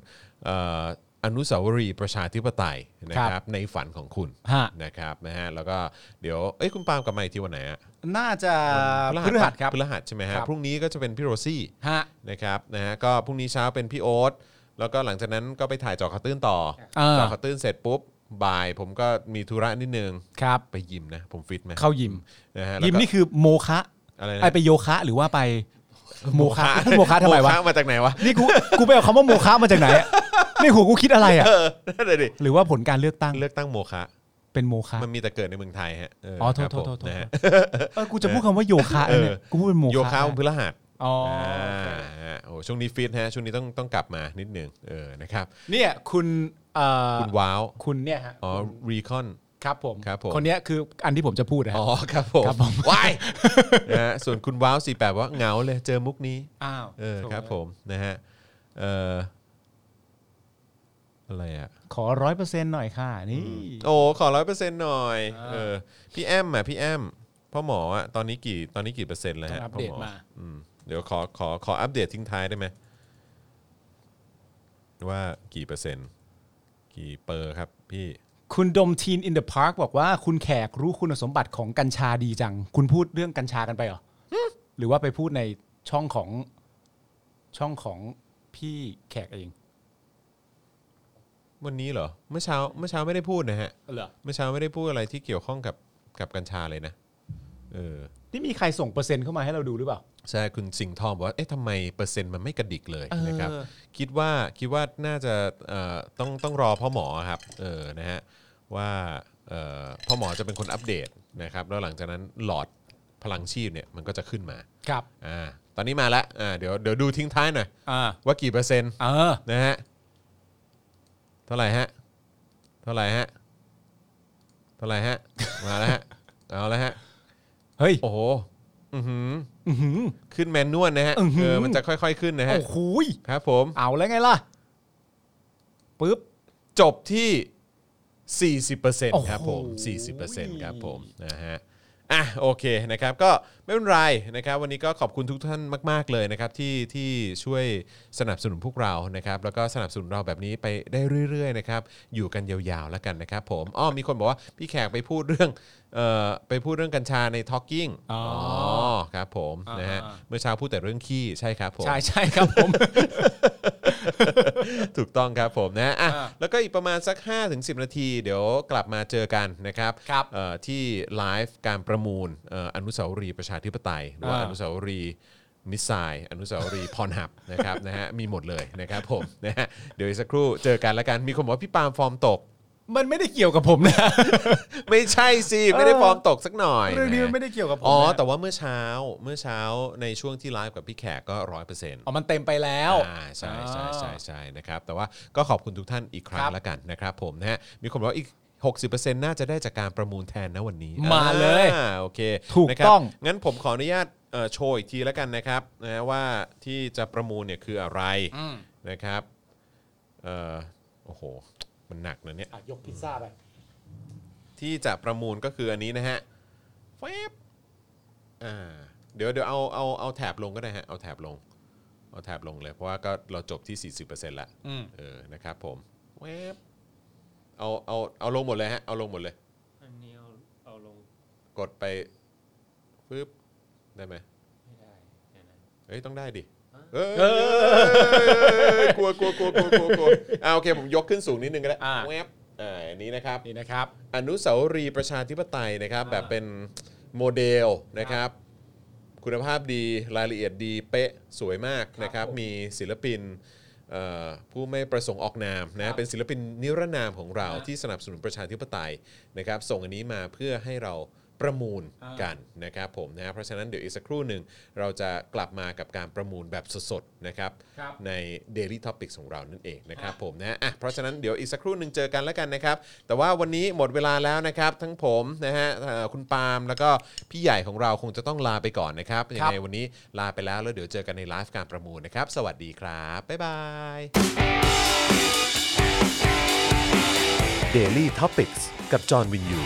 Speaker 2: เอ่ออนุสาวรีย์ประชาธิปไตยนะค
Speaker 3: ครั
Speaker 2: รับบในฝันของคุณ
Speaker 3: ฮะ
Speaker 2: นะครับนะฮะแล้วก็เดี๋ยวเอ้ยคุณปาล์มกลับมาอีกที่วันไหนอะ
Speaker 3: น่าจะพฤหัสครับ
Speaker 2: พฤหัสใช่ไหมฮะ
Speaker 3: ครับ
Speaker 2: พรุ่งนี้ก็จะเป็นพี่โรซี่
Speaker 3: ฮะ
Speaker 2: นะครับนะฮะก็พรุ่งนี้เช้าเป็นพี่โอ๊ตแล้วก็หลังจากนั้นก็ไปถ่ายเจอข่าวตื้นต่อ
Speaker 3: อ่า
Speaker 2: เจอข่าวตื้นเสร็จปุ๊บบ่าย ผมก็มีธุระนิดนึง
Speaker 3: ครับ
Speaker 2: ไปยิมนะผมฟิตไหม
Speaker 3: เข้ายิม
Speaker 2: นะฮะ
Speaker 3: ยิม
Speaker 2: แล้วก็
Speaker 3: นี่คือโมคะ
Speaker 2: อะไรนะ
Speaker 3: ไอไปโยคะ หรือว่าไปโมคะโมคะทำไมวะ
Speaker 2: โมาจากไหนวะ
Speaker 3: นี่กูกูไปเอาคำว่าโมคะมาจากไหนอะนี่หัวกูคิดอะไรอ่ะ
Speaker 2: เออนั่นเลยดิ
Speaker 3: หรือว่าผลการเลือกตั้ง
Speaker 2: เลือกตั้งโมคะ
Speaker 3: เป็นโมคะ
Speaker 2: มันมีแต่เกิดในเมืองไทยฮะเ
Speaker 3: อ๋อโท
Speaker 2: ค
Speaker 3: ษ
Speaker 2: รับ
Speaker 3: โทษโทษ
Speaker 2: ผมนะฮะ
Speaker 3: เออกูจะพูดคำว่าโยคะ
Speaker 2: เออ
Speaker 3: เนี่ยกูพูดเป็นโมคะ
Speaker 2: โยคะวันพฤหัส
Speaker 3: อ๋ออ
Speaker 2: อ่าโอ้ช่วงนี้ฟิตฮะช่วงนี้ต้องต้องกลับมานิดนึงเออนะครับ
Speaker 3: เนี่ยคุณเอ่อ
Speaker 2: คุณว้าว
Speaker 3: คุณเนี่ยฮะ
Speaker 2: อ๋อรีคอน
Speaker 3: ครับผม
Speaker 2: ครับผม
Speaker 3: คนเนี้ยคืออันที่ผมจะพูดนะ
Speaker 2: อ๋
Speaker 3: ฮะ
Speaker 2: อครับผม
Speaker 3: ครับผม
Speaker 2: ว้ายนะฮะส่วนคุณว้าวสี่แปดว่าเหงาเลยเจอมุกนี้
Speaker 3: อ้าว
Speaker 2: เออครับผมนะฮะเอ่ออะไรอ่ะ
Speaker 3: ขอร้อยเปอร์เซ็นต์หน่อยค่ะนี่
Speaker 2: โอ้ขอร้อยเปอร์เซ็นต์หน่อยเออพี่แอมอ่ะพี่แอมพ่อหมออ่ะตอนนี้กี่ตอนนี้กี่เปอร์เซ็นต์แล้วฮะ
Speaker 3: ต้องอัป
Speaker 2: พ่อ
Speaker 3: เด
Speaker 2: ห
Speaker 3: ต
Speaker 2: มอ
Speaker 3: มา
Speaker 2: อืมเดี๋ยวขอขอขออัปเดตทิ้งท้ายได้ไหมว่ากี่เปอร์เซ็นต์ กี่เปอร์ครับพี่
Speaker 3: คุณดมทีนอินเดอะพาร์คบอกว่าคุณแขกรู้คุณสมบัติของกัญชาดีจัง คุณพูดเรื่องกัญชากันไปเหรอ หรือว่าไปพูดในช่องของช่องของพี่แขกเอง
Speaker 2: วันนี้เหรอเมื่อเช้าเมื่อเช้าไม่ได้พูดนะฮะ
Speaker 3: เหรอ
Speaker 2: เมื่อเช้าไม่ได้พูดอะไรที่เกี่ยวข้องกับกับกัญชาเลยนะเออ
Speaker 3: นี่มีใครส่งเปอร์เซ็นต์เข้ามาให้เราดูหรือเปล่า
Speaker 2: ใช่คุณสิงห์ทองบอกว่าเอ๊ะทำไมเปอร์เซ็นต์มันไม่กระดิกเลยนะครับ
Speaker 3: เออ
Speaker 2: คิดว่าคิดว่าน่าจะเอ่อต้องต้องรอพ่อหมอครับเออนะฮะว่าเอ่อพ่อหมอจะเป็นคนอัปเดตนะครับแล้วหลังจากนั้นหลอดพลังชีพเนี่ยมันก็จะขึ้นมา
Speaker 3: ครับ
Speaker 2: อ่าตอนนี้มาแล้วอ่าเดี๋ยวเดี๋ยวดูทิ้งท้ายหน่อย
Speaker 3: อ่า
Speaker 2: ว่ากี่เปอร์เซ็นต์
Speaker 3: เออ
Speaker 2: นะฮะเท่าไหร่ฮะเท่าไหร่ฮะเท่าไหร่ฮะมาแล้ว ฮะเอาแล้วฮะ
Speaker 3: เฮ้ย
Speaker 2: โอ้โหอือหือ
Speaker 3: อื้อหือ
Speaker 2: ขึ้นแมนนวลนะฮะ
Speaker 3: อื้อหือ
Speaker 2: เออมันจะค่อย ๆขึ้นนะฮะ
Speaker 3: โอ้โหย
Speaker 2: ครับผม
Speaker 3: เอาแล้วไงล่ะปึ๊บ
Speaker 2: จบที่ 40%ครับผม
Speaker 3: โอ้โ
Speaker 2: 40%
Speaker 3: ห
Speaker 2: ครับผมนะฮะอ่ะโอเคนะครับก็ไม่เป็นไรนะครับวันนี้ก็ขอบคุณทุกท่านมาก ๆ เลยนะครับที่ที่ช่วยสนับสนุนพวกเรานะครับแล้วก็สนับสนุนเราแบบนี้ไปได้เรื่อย ๆ นะครับอยู่กันยาวๆแล้วกันนะครับผมอ้อมีคนบอกว่าพี่แขกไปพูดเรื่องเอ่อไปพูดเรื่องกัญชาใน Talking
Speaker 3: อ๋อ
Speaker 2: ครับผมนะฮะ
Speaker 3: อ่า
Speaker 2: เมื่อเช้าพูดแต่เรื่องขี้ใช่ครับผม
Speaker 3: ใช่ใช่ครับผม
Speaker 2: ถูกต้องครับผมนะอ่ะ
Speaker 3: อ่า
Speaker 2: แล้วก็อีกประมาณสัก 5-10 นาที เดี๋ยวกลับมาเจอกันนะครับ
Speaker 3: ครับ
Speaker 2: เอ่อที่ไลฟ์การประมูลเอ่ออนุสาวรีย์ประชาธิปไตย หรือว่า
Speaker 3: อ่า
Speaker 2: อนุสาวรีย์มิสไซล์อนุสาวรีย์พรหับ นะครับ นะฮะมีหมดเลยนะครับผม นะฮะเดี๋ยวอีกสักครู่เจอกันละกัน มีคนบอกว่าพี่ปาล์มฟอร์มตก
Speaker 3: มันไม่ได้เกี่ยวกับผมนะ
Speaker 2: ไม่ใช่สิ ไม่ได้ฟอร์มตกสักหน่อย
Speaker 3: เรื่องนี้มัน
Speaker 2: นะ
Speaker 3: ไม่ได้เกี่ยวกับผม
Speaker 2: อ๋อ
Speaker 3: นะ
Speaker 2: แต่ว่าเมื่อเช้าเมื่อเช้าในช่วงที่ไลฟ์กับพี่แขกก็ร้อยเปอร์เซ็นต์
Speaker 3: อ๋อมันเต็มไปแล้ว
Speaker 2: อ่าใช่ใช่ใช่ใช่นะครับแต่ว่าก็ขอบคุณทุกท่านอีกครั้ง
Speaker 3: ครับ
Speaker 2: ละกันนะครับผมนะฮะมีคนบอกว่าอีก 60%น่าจะได้จากการประมูลแทนนะวันนี้
Speaker 3: มาเลย
Speaker 2: อ่าโอเค
Speaker 3: ถูก
Speaker 2: นะครับ
Speaker 3: ต้อง
Speaker 2: งั้นผมขออนุญาตเอ่อโชว์อีกทีละกันนะครับนะฮะว่าที่จะประมูลเนี่ยคืออะไรนะครับเอ่อโอ้โหมันหนักนะเนี่ย
Speaker 5: อ่ะยกพิซซ่าไป
Speaker 2: ที่จะประมูลก็คืออันนี้นะฮะแฟบอ่าเดี๋ยวเดี๋ยวเอาเอาเอาแถบลงก็ได้ฮะเอาแถบลงเอาแถบลงเลยเพราะว่าก็เราจบที่ 40%ละ เออ นะครับผมเวบเอา เอา เอาลงหมดเลยฮะ เอาลงหมดเลย
Speaker 4: อันนี้เอาเอาลง
Speaker 2: กดไปปึ๊บ ได้ไหม
Speaker 4: ไม่ได้เดี๋ยวนะ
Speaker 2: เอ้ย ต้องได้ดิ เอยเอ้ยเอ้ยกลัวกลัวกลัวกลัวกลัวกลัวอ่าโอเค ผมยกขึ้นสูงนิดนึงก็ได้
Speaker 3: อ่า
Speaker 2: เวบอ่าอันนี้นะครับ
Speaker 3: นี่นะครับ
Speaker 2: อนุสาวรีย์ประชาธิปไตยนะครับ แบบเป็นโมเดลนะครับ คุณภาพดีรายละเอียดดีเป๊ะสวยมากนะครับ มีศิลปินเอ่อผู้ไม่ประสงค์ออกนามนะเป็นศิลปินนิรนามของเราที่สนับสนุนประชาธิปไตยนะครับ ส่งอันนี้มาเพื่อให้เราประมูลกันนะครับผมนะเพราะฉะนั้นเดี๋ยวอีกสักครู่หนึ่งเราจะกลับมากับการประมูลแบบสดๆนะครับ
Speaker 3: ครับ
Speaker 2: ใน Daily Topics ของเรานั่นเองนะครับผมนะอ่ะเพราะฉะนั้นเดี๋ยวอีกสักครู่หนึ่งเจอกันแล้วกันนะครับ แต่ว่าวันนี้หมดเวลาแล้วนะครับ ทั้งผมนะฮะเอ่อคุณปาล์มแล้วก็พี่ใหญ่ของเราคงจะต้องลาไปก่อนนะครับยังไงวันนี้ลาไปแล้วแล้วเดี๋ยวเจอกันในไลฟ์การประมูลนะครับ สวัสดีครับ บ๊ายบาย
Speaker 1: Daily Topics กับจอห์นวินยู